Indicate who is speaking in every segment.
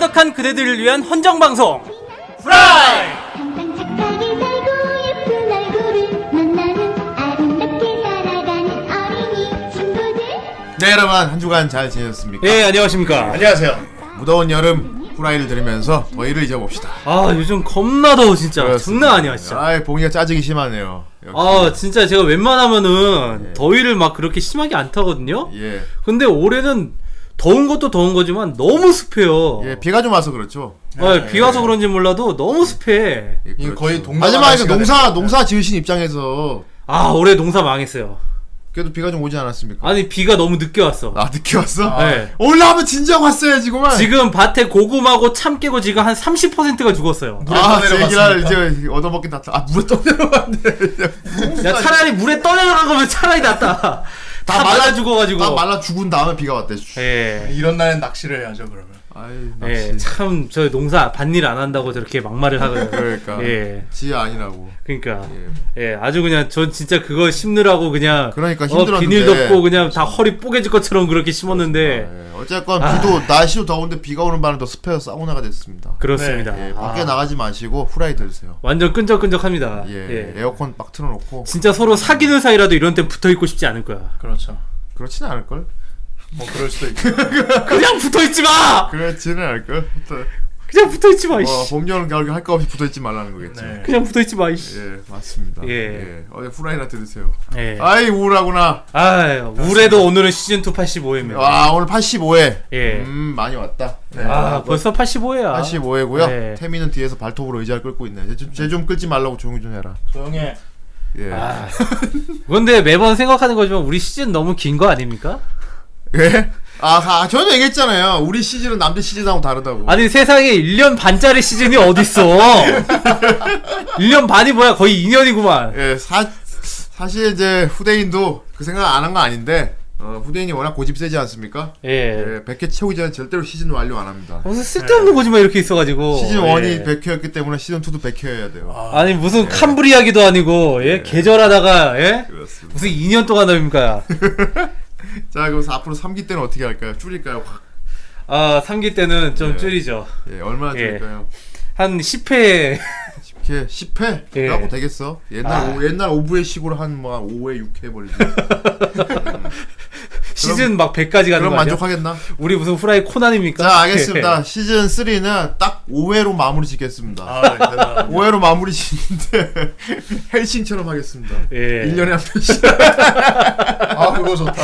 Speaker 1: 착한 그대들을 위한 헌정 방송 프라이
Speaker 2: 항상 착하게 살고 예쁜 얼굴을 만나는 아름답게 살아가는 어린이 친구들
Speaker 3: 네 여러분 한 주간 잘 지내셨습니까?
Speaker 1: 예 안녕하십니까
Speaker 4: 안녕하세요.
Speaker 3: 무더운 여름 후라이를 들으면서 더위를 잊어봅시다.
Speaker 1: 아 요즘 겁나 더워 진짜
Speaker 3: 그렇습니다.
Speaker 1: 장난 아니야 진짜
Speaker 3: 아이 봉이가 짜증이 심하네요. 역시.
Speaker 1: 그렇죠. 아 진짜 제가 웬만하면은 더위를 막 그렇게 심하게 안 타거든요
Speaker 3: 예.
Speaker 1: 근데 올해는 더운 것도 더운 거지만 너무 습해요
Speaker 3: 예 비가 좀 와서 그렇죠.
Speaker 1: 예, 비 와서 그런지 몰라도 너무 습해
Speaker 3: 예,
Speaker 4: 이게 거의 동남아
Speaker 3: 마지막에 그
Speaker 4: 날씨가
Speaker 3: 농사
Speaker 4: 됐어요.
Speaker 3: 농사 지으신 입장에서
Speaker 1: 아 올해 농사 망했어요
Speaker 3: 그래도 비가 좀 오지 않았습니까?
Speaker 1: 아니 비가 너무 늦게 왔어
Speaker 3: 아 늦게 왔어?
Speaker 1: 예.
Speaker 3: 올라오면 진작 왔어야지 그만.
Speaker 1: 지금 밭에 고구마고 참 깨고 지금 한 30%가 죽었어요
Speaker 4: 물에
Speaker 3: 아,
Speaker 4: 떠내려
Speaker 3: 제기랄
Speaker 4: 갔습니까?
Speaker 3: 이제 얻어먹긴 다. 아, 물에 떠내려왔네.
Speaker 1: 야 차라리 물에 떠내려간 거면 차라리 아, 낫다. 다 말라 죽어가지고.
Speaker 3: 다 말라 죽은 다음에 비가 왔대.
Speaker 1: 예.
Speaker 4: 이런 날엔 낚시를 해야죠 그러면.
Speaker 3: 아이,
Speaker 1: 예.
Speaker 3: 낚시.
Speaker 1: 참, 저 농사, 밭일 안 한다고 저렇게 막말을 하거든요.
Speaker 3: 그러니까.
Speaker 1: 예.
Speaker 3: 지혜 아니라고.
Speaker 1: 그러니까. 예. 아주 그냥 전 진짜 그거 심느라고 그냥.
Speaker 3: 그러니까
Speaker 1: 어,
Speaker 3: 힘들었는데.
Speaker 1: 비닐 덮고 그냥 다 허리 뽀개질 것처럼 그렇게 심었는데.
Speaker 3: 예, 어쨌건 비도 날씨도 더운데 비가 오는 바람에 더 습해서 사우나가 됐습니다.
Speaker 1: 아. 그렇습니다.
Speaker 3: 예, 밖에
Speaker 1: 아,
Speaker 3: 나가지 마시고 후라이 들으세요.
Speaker 1: 완전 끈적끈적합니다.
Speaker 3: 예,
Speaker 1: 예.
Speaker 3: 에어컨 빡 틀어놓고
Speaker 1: 진짜 서로 사귀는 사이라도 이런 땐 붙어 있고 싶지 않을 거야.
Speaker 4: 그렇죠.
Speaker 3: 그렇지는 않을 걸.
Speaker 4: 뭐 그럴 수도 있고.
Speaker 1: 그냥 붙어 있지 마!
Speaker 3: 그렇지는 않을 걸.
Speaker 1: 그냥 붙어 있지 마,
Speaker 3: 뭐
Speaker 1: 이씨.
Speaker 3: 봄, 여름, 가을 할 거 없이 붙어있지 말라는 거겠죠.
Speaker 4: 네.
Speaker 1: 그냥 붙어 있지 마, 이씨.
Speaker 3: 예, 맞습니다.
Speaker 1: 예.
Speaker 3: 예, 어제 후라이나 들으세요.
Speaker 1: 예.
Speaker 3: 아이 우울하구나.
Speaker 1: 아유, 우레도 오늘은 시즌 2 85회입니다.
Speaker 3: 와 오늘 85회.
Speaker 1: 네. 예.
Speaker 3: 아, 음 많이 왔다.
Speaker 4: 네.
Speaker 1: 아, 벌써 85회야.
Speaker 3: 85회고요.
Speaker 1: 네.
Speaker 3: 태민은 뒤에서 발톱으로 의자를 끌고 있네. 쟤좀 끌지 말라고 조용히 좀 해라.
Speaker 4: 조용해.
Speaker 3: 예.
Speaker 1: 아. 근데 매번 생각하는 거지만 우리 시즌 너무 긴 거 아닙니까?
Speaker 3: 예? 아, 아, 저는 얘기했잖아요. 우리 시즌은 남들 시즌하고 다르다고.
Speaker 1: 아니 세상에 1년 반짜리 시즌이 어딨어 1년 반이 뭐야 거의 2년이구만
Speaker 3: 예, 사, 사실 이제 후대인도 그 생각 안 한 거 아닌데, 어, 후대인이 워낙 고집 세지 않습니까?
Speaker 1: 예
Speaker 3: 예, 100회 채우기 전에 절대로 시즌 완료 안 합니다.
Speaker 1: 무슨 쓸데없는 거지만 이렇게 있어가지고
Speaker 3: 예. 시즌
Speaker 1: 예.
Speaker 3: 1이 100회였기 때문에 시즌 2도 100회여야 돼요.
Speaker 4: 아,
Speaker 1: 아니 무슨 캄브리아기도 아니고 예? 계절하다가 예?
Speaker 3: 그렇습니다.
Speaker 1: 무슨 2년 동안 합니까
Speaker 3: 자, 그래서 앞으로 3기 때는 어떻게 할까요? 줄일까요? 확.
Speaker 1: 아 3기 때는 좀
Speaker 3: 예.
Speaker 1: 줄이죠
Speaker 3: 예, 얼마나
Speaker 1: 예.
Speaker 3: 줄일까요?
Speaker 1: 한 10회
Speaker 3: 10회, 10회?
Speaker 1: 예.
Speaker 3: 그래갖고 되겠어. 옛날,
Speaker 1: 아.
Speaker 3: 오, 옛날 5부의 식으로 한, 뭐, 한 5회, 6회 벌리지.
Speaker 1: 시즌 막 100까지 가는
Speaker 3: 그럼
Speaker 1: 거 아니야?
Speaker 3: 만족하겠나?
Speaker 1: 우리 무슨 후라이 코난입니까?
Speaker 3: 자, 알겠습니다. 시즌 3는 딱 5회로 마무리 짓겠습니다.
Speaker 4: 아, 네, 대단합니다.
Speaker 3: 5회로 마무리 짓는데 헬싱처럼 하겠습니다.
Speaker 1: 예.
Speaker 3: 1년에 한 번씩
Speaker 4: 아 그거 좋다.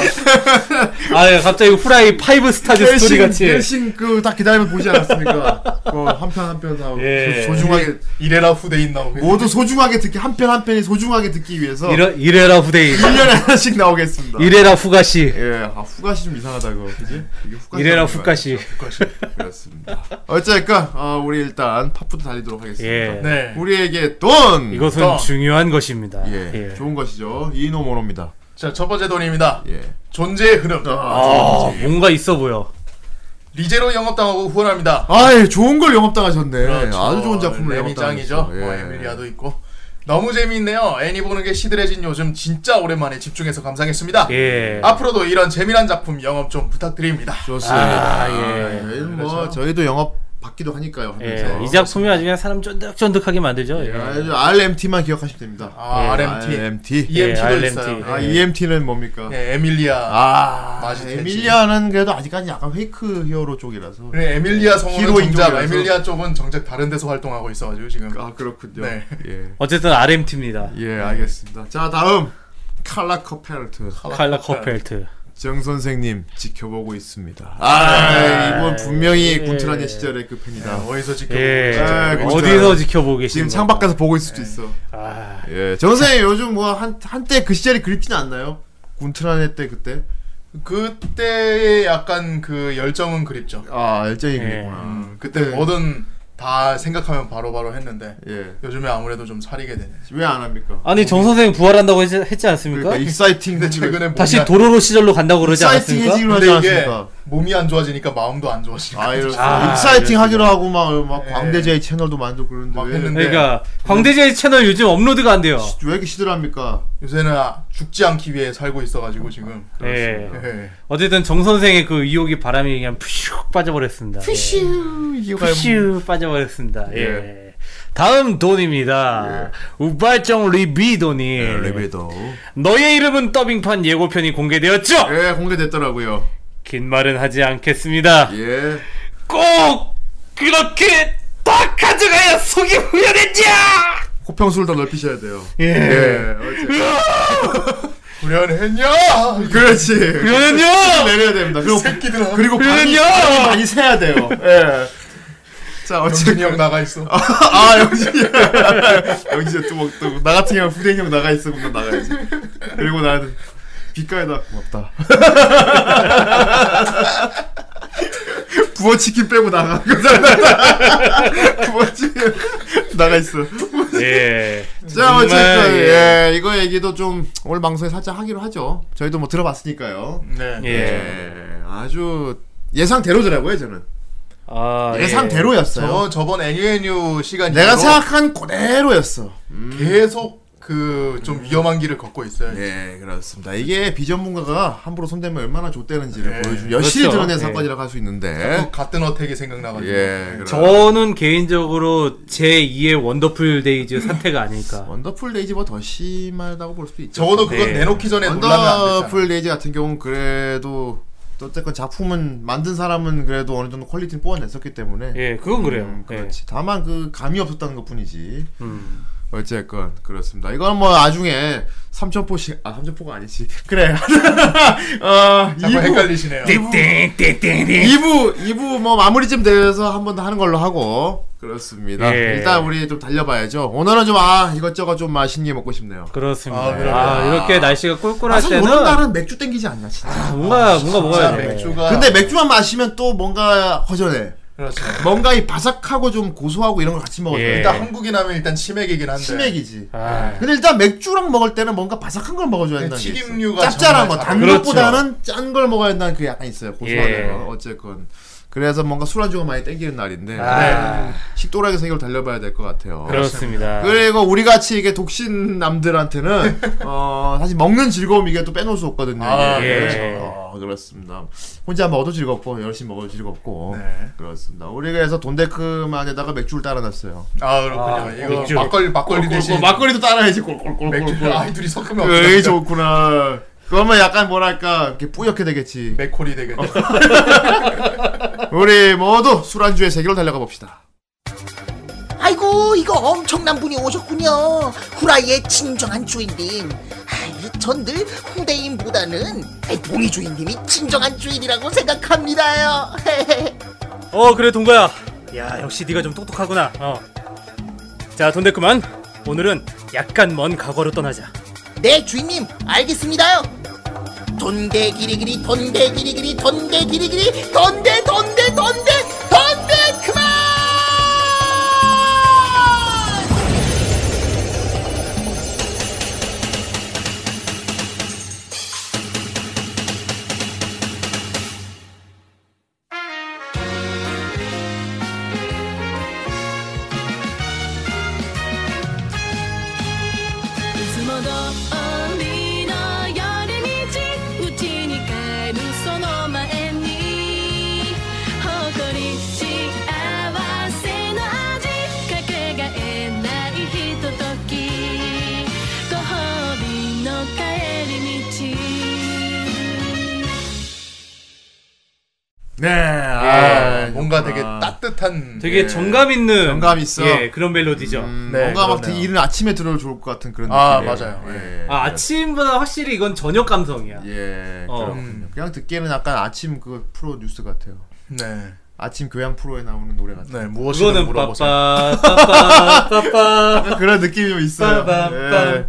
Speaker 1: 아, 예, 갑자기 후라이 파이브 스타즈 스토리
Speaker 3: 헬싱,
Speaker 1: 같이.
Speaker 3: 헬싱 그딱 기다리면 보지 않았습니까? 뭐 한편한편
Speaker 1: 예.
Speaker 3: 소중하게
Speaker 4: 이래라 후대인 나오고.
Speaker 3: 모두 소중하게 듣기 한 편 한 편이 소중하게 듣기 위해서
Speaker 1: 이래, 이래라 후대인.
Speaker 3: 1년에 하나씩 나오겠습니다.
Speaker 1: 이래라 후가시.
Speaker 3: 예, 아, 후가시 좀 이상하다 그거, 그지? 이게 후가시
Speaker 1: 이래라
Speaker 3: 아닌가요?
Speaker 1: 후가시.
Speaker 3: 그렇습니다. 어쨌든 어, 우리 일단 팝부터 달리도록 하겠습니다.
Speaker 1: 예.
Speaker 4: 네.
Speaker 3: 우리에게 돈.
Speaker 1: 이것은
Speaker 4: 또.
Speaker 1: 중요한 것입니다.
Speaker 3: 어. 예, 좋은 것이죠. 이노 모노입니다.
Speaker 4: 자첫 번째 돈입니다.
Speaker 3: 예.
Speaker 4: 존재의 흐름.
Speaker 1: 아, 뭔가 있어 보여.
Speaker 4: 리제로 영업당하고 후원합니다.
Speaker 3: 아이 좋은 걸 영업당하셨네. 아주 좋은 작품을
Speaker 4: 레미 짱이죠.
Speaker 3: 영업당하셨어. 예.
Speaker 4: 뭐 에밀리아도 있고. 너무 재미있네요. 애니 보는 게 시들해진 요즘 진짜 오랜만에 집중해서 감상했습니다.
Speaker 1: 예.
Speaker 3: 아,
Speaker 4: 앞으로도 이런 재미난 작품 영업 좀 부탁드립니다.
Speaker 3: 좋습니다.
Speaker 1: 아, 예.
Speaker 3: 예, 뭐 저희도 영업 받기도 하니까요. 하면서.
Speaker 1: 예. 이 작품이 아주 그냥 사람 쫀득쫀득하게 만들죠.
Speaker 3: 예,
Speaker 1: 예.
Speaker 3: 아주 RMT만 기억하시면 됩니다.
Speaker 4: 아,
Speaker 1: 예,
Speaker 4: RMT.
Speaker 3: RMT.
Speaker 1: 예,
Speaker 4: EMT도
Speaker 1: RMT.
Speaker 4: 있어요.
Speaker 3: 아,
Speaker 1: 예.
Speaker 3: EMT는 뭡니까?
Speaker 4: 네, 에밀리아.
Speaker 3: 아,
Speaker 4: 마지테지.
Speaker 3: 에밀리아는 그래도 아직까지 약간 페이크 히어로 쪽이라서.
Speaker 4: 그래, 에밀리아 성우는
Speaker 3: 히로인
Speaker 4: 정작
Speaker 3: 쪽이라서.
Speaker 4: 에밀리아 쪽은 정작 다른 데서 활동하고 있어가지고 지금.
Speaker 3: 아, 그렇군요.
Speaker 4: 네.
Speaker 3: 예.
Speaker 1: 어쨌든 RMT입니다.
Speaker 3: 예, 알겠습니다. 자, 다음. 칼라 커펠트.
Speaker 1: 칼라 커펠트.
Speaker 3: 정 선생님 지켜보고 있습니다. 아, 이분 분명히
Speaker 1: 예.
Speaker 3: 군트라니 시절의 그 팬이다.
Speaker 4: 어디서 지켜보고
Speaker 1: 예.
Speaker 4: 있죠?
Speaker 3: 아, 그렇죠.
Speaker 1: 어디서 지켜보고 계십니까?
Speaker 3: 지금 창밖에서 보고 있을
Speaker 1: 예.
Speaker 3: 수도 있어.
Speaker 1: 아,
Speaker 3: 예, 정 선생님 요즘 뭐 한 한때 그 시절이 그립진 않나요? 군트라네 때 그때.
Speaker 4: 그때의 약간 그 열정은 그립죠.
Speaker 3: 아, 열정이
Speaker 1: 예.
Speaker 3: 그립구나.
Speaker 4: 음, 그때 뭐든 다 생각하면 바로바로 했는데
Speaker 3: 예.
Speaker 4: 요즘에 아무래도 좀 사리게 되네.
Speaker 3: 왜 안 합니까?
Speaker 1: 아니 정 선생 부활한다고 했지, 했지 않습니까?
Speaker 3: 그러니까 익사이팅
Speaker 4: 근데 최근에
Speaker 1: 다시
Speaker 4: 뭔가-
Speaker 1: 도로로 시절로 간다고 뭐 그러지
Speaker 3: 익사이팅
Speaker 1: 않았습니까?
Speaker 3: 해지로
Speaker 4: 근데
Speaker 3: 하지
Speaker 4: 이게
Speaker 3: 않았습니까?
Speaker 4: 몸이 안 좋아지니까 마음도 안 좋아지니까
Speaker 3: 아유,
Speaker 1: 아,
Speaker 3: 익사이팅 하기로 하고 막, 막
Speaker 4: 예.
Speaker 3: 광대제이 채널도 만들고 그러는데 네.
Speaker 4: 막
Speaker 3: 왜,
Speaker 4: 했는데.
Speaker 1: 그러니까 광대제이 채널 요즘 업로드가 안 돼요.
Speaker 3: 왜 이렇게 시들합니까?
Speaker 4: 요새는 아, 죽지 않기 위해 살고 있어가지고 지금
Speaker 1: 예.
Speaker 4: 예.
Speaker 1: 어쨌든 정 선생의 그 의혹이 바람에 그냥 푸슉 빠져버렸습니다. 예.
Speaker 3: 푸슈 이게 과연
Speaker 1: 푸슈 빠져버렸습니다. 예.
Speaker 3: 예.
Speaker 1: 다음 돈입니다. 우발정 리비돈이
Speaker 3: 예, 레벨도
Speaker 1: 너의 이름은 더빙판 예고편이 공개되었죠?
Speaker 3: 예 공개됐더라고요.
Speaker 1: 긴 말은 하지 않겠습니다.
Speaker 3: 예.
Speaker 1: 꼭 그렇게 다 가져가야 속이 후련했냐!
Speaker 3: 호평수를 더 넓히셔야 돼요.
Speaker 1: 예.
Speaker 3: 예.
Speaker 4: 불연했냐?
Speaker 3: 그렇지.
Speaker 1: 그러면요!
Speaker 3: 내려야 됩니다. 그리고
Speaker 4: 새끼들아.
Speaker 3: 그리고 방이
Speaker 1: 그러면요!
Speaker 3: 많이 세야 돼요. 예. 자
Speaker 4: 정준이 형
Speaker 3: 어쨌든
Speaker 4: 나가 있어.
Speaker 3: 아 영진이 영진이 또뭐또나 같은 경우 후대인 형 나가 있어 그럼 나 나가야지. 그리고 나는 빛깔에다 고맙다. 부어 치킨 빼고 나가. 부어 치킨 나가 있어.
Speaker 1: 예.
Speaker 3: 자
Speaker 1: 정말,
Speaker 3: 어쨌든
Speaker 1: 예.
Speaker 3: 예 이거 얘기도 좀 오늘 방송에 살짝 하기로 하죠. 저희도 뭐 들어봤으니까요.
Speaker 4: 네.
Speaker 1: 예.
Speaker 3: 예 아주 예상대로더라고요 저는
Speaker 1: 아, 예.
Speaker 3: 예상대로였어요.
Speaker 4: 저 저번 NUNU 시간
Speaker 3: 내가
Speaker 4: 이후로 음.
Speaker 3: 생각한 그대로였어.
Speaker 4: 계속 그 좀 위험한 길을 걷고 있어요.
Speaker 3: 음. 예 그렇습니다. 이게 비전문가가 함부로 손대면 얼마나 좆되는지를
Speaker 4: 예. 뭐
Speaker 3: 보여준 여실히
Speaker 1: 그렇죠.
Speaker 3: 드러낸
Speaker 1: 예.
Speaker 3: 사건이라고 할 수
Speaker 4: 또
Speaker 3: 있는데
Speaker 4: 같은 어택이 생각나가지고. 음.
Speaker 3: 예 그렇-
Speaker 1: 저는 개인적으로 제 2의 원더풀 데이즈 사태가 아닐까.
Speaker 3: 원더풀 레이지 뭐더 심하다고 볼 수도 있죠.
Speaker 4: 적어도 그건
Speaker 1: 네.
Speaker 4: 내놓기 전에 놀라면 안 되잖아.
Speaker 3: 원더풀 레이지 같은 경우는 그래도 어쨌건 작품은 만든 사람은 그래도 어느 정도 퀄리티는 뽑아냈었기 때문에
Speaker 1: 예, 그건 그래요.
Speaker 3: 음,
Speaker 1: 예.
Speaker 3: 그렇지. 다만 그 감이 없었다는 것뿐이지.
Speaker 1: 음.
Speaker 3: 어쨌건 그렇습니다. 이건 뭐 나중에 삼천포씩 아 삼천포가 아니지. 그래. 어
Speaker 4: 자꾸
Speaker 3: 2부
Speaker 4: 헷갈리시네요.
Speaker 1: 띵띵띵띵띵.
Speaker 3: 2부 2부 뭐 마무리쯤 되어서 한 번 더 하는 걸로 하고 그렇습니다.
Speaker 1: 예.
Speaker 3: 일단 우리 좀 달려봐야죠. 오늘은 좀 아 이것저것 좀 맛있는 게 먹고 싶네요.
Speaker 1: 그렇습니다.
Speaker 4: 아, 그래요?
Speaker 1: 아, 이렇게 날씨가
Speaker 3: 아,
Speaker 1: 꿀꿀할
Speaker 3: 사실
Speaker 1: 때는 아,
Speaker 3: 오는 날은 맥주 땡기지 않나 진짜.
Speaker 1: 뭔가 뭔가
Speaker 4: 진짜
Speaker 1: 먹어야 돼.
Speaker 4: 맥주가
Speaker 3: 근데 맥주만 마시면 또 뭔가 허전해.
Speaker 4: 그렇죠.
Speaker 3: 뭔가 이 바삭하고 좀 고소하고 이런 걸 같이 먹어야
Speaker 1: 예.
Speaker 3: 돼.
Speaker 4: 일단 한국인 하면 일단 치맥이긴 한데.
Speaker 3: 치맥이지.
Speaker 1: 아,
Speaker 3: 근데 일단 맥주랑 먹을 때는 뭔가 바삭한 걸 먹어줘야 된다는 게 있어요.
Speaker 4: 네, 튀김류가
Speaker 3: 짭짤한 거,
Speaker 4: 정말
Speaker 3: 단
Speaker 1: 그렇죠.
Speaker 3: 것보다는 짠 걸 먹어야 된다는 그게 약간 있어요. 고소한
Speaker 1: 예.
Speaker 3: 거, 어쨌건. 그래서 뭔가 술안주가 많이 땡기는 날인데
Speaker 1: 아.
Speaker 3: 네. 식도락의 세계로 달려봐야 될 것 같아요.
Speaker 1: 그렇습니다.
Speaker 3: 그리고 우리 같이 이게 독신 남들한테는 어 사실 먹는 즐거움 이게 또 빼놓을 수 없거든요.
Speaker 4: 아,
Speaker 3: 이게.
Speaker 1: 예.
Speaker 3: 그래서, 어, 그렇습니다. 혼자 먹어도 즐겁고 열심히 먹어도 즐겁고
Speaker 4: 네.
Speaker 3: 그렇습니다. 우리가 해서 돈데크만에다가 맥주를 따라놨어요.
Speaker 4: 아 그렇군요.
Speaker 1: 아,
Speaker 4: 이거
Speaker 1: 맥주. 어,
Speaker 4: 막걸리 뭐 막걸리 대신
Speaker 3: 막걸리도 따라야지 꼴꼴꼴꼴.
Speaker 4: 맥주 아이 둘이 섞으면
Speaker 3: 으이
Speaker 4: 어떡하죠?
Speaker 3: 좋구나. 그러면 약간 뭐랄까 이렇게 뿌옇게 되겠지.
Speaker 4: 맥콜이
Speaker 1: 어.
Speaker 4: 되겠네.
Speaker 3: 우리 모두 술안주의 세계로 달려가 봅시다.
Speaker 5: 아이고 이거 엄청난 분이 오셨군요 후라이의 진정한 주인님 아, 전 늘 후대인보다는 아이, 봉이 주인님이 진정한 주인이라고 생각합니다요
Speaker 1: 어 그래 동거야. 야 역시 네가 좀 똑똑하구나. 어. 자 돈데크만 오늘은 약간 먼 과거로 떠나자.
Speaker 5: 네 주인님 알겠습니다요 돈대 기리기리 돈대 기리기리 돈대 기리기리 돈대 돈대 돈대 돈대 그만
Speaker 6: いつも通りの寄り道うちに帰るその前に誇り幸せの味かけがえないひとときご褒美の帰り道
Speaker 3: 네. 아,
Speaker 4: 아, 뭔가 되게
Speaker 3: 아.
Speaker 4: 따뜻한
Speaker 1: 되게
Speaker 3: 예.
Speaker 1: 정감 있는
Speaker 3: 정감 있어.
Speaker 1: 예 그런 멜로디죠.
Speaker 3: 음,
Speaker 4: 네,
Speaker 3: 뭔가 막
Speaker 4: 그러네요.
Speaker 3: 되게 이른 아침에 들어도 좋을 것 같은 그런
Speaker 4: 아,
Speaker 3: 느낌이에요.
Speaker 4: 맞아요.
Speaker 3: 예.
Speaker 1: 아 아침보다 확실히 이건 저녁 감성이야.
Speaker 3: 예.
Speaker 1: 어.
Speaker 3: 그렇군요. 그냥 듣기에는 약간 아침 그 프로 뉴스 같아요.
Speaker 4: 네.
Speaker 3: 아침 교양 프로에 나오는 노래 같아요.
Speaker 4: 네, 무엇이든
Speaker 1: 그거는
Speaker 4: 물어보세요.
Speaker 1: 빠빠 빠빠 빠빠.
Speaker 3: 그런 느낌이 좀 있어요. 예.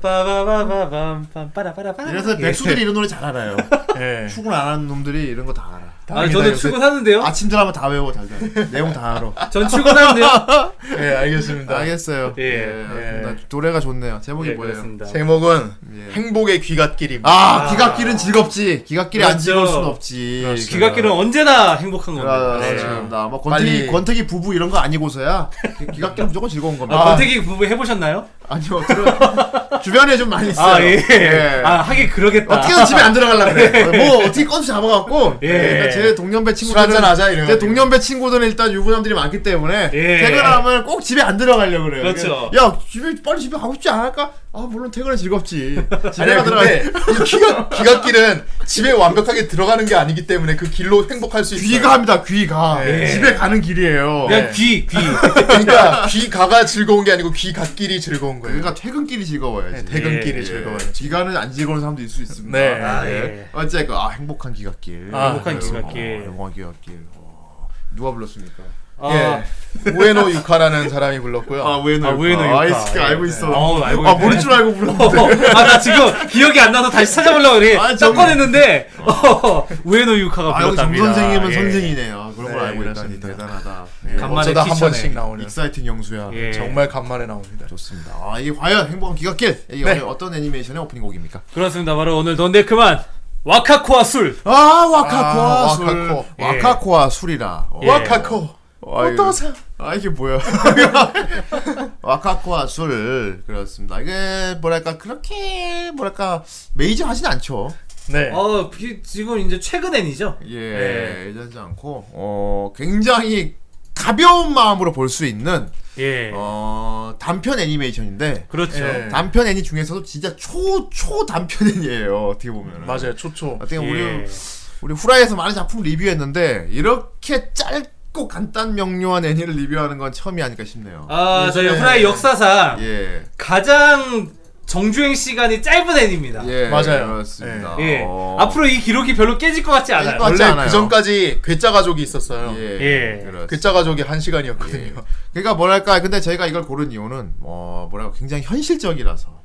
Speaker 1: 빠밤빰빰빰빰빰빰빰빠라빠라빠.
Speaker 3: 이래서 백수들이 이런 노래 잘 알아요.
Speaker 4: 예.
Speaker 3: 예. 출근 안 하는 놈들이 이런 거 다 알아.
Speaker 1: 아
Speaker 4: 다행이다,
Speaker 1: 저는
Speaker 4: 요새.
Speaker 1: 출근하는데요.
Speaker 3: 아침 드라마 다 외워 달달. 내용 다 알아.
Speaker 1: 전 출근하는데요.
Speaker 4: 예, 알겠습니다.
Speaker 3: 알겠어요.
Speaker 1: 예,
Speaker 3: 예.
Speaker 4: 예.
Speaker 3: 나 노래가 좋네요. 제목이
Speaker 1: 예,
Speaker 3: 뭐예요?
Speaker 1: 그렇습니다.
Speaker 4: 제목은
Speaker 3: 예.
Speaker 4: 행복의 귀갓길입니다.
Speaker 3: 아, 기각길은 즐겁지. 기각길이 안
Speaker 1: 그렇죠.
Speaker 3: 즐거울 순 없지. 예,
Speaker 1: 귀갓길은 언제나 행복한 겁니다.
Speaker 3: 아, 네. 아, 아,
Speaker 1: 네.
Speaker 3: 맞습니다. 뭐
Speaker 4: 빨리-
Speaker 3: 권태기 권태기 부부 이런 거 아니고서야 기각길은 무조건 즐거운
Speaker 1: 아,
Speaker 3: 겁니다.
Speaker 1: 권태기 부부 해보셨나요?
Speaker 3: 아니요, 들어, 주변에 좀 많이 있어요.
Speaker 1: 아, 예. 아, 하긴 그러겠다.
Speaker 3: 어떻게든 집에 안 들어가려고 그래. 뭐 어떻게 껌수 잡아갖고
Speaker 1: 예.
Speaker 3: 일단 제 동년배 친구들은
Speaker 4: 한잔 하자,
Speaker 3: 제
Speaker 4: 이래가지고.
Speaker 3: 동년배 친구들은 일단 유부남들이 많기 때문에
Speaker 1: 예.
Speaker 3: 퇴근하면 꼭 집에 안 들어가려고 그래요.
Speaker 1: 그렇죠.
Speaker 3: 그래서 야 집에 빨리 집에 가고 싶지 않을까? 아 물론 퇴근은 즐겁지. 집에
Speaker 4: 아니야,
Speaker 3: 가 들어가.
Speaker 4: 근데 이 귀갓, 귀갓길은 집에 완벽하게 들어가는 게 아니기 때문에 그 길로 행복할 수 있어요.
Speaker 3: 귀가합니다. 귀가
Speaker 1: 예.
Speaker 3: 집에 가는 길이에요.
Speaker 1: 그냥
Speaker 3: 예.
Speaker 1: 귀, 귀.
Speaker 4: 그러니까 귀가가 즐거운 게 아니고 귀갓길이 즐거운 거예요.
Speaker 3: 그러니까 퇴근길이 즐거워요.
Speaker 4: 네,
Speaker 3: 지금.
Speaker 4: 퇴근길이
Speaker 3: 예.
Speaker 4: 즐거워요.
Speaker 3: 귀가는 안 즐거운 사람도 있을 수 있습니다.
Speaker 4: 네.
Speaker 1: 아,
Speaker 3: 예.
Speaker 1: 예.
Speaker 3: 어쨌건 아 행복한 귀갓길.
Speaker 4: 아,
Speaker 1: 행복한
Speaker 3: 어,
Speaker 1: 귀갓길.
Speaker 3: 영화 귀갓길. 어, 누가 불렀습니까?
Speaker 1: 아,
Speaker 4: 예. 우에노 유카라는 사람이 불렀고요.
Speaker 3: 아 우에노
Speaker 1: 아,
Speaker 3: 유카.
Speaker 1: 우에노 유카.
Speaker 3: 아, 이 새끼 알고
Speaker 1: 예,
Speaker 3: 있어.
Speaker 1: 예. 어, 알고
Speaker 3: 아
Speaker 1: 있네.
Speaker 3: 모를 줄 알고
Speaker 1: 어,
Speaker 3: 불렀는데.
Speaker 1: 아, 나 지금 기억이 안 나서 다시 찾아보려고 그래.
Speaker 3: 아,
Speaker 1: 딱
Speaker 3: 저기-
Speaker 1: 꺼냈는데, 어, 우에노 유카가
Speaker 3: 아 여기 정
Speaker 1: 불렀답니다.
Speaker 3: 선생님은
Speaker 1: 예.
Speaker 3: 선생이네요. 그런 걸
Speaker 4: 네,
Speaker 3: 알고 있다니
Speaker 4: 그렇습니다.
Speaker 3: 대단하다.
Speaker 1: 간만에
Speaker 4: 어쩌다 한
Speaker 1: 퀴즈네.
Speaker 4: 번씩 나오는
Speaker 3: 익사이팅 영수야.
Speaker 1: 예.
Speaker 4: 정말 간만에 나옵니다.
Speaker 3: 좋습니다. 아 이게 과연 행복한 귀갓길. 이게
Speaker 4: 네.
Speaker 3: 오늘 어떤 애니메이션의 오프닝 곡입니까?
Speaker 1: 그렇습니다. 바로 오늘 넌데 그만. 와카코아 술.
Speaker 3: 아 와카코아
Speaker 4: 아,
Speaker 3: 술.
Speaker 4: 와카코.
Speaker 1: 예.
Speaker 3: 와카코아 술이라. 어.
Speaker 1: 예.
Speaker 4: 와카코 어떠세요?
Speaker 3: 아 이게 뭐야? 와카코아 술 그렇습니다. 이게 뭐랄까 그렇게 뭐랄까 메이저 하진 않죠.
Speaker 4: 네.
Speaker 1: 어, 비- 지금 이제 최근엔이죠.
Speaker 3: 예, 예전지 않고 어 굉장히 가벼운 마음으로 볼 수 있는
Speaker 1: 예.
Speaker 3: 어 단편 애니메이션인데
Speaker 1: 그렇죠.
Speaker 4: 예.
Speaker 3: 단편 애니 중에서도 진짜 초초 단편 애니예요. 어떻게 보면
Speaker 4: 맞아요. 초초.
Speaker 3: 어떻게
Speaker 1: 예.
Speaker 3: 보면 우리 우리 후라이에서 많은 작품 리뷰했는데 이렇게 짧고 간단 명료한 애니를 리뷰하는 건 처음이 아닐까 싶네요.
Speaker 1: 아, 저희
Speaker 4: 예전에-
Speaker 1: 후라이 역사상
Speaker 3: 예.
Speaker 1: 가장 정주행 시간이 짧은 애니입니다. 예.
Speaker 3: 예,
Speaker 4: 맞아요.
Speaker 3: 그렇습니다. 어.
Speaker 1: 앞으로 이 기록이 별로 깨질 것 같지 않아요.
Speaker 3: 깨질 것 같-
Speaker 4: 원래
Speaker 3: 맞지 않아요.
Speaker 4: 그 전까지 괴짜 가족이 있었어요.
Speaker 1: 예.
Speaker 3: 예, 그렇습니다.
Speaker 4: 괴짜 가족이 한 시간이었거든요.
Speaker 3: 그러니까 뭐랄까 근데 저희가 이걸 고른 이유는 뭐 뭐랄까 굉장히 현실적이라서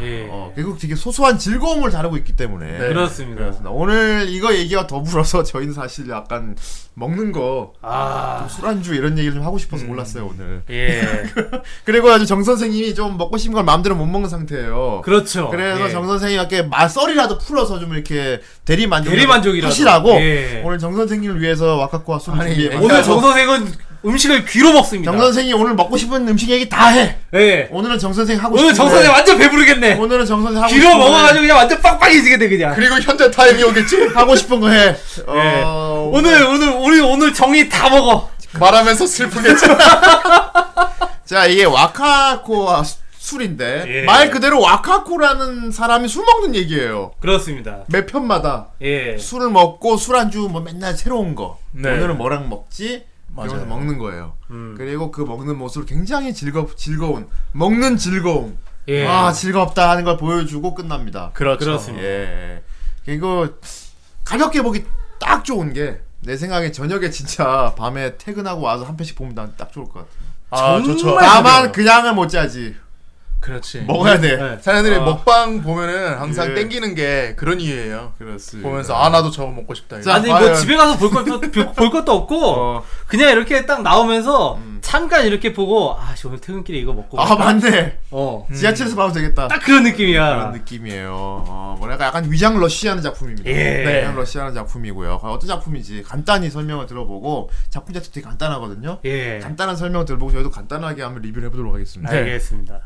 Speaker 1: 예.
Speaker 3: 어, 결국 되게 소소한 즐거움을 다루고 있기 때문에
Speaker 1: 네, 그렇습니다.
Speaker 3: 그렇습니다. 오늘 이거 얘기와 더불어서 저희는 사실 약간 먹는 거
Speaker 1: 아. 음.
Speaker 3: 술안주 이런 얘기를 좀 하고 싶어서 몰랐어요 오늘.
Speaker 1: 예.
Speaker 3: 그리고 아주 정 선생님이 좀 먹고 싶은 걸 마음대로 못 먹는 상태예요.
Speaker 1: 그렇죠.
Speaker 3: 그래서
Speaker 1: 예.
Speaker 3: 정 선생님께 맛설이라도 풀어서 좀 이렇게 대리 만족
Speaker 1: 대리 만족이라도.
Speaker 3: 하시라고
Speaker 1: 예.
Speaker 3: 오늘 정 선생님을 위해서 와카코와 술
Speaker 4: 아니,
Speaker 3: 준비해
Speaker 1: 오늘 정 선생은 음식을 귀로 먹습니다.
Speaker 3: 정 선생이 오늘 먹고 싶은 음식 얘기 다 해.
Speaker 1: 예.
Speaker 3: 오늘은 정 선생 하고
Speaker 1: 오늘 정
Speaker 3: 싶은데.
Speaker 1: 선생 완전 배부르겠네.
Speaker 3: 오늘은 정 선생 하고
Speaker 1: 귀로
Speaker 3: 싶은 거
Speaker 1: 먹어가지고 그냥 완전 빡빡해지겠네 그냥.
Speaker 4: 그리고 현재 타임이 오겠지?
Speaker 3: 해. 하고 싶은 거 해.
Speaker 1: 예.
Speaker 3: 어,
Speaker 1: 오늘 오늘 우리 오늘 정이 다 먹어.
Speaker 4: 말하면서 슬프겠지?
Speaker 3: 자 이게 와카코와 수- 술인데
Speaker 1: 예.
Speaker 3: 말 그대로 와카코라는 사람이 술 먹는 얘기예요.
Speaker 1: 그렇습니다.
Speaker 3: 매 편마다
Speaker 1: 예.
Speaker 3: 술을 먹고 술안주 뭐 맨날 새로운 거
Speaker 1: 네.
Speaker 3: 오늘은 뭐랑 먹지
Speaker 4: 맞아요.
Speaker 3: 이러면서 먹는 거예요.
Speaker 1: 음.
Speaker 3: 그리고 그 먹는 모습을 굉장히 즐거 즐거운 먹는 즐거움
Speaker 1: 예.
Speaker 3: 아 즐겁다 하는 걸 보여주고 끝납니다.
Speaker 1: 그렇죠. 그렇습니다.
Speaker 3: 예. 이거 가볍게 보기 딱 좋은 게 내 생각에 저녁에 진짜 밤에 퇴근하고 와서 한 편씩 보면 난 딱 좋을 것 같아.
Speaker 4: 아, 좋죠.
Speaker 3: 다만 그냥은 못 자지.
Speaker 4: 그렇지.
Speaker 3: 먹어야 돼.
Speaker 1: 네.
Speaker 4: 사람들이
Speaker 3: 아.
Speaker 4: 먹방 보면은 항상
Speaker 3: 예.
Speaker 4: 땡기는 게 그런 이유예요.
Speaker 3: 그렇습니다.
Speaker 4: 보면서 아 나도 저거 먹고 싶다. 이거.
Speaker 3: 자,
Speaker 1: 아니 뭐
Speaker 3: 과연-
Speaker 1: 집에 가서 볼 것도 비- 볼 것도 없고
Speaker 3: 어. 음.
Speaker 1: 그냥 이렇게 딱 나오면서 잠깐 이렇게 보고 아 씨, 오늘 퇴근길에 이거 먹고
Speaker 3: 아
Speaker 1: 가자.
Speaker 3: 맞네.
Speaker 1: 어.
Speaker 3: 지하철에서 봐도 되겠다.
Speaker 1: 딱 그런 느낌이야.
Speaker 3: 그런 느낌이에요. 어, 뭐랄까 약간 위장 러쉬하는 작품입니다.
Speaker 1: 예.
Speaker 3: 네, 위장 러쉬하는 작품이고요. 과연 어떤 작품인지 간단히 설명을 들어보고 작품 자체도 되게 간단하거든요.
Speaker 1: 예. 아,
Speaker 3: 간단한 설명을 들어보고 저희도 간단하게 한번 리뷰를 해보도록
Speaker 4: 네.
Speaker 3: 하겠습니다.
Speaker 1: 알겠습니다.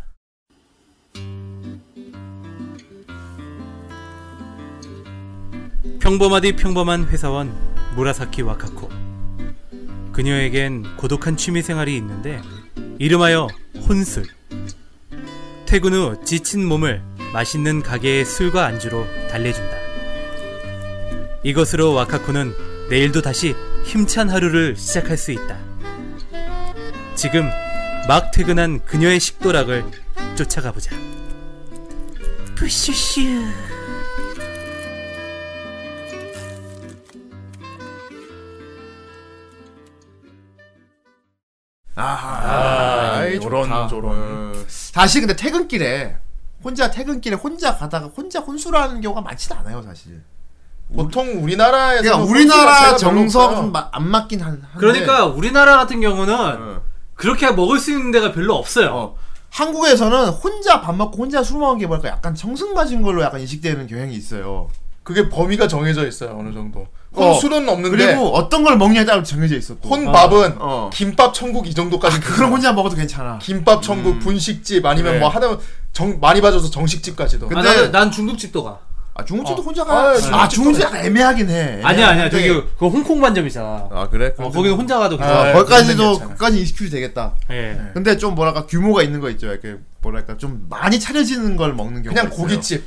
Speaker 1: 평범하디 평범한 회사원 무라사키 와카코. 그녀에겐 고독한 취미 생활이 있는데 이름하여 혼술. 퇴근 후 지친 몸을 맛있는 가게의 술과 안주로 달래준다. 이것으로 와카코는 내일도 다시 힘찬 하루를 시작할 수 있다. 지금 막 퇴근한 그녀의 식도락을 쫓아가 보자. 푸슈슈.
Speaker 3: 아하. 아이,
Speaker 4: 요런,
Speaker 3: 좋다.
Speaker 4: 저런.
Speaker 3: 어. 다시 근데 퇴근길에 혼자 퇴근길에 혼자 가다가 혼자 혼술하는 경우가 많지는 않아요, 사실.
Speaker 4: 보통 우리나라에서 뭐
Speaker 3: 그러니까 우리나라 정서가 좀안 맞긴 한. 한데.
Speaker 1: 그러니까 우리나라 같은 경우는
Speaker 3: 어.
Speaker 1: 그렇게 먹을 수 있는 데가 별로 없어요. 아,
Speaker 3: 어. 한국에서는 혼자 밥 먹고 혼자 술 먹은 게 뭐랄까 약간 정승맞은 걸로 약간 인식되는 경향이 있어요.
Speaker 4: 그게 범위가 정해져 있어요 어느 정도.
Speaker 3: 어.
Speaker 4: 혼술은 없는데
Speaker 3: 그리고 어떤 걸 먹냐에 따라 정해져 있어. 또.
Speaker 4: 혼밥은
Speaker 3: 어. 어.
Speaker 4: 김밥 천국 이 정도까지. 아,
Speaker 3: 그걸 혼자 먹어도 괜찮아.
Speaker 4: 김밥
Speaker 3: 음.
Speaker 4: 천국, 분식집 아니면
Speaker 3: 그래.
Speaker 4: 뭐 하다면 정 많이 봐줘서 정식집까지도.
Speaker 3: 그-
Speaker 1: 아,
Speaker 3: 네. 근데-
Speaker 1: 나는- 난 중국집도 가.
Speaker 3: 아 중국집도
Speaker 4: 어.
Speaker 3: 혼자
Speaker 4: 아,
Speaker 3: 가. 아,
Speaker 4: 중국집도
Speaker 3: 중국집 약간 애매하긴 해.
Speaker 1: 아니야 아니야 저기
Speaker 3: 애매한데.
Speaker 1: 그거 홍콩 반점이잖아.
Speaker 3: 아 그래?
Speaker 1: 어, 거기는 혼자 가도 괜찮아.
Speaker 3: 아, 네.
Speaker 4: 네,
Speaker 3: 거기까지도
Speaker 4: 그건 괜찮아. 네.
Speaker 3: 그까지 인식해도 되겠다.
Speaker 1: 예.
Speaker 3: 근데 좀 뭐랄까 규모가 있는 거 있죠. 이렇게 뭐랄까 좀 많이 차려지는 걸 먹는 경우.
Speaker 4: 그냥 고깃집.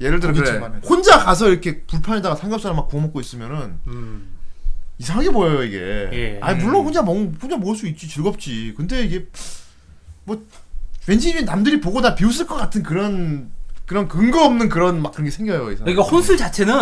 Speaker 3: 예를 들어 그래.
Speaker 4: 고깃집만 해도.
Speaker 3: 혼자 가서 이렇게 불판에다가 삼겹살 막 구워 먹고 있으면은
Speaker 1: 음.
Speaker 3: 이상하게 보여요 이게.
Speaker 1: 예.
Speaker 3: 아니 물론 혼자 먹 혼자 먹을 수 있지 즐겁지. 근데 이게 뭐 왠지 남들이 보고 다 비웃을 것 같은 그런 그런 근거 없는 그런 막 그런 게 생겨요. 이상.
Speaker 1: 그러니까 혼술 자체는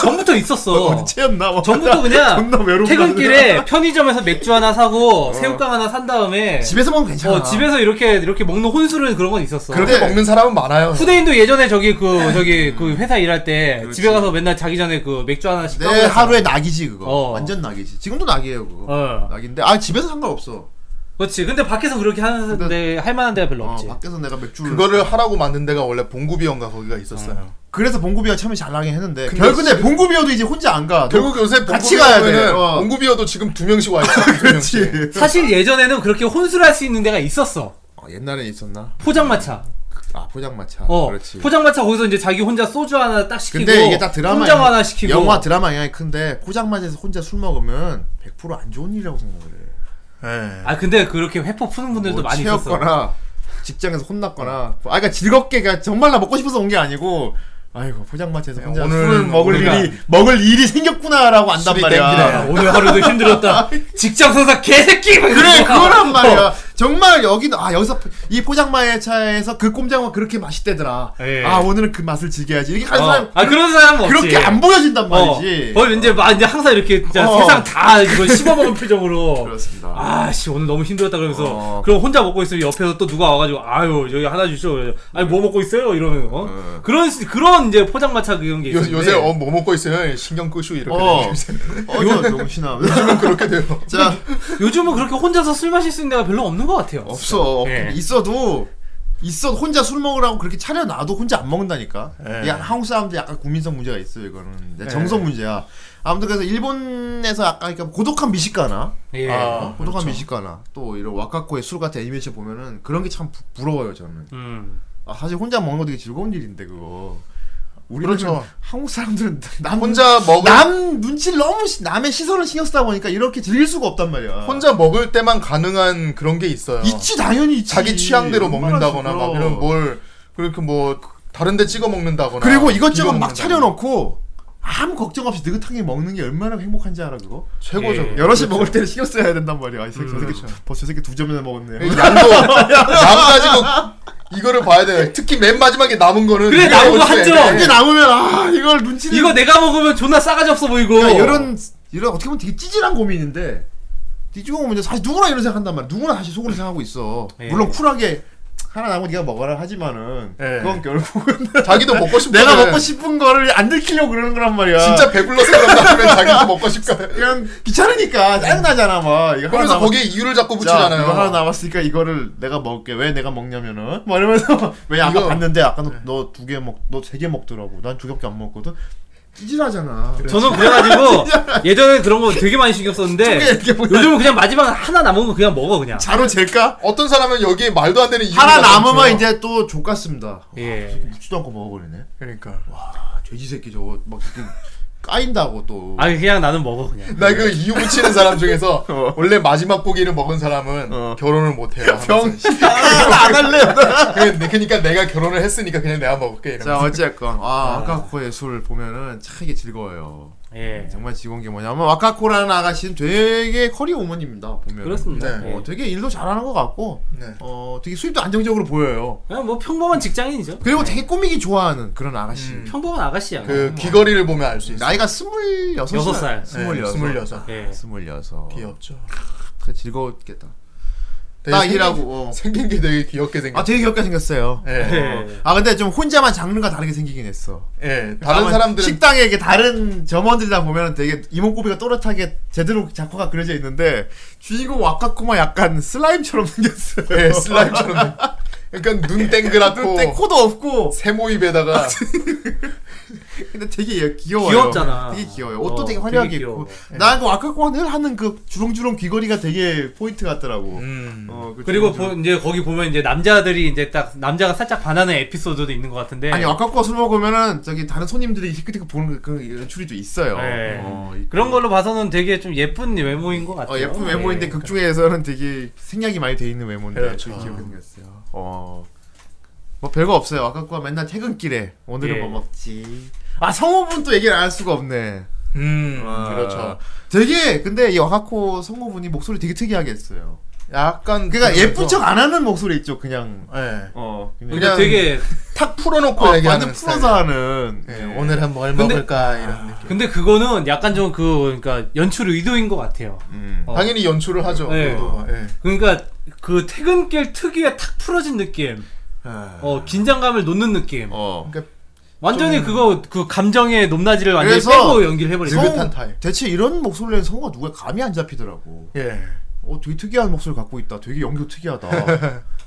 Speaker 1: 전부터 있었어.
Speaker 3: 어. 어디 체였나? 뭐.
Speaker 1: 전부터 그냥
Speaker 3: 존나 외로운 어.
Speaker 1: 퇴근길에 편의점에서 맥주 하나 사고 새우깡 하나 산 다음에
Speaker 3: 집에서 먹으면 괜찮아.
Speaker 1: 어, 집에서 이렇게 이렇게 먹는 혼술은 그런 건 있었어.
Speaker 4: 그렇게
Speaker 3: 근데-
Speaker 4: 먹는 사람은 많아요.
Speaker 1: 후대인도 예전에 저기
Speaker 3: 네.
Speaker 1: 그 저기 그 회사 일할 때 집에 가서 맨날 자기 전에 그 맥주 하나씩
Speaker 3: 내
Speaker 1: 까먹었잖아.
Speaker 3: 네, 하루의 낙이지 그거.
Speaker 1: 어.
Speaker 3: 완전 낙이지. 지금도 낙이에요 그거.
Speaker 1: 어.
Speaker 3: 낙인데 아 집에서 상관없어.
Speaker 1: 그렇지. 근데 밖에서 그렇게 하는데 할 만한 데가 별로
Speaker 3: 어,
Speaker 1: 없지.
Speaker 3: 밖에서 내가 맥주를
Speaker 4: 그거를 하라고 만든 데가 원래 봉구비원가 거기가 있었어요.
Speaker 3: 그래서 봉구비가 처음에 잘 나긴 했는데
Speaker 4: 근데
Speaker 3: 결국 근데
Speaker 4: 지금-
Speaker 3: 봉구비어도 이제 혼자 안 가.
Speaker 4: 결국 요새
Speaker 3: 같이 가야 돼.
Speaker 4: 봉구비원은
Speaker 3: 어.
Speaker 4: 봉구비어도 지금 두 명씩 와 있어. 두 명씩.
Speaker 3: 그렇지.
Speaker 1: 사실 예전에는 그렇게 혼술할 수 있는 데가 있었어.
Speaker 3: 어, 옛날에 있었나?
Speaker 1: 포장마차.
Speaker 3: 아 포장마차.
Speaker 1: 어.
Speaker 3: 그렇지.
Speaker 1: 포장마차 거기서 이제 자기 혼자 소주 하나 딱 시키고
Speaker 3: 근데 이게 다 드라마
Speaker 1: 혼장 하나 시키고
Speaker 3: 영화 드라마 영향이 큰데 포장마차에서 혼자 술 먹으면 100%안 좋은 일이라고 생각을 해.
Speaker 4: 예.
Speaker 1: 아 근데 그렇게 회포 푸는 분들도
Speaker 3: 뭐
Speaker 1: 많이 있었어.
Speaker 3: 채였거나 직장에서 혼났거나 아 그러니까 즐겁게 그냥 정말 나 먹고 싶어서 온 게 아니고 아이고 포장마차에서 혼자
Speaker 4: 오늘
Speaker 3: 술을 먹을
Speaker 1: 우리가-
Speaker 3: 일이 먹을 일이 생겼구나라고 안단
Speaker 4: 술이
Speaker 1: 아,
Speaker 3: 말이야.
Speaker 4: 땡기네.
Speaker 1: 오늘 하루도 힘들었다. 직장 상사 개새끼. 막
Speaker 3: 그래
Speaker 1: 이러면서.
Speaker 3: 그거란
Speaker 1: 어.
Speaker 3: 말이야. 정말 여기는 아 여기서 이 포장마차에서 그 꼼장어 그렇게 맛있대더라.
Speaker 1: 예.
Speaker 3: 아 오늘은 그 맛을 즐겨야지. 이렇게 가는
Speaker 1: 어.
Speaker 3: 사람
Speaker 1: 아 그런 사람은 없지.
Speaker 3: 그렇게 안 보여진단 말이지.
Speaker 1: 어, 어 이제 막 이제 항상 이렇게 진짜
Speaker 3: 어.
Speaker 1: 세상 다 이거 씹어먹은 표정으로.
Speaker 3: 그렇습니다.
Speaker 1: 아씨 오늘 너무 힘들었다 그러면서
Speaker 3: 어.
Speaker 1: 그럼 혼자 먹고 있으면 옆에서 또 누가 와가지고 아유 여기 하나 주시죠. 아니 뭐 먹고 있어요 이러면 어?
Speaker 3: 어.
Speaker 1: 그런 시- 그런 이제 포장마차 그런 게
Speaker 4: 요,
Speaker 1: 있어요.
Speaker 4: 요새 어, 뭐 먹고 있어요? 신경 끄슈 이렇게
Speaker 3: 어.
Speaker 4: 돼요, 요새.
Speaker 3: 어, 저 명신아. 요즘은
Speaker 4: 그렇게 돼요.
Speaker 3: 자
Speaker 1: 요즘은 그렇게 혼자서 술 마실 수 있는 데가 별로 없는 것 같아요.
Speaker 3: 없어.
Speaker 1: 예.
Speaker 3: 있어도 있어 혼자 술 먹으라고 그렇게 차려놔도 혼자 안 먹는다니까.
Speaker 4: 예.
Speaker 3: 이게 한국 사람들 약간 국민성 문제가 있어요 이거는.
Speaker 4: 예.
Speaker 3: 정성 문제야. 아무튼 그래서 일본에서 아까 그러니까 고독한 미식가나
Speaker 1: 예.
Speaker 4: 아,
Speaker 3: 고독한 미식가나 또 이런 와카코의 술 같은 애니메이션 보면은 그런 게 참 부러워요 저는.
Speaker 1: 음.
Speaker 3: 아, 사실 혼자 먹는 거 되게 즐거운 일인데 그거. 우리는
Speaker 4: 그렇죠.
Speaker 3: 한국 사람들은 남
Speaker 4: 혼자 먹을
Speaker 3: 남 눈치를 너무 시- 남의 시선을 신경 쓰다 보니까 이렇게 즐길 수가 없단 말이야.
Speaker 4: 혼자 먹을 때만 가능한 그런 게 있어요.
Speaker 3: 있지 당연히
Speaker 1: 음,
Speaker 3: 있지. 그러니까.
Speaker 4: 자기 취향대로
Speaker 3: 얼마나
Speaker 4: 먹는다거나 막
Speaker 1: 그렇죠.
Speaker 3: 싫어.
Speaker 4: 이런 뭘 그렇게 뭐 다른데 찍어 먹는다거나
Speaker 3: 그리고 이것저것 막
Speaker 4: 비벼 먹는다거나.
Speaker 3: 차려놓고 아무 걱정 없이 느긋하게 먹는 게 얼마나 행복한지 알아 그거?
Speaker 4: 최고죠.
Speaker 1: 예.
Speaker 4: 그거.
Speaker 3: 여럿이 먹을 때는 신경 써야 된단 말이야. 이 새끼 저 새끼
Speaker 4: 그렇죠. 예.
Speaker 3: 벌써 저 새끼 두 점이나 먹었네.
Speaker 4: 양도 남 가지고 이거를 봐야 돼. 특히 맨 마지막에 남은 거는
Speaker 1: 그래,
Speaker 4: 이게
Speaker 1: 남은 거
Speaker 4: 어떻게
Speaker 1: 한
Speaker 4: 돼?
Speaker 1: 점.
Speaker 3: 이게 남으면 아 이걸 눈치를
Speaker 1: 이거 내가 먹으면 존나 싸가지 없어 보이고.
Speaker 3: 그러니까 이런 이런 어떻게 보면 되게 찌질한 고민인데 찌질한 고민인데 사실 누구나 이런 생각한단 말이야. 누구나 사실 속으로 생각하고 있어.
Speaker 1: 예.
Speaker 3: 물론 쿨하게 하나 남은 네가 먹어라 하지만은
Speaker 4: 예.
Speaker 3: 그건 결국은
Speaker 4: 자기도 먹고 싶
Speaker 3: 내가 먹고 싶은 거를 안 들키려고 그러는 거란 말이야.
Speaker 4: 진짜 배불러서 그런다면 자기도 먹고 싶다.
Speaker 3: 그냥 귀찮으니까 짜증나잖아 막 이거 하나
Speaker 4: 그러면서
Speaker 3: 남았...
Speaker 4: 거기에 이유를 자꾸
Speaker 3: 자,
Speaker 4: 붙이잖아요.
Speaker 3: 이거 하나 남았으니까 이거를 내가 먹을게 왜 내가 먹냐면은 막 이러면서 왜 아까
Speaker 4: 이거- 예.
Speaker 3: 봤는데 아까 너 두 개 먹 너 세 개 먹더라고 난 두 개밖에 안 먹었거든 찌질하잖아
Speaker 1: 저는 그래가지고 예전에 그런 거 되게 많이 신경 썼는데
Speaker 3: 이게 뭐야
Speaker 1: 요즘은 그냥 마지막 하나 남은 거 그냥 먹어 그냥.
Speaker 3: 자로 잴까?
Speaker 4: 어떤 사람은 여기에 말도 안 되는 이유를
Speaker 3: 하나
Speaker 4: 갖다
Speaker 3: 남으면
Speaker 4: 붙여요.
Speaker 3: 이제 또 족같습니다
Speaker 1: 예.
Speaker 3: 묻지도 않고 먹어버리네
Speaker 4: 그러니까
Speaker 3: 아 돼지 새끼 저거 막 이렇게 까인다고 또
Speaker 1: 아 그냥 나는 먹어 그냥.
Speaker 4: 나 그 이유 붙이는 사람 중에서
Speaker 3: 어.
Speaker 4: 원래 마지막 고기를 먹은 사람은
Speaker 3: 어. 아,
Speaker 4: 결혼을 못 해요. 병.
Speaker 3: 나안 할래
Speaker 4: 그러니까 내가 결혼을 했으니까 그냥 내가 먹을게.
Speaker 3: 자
Speaker 4: 이러면서.
Speaker 3: 어쨌건 아 아카코의 술 보면은 참 이게 즐거워요
Speaker 1: 예.
Speaker 3: 네, 정말 즐거운 게 뭐냐면 와카코라는 아가씨는 되게 커리어 우먼입니다 보면
Speaker 1: 그렇습니다.
Speaker 4: 네.
Speaker 1: 예.
Speaker 3: 어, 되게 일도 잘하는 것 같고
Speaker 4: 네.
Speaker 3: 어 되게 수입도 안정적으로 보여요.
Speaker 1: 그냥 뭐 평범한 직장인이죠.
Speaker 3: 그리고 되게 꾸미기 좋아하는 그런 아가씨.
Speaker 4: 음.
Speaker 1: 평범한 아가씨야. 뭐.
Speaker 4: 그 귀걸이를 보면 알 수 있어.
Speaker 3: 나이가 스물여섯
Speaker 1: 여섯 살.
Speaker 4: 네,
Speaker 3: 스물여섯.
Speaker 4: 스물여섯.
Speaker 1: 예.
Speaker 3: 스물여섯.
Speaker 4: 귀엽죠.
Speaker 3: 그 즐거웠겠다.
Speaker 4: 되게
Speaker 3: 딱이라고,
Speaker 4: 생긴-
Speaker 3: 어.
Speaker 4: 생긴 게 되게 귀엽게 생겼.
Speaker 3: 아 되게 귀엽게 생겼어요.
Speaker 4: 예.
Speaker 1: 네.
Speaker 3: 아 근데 좀 혼자만 장르가 다르게 생기긴 했어.
Speaker 4: 예. 다른
Speaker 3: 아마
Speaker 4: 사람들은
Speaker 3: 식당에 이게 다른 점원들이다 보면 되게 이목구비가 또렷하게 제대로 작화가 그려져 있는데 주인공 와카코마 약간 슬라임처럼 생겼어요.
Speaker 4: 예, 슬라임처럼. 그러니까 눈 땡그랗고
Speaker 3: 근데 코도 없고
Speaker 4: 세모 입에다가 음,
Speaker 3: 근데 되게 얘 귀여워요.
Speaker 1: 귀엽잖아.
Speaker 3: 되게 귀여워요. 옷도
Speaker 1: 어,
Speaker 3: 되게
Speaker 1: 되게
Speaker 3: 화려하게
Speaker 1: 귀여워. 네.
Speaker 3: 입고. 나그 와카코마 늘 하는 그 주렁주렁 귀걸이가 되게 포인트 같더라고.
Speaker 4: 음.
Speaker 3: 어, 그
Speaker 1: 그리고 보,
Speaker 3: 주렁주렁.
Speaker 1: 이제 거기 보면 이제 남자들이 이제 딱 남자가 살짝 반하는 에피소드도 있는 것 같은데
Speaker 3: 아니 어, 와카코마 술 먹으면은 저기 다른 손님들이 히크티크 보는 그런 연출이 좀 있어요.
Speaker 1: 네.
Speaker 3: 어,
Speaker 1: 그런 걸로 봐서는 되게 좀 예쁜 외모인 것 같아요.
Speaker 3: 어, 예쁜 외모인데
Speaker 1: 예.
Speaker 3: 극 중에서는 되게 생략이 많이 돼 있는 외모인데
Speaker 4: 그렇죠.
Speaker 3: 되게 귀엽게 생겼어요. 어. 뭐 별거 없어요. 아까꾸가 맨날 퇴근길에 오늘은
Speaker 1: 예.
Speaker 3: 뭐 먹지. 아 성우분 또 얘기를 안 할 수가 없네.
Speaker 4: 음.
Speaker 3: 아,
Speaker 4: 그렇죠.
Speaker 3: 되게 근데 이 와카코 성우분이 목소리 되게 특이하게 했어요.
Speaker 4: 약간
Speaker 3: 그러니까 예쁜
Speaker 4: 그래서-
Speaker 3: 척 안 하는 목소리 있죠. 그냥
Speaker 4: 예.
Speaker 3: 어
Speaker 1: 근데
Speaker 3: 그냥
Speaker 4: 그냥
Speaker 1: 되게
Speaker 4: 탁 풀어놓고
Speaker 3: 어,
Speaker 4: 얘기하는
Speaker 3: 완전 풀어서 하는.
Speaker 4: 스타일. 예, 오늘 한뭘
Speaker 1: 근데-
Speaker 4: 먹을까 이런 느낌.
Speaker 1: 근데 그거는 약간 좀 그 그러니까 연출 의도인 것 같아요.
Speaker 3: 음.
Speaker 1: 어.
Speaker 4: 당연히 연출을 하죠.
Speaker 1: 네.
Speaker 4: 그것도. 예.
Speaker 1: 그러니까 그 퇴근길 특유의 탁 풀어진 느낌, 어 긴장감을 놓는 느낌.
Speaker 3: 아. 어.
Speaker 4: 그러니까
Speaker 1: 완전히 그거 그 감정의 높낮이를 완전히
Speaker 3: 그래서
Speaker 1: 빼고 연기를 해버리죠.
Speaker 4: 지금-
Speaker 3: 성우-
Speaker 4: 느긋한 타입.
Speaker 3: 대체 이런 목소리를 낸 성우가 누가 감이 안 잡히더라고.
Speaker 4: 예.
Speaker 3: 어, 되게 특이한 목소리 갖고 있다. 되게 연기 특이하다.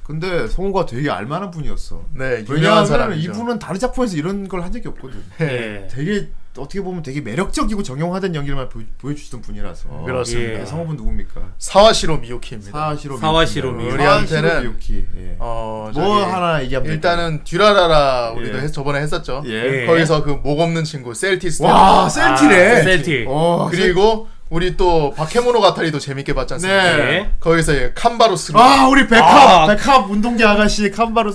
Speaker 3: 근데 성우가 되게 알만한 분이었어.
Speaker 4: 네, 유명한
Speaker 3: 왜냐하면
Speaker 4: 사람이죠.
Speaker 3: 이분은 다른 작품에서 이런 걸 한 적이 없거든.
Speaker 1: 예.
Speaker 3: 되게 어떻게 보면 되게 매력적이고 정형화된 연기를만 보, 보여주시던 분이라서.
Speaker 4: 그렇습니다.
Speaker 1: 예.
Speaker 3: 성우분 누구입니까?
Speaker 4: 사와시로 미유키입니다.
Speaker 3: 사시로미.
Speaker 1: 사와시로미.
Speaker 4: 우리한테는
Speaker 3: 유키. 예.
Speaker 4: 어, 저기
Speaker 3: 뭐 하나 얘기하면
Speaker 4: 일단은 듀라라라 우리도
Speaker 3: 예.
Speaker 4: 했- 저번에 했었죠.
Speaker 3: 예.
Speaker 4: 거기서 그 목 없는 친구 셀티스.
Speaker 3: 와 셀티네.
Speaker 1: 아, 셀티.
Speaker 3: 어 그리고
Speaker 4: 그리고 우리 또 바케모노 가타리도 재밌게 봤지 않습니까?
Speaker 3: 네.
Speaker 1: 예.
Speaker 4: 거기서 예, 캄바로스로
Speaker 3: 아 우리 백합
Speaker 1: 아.
Speaker 3: 백합 운동기 아가씨 칸바로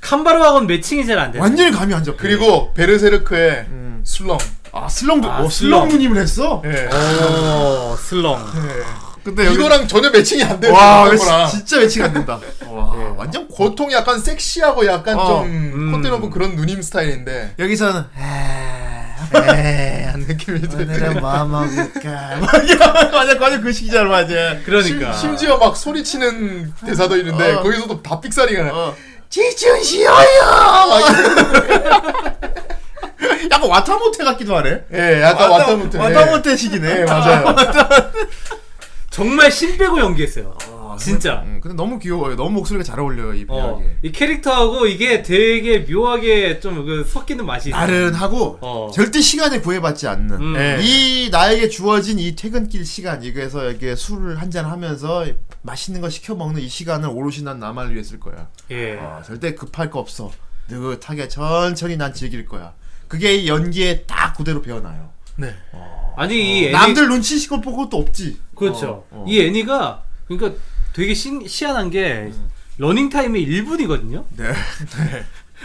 Speaker 1: 칸바르하고는 매칭이 잘 안 돼.
Speaker 3: 완전히 감이 안 잡혀.
Speaker 4: 그리고 베르세르크의 술렁.
Speaker 3: 아 슬렁도
Speaker 1: 아,
Speaker 3: 어,
Speaker 1: 슬렁.
Speaker 3: 슬렁 누님을 했어.
Speaker 4: 예.
Speaker 1: 오 슬렁.
Speaker 3: 네. 근데 여기-
Speaker 4: 이거랑 전혀 매칭이 안 되는
Speaker 3: 와 왜-
Speaker 4: 거랑
Speaker 3: 진짜 매칭 안 된다. 예. 와 완전 고
Speaker 4: 보통 약간 섹시하고 약간
Speaker 3: 어.
Speaker 4: 좀
Speaker 1: 음.
Speaker 4: 콧대놓고 그런 누님 스타일인데
Speaker 3: 여기서는
Speaker 4: 에한 느낌이 들죠.
Speaker 3: 뭐 먹을까? 뭐 맞아, 맞아, 완전 그 시기잖아, 맞아.
Speaker 1: 그러니까.
Speaker 4: 심지어 막 소리치는 대사도 있는데
Speaker 3: 어.
Speaker 4: 거기서도 다 삑사리가 나.
Speaker 3: 어.
Speaker 4: 지준씨어요
Speaker 3: 약간 와타모테 같기도 하네.
Speaker 4: 예, 약간 왔다부터.
Speaker 3: 와타모테 시기네,
Speaker 4: 예, 맞아요.
Speaker 1: 정말 신 빼고 연기했어요. 진짜.
Speaker 3: 음, 근데 너무 귀여워요. 너무 목소리가 잘 어울려요, 이
Speaker 1: 어,
Speaker 3: 분야에.
Speaker 1: 이 캐릭터하고 이게 되게 묘하게 좀 그 섞이는 맛이 있어요.
Speaker 3: 나른하고
Speaker 1: 어.
Speaker 3: 절대 시간에 구애받지 않는.
Speaker 1: 음.
Speaker 4: 예.
Speaker 3: 이 나에게 주어진 이 퇴근길 시간, 이거에서 이렇게 술을 한잔 하면서 맛있는 거 시켜 먹는 이 시간을 오롯이 난 나만을 위해 쓸 거야.
Speaker 1: 예.
Speaker 3: 어, 절대 급할 거 없어. 느긋하게 천천히 난 즐길 거야. 그게 이 연기에 딱 그대로 배어나요.
Speaker 4: 네.
Speaker 1: 아니 이 애니
Speaker 3: 어, 남들 눈치 시골 보고 것도 없지.
Speaker 1: 그렇죠.
Speaker 3: 어, 어.
Speaker 1: 이 애니가 그러니까 되게 신, 희한한 게
Speaker 3: 음.
Speaker 1: 러닝 타임이 1분이거든요.
Speaker 3: 네.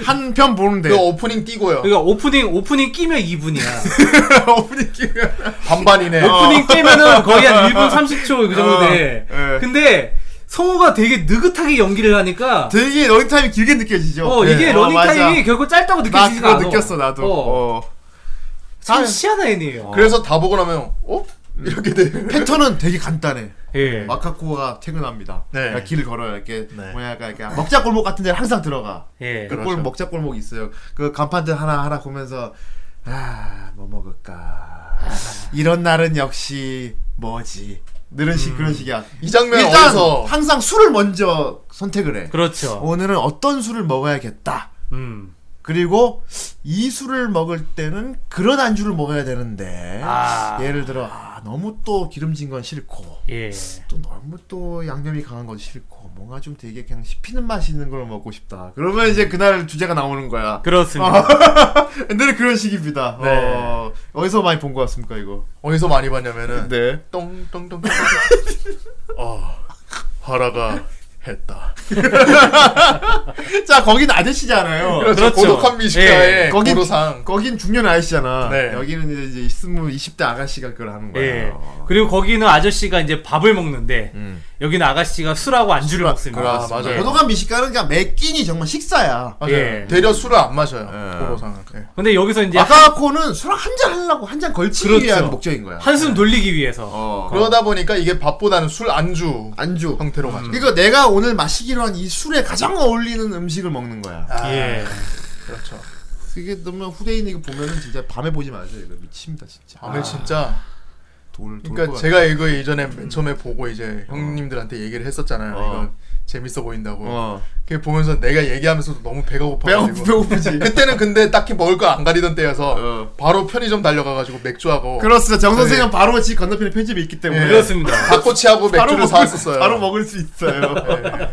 Speaker 3: 한 편 보는데
Speaker 4: 그 오프닝 띄고요.
Speaker 1: 그러니까 오프닝 오프닝 끼면 2분이야.
Speaker 4: 반반이네.
Speaker 1: 오프닝 깨면은 거의 한 1분 30초 그 정도 돼.
Speaker 3: 어, 예.
Speaker 1: 근데 성우가 되게 느긋하게 연기를 하니까
Speaker 3: 되게 러닝 타임이 길게 느껴지죠.
Speaker 1: 어
Speaker 3: 네.
Speaker 1: 이게 러닝
Speaker 3: 맞아.
Speaker 1: 타임이 결코 짧다고
Speaker 3: 나
Speaker 1: 느껴지지가
Speaker 3: 그거
Speaker 1: 않아.
Speaker 3: 느꼈어 나도.
Speaker 1: 어.
Speaker 3: 어.
Speaker 1: 참
Speaker 3: 아,
Speaker 1: 희한한 애니에요.
Speaker 4: 어. 그래서 다 보고 나면 어? 이렇게 돼.
Speaker 3: 패턴은 되게 간단해.
Speaker 1: 예.
Speaker 3: 마카코가 퇴근합니다.
Speaker 4: 네.
Speaker 3: 그러니까 길을 걸어요. 이렇게
Speaker 4: 네.
Speaker 3: 뭐냐 약간 이렇게 먹자 골목 같은 데 항상 들어가.
Speaker 1: 예.
Speaker 3: 그 골
Speaker 4: 그렇죠.
Speaker 3: 먹자 골목 있어요. 그 간판들 하나 하나 보면서 아뭐 먹을까. 이런 날은 역시 뭐지. 늘은 식 그런 식이야.
Speaker 4: 음. 이 장면
Speaker 3: 일단
Speaker 4: 어디서
Speaker 3: 항상 술을 먼저 선택을 해.
Speaker 1: 그렇죠.
Speaker 3: 오늘은 어떤 술을 먹어야겠다.
Speaker 1: 음.
Speaker 3: 그리고 이 술을 먹을 때는 그런 안주를 먹어야 되는데
Speaker 1: 아.
Speaker 3: 예를 들어 아, 너무 또 기름진 건 싫고
Speaker 1: 예.
Speaker 3: 또 너무 또 양념이 강한 건 싫고 뭔가 좀 되게 그냥 씹히는 맛 있는 걸 먹고 싶다. 그러면 이제 그날 주제가 나오는 거야. 아,
Speaker 1: 그렇습니다.
Speaker 3: 늘 그런 식입니다.
Speaker 4: 네.
Speaker 3: 어, 어디서 많이 본 것 같습니까 이거?
Speaker 4: 어디서 많이 봤냐면은
Speaker 3: 네.
Speaker 4: 똥똥똥. 어. 하라가 했다.
Speaker 3: 자 거긴 아저씨잖아요.
Speaker 4: 그렇죠.
Speaker 1: 그렇죠.
Speaker 4: 고독한 미식가의
Speaker 1: 예,
Speaker 3: 거긴-
Speaker 4: 고로상.
Speaker 3: 거긴 중년 아저씨잖아.
Speaker 4: 네.
Speaker 3: 여기는 이제- 이제 있으면 20대 아가씨가 그걸 하는 거야. 음.
Speaker 1: 예. 그리고 거기는 아저씨가 이제 밥을 먹는데 여기는 아가씨가 술하고 안주를 먹습니다.
Speaker 4: 그래, 맞아요.
Speaker 1: 예.
Speaker 3: 도도관 미식가는 그냥 매 끼니 정말 식사야.
Speaker 4: 맞아요.
Speaker 1: 예.
Speaker 4: 대려 술을 안 마셔요.
Speaker 3: 예.
Speaker 4: 도로상은. 예.
Speaker 1: 근데 여기서 이제
Speaker 3: 아까코는 술 한 잔 하려고 한 잔 걸치기
Speaker 1: 그렇죠.
Speaker 3: 위한 목적인 거야.
Speaker 1: 한숨 돌리기 위해서
Speaker 3: 예. 어.
Speaker 4: 그러다 보니까 이게 밥보다는 술 안주
Speaker 3: 안주.
Speaker 4: 형태로 가죠.
Speaker 3: 그러니까 내가 오늘 마시기로 한 이 술에 가장 어울리는 음식을 먹는 거야.
Speaker 4: 아,
Speaker 1: 예.
Speaker 4: 그렇죠.
Speaker 3: 이게 너무 후대인 이거 보면은 진짜 밤에 보지 마세요. 이거 미칩니다 진짜.
Speaker 4: 밤에 진짜
Speaker 3: 돌. 돌
Speaker 4: 아, 그러니까
Speaker 3: 아, 것
Speaker 4: 제가 이거 예전에 맨 처음에 보고 이제 형님들한테 얘기를 했었잖아요.
Speaker 3: 어.
Speaker 4: 이거 재밌어 보인다고.
Speaker 3: 같아. 어.
Speaker 4: 그게 보면서 내가 얘기하면서도 너무 배가 고파가지고.
Speaker 3: 배고프지.
Speaker 4: 그때는 근데 딱히 먹을 거 안 가리던 때여서
Speaker 3: 어.
Speaker 4: 바로 편의점 달려가가지고 맥주하고
Speaker 3: 그렇습니다. 정 선생은
Speaker 4: 네.
Speaker 3: 바로 집 건너편에 편집이 있기 때문에 네,
Speaker 4: 예.
Speaker 1: 그렇습니다.
Speaker 3: 아.
Speaker 4: 닭꼬치하고
Speaker 3: 바로
Speaker 4: 맥주를
Speaker 3: 먹을
Speaker 4: 사왔었어요. 네.
Speaker 3: 바로 먹을 수 있어요. 네.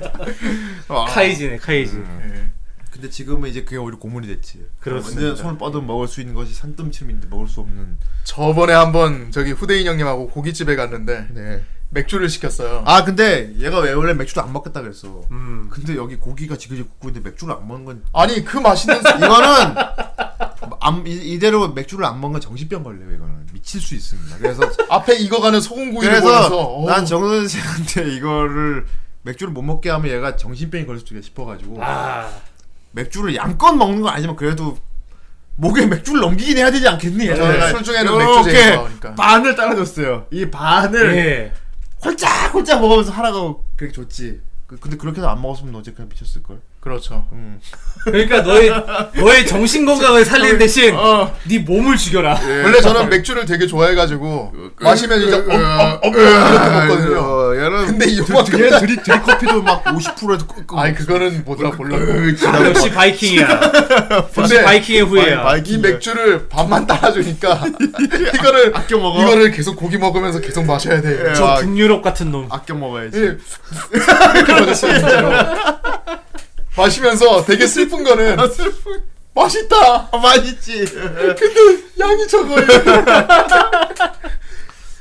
Speaker 3: 아.
Speaker 1: 카이지네 카이지.
Speaker 3: 음. 근데 지금은 이제 그게 오히려 고문이 됐지.
Speaker 1: 그렇습니다.
Speaker 3: 완전 손을 뻗으면 먹을 수 있는 것이 산뜸치름인데 먹을 수 없는.
Speaker 4: 저번에 한번 저기 후대인 형님하고 고깃집에 갔는데
Speaker 3: 네.
Speaker 4: 맥주를 시켰어요.
Speaker 3: 아 근데 얘가 왜 원래 맥주를 안 먹겠다 그랬어.
Speaker 1: 음.
Speaker 3: 근데 여기 고기가 지그지 굽고 있는데 맥주를 안 먹는 건
Speaker 4: 아니 그 맛있는 술-
Speaker 3: 이거는 안, 이, 대로 맥주를 안 먹는 건 정신병 걸려요 이거는 미칠 수 있습니다. 그래서
Speaker 4: 앞에 익어가는 소금구이를 보면서
Speaker 3: 그래서
Speaker 4: 어우,
Speaker 3: 난 정선생한테 이거를 맥주를 못 먹게 하면 얘가 정신병이 걸릴 수도 있 싶어가지고
Speaker 1: 아
Speaker 3: 맥주를 양껏 먹는 건 아니지만 그래도 목에 맥주를 넘기긴 해야 되지 않겠니? 그래서
Speaker 4: 네,
Speaker 3: 내가
Speaker 4: 술 중에는
Speaker 3: 이렇게
Speaker 4: 맥주 제일 좋아하니까. 네.
Speaker 3: 반을 따라줬어요. 이 반을
Speaker 1: 예.
Speaker 3: 홀짝홀짝 먹으면서 하라고 그렇게 줬지. 그- 근데 그렇게 해서 안 먹었으면 너 어제 그냥 미쳤을 걸.
Speaker 4: 그렇죠.
Speaker 3: 음.
Speaker 1: 그러니까 너의 너의 정신 건강을 살리는 대신 네 몸을 죽여라.
Speaker 4: 원래 저는 맥주를 되게 좋아해가지고
Speaker 3: 그,
Speaker 4: 마시면 이제
Speaker 3: 어,
Speaker 4: 엄엄엄 이렇게 먹거든요.
Speaker 3: 얘는
Speaker 4: 근데 이
Speaker 3: 얘는
Speaker 4: 형만큼
Speaker 3: 드립 드립 커피도 막 50%에서 끄끄.
Speaker 4: 아니 그거는 보다 몰라.
Speaker 1: 아,
Speaker 3: 그,
Speaker 1: 역시 바이킹이야. 역시 바이킹의 후예야.
Speaker 4: 이 맥주를 반만 따라주니까 이거를
Speaker 3: 아, 아껴 먹어. 예, 아,
Speaker 4: 이거를 계속 고기 먹으면서 계속 마셔야 돼.
Speaker 1: 저 북유럽 같은 놈.
Speaker 3: 아껴 먹어야지.
Speaker 4: 예. 이렇게 마셨어요, 진짜로. 마시면서 되게 슬픈 거는 맛있다.
Speaker 3: 아, 맛있지.
Speaker 4: 양이 적어요.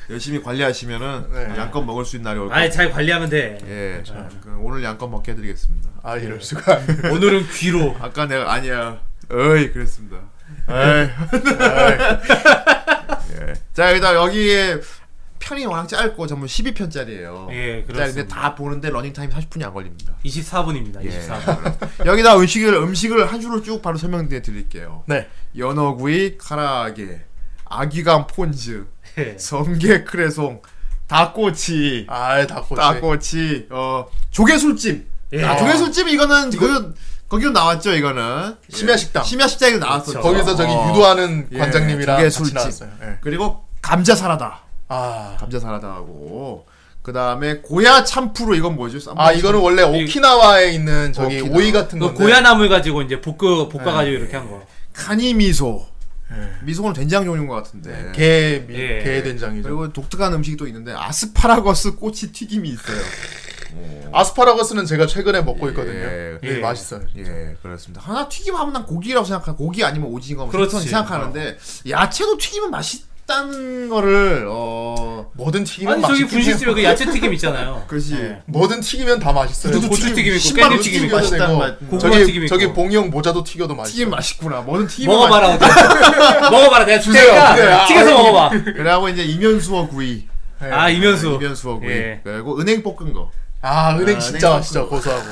Speaker 3: 열심히 관리하시면은
Speaker 4: 네.
Speaker 3: 양껏 먹을 수 있는 날이 올 거예요.
Speaker 1: 아니 잘 관리하면 돼.
Speaker 3: 예. 그럼 오늘 양껏 먹게 해드리겠습니다.
Speaker 4: 아 이럴 수가.
Speaker 1: 오늘은 귀로.
Speaker 3: 아까 내가 아니야. 어이 그랬습니다. 에이. 예. 자 일단 여기에 편이 워낙 짧고 전부 12편짜리예요.
Speaker 1: 예,
Speaker 3: 자 근데
Speaker 1: 그렇습니다.
Speaker 3: 다 보는데 러닝 타임 40분이 안 걸립니다.
Speaker 1: 24분입니다. 24분.
Speaker 3: 여기다 음식을 음식을 한 줄로 쭉 바로 설명해 드릴게요.
Speaker 4: 네.
Speaker 3: 연어구이, 카라아게, 아귀감 폰즈,
Speaker 1: 예.
Speaker 3: 성게 크레송, 닭꼬치,
Speaker 4: 네. 아 닭꼬치.
Speaker 3: 닭꼬치, 어 조개술찜.
Speaker 1: 예.
Speaker 3: 아, 조개술찜 이거는 그 거기로 나왔죠 이거는 예.
Speaker 4: 심야식당. 그렇죠.
Speaker 3: 심야식당에 나왔었죠.
Speaker 4: 거기서 저기
Speaker 3: 어.
Speaker 4: 유도하는
Speaker 3: 예,
Speaker 4: 관장님이랑
Speaker 3: 저게
Speaker 4: 같이
Speaker 3: 술집.
Speaker 4: 나왔어요. 예.
Speaker 3: 그리고 감자 사라다.
Speaker 4: 아,
Speaker 3: 감자 사라다하고 그 다음에 고야 참프로 이건 뭐죠? 쌈밥
Speaker 4: 아 이거는 원래 오키나와에 있는 저기
Speaker 3: 오키나와.
Speaker 4: 오이 같은
Speaker 1: 그
Speaker 4: 건데
Speaker 1: 고야나물 가지고 이제 볶아 볶아 가지고 이렇게 한 거.
Speaker 3: 카니 미소. 미소는 된장 종류인 것
Speaker 1: 네,
Speaker 3: 같은데. 네.
Speaker 4: 게, 미,
Speaker 1: 예.
Speaker 4: 게 된장이죠.
Speaker 3: 그리고 독특한 음식이 또 있는데 아스파라거스 꼬치 튀김이 있어요.
Speaker 4: 아스파라거스는 제가 최근에 먹고 있거든요. 되게
Speaker 1: 예.
Speaker 4: 맛있어요.
Speaker 3: 예, 그렇습니다. 하나 튀김하면 난 고기라고 생각하고 고기 아니면 오징어 뭐
Speaker 1: 그렇지.
Speaker 3: 생선 생각하는데 야채도 튀기면 맛있다는 거를 어
Speaker 4: 뭐든 튀기면
Speaker 1: 아니 저기
Speaker 4: 맛있긴
Speaker 1: 분식집에
Speaker 4: 해요.
Speaker 1: 그 야채 튀김 있잖아요.
Speaker 3: 그렇지.
Speaker 1: 네.
Speaker 4: 뭐든 튀기면 다 맛있어요.
Speaker 1: 두두 고추 튀김 있고
Speaker 3: 신발
Speaker 1: 깻잎 튀김
Speaker 3: 튀김
Speaker 1: 있고
Speaker 4: 튀겨도
Speaker 3: 맛있다는 말.
Speaker 4: 되고,
Speaker 1: 고구마 튀김
Speaker 4: 저기
Speaker 1: 있고.
Speaker 4: 저기 봉이형 모자도 튀겨도 맛있어.
Speaker 3: 튀김
Speaker 4: 요
Speaker 3: 맛있구나. 뭐든 튀김
Speaker 1: 먹어봐라 어때? 먹어봐라 내가 줄
Speaker 4: 주세요.
Speaker 1: 테니까
Speaker 4: 그래,
Speaker 1: 튀겨서 네,
Speaker 4: 아,
Speaker 1: 먹어봐.
Speaker 3: 그리고 네. 이제 이면수어 구이. 네,
Speaker 1: 아 이면수.
Speaker 3: 이면수어 구이.
Speaker 1: 예.
Speaker 3: 그리고 은행 볶은 거.
Speaker 4: 아 은행 진짜
Speaker 3: 은행
Speaker 4: 맛있죠 고소하고.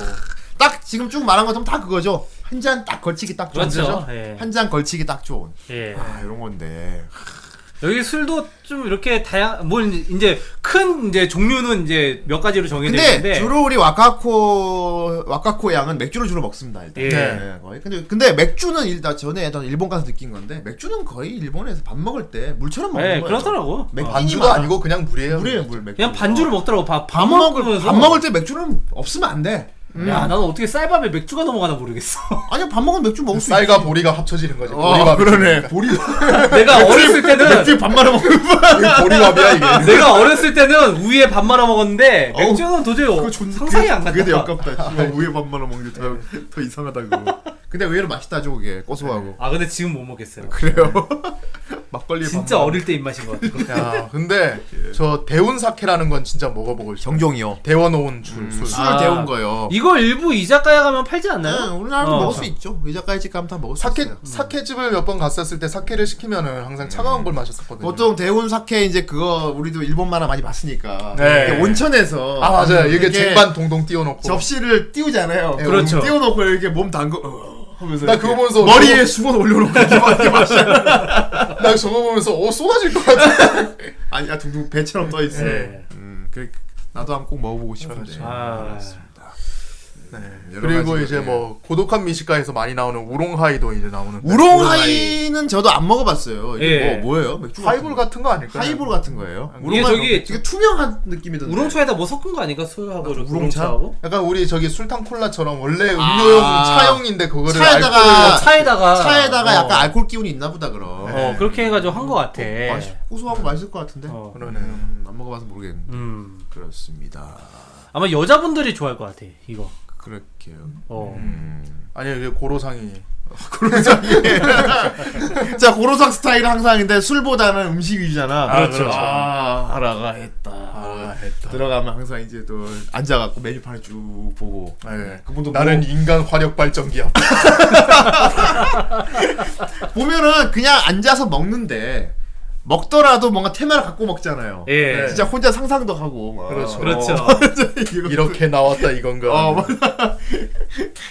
Speaker 3: 딱 지금 쭉 말한 것처럼 다 그거죠. 한 잔 딱 걸치기 딱 좋은
Speaker 1: 그렇죠.
Speaker 3: 거죠.
Speaker 1: 예.
Speaker 3: 한 잔 걸치기 딱 좋은.
Speaker 1: 예.
Speaker 3: 아 이런 건데.
Speaker 1: 여기 술도 좀 이렇게 다양 뭐 이제 큰 이제 종류는 이제 몇 가지로 정해져
Speaker 3: 근데
Speaker 1: 있는데
Speaker 3: 주로 우리 와카코 와카코 양은 맥주를 주로 먹습니다 일단.
Speaker 1: 예.
Speaker 3: 네, 거의. 근데 근데 맥주는 일단 전에 일단 일본 가서 느낀 건데 맥주는 거의 일본에서 밥 먹을 때 물처럼 먹는
Speaker 1: 예,
Speaker 3: 거예요.
Speaker 1: 그러더라고.
Speaker 3: 맥-
Speaker 1: 어.
Speaker 4: 반주도
Speaker 3: 많아.
Speaker 4: 아니고 그냥 물이에요.
Speaker 3: 물이에요 물 맥주.
Speaker 1: 그냥 반주를 먹더라고. 밥,
Speaker 3: 밥 먹을
Speaker 1: 먹으면서.
Speaker 3: 밥 먹을 음. 때 맥주는 없으면 안 돼.
Speaker 1: 야, 나는 어떻게 쌀밥에 맥주가 넘어가나 모르겠어.
Speaker 3: 아니야 밥 먹으면 맥주 먹을 수 있어.
Speaker 4: 쌀과 보리가 합쳐지는 거지.
Speaker 3: 어, 그러네. 보리
Speaker 1: 내가 어렸을 때는
Speaker 3: 밥 말아 먹는 거.
Speaker 4: 이게 보리밥이야 이게.
Speaker 1: 내가 어렸을 때는 우유에 밥 말아 먹었는데
Speaker 3: 어우,
Speaker 1: 맥주는 도저히 상상이 안
Speaker 3: 그게 더
Speaker 1: 간다.
Speaker 3: 역겹다. 씨발, 우유 밥 말아 먹는 게 더 이상하다 그거. 근데 의외로 맛있다죠 그게 고소하고.
Speaker 1: 아, 근데 지금 못 먹겠어요.
Speaker 3: 그래요.
Speaker 4: 막걸리
Speaker 1: 진짜 어릴 때 입맛인 것 같아.
Speaker 4: 야, 근데 저 대운 사케라는 건 진짜 먹어보고 싶어.
Speaker 3: 정종이요.
Speaker 4: 데워놓은 줄 술.
Speaker 3: 술을
Speaker 1: 아.
Speaker 3: 데운 거요.
Speaker 1: 이거 일부 이자카야 가면 팔지
Speaker 3: 네,
Speaker 1: 않나요?
Speaker 3: 우리나라도
Speaker 1: 어.
Speaker 3: 먹을 수 있죠. 이자카야 집 가면 다 먹을 수
Speaker 4: 사케
Speaker 3: 있어요.
Speaker 4: 사케 집을 몇 번 갔었을 때 사케를 시키면은 항상 차가운 걸 마셨었거든요.
Speaker 3: 네. 보통 대운 사케 이제 그거 우리도 일본 만화 많이 봤으니까
Speaker 4: 네.
Speaker 3: 이게 온천에서
Speaker 4: 아 맞아요.
Speaker 3: 음,
Speaker 4: 이게
Speaker 3: 이게
Speaker 4: 쟁반 동동 띄워놓고. 네,
Speaker 3: 접시를 띄우잖아요.
Speaker 1: 그렇죠.
Speaker 3: 띄워놓고 이렇게 몸 담그 어, 하면서
Speaker 4: 나
Speaker 3: 이렇게
Speaker 4: 그거 보면서
Speaker 3: 머리에 수건 올려놓고 이렇게 막 이렇게 마셔.
Speaker 4: 나 저거 보면서 어 쏟아질 것 같아.
Speaker 3: 아니 야 둥둥 배처럼 떠 있어.
Speaker 1: 네.
Speaker 3: 음, 그래 나도 한번 꼭 먹어보고 싶은데.
Speaker 1: 아,
Speaker 3: 여러
Speaker 4: 그렇죠. 그리고
Speaker 3: 가지로,
Speaker 4: 이제
Speaker 3: 네.
Speaker 4: 뭐 고독한 미식가에서 많이 나오는 우롱하이도 이제 나오는.
Speaker 3: 우롱하이는 저도 안 먹어봤어요. 이게
Speaker 1: 예.
Speaker 3: 뭐 뭐예요? 맥주
Speaker 4: 하이볼
Speaker 3: 같은
Speaker 4: 같은 거 아닐까?
Speaker 3: 거? 하이볼 같은 거예요?
Speaker 1: 이게
Speaker 3: 우롱하이
Speaker 1: 저기-
Speaker 3: 먹- 되게 투명한 느낌이던데.
Speaker 1: 우롱차에다 뭐 섞은 거 아닌가? 술하고 이렇게 우롱차하고
Speaker 4: 약간 우리 저기 술탕 콜라처럼 원래 음료용
Speaker 3: 아.
Speaker 4: 차용인데 그거를
Speaker 3: 차에다가-
Speaker 4: 알코올로
Speaker 3: 아,
Speaker 1: 뭐 차에다가
Speaker 3: 차에다가
Speaker 1: 어,
Speaker 3: 약간 알코올 기운이 있나 보다 그럼.
Speaker 1: 어 그렇게 해가지고 한 거 같아.
Speaker 3: 네.
Speaker 4: 네.
Speaker 3: 어, 맛있, 고소하고 맛있을 것 같은데.
Speaker 1: 어.
Speaker 4: 그러네요.
Speaker 3: 음, 안 먹어봐서 모르겠는데.
Speaker 1: 음
Speaker 3: 그렇습니다.
Speaker 1: 아마 여자분들이 좋아할 것 같아 이거.
Speaker 3: 그렇게요.
Speaker 1: 어.
Speaker 3: 음.
Speaker 4: 아니 이게 고로상이
Speaker 3: 자 고로상 스타일은 항상인데 술보다는 음식 위주잖아.
Speaker 4: 아, 그렇죠.
Speaker 3: 아 하라가 했다.
Speaker 4: 아,
Speaker 3: 들어가면 항상 이제 또 앉아갖고 메뉴판을 쭉 보고.
Speaker 4: 네.
Speaker 3: 그분도 뭐
Speaker 4: 나는 인간 화력 발전기야.
Speaker 3: 뭐 보면은 그냥 앉아서 먹는데 먹더라도 뭔가 테마를 갖고 먹잖아요.
Speaker 1: 예.
Speaker 4: 네.
Speaker 3: 진짜 혼자 상상도 하고. 막.
Speaker 4: 그렇죠.
Speaker 1: 그렇죠.
Speaker 3: 이거-
Speaker 4: 이렇게 나왔다 이건가.
Speaker 3: 어, 맞아.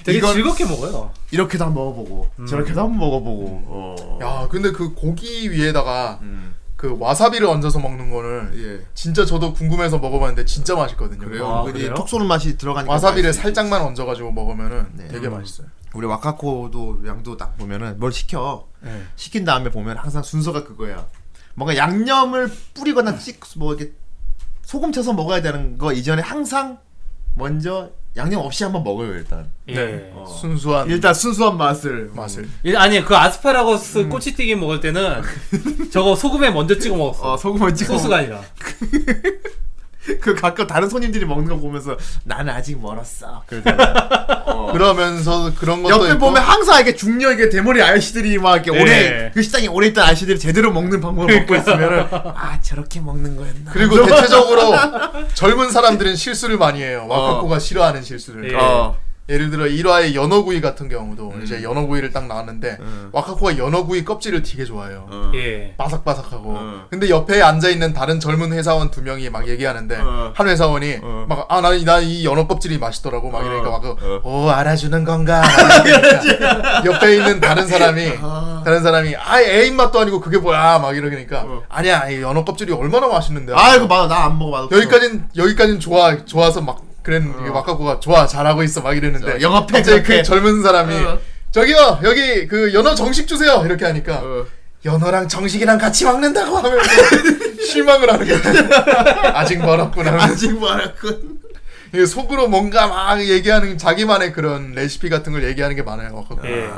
Speaker 1: 되게
Speaker 3: 이건-
Speaker 1: 즐겁게 먹어요.
Speaker 3: 이렇게도 한번 먹어보고
Speaker 4: 음.
Speaker 3: 저렇게도 한번 먹어보고. 어.
Speaker 4: 야, 근데 그 고기 위에다가
Speaker 3: 음.
Speaker 4: 그 와사비를 얹어서 먹는 거를
Speaker 3: 예.
Speaker 4: 진짜 저도 궁금해서 먹어봤는데 진짜 맛있거든요.
Speaker 3: 그래요.
Speaker 1: 아,
Speaker 3: 은근히
Speaker 1: 그래요?
Speaker 3: 톡 쏘는 맛이 들어가니까.
Speaker 4: 아, 와사비를
Speaker 3: 맛있어요.
Speaker 4: 살짝만 얹어가지고 먹으면은
Speaker 3: 네.
Speaker 4: 되게
Speaker 3: 음.
Speaker 4: 맛있어요.
Speaker 3: 우리 와카코도 양도 딱 보면은 뭘 시켜
Speaker 4: 네.
Speaker 3: 시킨 다음에 보면 항상 순서가 그거야. 뭔가 양념을 뿌리거나 찍뭐 이렇게 소금 쳐서 먹어야 되는 거 이전에 항상 먼저 양념 없이 한번 먹어요 일단.
Speaker 1: 예.
Speaker 3: 어.
Speaker 4: 순수한
Speaker 3: 일단 순수한 맛을
Speaker 4: 음. 맛을.
Speaker 1: 일- 아니 그 아스파라거스
Speaker 3: 음.
Speaker 1: 꼬치튀김 먹을 때는 저거 소금에 먼저 찍어 먹었어.
Speaker 3: 어 소금을 찍어
Speaker 1: 소스가 아니라.
Speaker 3: 그 가끔 다른 손님들이 먹는 거 보면서 나는 아직 멀었어. 그러잖아.
Speaker 4: 그러면서 그런 것도
Speaker 3: 옆에
Speaker 4: 있고
Speaker 3: 보면 항상 이렇게 중년 이게 대머리 아저씨들이 막 이렇게
Speaker 1: 예.
Speaker 4: 네.
Speaker 3: 오래 그 식당에 오래 있던 아저씨들이 제대로 먹는 방법을 먹고 있으면은 아 저렇게 먹는 거였나.
Speaker 4: 그리고 대체적으로 젊은 사람들은 실수를 많이 해요. 와카코가 싫어하는 실수를.
Speaker 1: 예.
Speaker 3: 어.
Speaker 4: 예를 들어 1화의 연어구이 같은 경우도 이제 연어구이를 딱 나왔는데 와카코가 연어구이 껍질을 되게 좋아해요.
Speaker 1: 예.
Speaker 4: 바삭바삭하고.
Speaker 3: 어.
Speaker 4: 근데 옆에 앉아 있는 다른 젊은 회사원 두 명이 막 얘기하는데
Speaker 3: 어.
Speaker 4: 한 회사원이
Speaker 3: 어.
Speaker 4: 막 아 나는 나이 연어 껍질이 맛있더라고 막 이러니까 막
Speaker 3: 어.
Speaker 4: 어. 알아주는 건가. 막 이러니까 옆에 있는 다른 사람이 다른 사람이 아 애인 맛도 아니고 그게 뭐야 막 이러니까
Speaker 3: 어.
Speaker 4: 아니야 이 연어 껍질이 얼마나 맛있는데.
Speaker 3: 아 이거 봐, 나안 먹어 봐도.
Speaker 4: 여기까진 여기까진 좋아 좋아서 막 그랬는데 와카코가 좋아 잘하고 있어 막 이랬는데
Speaker 3: 어, 영업해,
Speaker 4: 갑자기
Speaker 3: 어. 그렇게.
Speaker 4: 그 젊은 사람이
Speaker 3: 어.
Speaker 4: 저기요 여기 그 연어 정식 주세요 이렇게 하니까
Speaker 3: 어.
Speaker 4: 연어랑 정식이랑 같이 먹는다고 하면서 실망을 하는 거야 아직 멀었구나 하면서.
Speaker 3: 아직 말았군.
Speaker 4: 이게 속으로 뭔가 막 얘기하는 자기만의 그런 레시피 같은 걸 얘기하는 게 많아요 와카코
Speaker 1: 예.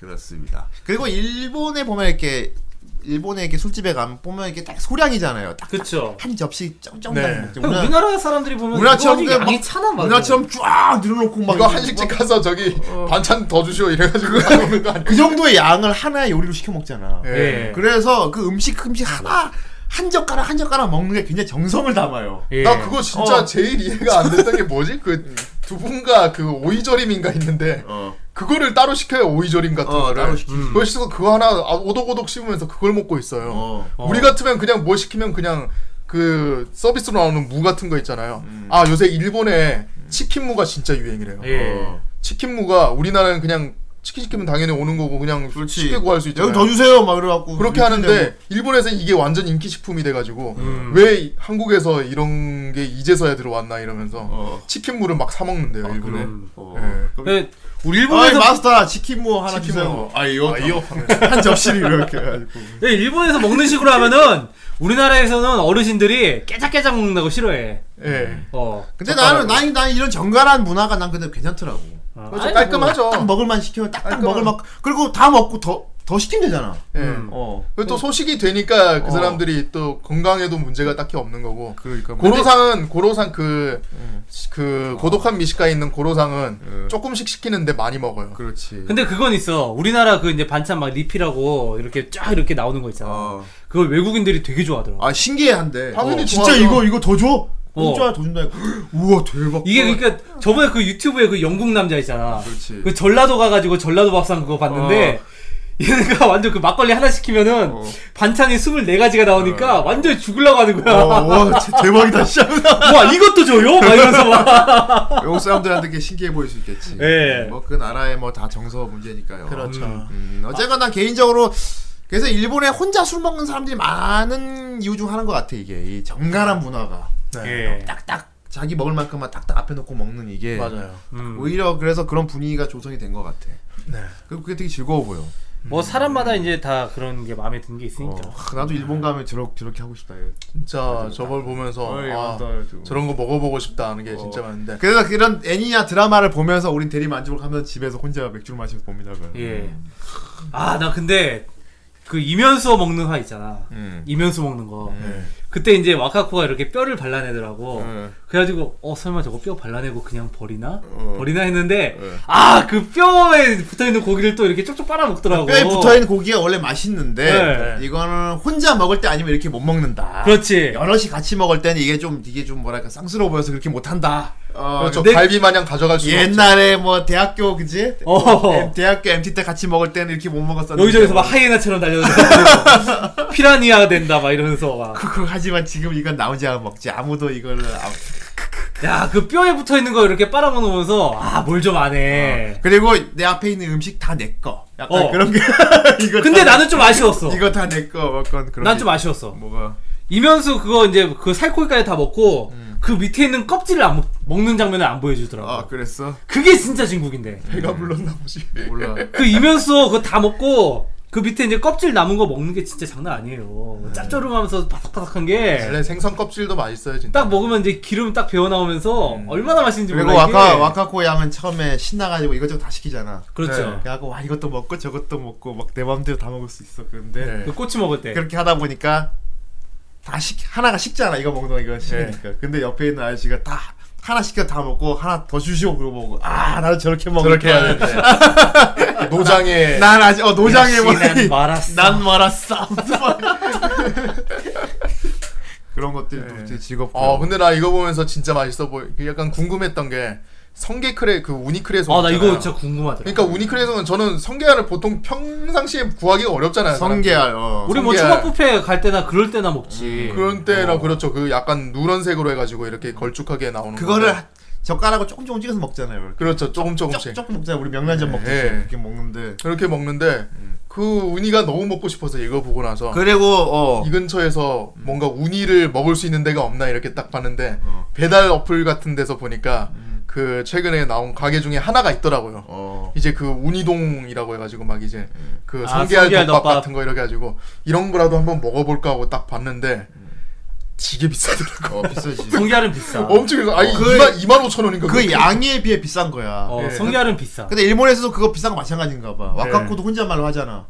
Speaker 3: 그렇습니다. 그리고 일본에 보면 이렇게 일본에 이렇게 술집에 가면 보면 이게 딱 소량이잖아요. 딱
Speaker 1: 그쵸.
Speaker 3: 한 접시 쩡쩡
Speaker 4: 네.
Speaker 3: 네. 먹지.
Speaker 1: 형, 우리나라 사람들이 보면
Speaker 3: 우리나라처럼 그
Speaker 1: 이거 양이
Speaker 3: 막-
Speaker 1: 차나 봐.
Speaker 3: 우리나라처럼 쫙 늘어놓고 막
Speaker 4: 이거 한식집 가서 저기
Speaker 3: 어.
Speaker 4: 반찬 더 주시오 이래가지고 나오는 거 아니야
Speaker 3: 그 정도의 양을 하나의 요리로 시켜 먹잖아.
Speaker 1: 예.
Speaker 3: 그래서 그 음식 음식 하나 한 젓가락 한 젓가락 먹는 게 굉장히 정성을 담아요.
Speaker 1: 예.
Speaker 4: 나 그거 진짜
Speaker 3: 어.
Speaker 4: 제일 이해가 안 됐던 게 뭐지? 그 두분과 그 오이절임인가 있는데
Speaker 3: 어.
Speaker 4: 그거를 따로 시켜요 오이절임 같은
Speaker 3: 어,
Speaker 4: 거를 음.
Speaker 3: 따로 시키지.
Speaker 4: 그거 시켜서 그거 하나 아, 오독오독 씹으면서 그걸 먹고 있어요
Speaker 3: 어.
Speaker 4: 우리 같으면 그냥 뭐 시키면 그냥 그 서비스로 나오는 무 같은 거 있잖아요
Speaker 3: 음.
Speaker 4: 아 요새 일본에 치킨 무가 진짜 유행이래요
Speaker 1: 예.
Speaker 3: 어.
Speaker 4: 치킨 무가 우리나라는 그냥 치킨 시키면 당연히 오는 거고 그냥
Speaker 3: 그렇지.
Speaker 4: 쉽게 구할 수 있잖아요
Speaker 3: 여기 더 주세요. 막 이래갖고
Speaker 4: 그렇게 하는데 일본에서는 이게 완전 인기 식품이 돼가지고
Speaker 3: 음.
Speaker 4: 왜 이- 한국에서 이런 게 이제서야 들어왔나 이러면서
Speaker 3: 어.
Speaker 4: 치킨물을 막 사 먹는데요 일본에.
Speaker 3: 어.
Speaker 4: 예.
Speaker 3: 그럼
Speaker 1: 음. 그 우리
Speaker 3: 아이
Speaker 1: 일본에서
Speaker 3: 마스터 치킨 무 하나
Speaker 4: 치킨
Speaker 3: 주세요.
Speaker 4: 무.
Speaker 3: 아 이거
Speaker 4: 아, 이거.
Speaker 3: 한 접시를 이렇게 해가지고.
Speaker 1: 네, 일본에서 먹는 식으로 하면은 우리나라에서는 어르신들이 깨작깨작 먹는다고 싫어해.
Speaker 3: 음.
Speaker 4: 예.
Speaker 1: 어.
Speaker 3: 근데 나는 나는 나는 이런 정갈한 문화가 난 근데 괜찮더라고.
Speaker 1: 아,
Speaker 4: 그래서
Speaker 1: 아니,
Speaker 4: 깔끔하죠.
Speaker 3: 딱 먹을만 시키면 딱딱
Speaker 4: 깔끔한-
Speaker 3: 먹을 만 그리고 다 먹고 더 더 더 시키면 되잖아.
Speaker 4: 예.
Speaker 3: 어.
Speaker 4: 그리고 또 소식이 되니까 그
Speaker 3: 어.
Speaker 4: 사람들이 또 건강에도 문제가 딱히 없는 거고.
Speaker 3: 그러니까 음.
Speaker 4: 고로상은 고로상 그, 그 고독한 미식가에 있는 고로상은 조금씩 시키는데 많이 먹어요.
Speaker 3: 그렇지.
Speaker 1: 음. 근데 그건 있어. 우리나라 그 이제 반찬 막 리필하고 이렇게 쫙 이렇게 나오는 거 있잖아.
Speaker 3: 어.
Speaker 1: 그걸 외국인들이 되게 좋아하더라고.
Speaker 3: 아 신기해한데.
Speaker 4: 당연히
Speaker 3: 어, 진짜
Speaker 4: 좋아하죠.
Speaker 3: 이거 이거 더 줘?
Speaker 1: 어.
Speaker 3: 진짜 더 준다니까. 우와 대박. 어,
Speaker 1: 이게 그러니까 저번에 그 유튜브에 그 영국 남자 있잖아.
Speaker 3: 그렇지.
Speaker 1: 그 전라도 가가지고 전라도 밥상 그거 봤는데 얘네가 완전 그 막걸리 하나 시키면은
Speaker 3: 어.
Speaker 1: 반찬이 24가지가 나오니까 완전 죽으려고 하는
Speaker 3: 어,
Speaker 1: 거야.
Speaker 3: 와 진짜 대박이다 진짜.
Speaker 1: 와 이것도 줘요? 막 이러면서 막.
Speaker 3: 외국 사람들한테 그게 신기해 보일 수 있겠지.
Speaker 1: 예.
Speaker 3: 뭐그 나라의 뭐 다 정서 문제니까요.
Speaker 4: 그렇죠.
Speaker 3: 음, 어쨌거나 개인적으로 그래서 일본에 혼자 술 먹는 사람들이 많은 이유 중 하나인 것 같아 이게 이 정갈한 문화가
Speaker 1: 예.
Speaker 3: 딱딱 자기 먹을 만큼만 딱딱 앞에 놓고 먹는 이게
Speaker 4: 맞아요.
Speaker 1: 음.
Speaker 3: 오히려 그래서 그런 분위기가 조성이 된 것 같아.
Speaker 4: 네.
Speaker 3: 그리고 그게 되게 즐거워 보여.
Speaker 1: 뭐 사람마다 이제 다 그런 게 마음에 드는 게 있으니까.
Speaker 3: 어, 하, 나도 일본 가면 저렇게 저렇게 하고 싶다. 이거.
Speaker 4: 진짜 저걸 보면서
Speaker 3: 어이,
Speaker 4: 아,
Speaker 3: 맞아요, 저거.
Speaker 4: 저런 거 먹어보고 싶다 하는 게 진짜 많은데.
Speaker 3: 그래서 그런 애니나 드라마를 보면서 우린 대리 만족을 하면 집에서 혼자 맥주를 마시면서 봅니다. 음. 그건.
Speaker 1: 예. 아 나 근데 그 이면수 먹는 화 있잖아.
Speaker 3: 음.
Speaker 1: 이면수 먹는 거.
Speaker 3: 예.
Speaker 1: 그때 이제 와카코가 이렇게 뼈를 발라내더라고.
Speaker 3: 예.
Speaker 1: 그래가지고 어 설마 저거 뼈 발라내고 그냥 버리나
Speaker 3: 어.
Speaker 1: 버리나 했는데
Speaker 3: 예.
Speaker 1: 아 그 뼈에 붙어있는 고기를 또 이렇게 쪽쪽 빨아먹더라고.
Speaker 3: 뼈에 붙어있는 고기가 원래 맛있는데
Speaker 1: 네.
Speaker 3: 이거는 혼자 먹을 때 아니면 이렇게 못 먹는다.
Speaker 1: 그렇지.
Speaker 3: 여럿이 같이 먹을 때는 이게 좀 이게 좀 뭐랄까 쌍스러워 보여서 그렇게 못한다. 어,
Speaker 4: 그렇죠.
Speaker 1: 근데-
Speaker 4: 갈비 마냥 가져갈 수
Speaker 3: 옛날에 뭐 대학교 그지?
Speaker 1: 어.
Speaker 3: 엠- 대학교 MT 때 같이 먹을 때는 이렇게 못 먹었었는데
Speaker 1: 여기저기서 막 하이에나처럼 달려서 피라니아 된다 막 이러면서 막.
Speaker 3: 그거 하지만 지금 이건 나 혼자 먹지 아무도 이거를 아-
Speaker 1: 야 그 뼈에 붙어있는 거 이렇게 빨아먹으면서 아 뭘 좀 안 해.
Speaker 3: 그리고 내 앞에 있는 음식 다 내 거. 약간
Speaker 1: 네. 어.
Speaker 3: 그런 게 이거
Speaker 1: 근데
Speaker 3: 다,
Speaker 1: 나는 좀 아쉬웠어.
Speaker 3: 아. 이거 다 내거 약간 그런
Speaker 1: 난
Speaker 3: 게-
Speaker 1: 좀 아쉬웠어.
Speaker 3: 뭐가
Speaker 1: 이면수 그거 이제 그 살코기까지 다 먹고 그 밑에 있는 껍질을 안 먹, 먹는 장면을 안 보여주더라고.
Speaker 3: 음. 아 그랬어
Speaker 1: 그게 진짜 진국인데.
Speaker 4: 배가 불렀나 보지.
Speaker 3: 몰라
Speaker 1: 그 이면수 그거 다 먹고 그 밑에 이제 껍질 남은 거 먹는 게 진짜 장난 아니에요.
Speaker 3: 음.
Speaker 1: 짭조름하면서 바삭바삭한 게
Speaker 4: 원래
Speaker 1: 딱
Speaker 4: 생선 껍질도 맛있어요 진짜.
Speaker 1: 먹으면 이제 기름 딱 배어 나오면서 얼마나 맛있는지
Speaker 3: 음. 그리고
Speaker 1: 몰라. 이게.
Speaker 3: 와카 와카코 양은 처음에 신나가지고 이것저것 다 시키잖아
Speaker 1: 그렇죠.
Speaker 4: 네.
Speaker 3: 그래갖고 와 이것도 먹고 저것도 먹고 막 내 마음대로 다 먹을 수 있어 그런데
Speaker 4: 네.
Speaker 1: 그 꼬치 먹을 때.
Speaker 3: 그렇게 하다 보니까 다 식, 하나가 식잖아 이거 먹는 거 이거 식으니까 근데 옆에 있는 아저씨가 다 하나 시켜 다 먹고 하나 더 주시고 그러고 먹고 아 나도 저렇게 먹을
Speaker 4: 저렇게
Speaker 3: 거야
Speaker 4: 해야 되는데. 노장에
Speaker 3: 난 아직 어 노장에
Speaker 1: 역시 난
Speaker 3: 뭐
Speaker 1: 말았어.
Speaker 3: 난 말았어 그런 것들도
Speaker 4: 네.
Speaker 3: 되게 즐겁고
Speaker 4: 어 근데 나 이거 보면서 진짜 맛있어 보이. 그 약간 궁금했던 게 성게크레 그 우니크레송.
Speaker 1: 아 나 이거
Speaker 4: 있잖아요.
Speaker 1: 진짜 궁금하더라.
Speaker 4: 그러니까 우니크레송은 저는 성게알을 보통 평상시에 구하기가 어렵잖아요.
Speaker 3: 성게알 음. 어.
Speaker 1: 우리 뭐
Speaker 4: 성게.
Speaker 1: 초밥 뷔페 갈 때나 그럴 때나 먹지.
Speaker 4: 사람들이. 그런
Speaker 3: 어.
Speaker 4: 때나 그렇죠. 그 약간 누런색으로 해가지고 이렇게 걸쭉하게 나오는.
Speaker 3: 그거를
Speaker 4: 건데.
Speaker 3: 젓가락으로 조금 조금 찍어서 먹잖아요 이렇게.
Speaker 4: 그렇죠. 조금
Speaker 3: 조금
Speaker 4: 조금씩.
Speaker 3: 조금 먹잖아 우리 명란젓 먹듯이
Speaker 4: 예.
Speaker 3: 이렇게 먹는데
Speaker 4: 그렇게 먹는데 그 우니가 너무 먹고 싶어서 이거 보고 나서
Speaker 3: 음. 그리고 어
Speaker 4: 이 근처에서 뭔가 우니를 먹을 수 있는 데가 없나 이렇게 딱 봤는데 배달 어플 같은 데서 보니까
Speaker 3: 음.
Speaker 4: 그 최근에 나온 가게 중에 하나가 있더라고요.
Speaker 3: 어.
Speaker 4: 이제 그 우니동이라고 해가지고 막 이제 그
Speaker 3: 음.
Speaker 1: 아,
Speaker 4: 성게알
Speaker 1: 성게알
Speaker 4: 덮밥,
Speaker 1: 덮밥.
Speaker 4: 같은 거 이렇게 가지고 이런 거라도 한번 먹어볼까 하고 딱 봤는데 되게 비싸더라고.
Speaker 3: 어, 비싸지
Speaker 1: 성게알은 비싸.
Speaker 4: 엄청 비싸. 아니
Speaker 3: 그-
Speaker 4: 2만 2만 5천 원인가
Speaker 3: 그 양에 비해 비싼 거야
Speaker 1: 어,
Speaker 4: 예.
Speaker 1: 성게알은 비싸.
Speaker 3: 네. 근데 일본에서도 그거 비싼 거 마찬가지인가 봐.
Speaker 4: 네.
Speaker 3: 와카코도 혼잣말로 하잖아.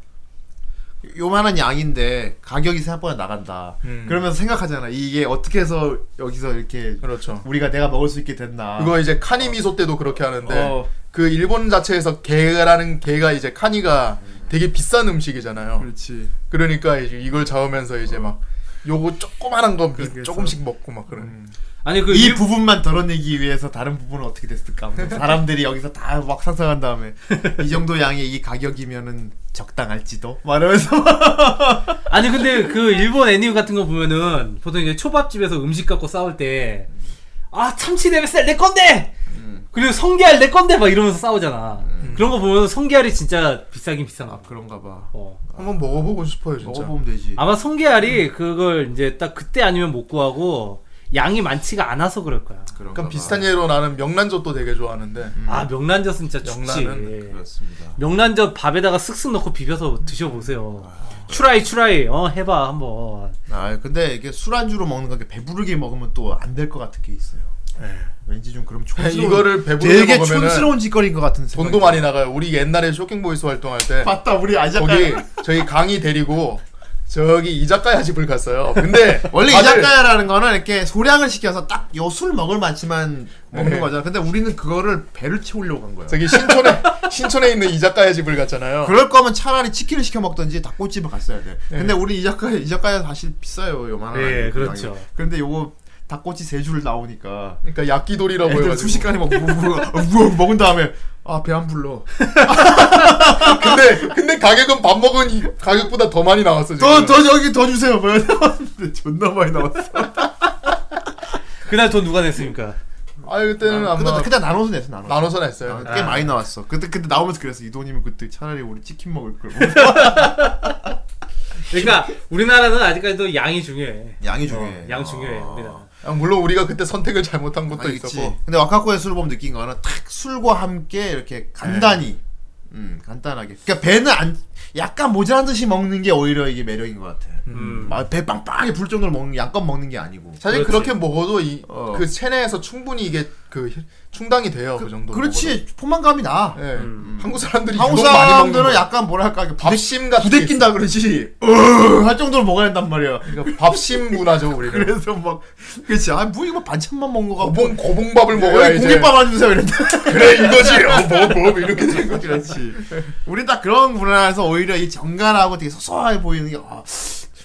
Speaker 3: 요만한 양인데 가격이 생각보다 나간다.
Speaker 4: 음.
Speaker 3: 그러면서 생각하잖아. 이게 어떻게 해서 여기서 이렇게
Speaker 4: 그렇죠.
Speaker 3: 우리가 내가 먹을 수 있게 됐나.
Speaker 4: 그거 이제 카니 미소 때도 그렇게 하는데
Speaker 3: 아. 어.
Speaker 4: 그 일본 자체에서 게라는 게가 이제 카니가 되게 비싼 음식이잖아요.
Speaker 3: 그렇지. 어.
Speaker 4: 그러니까 이제 이걸 잡으면서 이제 막 요거 조그만한 거 미-
Speaker 3: 그래서- 음.
Speaker 4: 조금씩 먹고 막 그러니까. 그런.
Speaker 1: 아니 그
Speaker 3: 이
Speaker 1: 일-
Speaker 3: 부분만 덜어내기 위해서 다른 부분은 어떻게 됐을까? 하면서 사람들이 여기서 다 막 상상한 다음에 이 정도 양의 이 가격이면은 적당할지도 말하면서
Speaker 1: 아니 근데 그 일본 애니메 같은 거 보면은 보통 이제 초밥집에서 음식 갖고 싸울 때 아, 참치 내뱃살 내 건데.
Speaker 3: 음.
Speaker 1: 그리고 성게알 내 건데 막 이러면서 싸우잖아. 그런 거 보면 성게알이 진짜 비싸긴 비싼 거.
Speaker 3: 아 그런가 봐.
Speaker 1: 어.
Speaker 4: 한번 먹어보고 싶어요 진짜.
Speaker 3: 먹어보면 되지.
Speaker 1: 아마 성게알이 그걸 이제 딱 그때 아니면 못 구하고 양이 많지가 않아서 그럴 거야.
Speaker 3: 그런가
Speaker 4: 약간
Speaker 3: 봐.
Speaker 4: 비슷한 예로 나는 명란젓도 되게 좋아하는데
Speaker 3: 음.
Speaker 1: 아, 명란젓은 진짜 죽지.
Speaker 4: 명란은
Speaker 3: 그렇습니다.
Speaker 1: 명란젓 밥에다가 쓱쓱 넣고 비벼서 드셔보세요. 추라이 추라이 어 해봐 한번.
Speaker 3: 아 근데 이게 술안주로 먹는 건 배부르게 먹으면 또 안 될 것 같은 게 있어요. 왠지 좀 그럼
Speaker 4: 야,
Speaker 3: 촌스러운
Speaker 4: 네. 이거를 배부르게
Speaker 3: 되게
Speaker 4: 먹으면은
Speaker 3: 촌스러운 짓거리인 것 같은 생각이
Speaker 4: 돈도 많이 나가요. 우리 옛날에 쇼킹보이스 활동할 때
Speaker 3: 봤다 우리 아작가
Speaker 4: 거기 저희 강의 데리고 저기 이자카야 집을 갔어요. 근데
Speaker 3: 원래
Speaker 4: 다들
Speaker 3: 이자카야라는 거는 이렇게 소량을 시켜서 딱 요 술 먹을 만치만 먹는
Speaker 4: 네.
Speaker 3: 거잖아. 근데 우리는 그거를 배를 채우려고 간 거야.
Speaker 4: 저기 신촌에 신촌에 있는 이자카야 집을 갔잖아요.
Speaker 3: 그럴 거면 차라리 치킨을 시켜 먹든지 닭꼬집을 갔어야 돼.
Speaker 4: 네.
Speaker 3: 근데 우리 이자카야 이자카야 사실 비싸요. 요만한
Speaker 1: 네,
Speaker 3: 양이.
Speaker 1: 그렇죠.
Speaker 3: 근런데 요거 닭꼬치 세 줄 나오니까
Speaker 4: 그러니까 야끼돌이라고
Speaker 3: 애들
Speaker 4: 해가지고
Speaker 3: 순식간에 막 우럭 먹은 다음에 아 배 안 불러.
Speaker 4: 근데 근데 가격은 밥 먹은 이 가격보다 더 많이 나왔어.
Speaker 3: 더 더
Speaker 4: 지금.
Speaker 3: 여기 더 주세요. 뭐 나왔는데 존나 많이 나왔어.
Speaker 1: 그날 돈 누가 냈습니까?
Speaker 4: 아유 그때는 아마
Speaker 3: 그때 그때 나눠서 냈어 나눠.
Speaker 4: 나눠서
Speaker 3: 아,
Speaker 4: 냈어요.
Speaker 3: 꽤 많이 나왔어. 그때 그때 나오면서 그랬어. 이 돈이면 그때 차라리 우리 치킨 먹을 걸.
Speaker 1: 그러니까 우리나라는 아직까지도 양이 중요해.
Speaker 3: 양이 중요해.
Speaker 1: 양 중요해. 우리나라.
Speaker 4: 아, 물론 우리가 그때 선택을 잘못한 것도
Speaker 3: 있었고.
Speaker 4: 있었고
Speaker 3: 어. 근데 와카코의 술을 보면 느낀 거는 탁 술과 함께 이렇게 간단히, 음 간단하게. 그러니까 배는 안 약간 모자란 듯이 먹는 게 오히려 이게 매력인 것 같아.
Speaker 1: 음.
Speaker 3: 아, 배 빵빵하게 불 정도로 먹는 양껏 먹는 게 아니고.
Speaker 4: 사실
Speaker 1: 그렇지.
Speaker 4: 그렇게 먹어도 이,
Speaker 3: 어.
Speaker 4: 그 체내에서 충분히 이게 그 충당이 돼요 그, 정도.
Speaker 3: 그렇지 포만감이 나.
Speaker 4: 예. 한국 사람들이
Speaker 3: 음, 한국
Speaker 4: 유독 많이 먹는
Speaker 3: 사람들은
Speaker 4: 거야.
Speaker 3: 약간 뭐랄까 이게 부대,
Speaker 4: 밥심 같은 게
Speaker 3: 부대낀다 그러지. 으할 정도로 먹어야 된단 말이야.
Speaker 4: 있어요. 그러니까 밥심 문화죠 우리는.
Speaker 3: 그래서 막 그렇지. 아뭐 이거 반찬만 먹는 거 같고.
Speaker 4: 고봉 고봉밥을 어, 먹어야
Speaker 3: 여기
Speaker 4: 이제.
Speaker 3: 공깃밥 안 주세요 네, 이랬는데.
Speaker 4: 그래 이거지. 어뭐뭐 이렇게 된 거지.
Speaker 3: 그렇지. 우리 딱 그런 문화에서 오히려 이 정갈하고 되게 소소하게 보이는 게 아,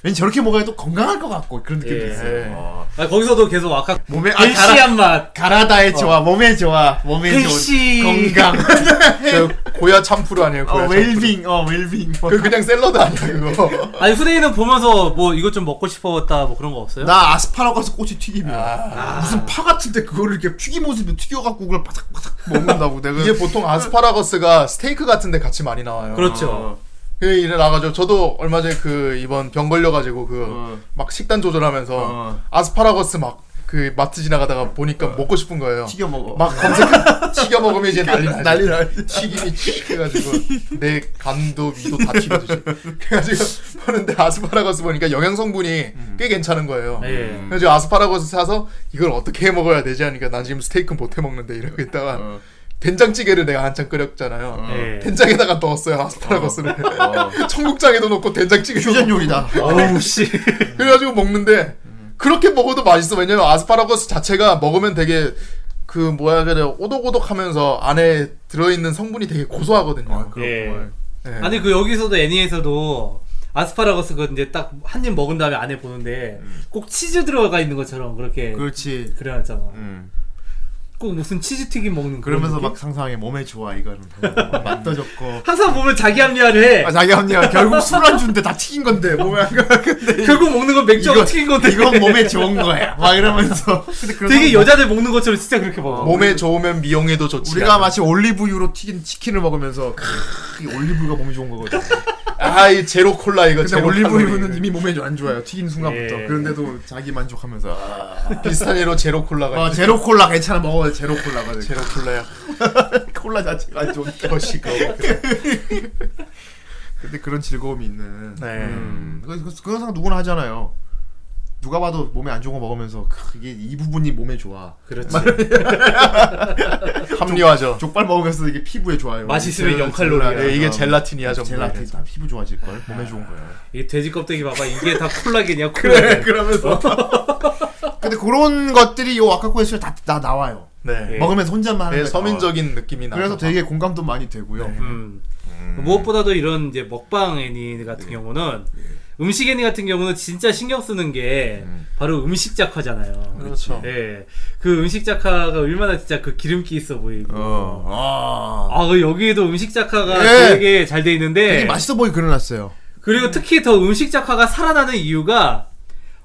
Speaker 3: 왠지 저렇게 먹어야 또 건강할 것 같고 그런 느낌이
Speaker 1: 예.
Speaker 3: 있어요. 어.
Speaker 1: 아, 거기서도 계속 아까 네,
Speaker 3: 몸에 아, 가라,
Speaker 1: 일시한 맛.
Speaker 3: 가라다의
Speaker 4: 어.
Speaker 3: 좋아, 몸에 좋아, 몸에
Speaker 1: 일시.
Speaker 3: 좋은 건강,
Speaker 4: 저그 고야 참프루 아니에요.
Speaker 3: 어,
Speaker 4: 고야 참프루.
Speaker 3: 웰빙, 어 웰빙. 뭐.
Speaker 4: 그 그냥 샐러드 아니야 그거.
Speaker 1: 아니 후대인은 보면서 뭐 이것 좀 먹고 싶었다 뭐 그런 거 없어요?
Speaker 3: 나 아스파라거스 꼬치 튀김이야. 무슨 파 같은데 그거를 이렇게 튀김옷으로 튀겨갖고 그걸 바삭바삭 먹는다고 내가.
Speaker 4: 이게 보통 아스파라거스가 스테이크 같은데 같이 많이 나와요.
Speaker 1: 그렇죠.
Speaker 4: 그 일에 나가죠. 저도 얼마 전에 그 이번 병 걸려가지고 그 막
Speaker 3: 어.
Speaker 4: 식단 조절하면서
Speaker 3: 어.
Speaker 4: 아스파라거스 막 그 마트 지나가다가 보니까 먹고 싶은 거예요.
Speaker 3: 튀겨 먹어.
Speaker 4: 막 검색 뭐. 튀겨 먹으면 이제 난리 나죠.
Speaker 3: 난리 나지.
Speaker 4: 튀김이 튀 해가지고 내 간도 위도 다 튀겨지지. 그래가지고 보는데 아스파라거스 보니까 영양 성분이 꽤 괜찮은 거예요.
Speaker 1: 예.
Speaker 4: 그래서 아스파라거스 사서 이걸 어떻게 해 먹어야 되지 하니까 난 지금 스테이크 못해 먹는데 이러고 있다가
Speaker 3: 어.
Speaker 4: 된장찌개를 내가 한참 끓였잖아요.
Speaker 3: 네.
Speaker 1: 예.
Speaker 4: 된장에다가 넣었어요 아스파라거스를. 어. 청국장에도 넣고 된장찌개
Speaker 3: 퓨전 요리다.
Speaker 1: 어우 씨.
Speaker 4: 그래가지고 먹는데 그렇게 먹어도 맛있어. 왜냐면 아스파라거스 자체가 먹으면 되게 그 뭐야 그래 오독오독하면서 안에 들어있는 성분이 되게 고소하거든요.
Speaker 1: 예.
Speaker 3: 네.
Speaker 4: 예.
Speaker 1: 아니 그 여기서도 애니에서도 아스파라거스 그 이제 딱 한 입 먹은 다음에 안에 보는데 꼭 치즈 들어가 있는 것처럼 그렇게
Speaker 3: 그렇지.
Speaker 1: 그려놨잖아.
Speaker 3: 음. 그러니까?
Speaker 1: 꼭 무슨 치즈 튀김 먹는 그런
Speaker 3: 그러면서
Speaker 1: 느낌?
Speaker 3: 막 상상해 몸에 좋아 이거는 뭐 맛도 좋고
Speaker 1: 항상 보면 자기 합리화를 해.
Speaker 3: 아, 자기 합리화 결국 술 안 주는데 다 튀긴 건데 몸에 안 가. 근데
Speaker 1: 결국 먹는 건 맥주하고 튀긴 건데
Speaker 3: 이건 몸에 좋은 거야 막 이러면서 근데 그런
Speaker 1: 되게
Speaker 3: 건
Speaker 1: 여자들 먹는 것처럼 진짜 그렇게 먹어.
Speaker 4: 몸에 좋으면 미용에도 좋지.
Speaker 3: 우리가 마치 올리브유로 튀긴 치킨을 먹으면서 크으, 이 올리브유가 몸에 좋은 거거든
Speaker 4: 아이 제로 콜라 이거.
Speaker 3: 근데
Speaker 4: 제로
Speaker 3: 올리브유는
Speaker 4: 칼로리.
Speaker 3: 이미 몸에 안 좋아요 튀긴 순간부터
Speaker 1: 예.
Speaker 3: 그런데도 자기 만족하면서 아,
Speaker 4: 비슷한 예로 제로 콜라가.
Speaker 3: 아,
Speaker 4: 있어요.
Speaker 3: 제로 콜라 괜찮아 먹어 제로 콜라가
Speaker 4: 제로 콜라야.
Speaker 3: 콜라 자체가 안 좋은데
Speaker 4: 더 시끄러워.
Speaker 3: 근데 그런 즐거움이 있는
Speaker 4: 네.
Speaker 3: 음, 그, 그, 그 영상 누구나 하잖아요 누가 봐도 몸에 안 좋은 거 먹으면서 그게 이 부분이 몸에 좋아
Speaker 1: 그렇지.
Speaker 4: 합리화죠.
Speaker 3: 족발 먹으면서 이게 피부에 좋아요.
Speaker 1: 맛있으면
Speaker 3: 젤라-
Speaker 1: 영 칼로리야.
Speaker 3: 젤라-
Speaker 4: 네, 이게 젤라틴이야 전부.
Speaker 3: 아, 젤라틴 다 피부 좋아질 걸. 몸에 좋은 거야.
Speaker 1: 이 돼지 껍데기 봐봐. 이게 다 콜라겐이야. 콜라겐.
Speaker 3: 그러면서. 근데 그런 것들이 요 아카코의 술에 다, 다 나와요.
Speaker 4: 네.
Speaker 1: 예.
Speaker 3: 먹으면서 혼잣말 하는
Speaker 4: 네,
Speaker 3: 거야.
Speaker 4: 서민적인 네. 느낌이 나.
Speaker 3: 그래서 되게 공감도 많이 되고요.
Speaker 1: 음. 무엇보다도 이런 이제 먹방 애니 같은 경우는 음식 애니 같은 경우는 진짜 신경 쓰는 게 바로 음식 작화잖아요.
Speaker 4: 그렇죠.
Speaker 1: 예. 그 음식 작화가 얼마나 진짜 그 기름기 있어 보이고.
Speaker 3: 어. 아.
Speaker 1: 아, 그 여기에도 음식 작화가
Speaker 3: 예.
Speaker 1: 되게 잘 돼 있는데
Speaker 4: 네.
Speaker 3: 되게 맛있어 보이 그려놨어요.
Speaker 1: 그리고 특히 더 음식 작화가 살아나는 이유가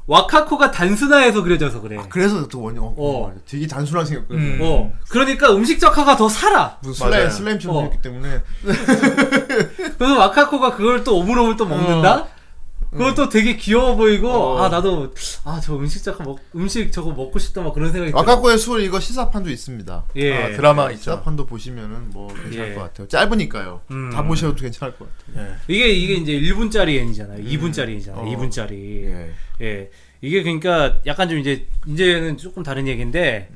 Speaker 1: 와카코가 단순화해서 그려져서 그래.
Speaker 3: 아, 그래서 또 원이 어,
Speaker 1: 어.
Speaker 3: 되게 단순하게 생겼거든요.
Speaker 4: 음.
Speaker 1: 어. 그러니까 음식 작화가 더 살아.
Speaker 3: 무슨
Speaker 4: 맞아요.
Speaker 3: 슬램, 슬램처럼
Speaker 1: 어.
Speaker 3: 생겼기 때문에
Speaker 1: 그래서 와카코가 그걸 또 오물오물 또
Speaker 4: 어.
Speaker 1: 먹는다? 그것도 되게 귀여워 보이고 아 나도 아 저 음식 작화 먹 음식 저거 먹고 싶다 막 그런 생각이 들어요.
Speaker 3: 와카코의 술 이거 시사판도 있습니다. 네.
Speaker 1: 예.
Speaker 4: 아, 드라마 있죠.
Speaker 3: 시사판도 보시면은 뭐 괜찮을
Speaker 1: 예.
Speaker 3: 것 같아요. 짧으니까요.
Speaker 1: 음.
Speaker 3: 다 보셔도 괜찮을 것 같아요.
Speaker 4: 예.
Speaker 1: 이게 이게 이제 1분짜리 애니잖아요.
Speaker 4: 음.
Speaker 1: 2분짜리 애니잖아요.
Speaker 3: 어.
Speaker 1: 2분짜리.
Speaker 3: 예.
Speaker 1: 예. 이게 그러니까 약간 좀 이제 이제는 조금 다른 얘기인데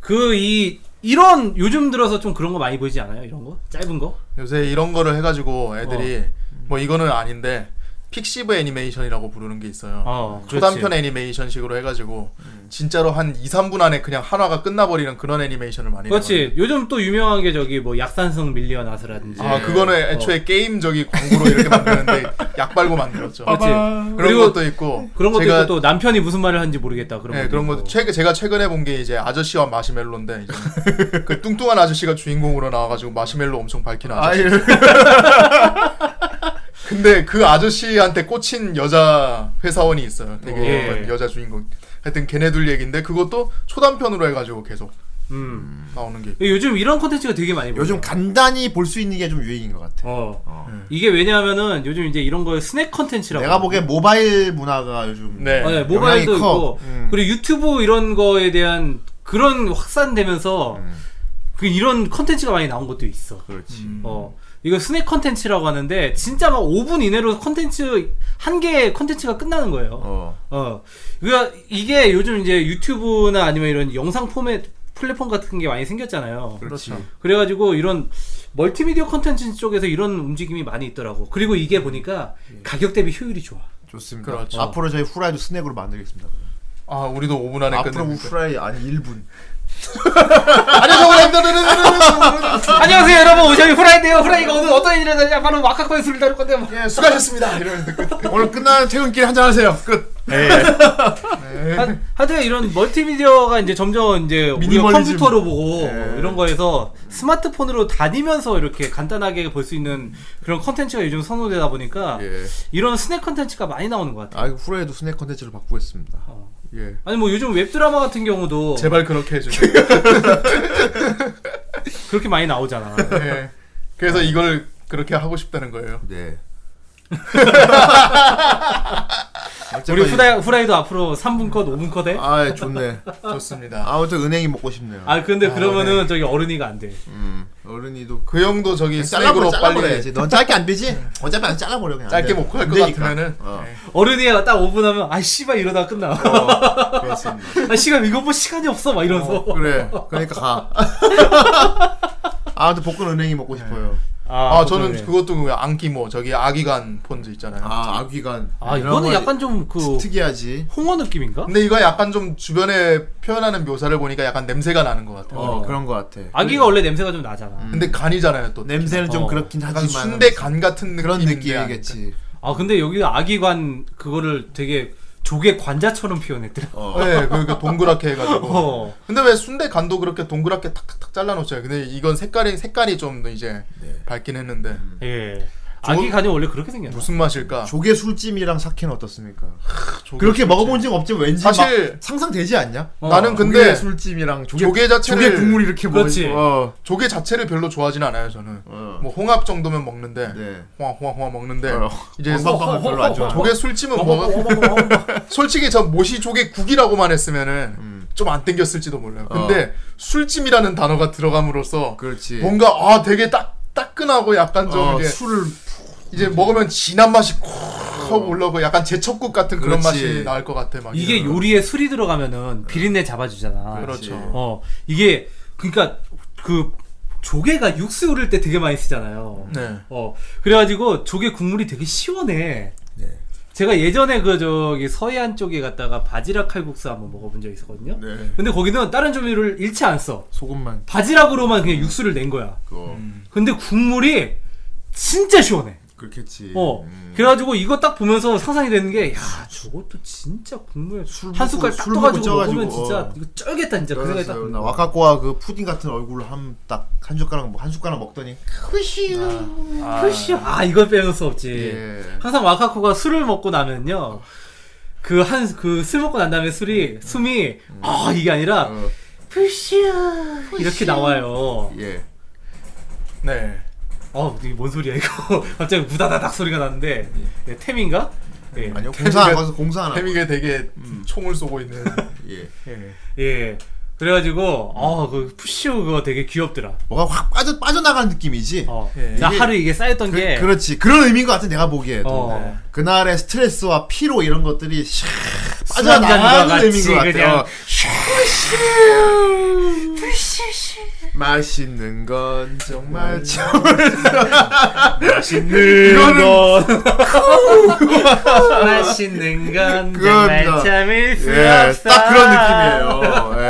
Speaker 1: 그 이 이런 요즘 들어서 좀 그런 거 많이 보이지 않아요? 이런 거 짧은 거?
Speaker 4: 요새 이런 거를 해가지고 애들이
Speaker 1: 어. 음.
Speaker 4: 뭐 이거는 아닌데 픽시브 애니메이션이라고 부르는 게 있어요.
Speaker 1: 어,
Speaker 4: 초단편
Speaker 1: 그렇지. 음.
Speaker 4: 애니메이션식으로 해가지고 진짜로 한 2, 3분 안에 그냥 한화가 끝나버리는 그런 애니메이션을 많이
Speaker 1: 그렇지. 요즘 또 유명한 게 저기 뭐 약산성 밀리어나스라든지.
Speaker 4: 내거든요. 아 그거는 애초에 게임적이 광고로 이렇게 만드는데 약 발고 만들었죠.
Speaker 1: 그렇지.
Speaker 4: 그런
Speaker 1: 그리고
Speaker 4: 것도 있고
Speaker 1: 그런 것도
Speaker 4: 제가
Speaker 1: 있고 또 남편이 무슨 말을 하는지 모르겠다 그런
Speaker 4: 네,
Speaker 1: 것도
Speaker 4: 그런
Speaker 1: 있고.
Speaker 4: 것도 최근 제가 최근에 본 게 이제 아저씨와 마시멜로인데 이제 그 뚱뚱한 아저씨가 주인공으로 나와가지고 마시멜로 엄청 밝히는
Speaker 1: 예.
Speaker 4: 아저씨.
Speaker 3: 아유.
Speaker 4: 근데 그 아저씨한테 꽂힌 여자 회사원이 있어요. 되게
Speaker 1: 예.
Speaker 4: 예쁜 여자 주인공. 하여튼 걔네 둘 얘긴데 그것도 초단편으로 해가지고 계속
Speaker 1: 음.
Speaker 4: 나오는 게.
Speaker 1: 요즘 이런 콘텐츠가 되게 많이 보여요.
Speaker 3: 요즘 간단히 볼 수 있는 게 좀 유행인 것 같아.
Speaker 1: 어. 이게 왜냐하면은 요즘 이제 이런 걸 스낵 컨텐츠라고.
Speaker 3: 내가 보기엔 모바일 문화가 요즘
Speaker 4: 어. 네.
Speaker 1: 어, 네,
Speaker 3: 영향이
Speaker 1: 모바일도
Speaker 3: 커.
Speaker 1: 있고
Speaker 3: 음.
Speaker 1: 그리고 유튜브 이런 거에 대한 그런 확산되면서 그 이런 컨텐츠가 많이 나온 것도 있어.
Speaker 3: 음. 그렇지.
Speaker 1: 어. 이거 스낵 컨텐츠라고 하는데 진짜 막 5분 이내로 컨텐츠 한 개의 컨텐츠가 끝나는 거예요.
Speaker 3: 어.
Speaker 1: 어. 그러니까 이게 요즘 이제 유튜브나 아니면 이런 영상 포맷 플랫폼 같은 게 많이 생겼잖아요.
Speaker 4: 그렇죠.
Speaker 1: 그래가지고 이런 멀티미디어 컨텐츠 쪽에서 이런 움직임이 많이 있더라고. 그리고 이게 보니까
Speaker 4: 예.
Speaker 1: 가격 대비 효율이 좋아.
Speaker 3: 좋습니다.
Speaker 4: 그렇죠.
Speaker 3: 앞으로 저희 후라이도 스낵으로 만들겠습니다.
Speaker 4: 아 우리도 5분 안에
Speaker 3: 앞으로
Speaker 4: 끝내. 아,
Speaker 3: 후라이 아니 1분.
Speaker 1: 안녕하세요 여러분 저희 후라이인데요 후라이가 오늘 어떤 일을 하냐 바로 마카코의 술을 다룰 건데 막.
Speaker 4: 예, 수고하셨습니다. 이러면서 끝.
Speaker 3: 오늘 끝나는 네. 퇴근길 한잔 하세요. 끝.
Speaker 1: 하- 하여튼 이런 멀티미디어가 이제 점점 이제 우리가
Speaker 3: 미니멀리즘. 예.
Speaker 1: 컴퓨터로 보고 이런 거에서 스마트폰으로 다니면서 이렇게 간단하게 볼 수 있는 그런 컨텐츠가 요즘 선호되다 보니까
Speaker 3: 예.
Speaker 1: 이런 스낵 컨텐츠가 많이 나오는 것 같아요
Speaker 3: 아 이거 후라이도 스낵 컨텐츠로 바꾸겠습니다. 예.
Speaker 1: 아니 뭐 요즘 웹드라마 같은 경우도
Speaker 4: 제발 그렇게 해주세요.
Speaker 1: 그렇게 많이 나오잖아
Speaker 4: 예. 그래서 이걸 그렇게 하고 싶다는 거예요.
Speaker 3: 네.
Speaker 1: 우리 후라이, 후라이도 앞으로 3분 컷 5분 컷 해?
Speaker 3: 아 좋네.
Speaker 4: 좋습니다.
Speaker 3: 아무튼 은행이 먹고 싶네요.
Speaker 1: 아 근데 그러면은 저기 어른이가 안돼
Speaker 3: 음. 어른이도
Speaker 4: 그 형도 저기
Speaker 3: 잘라버려
Speaker 4: 스낵으로 빨리
Speaker 3: 잘라버려야지. 네. 넌 짧게 안 되지? 어차피 안 잘라버려 그냥. 안
Speaker 4: 짧게
Speaker 3: 돼.
Speaker 4: 먹고 할
Speaker 3: 안
Speaker 4: 것
Speaker 3: 되니까.
Speaker 4: 같으면은
Speaker 3: 어.
Speaker 4: 예.
Speaker 1: 어른이가 딱 5분 하면 아 씨발 이러다 끝나
Speaker 4: 그렇습니다.
Speaker 1: 아 시간 이거 뭐 시간이 없어 막 이러면서
Speaker 3: 그래. 그러니까 가. 아, 근데 복근 은행이 먹고 싶어요.
Speaker 4: 아, 저는
Speaker 1: 그러네.
Speaker 4: 그것도 그냥 안기모 저기 아기간 폰즈 있잖아요.
Speaker 3: 아, 아귀간.
Speaker 1: 아
Speaker 3: 이런
Speaker 1: 이거는
Speaker 3: 거
Speaker 1: 약간 좀 그
Speaker 3: 특이하지.
Speaker 1: 홍어 느낌인가?
Speaker 4: 근데 이거 약간 좀 주변에 표현하는 묘사를 보니까 약간 냄새가 나는 것 같아요.
Speaker 3: 어, 그런 것 같아.
Speaker 1: 아기가 원래 냄새가 좀 나잖아.
Speaker 4: 근데 간이잖아요 또.
Speaker 3: 냄새는 좀
Speaker 1: 어.
Speaker 3: 그렇긴
Speaker 4: 약간
Speaker 3: 하지만
Speaker 4: 순대 간 같은
Speaker 3: 그런
Speaker 4: 느낌인데
Speaker 3: 느낌이겠지.
Speaker 1: 아 근데 여기가 아기관 그거를 되게 조개 관자처럼 표현했더라.
Speaker 3: 어.
Speaker 4: 네, 그러니까 동그랗게 해가지고.
Speaker 1: 어.
Speaker 4: 근데 왜 순대 간도 그렇게 동그랗게 탁탁탁 잘라놓잖아요. 근데 이건 색깔이 색깔이 좀 이제
Speaker 3: 네.
Speaker 4: 밝긴 했는데
Speaker 1: 예. 아기 간이 원래 그렇게 생겼나?
Speaker 4: 무슨 맛일까?
Speaker 3: 음. 조개 술찜이랑 사케는 어떻습니까?
Speaker 4: 조개
Speaker 3: 그렇게
Speaker 4: 술찜.
Speaker 3: 먹어본 적 없지만 왠지
Speaker 4: 사실-
Speaker 3: 막 상상되지 않냐?
Speaker 1: 어.
Speaker 4: 나는
Speaker 3: 조개
Speaker 4: 근데
Speaker 3: 술찜이랑 조개,
Speaker 4: 조개 자체를
Speaker 3: 조개 국물 이렇게
Speaker 1: 그렇지.
Speaker 3: 먹어. 어.
Speaker 4: 조개 자체를 별로 좋아하진 않아요 저는.
Speaker 3: 어.
Speaker 4: 뭐 홍합 정도면 먹는데
Speaker 3: 네.
Speaker 4: 홍합 홍합 홍합 먹는데
Speaker 3: 어.
Speaker 4: 이제
Speaker 3: 건방방을 별로 안 좋아.
Speaker 4: 조개 술찜은 먹어. 솔직히 전 모시 조개 국이라고만 했으면은
Speaker 3: 음.
Speaker 4: 좀 안 땡겼을지도 몰라요. 근데 술찜이라는 단어가 들어감으로써
Speaker 3: 어. 그렇지.
Speaker 4: 뭔가 아 되게 딱 따끈하고 약간 좀
Speaker 3: 어,
Speaker 4: 이제
Speaker 3: 술을
Speaker 4: 이제 먹으면 진한 맛이 콕 하고 올라오고 약간 제첩국 같은 그런
Speaker 3: 그렇죠. 그렇지.
Speaker 4: 맛이 나올 것 같아. 막
Speaker 1: 이게
Speaker 4: 이런.
Speaker 1: 요리에 술이 들어가면은 비린내 잡아주잖아.
Speaker 4: 그렇죠.
Speaker 1: 어 이게 그러니까 그 조개가 육수 요릴 때 되게 많이 쓰잖아요.
Speaker 4: 네.
Speaker 1: 어 그래가지고 조개 국물이 되게 시원해.
Speaker 4: 네.
Speaker 1: 제가 예전에 그 저기 서해안 쪽에 갔다가 바지락 칼국수 한번 먹어본 적이 있었거든요.
Speaker 3: 네.
Speaker 1: 근데 거기는 다른 조미료를 잃지 않았어.
Speaker 3: 소금만
Speaker 1: 바지락으로만 그냥 육수를 낸 거야.
Speaker 3: 그거
Speaker 4: 음.
Speaker 3: 음.
Speaker 1: 근데 국물이 진짜 시원해.
Speaker 3: 그렇겠지.
Speaker 1: 어.
Speaker 3: 음.
Speaker 1: 그래가지고 이거 딱 보면서 상상이 되는 게, 야, 저것도 진짜 국물
Speaker 3: 술
Speaker 1: 한
Speaker 3: 먹고-
Speaker 1: 숟갈 딱
Speaker 3: 술 먹고
Speaker 1: 떠가지고 먹으면
Speaker 3: 쪄가지고,
Speaker 1: 진짜
Speaker 3: 어.
Speaker 1: 이거 쩔겠다, 진짜. 그 생각이 딱
Speaker 3: 그래서
Speaker 1: 드는
Speaker 3: 나
Speaker 1: 거야.
Speaker 3: 와카코와 그 푸딩 같은 얼굴로 한 딱 한 숟가락 먹- 한 숟가락 먹더니
Speaker 1: 표시야. 아, 이걸 빼놓을 수 없지.
Speaker 3: 예.
Speaker 1: 항상 와카코가 술을 먹고 나면요. 그 한, 그 술 먹고 난 다음에 술이, 숨이, 아, 이게 아니라,
Speaker 3: 어.
Speaker 1: 푸슈 이렇게 나와요.
Speaker 3: 예.
Speaker 4: 네.
Speaker 1: 어, 이게 뭔 소리야 이거? 갑자기 우다다닥 소리가 나는데 예, 템인가? 예.
Speaker 3: 아니요 공사 안 가서 공사 안 하고
Speaker 4: 태미가 되게 총을 쏘고 있는.
Speaker 3: 음. 예.
Speaker 4: 예.
Speaker 1: 예. 그래가지고 아, 어그 푸시오 그거 되게 귀엽더라.
Speaker 3: 뭐가 확 빠져 빠져나가는 느낌이지.
Speaker 1: 어.
Speaker 4: 예.
Speaker 1: 나
Speaker 3: 이게-
Speaker 1: 하루 이게 쌓였던
Speaker 3: 그,
Speaker 1: 게
Speaker 3: 그렇지 그런 의미인 것 같아 내가 보기에도
Speaker 1: 예. 어.
Speaker 3: 네. 그날의 스트레스와 피로 이런 것들이 샥
Speaker 1: 술한잔과
Speaker 3: 빠져나가는
Speaker 1: 같이
Speaker 3: 의미인 것
Speaker 1: 그냥
Speaker 3: 같아요 맛있는 건
Speaker 1: 음.
Speaker 3: 정말 참
Speaker 1: 맛있는 건 맛있는 건 정말
Speaker 3: 그건-
Speaker 1: 참을 수
Speaker 3: 예,
Speaker 1: 없어.
Speaker 3: 딱 그런 느낌이에요. 예.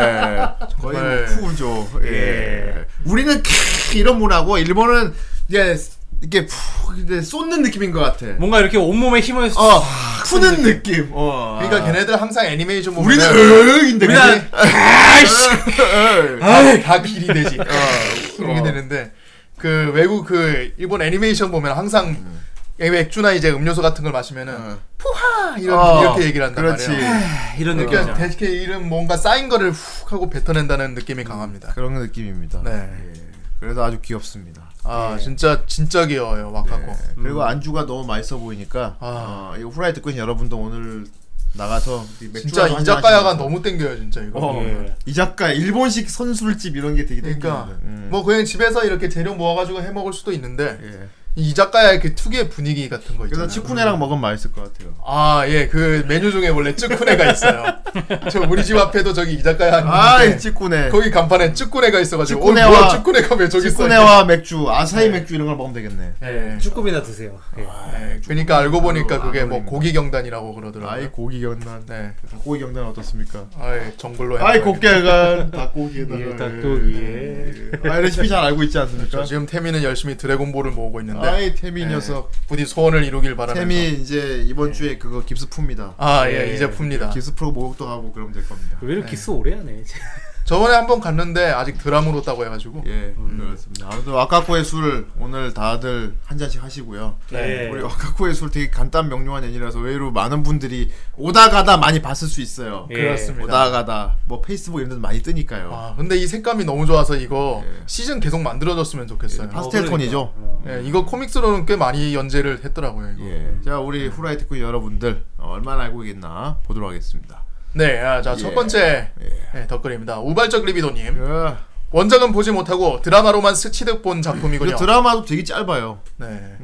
Speaker 3: 거의
Speaker 4: 네.
Speaker 3: 뭐 푸죠. 예.
Speaker 1: 예.
Speaker 3: 우리는 캬 이런 문화고 일본은 예 이렇게 푹 이제 쏟는 느낌인 것 같아.
Speaker 1: 뭔가 이렇게 온몸에 힘을 뭐, 쏟-
Speaker 3: 어 푸는 느낌. 어.
Speaker 4: 그러니까 걔네들 항상 애니메이션 보면
Speaker 3: 우리는 으응인데
Speaker 1: 우리는
Speaker 3: 아, 예.
Speaker 4: 다 길이 되지.
Speaker 3: 어,
Speaker 4: 그렇게 되는데 그 외국 그 일본 애니메이션 보면 항상
Speaker 3: 음.
Speaker 4: 예, 맥주나 이제 음료수 같은 걸 마시면은 포하 이런
Speaker 3: 어,
Speaker 4: 이렇게 얘기를 한단
Speaker 3: 그렇지.
Speaker 4: 말이에요.
Speaker 1: 이런
Speaker 4: 그러니까
Speaker 1: 느낌이죠.
Speaker 4: 대체 이런 뭔가 쌓인 거를 훅 하고 뱉어낸다는
Speaker 3: 음.
Speaker 4: 느낌이 강합니다.
Speaker 3: 그런 느낌입니다.
Speaker 4: 네.
Speaker 3: 예. 그래서 아주 귀엽습니다.
Speaker 4: 아 진짜 진짜 귀여워요 와카코.
Speaker 3: 예. 그리고 안주가 너무 맛있어 보이니까
Speaker 4: 음. 아.
Speaker 3: 어, 이거 후라이 듣고 있는 여러분도 오늘 나가서 이 맥주
Speaker 4: 진짜
Speaker 3: 한잔
Speaker 4: 이자카야가
Speaker 3: 하시면서.
Speaker 4: 너무 땡겨요 진짜 이거.
Speaker 3: 어,
Speaker 1: 예.
Speaker 3: 이자카 일본식 선술집 이런 게 되게
Speaker 4: 그러니까
Speaker 3: 땡기는데. 음.
Speaker 4: 뭐 그냥 집에서 이렇게 재료 모아가지고 해 먹을 수도 있는데
Speaker 3: 예.
Speaker 4: 이 이자카야의 그 특유의 분위기 같은 거 있잖아요.
Speaker 3: 그래서 치쿠네랑 먹으면 맛있을 것 같아요.
Speaker 4: 아, 예, 그 메뉴 중에 원래 쯔꾸네가 있어요. 저 우리 집 앞에도 저기 이자카야
Speaker 3: 아,
Speaker 4: 있는데
Speaker 3: 이 치쿠네.
Speaker 4: 거기 간판에 쯔꾸네가 있어가지고
Speaker 3: 쯔꾸네와-
Speaker 4: 어, 뭐야, 쯔꾸네가 왜 저기 있어?
Speaker 3: 치쿠네와 맥주, 아사히 맥주 이런 걸 먹으면 되겠네.
Speaker 4: 예.
Speaker 1: 쭈꾸미나 드세요. 예.
Speaker 4: 예, 그러니까 알고 보니까
Speaker 3: 아,
Speaker 4: 그게 뭐
Speaker 3: 어울린다.
Speaker 4: 고기 경단이라고 그러더라고요.
Speaker 3: 아이 고기 경단.
Speaker 4: 네,
Speaker 3: 닭고기 경단 어떻습니까?
Speaker 4: 아이 정글로 해.
Speaker 3: 아이 곱게간 닭고기에다가.
Speaker 1: 예, 닭고기에.
Speaker 3: 예. 아, 레시피 잘 알고 있지 않습니까? 네.
Speaker 4: 저 지금 태민은 열심히 드래곤볼을 모으고 있는데
Speaker 3: 그렇죠. 아이 태미 녀석.
Speaker 4: 부디 소원을 이루길 바라면서.
Speaker 3: 태미 이제 이번 주에 그거 깁스 풉니다.
Speaker 4: 아, 예,
Speaker 1: 예.
Speaker 4: 이제 풉니다.
Speaker 3: 깁스 풀고 목욕도 하고 그러면 될 겁니다.
Speaker 1: 왜 이렇게 기스 오래 하네.
Speaker 4: 저번에 한번 갔는데 아직 드라무로 따고 해가지고.
Speaker 3: 예, 그렇습니다. 아무튼 와카코의 술 오늘 다들 한 잔씩 하시고요. 예.
Speaker 1: 네.
Speaker 3: 우리 와카코의 술 되게 간단 명료한 얘기라서 의외로 많은 분들이 오다 가다 많이 봤을 수 있어요.
Speaker 1: 예.
Speaker 4: 그렇습니다.
Speaker 3: 오다 가다 뭐 페이스북 이런 데도 많이 뜨니까요.
Speaker 4: 아, 근데 이 색감이 너무 좋아서 이거
Speaker 3: 예.
Speaker 4: 시즌 계속 만들어졌으면 좋겠어요.
Speaker 3: 예, 파스텔 톤이죠.
Speaker 1: 어.
Speaker 4: 예, 이거 코믹스로는 꽤 많이 연재를 했더라고요. 이거.
Speaker 3: 예. 자, 우리 후라이 듣고 여러분들 어, 얼마나 알고 있겠나 보도록 하겠습니다.
Speaker 4: 네, 아, 자,
Speaker 3: 예.
Speaker 4: 첫 번째
Speaker 3: 예.
Speaker 4: 예, 댓글입니다. 우발적 리비도님.
Speaker 3: 예.
Speaker 4: 원작은 보지 못하고 드라마로만 스치듯 본
Speaker 3: 근데
Speaker 4: 작품이군요.
Speaker 3: 그 드라마도 음. 되게 짧아요.
Speaker 4: 네.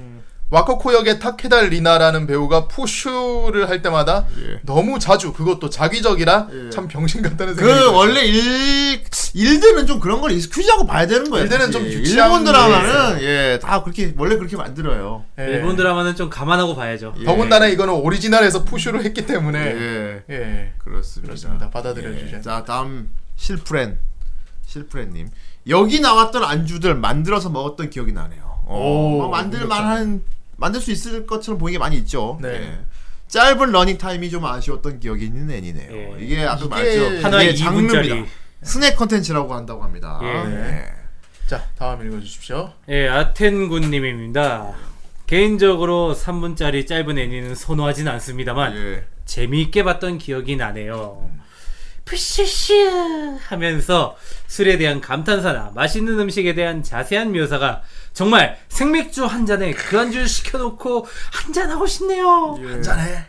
Speaker 4: 와커코 역의 타케다 리나라는 배우가 푸슈를 할 때마다
Speaker 3: 예.
Speaker 4: 너무 자주 그것도 자기적이라
Speaker 3: 예.
Speaker 4: 참 병신 같다는 생각이
Speaker 3: 그
Speaker 4: 들어요.
Speaker 3: 원래 일 일들은 좀 그런 걸 익스큐즈하고 봐야 되는 거예요.
Speaker 4: 일들은 좀
Speaker 3: 사실.
Speaker 4: 유치한
Speaker 3: 일본 드라마는 예 다 그렇게 원래 그렇게 만들어요.
Speaker 4: 예.
Speaker 1: 일본 드라마는 좀 감안하고 봐야죠.
Speaker 3: 예.
Speaker 4: 더군다나 이거는 오리지널에서 푸슈를 했기 때문에
Speaker 3: 예
Speaker 4: 예.
Speaker 3: 그렇습니다. 예.
Speaker 4: 그렇습니다. 받아들여 주셔야
Speaker 3: 자 다음 실프렌 실프렌님 여기 나왔던 안주들 만들어서 먹었던 기억이 나네요. 어,
Speaker 4: 오,
Speaker 3: 뭐 만들만한 만들 수 있을 것처럼 보이는 게 많이 있죠.
Speaker 4: 네.
Speaker 3: 예. 짧은 러닝 타임이 좀 아쉬웠던 기억이 있는 애니네요.
Speaker 1: 예.
Speaker 3: 이게 아까
Speaker 4: 이게
Speaker 3: 말했죠.
Speaker 1: 하나의
Speaker 3: 이게 장르입니다.
Speaker 1: 2분짜리.
Speaker 3: 스낵 컨텐츠라고 한다고 합니다.
Speaker 1: 예.
Speaker 3: 예.
Speaker 4: 자, 다음 읽어 주십시오.
Speaker 1: 예, 아텐군님입니다. 개인적으로 3분짜리 짧은 애니는 선호하진 않습니다만
Speaker 3: 예.
Speaker 1: 재미있게 봤던 기억이 나네요. 푸시슈 하면서 술에 대한 감탄사나 맛있는 음식에 대한 자세한 묘사가 정말 생맥주 한 잔에 그 안주 시켜놓고 한 잔 하고 싶네요.
Speaker 3: 예.
Speaker 4: 짠해.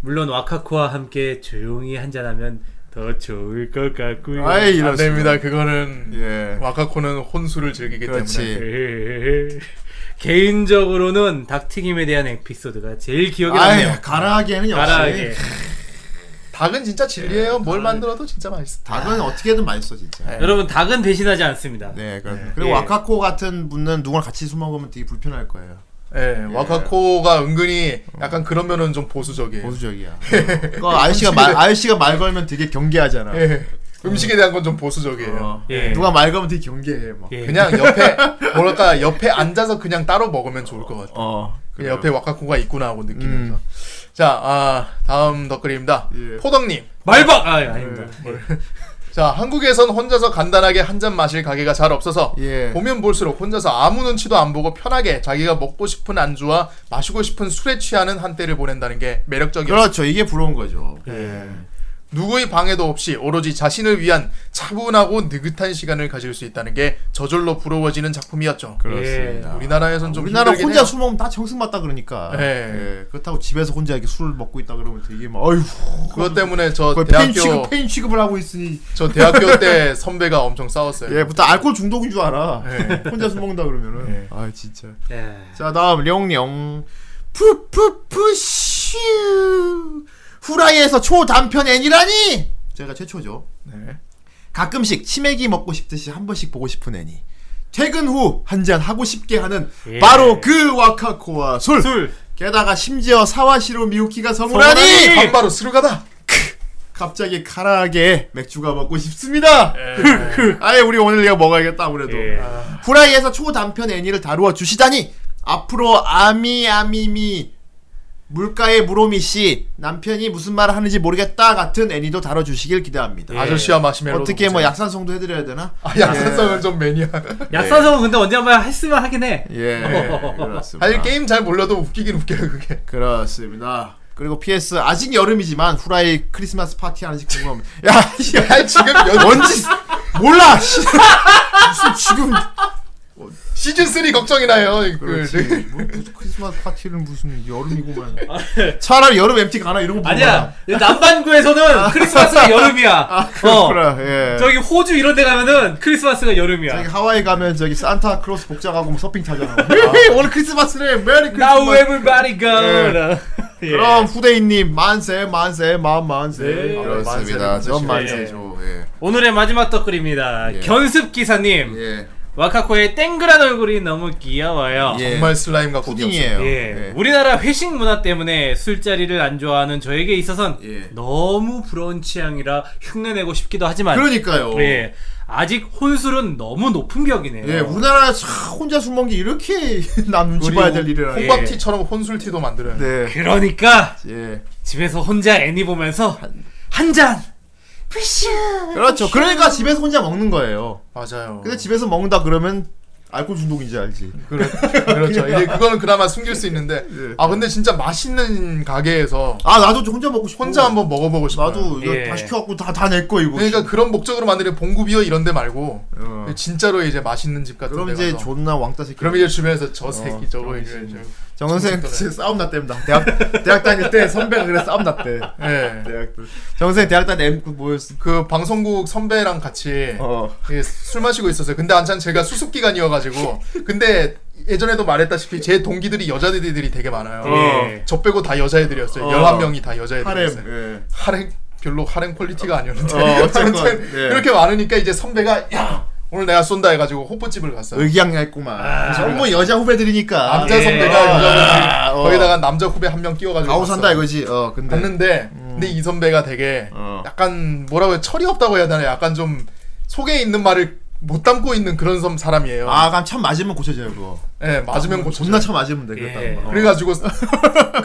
Speaker 1: 물론 와카코와 함께 조용히 한 잔하면 더 좋을 것 같고요.
Speaker 3: 아이
Speaker 4: 안
Speaker 3: 이렇습니다.
Speaker 4: 됩니다. 그거는
Speaker 3: 예.
Speaker 4: 와카코는 혼술을 즐기기
Speaker 3: 그렇지.
Speaker 4: 때문에 예.
Speaker 1: 개인적으로는 닭튀김에 대한 에피소드가 제일 기억에 남네요.
Speaker 3: 아이 가라하기에는 역시
Speaker 1: 가라하게.
Speaker 4: 닭은 진짜 진리예요. 뭘 만들어도 진짜 맛있어.
Speaker 3: 아, 닭은 어떻게든 맛있어 진짜.
Speaker 4: 예.
Speaker 1: 여러분 닭은 배신하지 않습니다.
Speaker 3: 네, 그렇습니다.
Speaker 1: 네.
Speaker 3: 그리고
Speaker 1: 예.
Speaker 3: 와카코 같은 분은 누구랑 같이 술 먹으면 되게 불편할 거예요. 어.
Speaker 4: 예, 와카코가 은근히 약간 그런 면은 좀 보수적이에요.
Speaker 3: 보수적이야. 그 아저씨가 말 아저씨가 말 걸면 되게 경계하잖아.
Speaker 4: 예. 음식에 대한 건 좀 보수적이에요.
Speaker 3: 어.
Speaker 1: 예.
Speaker 3: 누가 말 걸면 되게 경계해 막.
Speaker 1: 예.
Speaker 4: 그냥 옆에 뭐랄까 옆에 앉아서 그냥 따로 먹으면 좋을 것 같아요.
Speaker 3: 어.
Speaker 4: 예,
Speaker 3: 그래요. 음.
Speaker 4: 옆에 와카코가 있구나 하고 느끼면서. 자, 아, 다음 댓글입니다.
Speaker 3: 예.
Speaker 4: 포덕님.
Speaker 1: 말박. 아, 아닙니다.
Speaker 3: 네.
Speaker 4: 자, 한국에선 혼자서 간단하게 한 잔 마실 가게가 잘 없어서
Speaker 3: 예.
Speaker 4: 보면 볼수록 혼자서 아무 눈치도 안 보고 편하게 자기가 먹고 싶은 안주와 마시고 싶은 술에 취하는 한때를 보낸다는 게 매력적이었어요.
Speaker 3: 그렇죠. 이게 부러운 거죠.
Speaker 1: 예.
Speaker 4: 누구의 방해도 없이 오로지 자신을 위한 차분하고 느긋한 시간을 가질 수 있다는 게 저절로 부러워지는 작품이었죠. 예,
Speaker 1: 그렇습니다.
Speaker 4: 우리나라에선 좀
Speaker 3: 우리나라
Speaker 4: 힘들긴
Speaker 3: 혼자
Speaker 4: 해요.
Speaker 3: 술 먹으면 다 정승 맞다 그러니까.
Speaker 4: 예.
Speaker 3: 예, 그렇다고 집에서 혼자 이렇게 술 먹고 있다 그러면 되게 막 어휴.
Speaker 4: 그것 때문에 저
Speaker 3: 거의 팬
Speaker 4: 대학교
Speaker 3: 취급 팬 취급을 하고 있으니.
Speaker 4: 저 대학교 때 선배가 엄청 싸웠어요.
Speaker 3: 예, 부터 알코올 중독인 줄 알아.
Speaker 4: 예.
Speaker 3: 혼자 술 먹는다 그러면은. 아 진짜.
Speaker 1: 예.
Speaker 3: 자 다음 령령 푸푸푸슈 후라이에서 초단편 애니라니 제가 최초죠
Speaker 4: 네.
Speaker 3: 가끔씩 치맥이 먹고 싶듯이 한 번씩 보고 싶은 애니 퇴근 후 한 잔 하고 싶게 하는
Speaker 1: 예.
Speaker 3: 바로 그 와카코와 술.
Speaker 1: 술.
Speaker 3: 게다가 심지어 사와시로 미우키가 성우라니
Speaker 1: 성우라니!
Speaker 4: 반바로 스루가다.
Speaker 3: 갑자기 카라하게 맥주가 먹고 싶습니다 아예 우리 오늘 이거 먹어야겠다 아무래도
Speaker 1: 예.
Speaker 3: 후라이에서 초단편 애니를 다루어 주시다니 앞으로 아미아미미 물가의 무로미 씨 남편이 무슨 말을 하는지 모르겠다 같은 애니도 다뤄주시길 기대합니다.
Speaker 1: 예.
Speaker 4: 아저씨와 마시멜로.
Speaker 3: 어떻게 뭐 예. 약산성도 해드려야 되나?
Speaker 4: 아, 약산성은 좀 매니아.
Speaker 1: 약사성은 근데 언제 한번 했으면 하긴 해.
Speaker 3: 네. 예 그렇습니다.
Speaker 4: 사실 아, 게임 잘 몰라도 웃기긴 웃겨요 그게.
Speaker 3: 그렇습니다. 그리고 PS 아직 여름이지만 후라이 크리스마스 파티 하는지 궁금합니다. 야, 야
Speaker 4: 아 지금 연...
Speaker 3: 뭔지 몰라. 씨. 무슨 지금
Speaker 4: 시즌 3 걱정이 나요.
Speaker 1: 네,
Speaker 4: 그,
Speaker 3: 그렇지. 뭐, 무슨 크리스마스 파티는 무슨 여름이고만. 차라리 여름 MT 가나 이런 거
Speaker 1: 아니야. 남반구에서는 크리스마스가 여름이야.
Speaker 3: 아, 그렇구나. 예.
Speaker 1: 어. 저기 호주 이런 데 가면은 크리스마스가
Speaker 3: 저기
Speaker 1: 여름이야.
Speaker 3: 하와이 가면 저기 산타 크로스 복장하고 뭐 서핑 타잖아. 아, 오늘 크리스마스래. 메리
Speaker 1: Now
Speaker 3: 크리스마스.
Speaker 1: everybody go.
Speaker 3: 예.
Speaker 1: 예.
Speaker 3: 그럼 후대인님 만세 만세 만 만세.
Speaker 1: 예.
Speaker 3: 그렇습니다. 전
Speaker 1: 만세.
Speaker 3: 만세죠. 예.
Speaker 1: 오늘의 마지막 떡글입니다.
Speaker 3: 예.
Speaker 1: 견습 기사님.
Speaker 3: 예.
Speaker 1: 와카코의 땡그란 얼굴이 너무 귀여워요.
Speaker 3: 예.
Speaker 4: 정말 슬라임 같고
Speaker 3: 푸딩이에요.
Speaker 1: 예. 우리나라 회식 문화 때문에 술자리를 안 좋아하는 저에게 있어선
Speaker 3: 예.
Speaker 1: 너무 부러운 취향이라 흉내내고 싶기도 하지만
Speaker 3: 그러니까요. 예.
Speaker 1: 예. 아직 혼술은 너무 높은 격이네요.
Speaker 3: 우리나라 혼자 술 먹기 이렇게 남 눈치 봐야 될 일이라.
Speaker 1: 예.
Speaker 4: 혼밥티처럼 혼술티도 만들어요.
Speaker 3: 네.
Speaker 1: 그러니까
Speaker 3: 예.
Speaker 1: 집에서 혼자 애니 보면서 한 잔. 푸슈.
Speaker 3: 그렇죠. 그러니까 집에서 혼자 먹는 거예요.
Speaker 4: 맞아요.
Speaker 3: 근데 집에서 먹는다 그러면 알코올 중독인지 알지.
Speaker 4: 어. 그래, 그렇죠. 이제 그거는 그나마 숨길 수 있는데.
Speaker 3: 예.
Speaker 4: 아 근데 진짜 맛있는 가게에서
Speaker 3: 아 나도 저 혼자 먹고 싶어.
Speaker 4: 혼자 한번 먹어보고 싶어요.
Speaker 3: 나도 이거
Speaker 1: 예.
Speaker 3: 다 시켜갖고 다 다 내 거 어. 이거.
Speaker 4: 그러니까 그런 목적으로 만드는 봉구비어 이런데 말고
Speaker 3: 어.
Speaker 4: 진짜로 이제 맛있는 집 같은
Speaker 3: 그럼
Speaker 4: 데
Speaker 3: 이제 어,
Speaker 4: 가서.
Speaker 3: 존나 왕따 새끼.
Speaker 4: 그럼 이제 주변에서 저 새끼 저거 이제
Speaker 3: 정 선생
Speaker 4: 정선생
Speaker 3: 진짜 싸움 났답니다. 대학 대학 다닐 때 선배가 그래 싸움 났대.
Speaker 4: 예.
Speaker 3: 대학 정 선생 대학 다닐 M 그 뭐였어?
Speaker 4: 그 방송국 선배랑 같이
Speaker 3: 어.
Speaker 4: 예, 술 마시고 있었어요. 근데 한참 제가 수습 기간이어가지고 근데 예전에도 말했다시피 제 동기들이 여자애들이 되게 많아요.
Speaker 1: 예.
Speaker 4: 저 빼고 다 여자애들이었어요.
Speaker 3: 어.
Speaker 4: 11명이 다
Speaker 3: 하렘.
Speaker 4: 여자애들이었어요.
Speaker 3: 예.
Speaker 4: 하렘 별로 하렘 퀄리티가 아니었는데
Speaker 3: 어, 어쨌건,
Speaker 4: 아무튼
Speaker 3: 예.
Speaker 4: 그렇게 많으니까 이제 선배가 야 오늘 내가 쏜다 해가지고 호프집을 갔어요.
Speaker 3: 의기양양했구만. 전부 여자 후배들이니까.
Speaker 4: 아, 남자
Speaker 1: 예.
Speaker 4: 선배가 여자
Speaker 3: 어.
Speaker 4: 후배 거기다가 남자 후배 한 명 끼워가지고
Speaker 3: 아우 산다
Speaker 4: 갔어요.
Speaker 3: 이거지. 어 근데.
Speaker 4: 갔는데 근데 이 선배가 되게
Speaker 3: 어.
Speaker 4: 약간 뭐라고 해야 철이 없다고 해야 되나 약간 좀 속에 있는 말을 못 담고 있는 그런 섬 사람이에요.
Speaker 3: 아 그럼 참 맞으면 고쳐져요 그거.
Speaker 4: 예, 맞으면 고쳐.
Speaker 3: 존나 참 맞으면 돼
Speaker 1: 예.
Speaker 3: 그랬다는 거.
Speaker 4: 그래가지고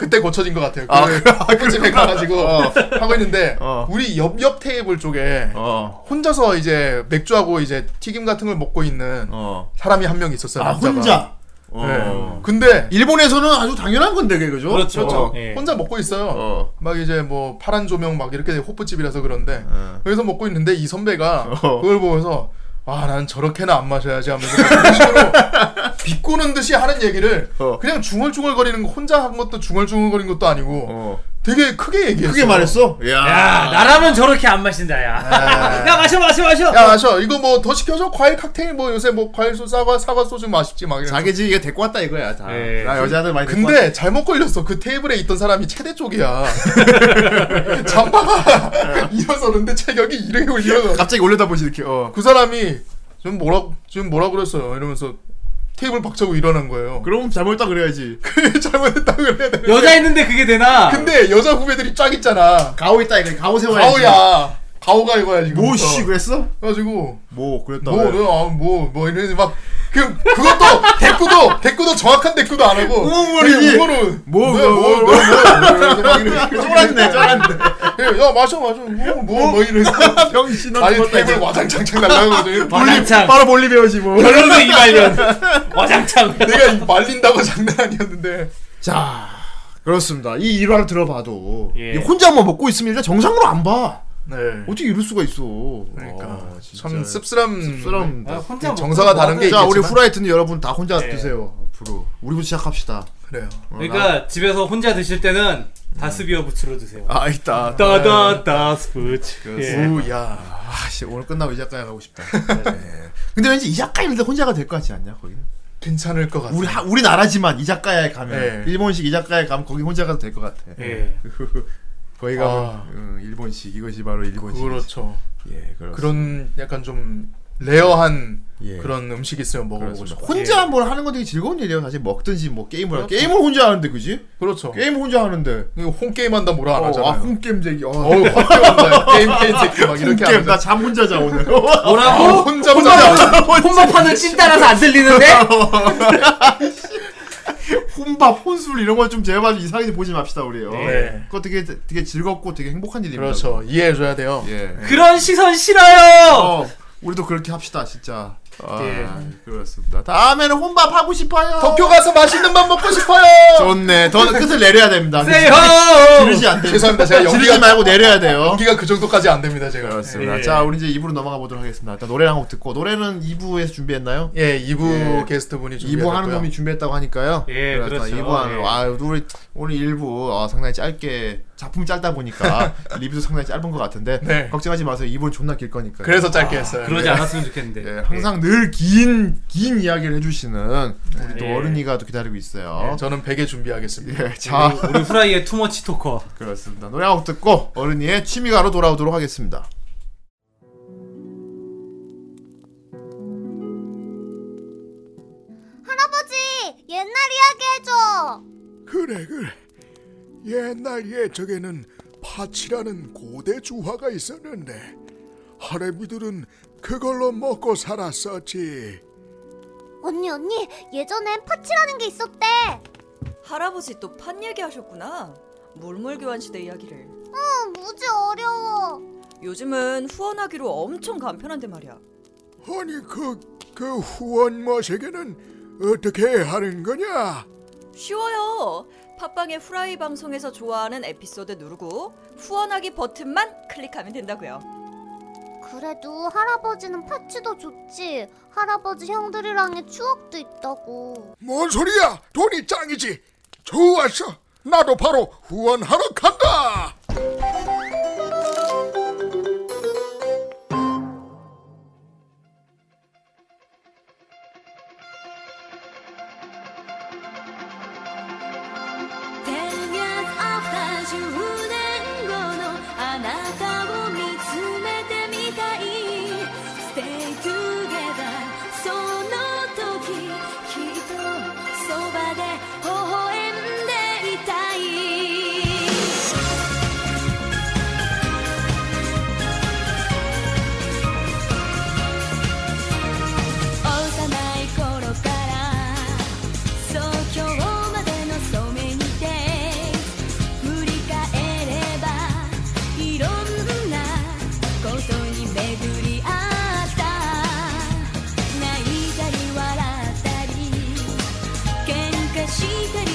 Speaker 4: 그때 고쳐진 것 같아요. 어.
Speaker 3: 아,
Speaker 4: 그
Speaker 3: 그래?
Speaker 4: 호프집에 가가지고 하고 있는데
Speaker 3: 어.
Speaker 4: 우리 옆옆 테이블 쪽에
Speaker 3: 어.
Speaker 4: 혼자서 이제 맥주하고 이제 튀김 같은 걸 먹고 있는
Speaker 3: 어.
Speaker 4: 사람이 한 명 있었어요.
Speaker 3: 아
Speaker 4: 남자가.
Speaker 3: 혼자.
Speaker 4: 예.
Speaker 3: 어.
Speaker 4: 근데
Speaker 3: 일본에서는 아주 당연한 건데 그게 그죠?
Speaker 1: 그렇죠.
Speaker 3: 어.
Speaker 1: 예.
Speaker 4: 혼자 먹고 있어요.
Speaker 3: 어.
Speaker 4: 막 이제 뭐 파란 조명 막 이렇게 호프집이라서 그런데
Speaker 3: 어.
Speaker 4: 거기서 먹고 있는데 이 선배가
Speaker 3: 어.
Speaker 4: 그걸 보면서 아 나는 저렇게는 안 마셔야지 하면서 그런 식으로 비꼬는 듯이 하는 얘기를
Speaker 3: 어.
Speaker 4: 그냥 중얼중얼거리는 거 혼자 한 것도 중얼중얼거린 것도 아니고
Speaker 3: 어.
Speaker 4: 되게 크게 얘기했어.
Speaker 3: 크게 말했어?
Speaker 1: 야, 나라면 저렇게 안 마신다, 야. 야, 마셔, 마셔, 마셔.
Speaker 4: 야 마셔 이거 뭐 더 시켜줘 과일 칵테일 뭐 요새 뭐 과일 소 사과 사과 소주 맛있지 막 이런.
Speaker 3: 자기 집에 데리고 왔다 이거야 다.
Speaker 1: 예.
Speaker 3: 나 여자들 많이 데리고
Speaker 4: 근데 잘못 걸렸어. 그 테이블에 있던 사람이 최대 쪽이야. 잠바가 일어서는데 체격이 이래 올려.
Speaker 3: 갑자기 올려다보지 이렇게 어.
Speaker 4: 그 사람이 지금 뭐라 지금 뭐라 그랬어요 이러면서 테이블 박차고 일어난 거예요.
Speaker 3: 그럼 잘못했다 그래야지
Speaker 4: 그게 잘못했다고 그래야 되는데
Speaker 1: 여자 있는데 그게 되나?
Speaker 4: 근데 여자 후배들이 쫙 있잖아.
Speaker 3: 가오 있다 이거 가오 세워야지
Speaker 4: 가오야. 가오가 이거야 지금.
Speaker 3: 뭐씨 그랬어?
Speaker 4: 그래가지고
Speaker 3: 뭐 그랬다 왜?
Speaker 4: 뭐뭐뭐 뭐, 이러면서 막그 그것도 대꾸도 대꾸도 정확한 대꾸도 안 하고
Speaker 3: 뭐, 우물물이지.
Speaker 4: 뭐뭐뭐뭐
Speaker 3: 뭐, 뭐, 뭐, 뭐, 쫄았네 쫄았네
Speaker 4: 야 마셔 마셔 뭐뭐뭐 이러면서
Speaker 3: 병신은
Speaker 4: 아니 테이블 와장창창 날라가거든.
Speaker 1: 와장창.
Speaker 3: 바로 몰리 배우지
Speaker 1: 결혼도 이말년 와장창.
Speaker 4: 내가 이 말린다고 장난 아니었는데.
Speaker 3: 뭐자 그렇습니다 이 일화를 들어봐도
Speaker 1: 예.
Speaker 3: 이 혼자 뭐 먹고 있으면 일단 정상으로 안봐
Speaker 4: 네.
Speaker 3: 어떻게 이럴 수가 있어.
Speaker 4: 그러니까
Speaker 3: 아, 진짜.
Speaker 4: 참 씁쓸함.
Speaker 3: 씁쓸함.
Speaker 1: 아, 혼자
Speaker 4: 정서가
Speaker 1: 먹고
Speaker 4: 다른
Speaker 1: 먹어야
Speaker 4: 게
Speaker 3: 자,
Speaker 4: 있겠지만.
Speaker 3: 우리 후라이트는 여러분 다 혼자
Speaker 1: 예.
Speaker 3: 드세요. 앞으로 우리부터 시작합시다.
Speaker 4: 그래요.
Speaker 3: 어, 나-
Speaker 1: 그러니까 집에서 혼자 드실 때는 다스비어 부츠로 드세요.
Speaker 3: 아그 있다.
Speaker 1: 따다 다스부츠. 예.
Speaker 4: 우야.
Speaker 3: 아, 아씨 오늘 끝나고 이자카야 가고 싶다. 네. 근데 왠지 이자카야인데 혼자가 될 것 같지 않냐 거기는?
Speaker 4: 괜찮을 것 같아.
Speaker 3: 네. 우리 하, 우리나라지만 이자카야에 가면
Speaker 4: 네.
Speaker 3: 일본식 이자카야에 가면 거기 혼자 가도 될 것 같아.
Speaker 1: 예.
Speaker 3: 거기
Speaker 4: 아.
Speaker 3: 가면 응, 일본식 이것이 바로 일본식.
Speaker 4: 그렇죠.
Speaker 3: 예, 그렇습니다.
Speaker 4: 그런 약간 좀 레어한
Speaker 3: 예.
Speaker 4: 그런 음식 있으면 먹어보고
Speaker 3: 그렇습니다.
Speaker 4: 싶어.
Speaker 3: 뭐, 혼자 뭘 하는 건 되게 즐거운 일이에요. 사실 먹든지 뭐 게임을 하- 게임을 혼자 하는데 그지?
Speaker 4: 그렇죠.
Speaker 3: 게임 혼자 하는데.
Speaker 4: 이거 홈게임 한다 뭐라 안
Speaker 3: 예. 어,
Speaker 4: 하잖아요.
Speaker 3: 아, 홈게임 얘기. 어,
Speaker 4: 어우 확 게임 게임 새끼 막 이렇게
Speaker 3: 홈게임
Speaker 4: 하면서
Speaker 3: 나잠 혼자 자 오늘.
Speaker 1: 뭐라고?
Speaker 4: 혼자 혼자
Speaker 1: 혼밥하는 찐따라서 안 들리는데?
Speaker 3: 혼밥, 혼술 이런 걸 좀 제발 이상하게 보지 맙시다 우리요. 어.
Speaker 4: 네.
Speaker 3: 그거 되게 되게 즐겁고 되게 행복한 일입니다.
Speaker 4: 그렇죠 네. 이해해줘야 돼요.
Speaker 3: 예.
Speaker 1: 그런 시선 싫어요!
Speaker 3: 어, 우리도 그렇게 합시다 진짜. 아,
Speaker 4: 예.
Speaker 3: 그렇습니다. 다음에는 혼밥 하고 싶어요.
Speaker 4: 도쿄 가서 맛있는 밥 먹고 싶어요.
Speaker 3: 좋네. 더 끝을 내려야 됩니다.
Speaker 1: 세요!
Speaker 3: 지르지 안 돼요.
Speaker 4: 죄송합니다. 제가 연기가-
Speaker 3: 지르지 말고 내려야 돼요.
Speaker 4: 연기가 그 정도까지 안 됩니다 제가.
Speaker 3: 그렇습니다.
Speaker 1: 예.
Speaker 3: 자, 우리 이제 2부로 넘어가 보도록 하겠습니다. 일단 노래 한 곡 듣고 노래는 2부에서 준비했나요?
Speaker 4: 예, 2부
Speaker 3: 예.
Speaker 4: 게스트 분이
Speaker 3: 2부 하는 놈이
Speaker 4: 놈이
Speaker 3: 준비했다고 하니까요.
Speaker 1: 예, 그렇죠.
Speaker 3: 2부 하는
Speaker 1: 예.
Speaker 3: 아, 우리 오늘 1부 어, 상당히 짧게 작품 짧다 보니까 리뷰도 상당히 짧은 것 같은데
Speaker 4: 네.
Speaker 3: 걱정하지 마세요. 2부는 존나 길 거니까요.
Speaker 4: 그래서 짧게 했어요.
Speaker 1: 그러지
Speaker 4: 예.
Speaker 1: 않았으면 좋겠는데.
Speaker 3: 예, 항상 늘 긴 긴 이야기를 해주시는 우리 또
Speaker 1: 예.
Speaker 3: 어른이가 또 기다리고 있어요.
Speaker 4: 예, 저는 100에 준비하겠습니다.
Speaker 3: 예, 자
Speaker 1: 네. 우리 후라이의 투머치 토커.
Speaker 3: 그렇습니다. 노래 한 곡 듣고 어른이의 취미가로 돌아오도록 하겠습니다.
Speaker 2: 할아버지 옛날 이야기 해줘
Speaker 7: 그래 그래 옛날 예적에는 파치라는 고대 주화가 있었는데 하레비들은 그걸로 먹고 살았었지
Speaker 2: 언니 언니 예전엔 파치라는 게 있었대
Speaker 8: 할아버지 또 판 얘기하셨구나. 물물교환 시대 이야기를.
Speaker 2: 어 무지 어려워
Speaker 8: 요즘은 후원하기로 엄청 간편한데 말이야.
Speaker 7: 아니 그 그 후원 머시기는 어떻게 하는 거냐
Speaker 8: 쉬워요. 팟빵의 후라이 방송에서 좋아하는 에피소드 누르고 후원하기 버튼만 클릭하면 된다고요.
Speaker 2: 그래도 할아버지는 파치도 좋지 할아버지 형들이랑의 추억도 있다고
Speaker 7: 뭔 소리야 돈이 짱이지 좋았어 나도 바로 후원하러 간다
Speaker 6: 「テンヤアフター10年後のあなたを見つめてみたい」「Stay together その時きっとそばで微笑んでいたい」幼い頃からそう今日までのそうめにて振り返ればいろんなことに巡り合った泣いたり笑ったり喧嘩したり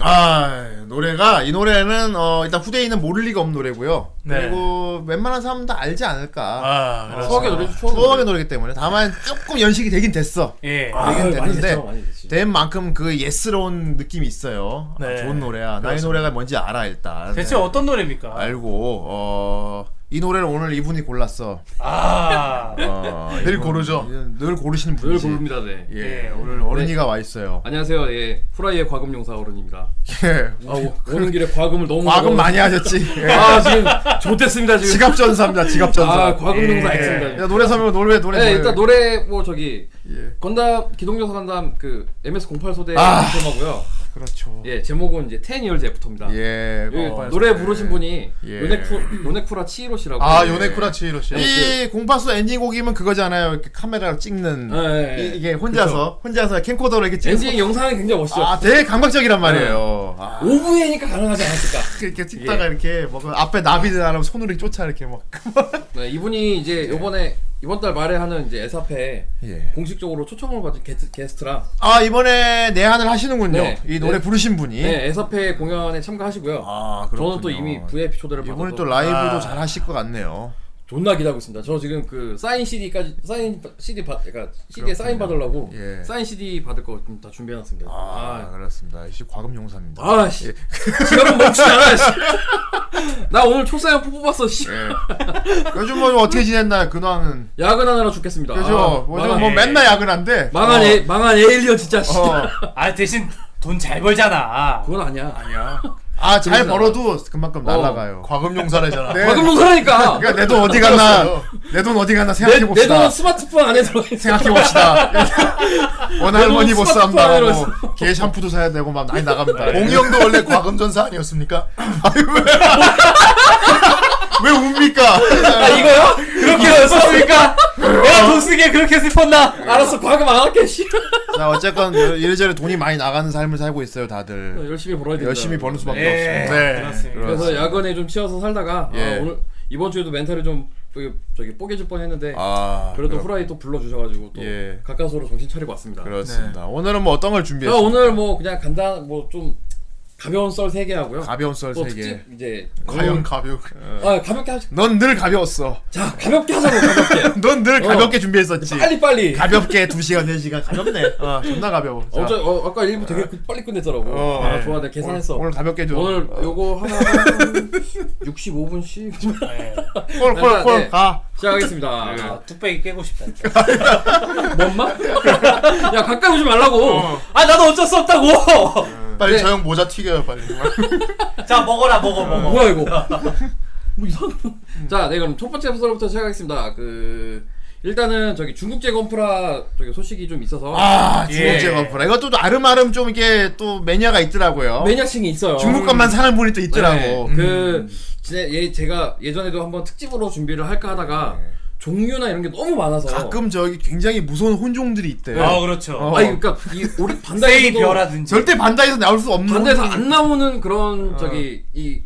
Speaker 3: 아 노래가 이 노래는 어, 일단 후대인은 모를 리가 없는 노래고요.
Speaker 1: 네.
Speaker 3: 그리고 웬만한 사람은 다 알지 않을까.
Speaker 1: 아, 그렇죠.
Speaker 9: 추억의 노래죠. 추억의
Speaker 3: 추억의 노래기 때문에 다만 조금 연식이 되긴 됐어.
Speaker 1: 예.
Speaker 3: 아, 되긴
Speaker 9: 많이
Speaker 3: 됐는데
Speaker 9: 됐죠, 많이 됐지.
Speaker 3: 된 만큼 그 예스러운 느낌이 있어요. 아,
Speaker 1: 네.
Speaker 3: 좋은 노래야. 나의 노래가 뭔지 알아 일단.
Speaker 1: 대체
Speaker 3: 네.
Speaker 1: 어떤 노래입니까?
Speaker 3: 알고 어, 이 노래를 오늘 이분이 골랐어.
Speaker 1: 아.
Speaker 3: 어,
Speaker 4: 늘 고르죠.
Speaker 3: 늘 고르시는
Speaker 9: 노래
Speaker 3: 분이지.
Speaker 9: 고릅니다, 네.
Speaker 3: 예,
Speaker 1: 예.
Speaker 3: 오늘 어른이가 와 있어요.
Speaker 9: 안녕하세요, 예. 후라이의 과금 용사 어른입니다.
Speaker 3: 예.
Speaker 9: 아, 오, 오는 길에 과금을 너무
Speaker 3: 과금
Speaker 9: 먹어서-
Speaker 3: 많이 하셨지. 예.
Speaker 9: 아, 지금 좋댔습니다 지금.
Speaker 3: 지갑 전사입니다. 지갑 전사.
Speaker 9: 아, 과금 용사
Speaker 1: 예.
Speaker 9: 했습니다.
Speaker 3: 야, 노래 서면 노래 노래.
Speaker 9: 네,
Speaker 3: 노래.
Speaker 9: 일단 노래 뭐 저기
Speaker 3: 예.
Speaker 9: 건담 기동전사 건담 그 MS 08 소대
Speaker 3: 아.
Speaker 9: 테마고요.
Speaker 3: 그렇죠.
Speaker 9: 예, 제목은 이제 10 Years After입니다.
Speaker 3: 예.
Speaker 9: 예,
Speaker 3: 어,
Speaker 9: 노래 부르신 분이
Speaker 3: 예.
Speaker 9: 요네쿠 요네쿠라 치히로 씨라고.
Speaker 4: 아 요네쿠라 치히로 씨.
Speaker 9: 그-
Speaker 3: 이 공파수 엔딩 곡이면 그거잖아요. 이렇게 카메라로
Speaker 9: 예,
Speaker 3: 찍는
Speaker 9: 예, 예.
Speaker 3: 이, 게 혼자서 혼자서 캠코더로 이렇게 찍는
Speaker 9: 엔딩 영상이 굉장히 멋있죠. 예.
Speaker 3: 아, 되게 감각적이란 말이에요. 아,
Speaker 9: 5부에니까 가능하지 않았을까.
Speaker 3: 이렇게
Speaker 9: 예.
Speaker 3: 찍다가 이렇게 뭐 앞에 나비들 나면 손으로 쫓아 이렇게 막.
Speaker 9: 네, 이분이 이제 요번에 이번 달 말에 하는 이제 에사페
Speaker 3: 예.
Speaker 9: 공식적으로 초청을 받은 게스트, 게스트라
Speaker 3: 아, 이번에 내한을 하시는군요.
Speaker 9: 네.
Speaker 3: 이 노래
Speaker 9: 네.
Speaker 3: 부르신 분이.
Speaker 9: 네, 에사페 공연에 참가하시고요.
Speaker 3: 예? 아,
Speaker 9: 저는 또 이미 VIP 초대를
Speaker 3: 이번에
Speaker 9: 받아서
Speaker 3: 또 라이브도
Speaker 4: 아.
Speaker 3: 잘 하실 것 같네요.
Speaker 9: 존나 기다리고 있습니다. 저 지금 그 사인 CD까지 사인 바- CD 받 그러니까 CD에 사인 받으려고
Speaker 3: 예.
Speaker 9: 사인 CD 받을 거 다 준비해 놨습니다.
Speaker 3: 아, 그렇습니다. 역시 과금 용사입니다.
Speaker 9: 아, 씨. 지갑은 멈추지 않아, 씨. 나 오늘 초사형 뽑았어, 씨.
Speaker 3: 예. 요즘 뭐 어떻게 지냈나요? 근황은
Speaker 9: 야근하느라 죽겠습니다.
Speaker 3: 그죠?
Speaker 9: 아,
Speaker 3: 뭐,
Speaker 9: 망한,
Speaker 3: 뭐 맨날 야근한데.
Speaker 9: 망한,
Speaker 3: 어.
Speaker 9: 에, 망한 에일리언, 진짜, 씨.
Speaker 3: 어.
Speaker 1: 아, 대신 돈 잘 벌잖아.
Speaker 9: 그건 아니야. 아니야.
Speaker 3: 아, 잘
Speaker 9: 그러잖아.
Speaker 3: 벌어도 그만큼 날라가요.
Speaker 4: 과금 용사래잖아.
Speaker 3: 네.
Speaker 9: 과금 농사라니까.
Speaker 3: 그러니까 내 돈 어디 갔나? 내 돈 어디 갔나 생각해
Speaker 9: 내,
Speaker 3: 봅시다.
Speaker 9: 돈 스마트폰 안에 들어가 있어.
Speaker 3: 생각해 봅시다. 원할머니 못
Speaker 9: 스마트폰
Speaker 3: 산다.
Speaker 9: 안으로
Speaker 3: 뭐, 개 샴푸도 사야 되고 막 많이 나갑니다.
Speaker 4: 봉영도 원래 과금 전사 아니었습니까?
Speaker 3: 왜 웁니까?
Speaker 9: 아, 이거요?
Speaker 1: 그렇게 썼습니까? 내가
Speaker 3: 어?
Speaker 1: 돈 쓰게 그렇게 슬펐나?
Speaker 9: 알았어, 과금 안 할게, 씨.
Speaker 3: 자, 어쨌건 이래저래 돈이 많이 나가는 삶을 살고 있어요, 다들.
Speaker 9: 열심히 벌어야 된다.
Speaker 3: 열심히 버는 수밖에
Speaker 1: 예.
Speaker 3: 없습니다. 네.
Speaker 1: 그렇습니다.
Speaker 9: 그래서 야근에 좀 치여서 살다가
Speaker 3: 예.
Speaker 9: 아, 오늘 이번 주에도 멘탈이 좀 저기, 저기 뽀개질 뻔했는데
Speaker 3: 아,
Speaker 9: 그래도
Speaker 3: 그렇-
Speaker 9: 후라이 또 불러주셔가지고 또
Speaker 3: 예.
Speaker 9: 가까스로 정신 차리고 왔습니다.
Speaker 3: 그렇습니다. 오늘은 뭐 어떤 걸
Speaker 9: 제가
Speaker 3: 준비했어요?
Speaker 9: 네. 오늘 뭐 그냥 간단 뭐 좀 가벼운 썰 3개 하고요.
Speaker 3: 가벼운 썰
Speaker 9: 또
Speaker 3: 3개.
Speaker 9: 뭐
Speaker 3: 네.
Speaker 9: 특집 어, 이제
Speaker 4: 과연 가벼.
Speaker 9: 아 가볍게 하자.
Speaker 3: 넌 늘 가벼웠어.
Speaker 9: 자 가볍게 하자고 가볍게.
Speaker 3: 넌 늘
Speaker 9: 어.
Speaker 3: 가볍게 준비했었지.
Speaker 9: 빨리 빨리.
Speaker 3: 가볍게 2시간, 4시간 가볍네. 어, 존나 가벼워. 자,
Speaker 9: 어제 어, 아까 일부 되게 그- 빨리 끝냈더라고.
Speaker 3: 어,
Speaker 9: 아
Speaker 3: 네.
Speaker 9: 좋아 내가 계산했어.
Speaker 3: 오늘
Speaker 9: 오늘,
Speaker 3: 가볍게 줘.
Speaker 9: 요거 하나 한 65분씩
Speaker 3: 네. 콜콜콜
Speaker 9: 네, 네.
Speaker 3: 가.
Speaker 9: 시작하겠습니다.
Speaker 1: 아, 뚝배기 깨고 싶다. 진짜.
Speaker 9: 뭔 말? 야 가까이 오지 말라고.
Speaker 1: 아, 나도 어쩔 수 없다고!
Speaker 4: 빨리
Speaker 9: 네.
Speaker 4: 저 형 모자 튀겨요 빨리.
Speaker 1: 자, 먹어라, 먹어, 먹어.
Speaker 9: 뭐야 이거? 뭐 이상. 자, 네 그럼 첫 번째 썰부터 시작하겠습니다. 그 일단은 저기 중국제 건프라 저기 소식이 좀 있어서
Speaker 3: 아, 두
Speaker 1: 예.
Speaker 3: 번째 건프라. 이것도 또 아름아름 좀 이게 또 매니아가 있더라고요.
Speaker 9: 매니아층이 있어요.
Speaker 3: 중국 것만 사는 분이 또 있더라고. 음.
Speaker 9: 네, 그 지내 예 제가 예전에도 한번 특집으로 준비를 할까 하다가 종류나 이런 게 너무 많아서
Speaker 3: 가끔 저기 굉장히 무서운 혼종들이 있대요.
Speaker 1: 아, 그렇죠.
Speaker 3: 어.
Speaker 9: 아니 그러니까 이 우리
Speaker 1: 세이
Speaker 9: 반다이에서도
Speaker 1: 벼라든지.
Speaker 3: 절대 반다에서 나올 수 없는
Speaker 9: 반다에서
Speaker 3: 혼종이-
Speaker 9: 안 나오는 그런 저기 이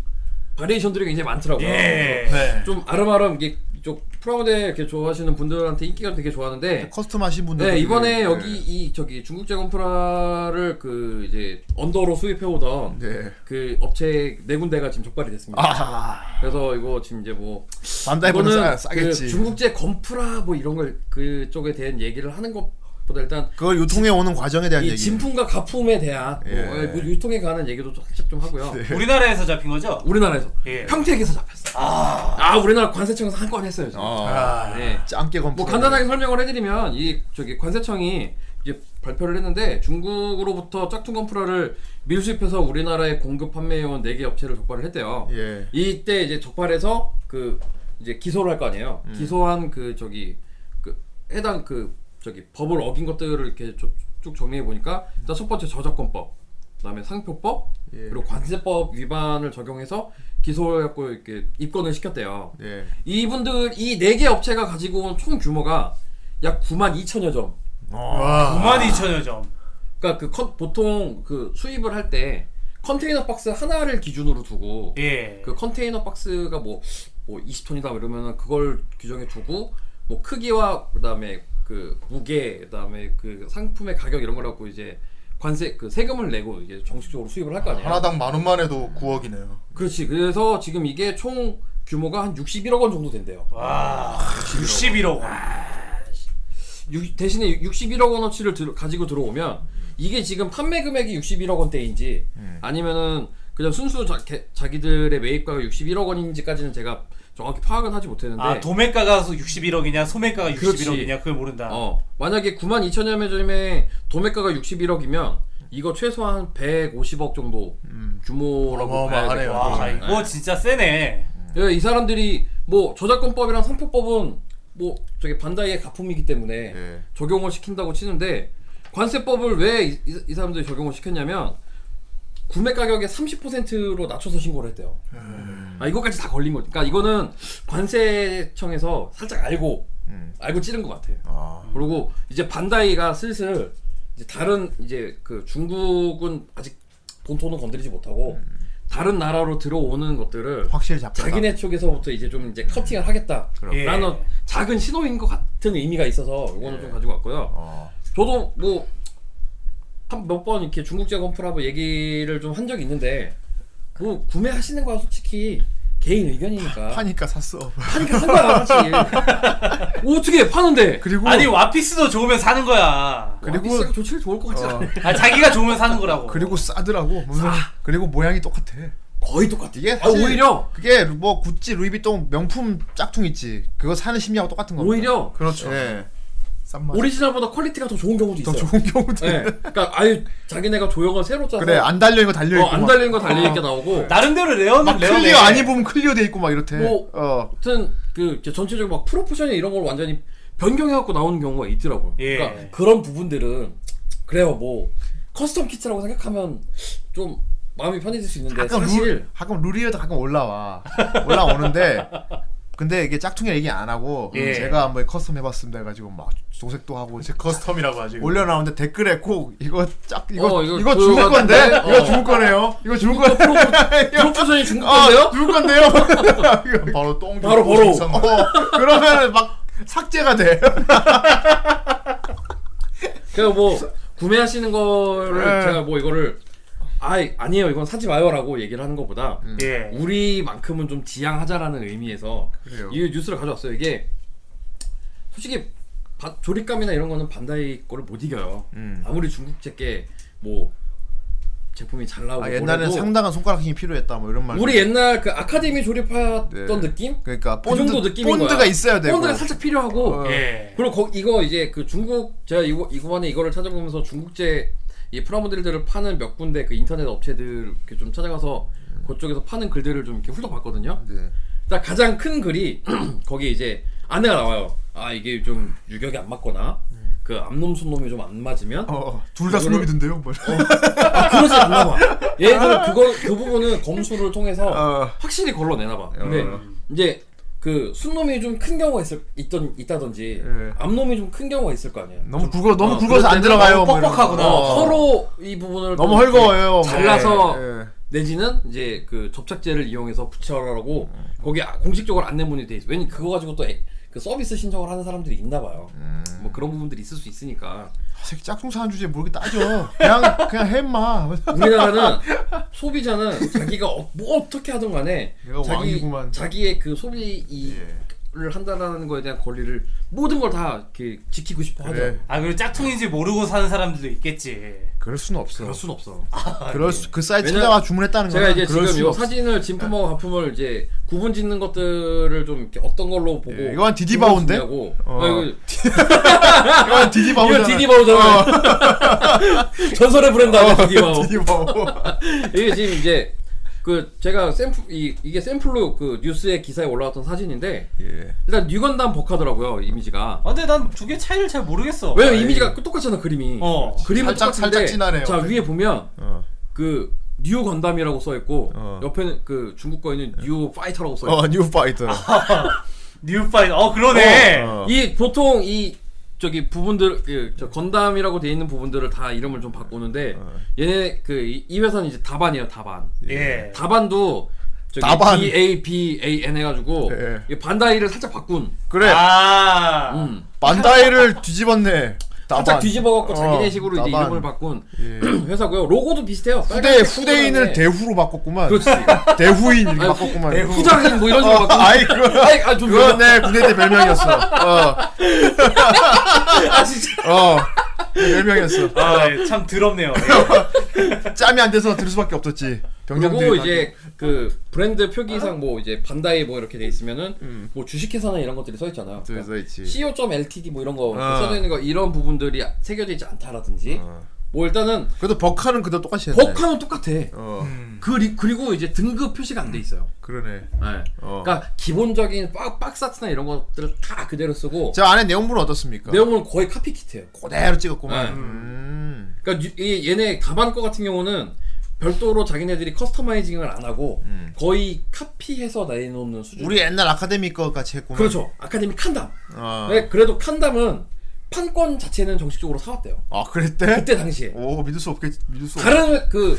Speaker 9: 바리에이션들이 굉장히 많더라고요.
Speaker 3: 네.
Speaker 1: 예.
Speaker 9: 좀 아름아름 이게 쪽 프라우데 이렇게 좋아하시는 분들한테 인기가 되게 좋아하는데
Speaker 3: 커스텀 하신 분들.
Speaker 9: 네 이번에 여기 이 저기 중국 제공프라를 그 이제 언더로 수입해 오던
Speaker 3: 네.
Speaker 9: 그 업체 네 군데가 지금 적발이 됐습니다.
Speaker 3: 아,
Speaker 9: 그래서 이거 지금 이제 뭐
Speaker 3: 반다이보다
Speaker 9: 이거는
Speaker 3: 싸,
Speaker 9: 그
Speaker 3: 싸겠지.
Speaker 9: 중국제 건프라 뭐 이런 걸 그쪽에 대한 얘기를 하는 것보다 일단
Speaker 3: 그걸 유통해 오는 과정에 대한
Speaker 9: 이
Speaker 3: 얘기.
Speaker 9: 진품과 가품에 대한 뭐,
Speaker 3: 예. 네.
Speaker 9: 예, 뭐 유통에 관한 얘기도 좀 살짝 좀 하고요.
Speaker 1: 우리나라에서 잡힌 거죠?
Speaker 9: 우리나라에서
Speaker 1: 예.
Speaker 9: 평택에서 잡혔어. 아, 아 우리나라 관세청에서 한 건 했어요. 지금.
Speaker 3: 아,
Speaker 9: 네.
Speaker 3: 짱깨 건프.
Speaker 9: 뭐 간단하게 설명을 해드리면 이 저기 관세청이 이제 발표를 했는데 중국으로부터 짝퉁 건프라를 밀수입해서 우리나라에 공급 판매해온 4개 업체를 적발을 했대요.
Speaker 3: 예.
Speaker 9: 이때 이제 적발해서 그 이제 기소를 할 거 아니에요. 기소한 그 저기 그 해당 그 저기 법을 어긴 것들을 이렇게 쭉- 쭉 정리해 보니까 일단 첫 번째 저작권법, 그다음에 상표법, 그리고 관세법 위반을 적용해서 기소해갖고 이렇게 입건을 시켰대요.
Speaker 3: 예.
Speaker 9: 이분들 이 네 개 업체가 가지고 온 총 규모가 약 9만 2천여 점.
Speaker 3: 와.
Speaker 1: 92,000여 점.
Speaker 9: 그러니까 그 컨- 보통 그 수입을 할 때 컨테이너 박스 하나를 기준으로 두고
Speaker 1: 예.
Speaker 9: 그 컨테이너 박스가 뭐, 뭐 20톤이다 이러면은 그걸 규정해 주고 뭐 크기와 그다음에 그 무게 그다음에 그 상품의 가격 이런 거라고 이제 관세 그 세금을 내고 이제 정식적으로 수입을 할 거 아니에요.
Speaker 4: 하나당 만 원만 해도 9억이네요.
Speaker 9: 그렇지. 그래서 지금 이게 총 규모가 한 61억 원 정도 된대요.
Speaker 1: 와, 61억.
Speaker 9: 육- 대신에 61억 원어치를 들- 가지고 들어오면 이게 지금 판매 금액이 61억 원대인지
Speaker 4: 예.
Speaker 9: 아니면은 그냥 순수 자, 개- 자기들의 매입가가 61억 원인지까지는 제가 정확히 파악은 하지 못했는데
Speaker 3: 네.
Speaker 1: 아, 도매가가 61억이냐, 소매가가
Speaker 9: 그렇지.
Speaker 1: 61억이냐, 그걸 모른다.
Speaker 9: 어, 만약에 9만 2천여 매점에 도매가가 61억이면 이거 최소한 150억 정도 규모라고 봐야
Speaker 4: 음. 어마어마하네요.
Speaker 9: 될것
Speaker 1: 와,
Speaker 9: 같아요.
Speaker 1: 이거 진짜 세네.
Speaker 9: 예, 이 사람들이 뭐 저작권법이랑 상표법은 뭐 저기 반다이의 가품이기 때문에
Speaker 3: 예.
Speaker 9: 적용을 시킨다고 치는데 관세법을 왜 이 사람들이 적용을 시켰냐면 구매 가격의 30%로 낮춰서 신고를 했대요.
Speaker 3: 음.
Speaker 9: 아 이것까지 다 걸린 거니까 이거는 관세청에서 살짝 알고 알고 찌른 것 같아요.
Speaker 3: 음. 아.
Speaker 9: 그리고 이제 반다이가 슬슬 이제 다른 이제 그 중국은 아직 본토는 건드리지 못하고 다른 나라로 들어오는 것들을
Speaker 3: 음. 확실히 잡혔다.
Speaker 9: 자기네 쪽에서부터 이제 좀 이제 커팅을 하겠다.
Speaker 3: 그럼.
Speaker 1: 예.
Speaker 9: 라는 작은 신호인 것 같은 의미가 있어서
Speaker 3: 예.
Speaker 9: 이거는 좀 가지고 왔고요.
Speaker 3: 어.
Speaker 9: 저도 뭐 한 몇 번 이렇게 중국제 건프라고 얘기를 좀 한 적이 있는데 뭐 구매하시는 거야 솔직히 개인 의견이니까
Speaker 3: 파니까 샀어.
Speaker 9: 파니까 산 거야 솔직히 뭐 어떻게 해, 파는데
Speaker 3: 그리고
Speaker 1: 아니, 와피스도 좋으면 사는 거야.
Speaker 3: 그리고-
Speaker 9: 그리고 조치를 좋을 것 같지
Speaker 3: 어.
Speaker 9: 않아 요
Speaker 1: 아, 자기가 좋으면 사는 거라고.
Speaker 3: 그리고 싸더라고. 무슨 그리고 모양이 똑같아.
Speaker 9: 거의 똑같아
Speaker 3: 이게
Speaker 9: 아,
Speaker 3: 사실
Speaker 9: 오히려
Speaker 3: 그게 뭐 구찌, 루이비통 명품 짝퉁 있지. 그거 사는 심리하고 똑같은 겁니다.
Speaker 9: 오히려
Speaker 3: 그렇죠. 예. 싼 맛.
Speaker 9: 오리지널보다 퀄리티가 더 좋은 경우도
Speaker 3: 더
Speaker 9: 있어요
Speaker 3: 좋은 경우도.
Speaker 9: 예.
Speaker 3: 네.
Speaker 9: 그러니까 아예 자기네가 조형을 새로 짜서
Speaker 3: 그래 안 달려 있고 달려 있고.
Speaker 9: 어, 안 달리는 거 달리게 나오고
Speaker 1: 나름대로 레어는
Speaker 3: 막
Speaker 1: 레어네.
Speaker 3: 클리어 안 입으면 클리어 돼 있고 막 이렇대.
Speaker 9: 뭐-
Speaker 3: 어.
Speaker 9: 아무튼 그 이제 전체적으로 막 프로포션이 이런 걸 완전히 변경해갖고 나오는 경우가 있더라고요.
Speaker 1: 예.
Speaker 9: 그러니까 그런 부분들은 그래요 뭐 커스텀 키트라고 생각하면 좀 마음이 편해질 수 있는데
Speaker 3: 가끔
Speaker 9: 사실
Speaker 3: 룰 가끔 룰이어도 가끔 올라와. 올라오는데 근데 이게 짝퉁이 얘기 안 하고
Speaker 1: 예.
Speaker 3: 제가 한번 커스텀 해봤습니다 해가지고 막 조색도 하고
Speaker 4: 이제 커스텀이라고 하지.
Speaker 3: 올려나오는데 댓글에 꼭 이거 짝 이거
Speaker 9: 어, 이거
Speaker 3: 이거, 죽을
Speaker 9: 그거
Speaker 3: 건데
Speaker 9: 같은데?
Speaker 3: 이거
Speaker 9: 어.
Speaker 3: 죽을 거네요 이거 죽을
Speaker 9: 이거
Speaker 3: 거
Speaker 9: 프로, 프로포션이 중국 건데요?
Speaker 3: 아 죽을 건데요
Speaker 4: 바로 똥
Speaker 9: 바로
Speaker 4: 주고
Speaker 9: 바로.
Speaker 4: 이상한 거.
Speaker 3: 어, 그러면 막 삭제가 돼
Speaker 9: 그래서 뭐 구매하시는 거를
Speaker 3: 예.
Speaker 9: 제가 뭐 이거를 아 아니에요 이건 사지 마요라고 얘기를 하는 것보다
Speaker 3: 음.
Speaker 1: 예.
Speaker 9: 우리만큼은 좀 지양하자라는 의미에서
Speaker 3: 그래요.
Speaker 9: 이 뉴스를 가져왔어요. 이게 솔직히 바- 조립감이나 이런 거는 반다이 거를 못 이겨요.
Speaker 3: 음.
Speaker 9: 아무리 중국 제게 뭐 제품이 잘 나오고
Speaker 3: 아, 옛날에는
Speaker 9: 뭐래도
Speaker 3: 상당한 손가락 힘이 필요했다 뭐 이런 말
Speaker 9: 우리 옛날 그 아카데미 조립했던
Speaker 3: 네.
Speaker 9: 느낌?
Speaker 3: 그러니까
Speaker 9: 그 정도
Speaker 3: 본드
Speaker 9: 느낌인
Speaker 3: 본드가
Speaker 9: 거야.
Speaker 3: 있어야 뭐. 되고
Speaker 9: 본드가 살짝 필요하고
Speaker 3: 어.
Speaker 1: 예.
Speaker 9: 그리고 거- 이거 이제 그 중국 제가 이거 이번에 이거를 찾아보면서 중국제 이 프라모델들을 파는 몇 군데 그 인터넷 업체들 이렇게 좀 찾아가서 그쪽에서 파는 글들을 좀 이렇게 훑어봤거든요.
Speaker 3: 네.
Speaker 9: 일단 가장 큰 글이 거기에 이제 안내가 나와요. 아 이게 좀 유격이 안 맞거나 그 앞놈 손놈이 좀 안 맞으면
Speaker 3: 어, 둘다
Speaker 9: 이거를-
Speaker 3: 손놈이던데요 뭐.
Speaker 9: 아, 그러지 않나 봐. 예를 들어 그거 그 부분은 검수를 통해서
Speaker 3: 어.
Speaker 9: 확실히 걸러내나 봐. 근데
Speaker 3: 어.
Speaker 9: 이제 그 순놈이 좀 큰 경우가 있을 있던 있다든지
Speaker 3: 예.
Speaker 9: 앞놈이 좀 큰 경우가 있을 거 아니에요.
Speaker 3: 너무 굵어 너무
Speaker 9: 어,
Speaker 3: 굵어서 안 들어가요
Speaker 1: 너무
Speaker 3: 뭐 이런 거.
Speaker 1: 뻑뻑하구나.
Speaker 3: 어.
Speaker 9: 서로 이 부분을
Speaker 3: 너무
Speaker 9: 좀 이렇게
Speaker 3: 헐거워요 뭐.
Speaker 9: 잘라서
Speaker 3: 예, 예.
Speaker 9: 내지는 이제 그 접착제를 이용해서 붙여라라고 거기 아- 공식적으로 안내문이 돼 있어. 왜냐 그거 가지고 또 그 서비스 신청을 하는 사람들이 있나 봐요.
Speaker 3: 음.
Speaker 9: 뭐 그런 부분들이 있을 수 있으니까
Speaker 3: 아, 새끼 짝퉁 사는 주제에 뭐 이렇게 따져 그냥 그냥 해마
Speaker 9: 우리나라는 소비자는 자기가 어, 뭐 어떻게 하든 간에
Speaker 3: 내가
Speaker 9: 자기
Speaker 3: 왕이구만. 예.
Speaker 9: 자기의 그 소비를 한다라는 거에 대한 권리를 모든 걸 다 이렇게 지키고 싶어 하죠.
Speaker 3: 그래.
Speaker 1: 아, 그리고 짝퉁인지 모르고 사는 사람들도 있겠지.
Speaker 3: 네, 그럴 수는 없어
Speaker 9: 그럴 순 없어.
Speaker 3: 그럴 수, 그 사이트
Speaker 9: 왜냐-
Speaker 3: 찾아가 주문했다는
Speaker 9: 제가
Speaker 3: 거는
Speaker 9: 이제
Speaker 3: 그럴
Speaker 9: 지금
Speaker 3: 수가
Speaker 9: 요
Speaker 3: 없어.
Speaker 9: 사진을
Speaker 3: 예.
Speaker 9: 진품하고 가품을 이제 구분 짓는 것들을 좀 이렇게 어떤 걸로 보고
Speaker 3: 예, 이건 디디바오인데?
Speaker 9: 구분 짓냐고.
Speaker 3: 어.
Speaker 9: 아,
Speaker 3: 이건
Speaker 9: 이거
Speaker 3: 디디바오잖아 어.
Speaker 9: 이거 디디바오잖아. 전설의 브랜드 아니야 디디바오.
Speaker 3: 디디바오
Speaker 9: 이게 지금 이제 그 제가 샘플 이, 이게 샘플로 그 뉴스의 기사에 올라왔던 사진인데
Speaker 3: 예.
Speaker 9: 일단 뉴건담 버카더라고요 이미지가.
Speaker 1: 아, 근데 난 두 개 차이를 잘 모르겠어.
Speaker 9: 왜냐면 이미지가 똑같잖아 그림이.
Speaker 1: 어.
Speaker 9: 그림은
Speaker 4: 살짝-
Speaker 9: 똑같은데
Speaker 4: 살짝 진하네요.
Speaker 9: 자 위에 보면
Speaker 3: 어.
Speaker 9: 그 뉴 건담이라고 써 있고
Speaker 3: 어.
Speaker 9: 옆에는 그 중국 거에는 뉴 파이터라고 써 있고.
Speaker 3: 어, 뉴 파이터.
Speaker 1: 뉴파이, 어, 그러네.
Speaker 3: 어.
Speaker 9: 이 보통 이 저기 부분들 그저 건담이라고 돼 있는 부분들을 다 이름을 좀 바꾸는데 얘네 그이 이 회사는 이제 다반이에요 다반.
Speaker 1: 예.
Speaker 9: 다반도 저기
Speaker 3: 다반.
Speaker 9: B A B A N 해가지고
Speaker 3: 예.
Speaker 9: 이 반다이를 살짝 바꾼.
Speaker 3: 그래.
Speaker 1: 아.
Speaker 9: 음.
Speaker 3: 반다이를 뒤집었네. 따반.
Speaker 9: 살짝 뒤집어갖고
Speaker 3: 어,
Speaker 9: 자기네 식으로 이제
Speaker 3: 따반.
Speaker 9: 이름을 바꾼 회사고요. 로고도 비슷해요.
Speaker 3: 후대 후대인을 대후로 바꿨구만.
Speaker 9: 그렇지.
Speaker 3: 대후인 이렇게
Speaker 9: 아니,
Speaker 3: 바꿨구만.
Speaker 9: 후장님 뭐 이런 식으로
Speaker 3: 어,
Speaker 9: 바꾼.
Speaker 3: 아이 그거
Speaker 9: 아이, 아, 좀
Speaker 3: 그건 내 군대 때 별명이었어. 어,
Speaker 9: 아 진짜.
Speaker 3: 어, 내 별명이었어.
Speaker 1: 아, 예, 참 더럽네요.
Speaker 3: 짬이 안 돼서 들 수밖에 없었지. 병장들.
Speaker 9: 그리고 이제 그 브랜드 표기상 뭐 이제 반다이 뭐 이렇게 돼 있으면은 뭐 주식회사나 이런 것들이 써 있잖아요. 그러니까 네,
Speaker 3: 들서 있지.
Speaker 9: co.ltd 뭐 이런 거 이렇게
Speaker 3: 어.
Speaker 9: 써져 있는 거 이런 부분들이 새겨져 있지 않다라든지 뭐 일단은
Speaker 3: 그래도 버카는 그대로 똑같이 했네.
Speaker 9: 법화는 똑같아.
Speaker 3: 어,
Speaker 9: 그리, 그리고 이제 등급 표시가 안 돼 있어요.
Speaker 3: 그러네.
Speaker 9: 네.
Speaker 3: 어.
Speaker 9: 그러니까 기본적인 박, 박사트나 이런 것들을 다 그대로 쓰고
Speaker 3: 저 안에 내용물은 어떻습니까?
Speaker 9: 내용은 거의 카피키트예요.
Speaker 3: 그대로 찍었구만.
Speaker 9: 네.
Speaker 3: 음.
Speaker 9: 그러니까 유- 이 얘네 가방 거 같은 경우는 별도로 자기네들이 커스터마이징을 안 하고
Speaker 3: 음.
Speaker 9: 거의 카피해서 내놓는 수준.
Speaker 3: 우리 옛날 아카데미 거 같이 했구만.
Speaker 9: 그렇죠. 아카데미 칸담.
Speaker 3: 어.
Speaker 9: 네, 그래도 칸담은 판권 자체는 정식적으로 사왔대요.
Speaker 3: 아 그랬대?
Speaker 9: 그때 당시에.
Speaker 3: 오 믿을 수 없겠 믿을 수 없.
Speaker 9: 다른 그,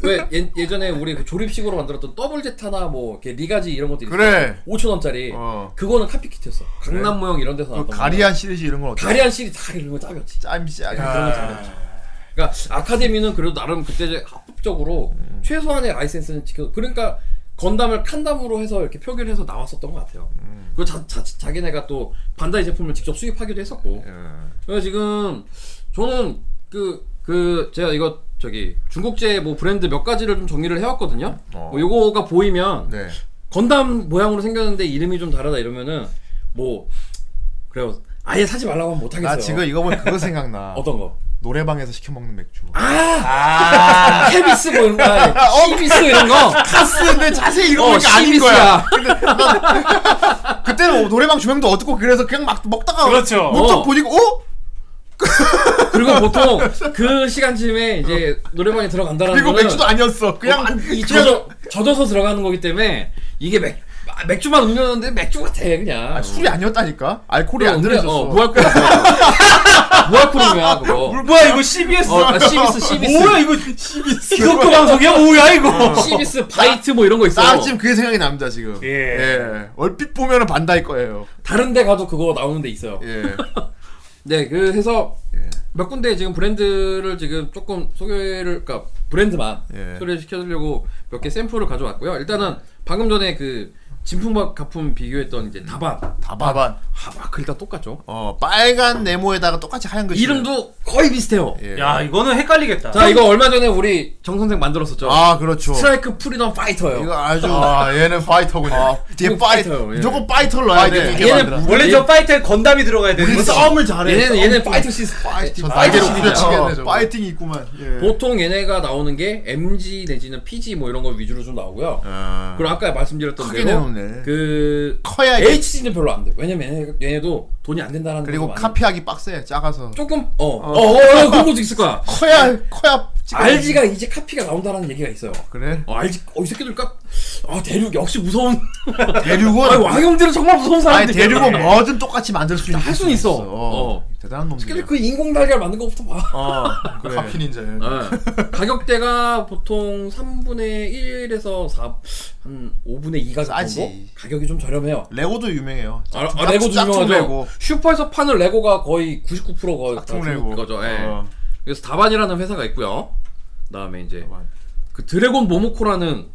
Speaker 9: 그왜 예전에 우리 그 조립식으로 만들었던 더블 제타나 뭐 이렇게 리가지 이런 것들이
Speaker 3: 그래.
Speaker 9: 5천 원짜리
Speaker 3: 어.
Speaker 9: 그거는 카피키트였어. 강남 모형 이런 데서
Speaker 3: 그
Speaker 9: 나왔던
Speaker 3: 가리안 시리즈 이런 건
Speaker 9: 거.
Speaker 3: 어때?
Speaker 9: 가리안 시리 다 이런 거 짭이었지.
Speaker 3: 짬이 아, 짜.
Speaker 4: 아,
Speaker 9: 그런 거 짭이었죠. 그러니까 아카데미는 그래도 나름 그때 이제 합법적으로
Speaker 3: 음.
Speaker 9: 최소한의 라이센스는 지켜. 그러니까 건담을 칸담으로 해서 이렇게 표기를 해서 나왔었던 것 같아요.
Speaker 3: 음.
Speaker 9: 그리고 자, 자, 자기네가 또 반다이 제품을 직접 수입하기도 했었고.
Speaker 3: 예. 아,
Speaker 9: 그래서 지금 저는 그, 그, 제가 이거 저기 중국제 뭐 브랜드 몇 가지를 좀 정리를 해왔거든요.
Speaker 3: 어.
Speaker 9: 뭐 요거가 보이면
Speaker 3: 네.
Speaker 9: 건담 모양으로 생겼는데 이름이 좀 다르다 이러면은 뭐, 그래요. 아예 사지 말라고 하면 못하겠어요.
Speaker 3: 나 지금 이거 보면 그거 생각나.
Speaker 9: 어떤 거?
Speaker 3: 노래방에서 시켜 먹는 맥주.
Speaker 9: 아, 케비스 뭐 이런 거, 아니,
Speaker 3: 어.
Speaker 9: 시비스 이런 거.
Speaker 3: 카스 근데 자세히
Speaker 9: 어,
Speaker 3: 읽어보니까 아닌
Speaker 9: 시비스야.
Speaker 3: 거야. 그때는 뭐 노래방 조명도 어둡고 그래서 그냥 막 먹다가
Speaker 1: 그렇죠.
Speaker 3: 문득
Speaker 9: 어.
Speaker 3: 보니까 어?
Speaker 9: 그리고 보통 그 시간쯤에 이제 노래방에 들어간다라는
Speaker 3: 그리고
Speaker 9: 거는
Speaker 3: 맥주도 아니었어. 그냥
Speaker 9: 어, 이
Speaker 3: 그냥
Speaker 9: 젖어, 젖어서 들어가는 거기 때문에 이게 맥 아, 맥주만 음료였는데 맥주 같아 그냥.
Speaker 3: 아, 술이 아니었다니까. 알코올이 안
Speaker 9: 그냥,
Speaker 3: 들어있었어.
Speaker 9: 어, 무알콜. 무알콜이야 그거.
Speaker 1: 뭐야 이거 CBS?
Speaker 9: 어, 아, 시비스 시비스.
Speaker 1: 뭐야 이거 CBS? 기독교 방송이야? 뭐야 이거?
Speaker 9: 시비스 바이트 뭐 이런 거 있어.
Speaker 3: 나 어. 아, 지금 그게 생각이 납니다 지금.
Speaker 1: 예.
Speaker 3: 얼핏 보면은 반다일 거예요.
Speaker 9: 다른 데 가도 그거 나오는 데 있어요.
Speaker 3: 예.
Speaker 9: 네, 그 해서
Speaker 3: 예.
Speaker 9: 몇 군데 지금 브랜드를 지금 조금 소개를, 그러니까 브랜드만
Speaker 3: 예.
Speaker 9: 소개를 시켜드리려고 몇 개 샘플을 가져왔고요. 일단은 방금 전에 그 진품과 가품 비교했던 이제 다반,
Speaker 3: 다반.
Speaker 9: 아, 막 일단 똑같죠.
Speaker 3: 어 빨간 네모에다가 똑같이 하얀 글씨.
Speaker 9: 이름도 거의 비슷해요.
Speaker 3: 예.
Speaker 1: 야 이거는 헷갈리겠다.
Speaker 9: 자, 이거 얼마 전에 우리 정 선생 만들었었죠.
Speaker 3: 아 그렇죠.
Speaker 9: 스트라이크 프리덤 파이터예요.
Speaker 3: 이거 아주 아 얘는 파이터군요. 뒤에
Speaker 4: 뭐
Speaker 9: 이거
Speaker 3: 파이터.
Speaker 9: 파이터예요, 예.
Speaker 3: 무조건 파이터를 넣어야 돼.
Speaker 9: 얘는
Speaker 3: 얘는
Speaker 1: 원래
Speaker 9: 얘-
Speaker 1: 저 파이터에 건담이 들어가야 되는
Speaker 3: 우리
Speaker 1: 거지.
Speaker 3: 싸움을 잘해.
Speaker 9: 얘네는
Speaker 3: 싸움.
Speaker 9: 얘는 파이터 시스.
Speaker 3: 파이팅.
Speaker 4: 날개로
Speaker 3: 파이팅.
Speaker 4: 후려치겠네,
Speaker 3: 어,
Speaker 4: 저거.
Speaker 3: 파이팅이 있구만. 예.
Speaker 9: 보통 얘네가 나오는 게 MG 내지는 PG 뭐 이런 거 위주로 좀 나오고요.
Speaker 3: 아,
Speaker 9: 그리고 아까 말씀드렸던
Speaker 3: 크게
Speaker 9: 대로
Speaker 3: 내놓네.
Speaker 9: 그
Speaker 3: 커야 이게-
Speaker 9: HG는 별로 안 돼. 왜냐면 얘네, 얘네도 돈이 안 된다라는
Speaker 3: 예, 그리고
Speaker 9: 것도 많이-
Speaker 3: 카피하기 빡세. 작아서.
Speaker 9: 조금 어어 어, 어, 어, 그런 것도 있을 거야.
Speaker 3: 커야 커야 찍어.
Speaker 9: RG가 이제 카피가 나온다라는 얘기가 있어요.
Speaker 3: 그래.
Speaker 9: 어, RG 어이 새끼들 깝아 대륙 역시 무서운
Speaker 3: 대륙은
Speaker 9: 아 왕형들은 정말 무서운
Speaker 3: 아니
Speaker 9: 사람들. 어.
Speaker 3: 대륙은 뭐든 똑같이 만들 수 있는
Speaker 9: 할 수는 있어.
Speaker 3: 어.
Speaker 9: 어.
Speaker 3: 대단한
Speaker 9: 새끼들
Speaker 3: 놈들이야.
Speaker 9: 그 인공 달걀 만든 거부터 봐.
Speaker 3: 어. 그래.
Speaker 4: 카피 닌자예요.
Speaker 3: 어.
Speaker 9: 예. 가격대가 보통 3분의 1에서 4한 5분의 2가 정도
Speaker 3: 싸지.
Speaker 9: 가격이 좀 저렴해요.
Speaker 3: 레고도 유명해요.
Speaker 9: 아,
Speaker 3: 짝퉁-
Speaker 9: 아, 레고 도
Speaker 3: 짝퉁
Speaker 9: 유명하죠.
Speaker 3: 레고.
Speaker 9: 슈퍼에서 파는 레고가 거의 99%가
Speaker 3: 짝퉁 레고.
Speaker 9: 거죠. 예.
Speaker 3: 어.
Speaker 9: 그래서 다반이라는 회사가 있고요. 그다음에 이제
Speaker 3: 다반.
Speaker 9: 그 드래곤 모모코라는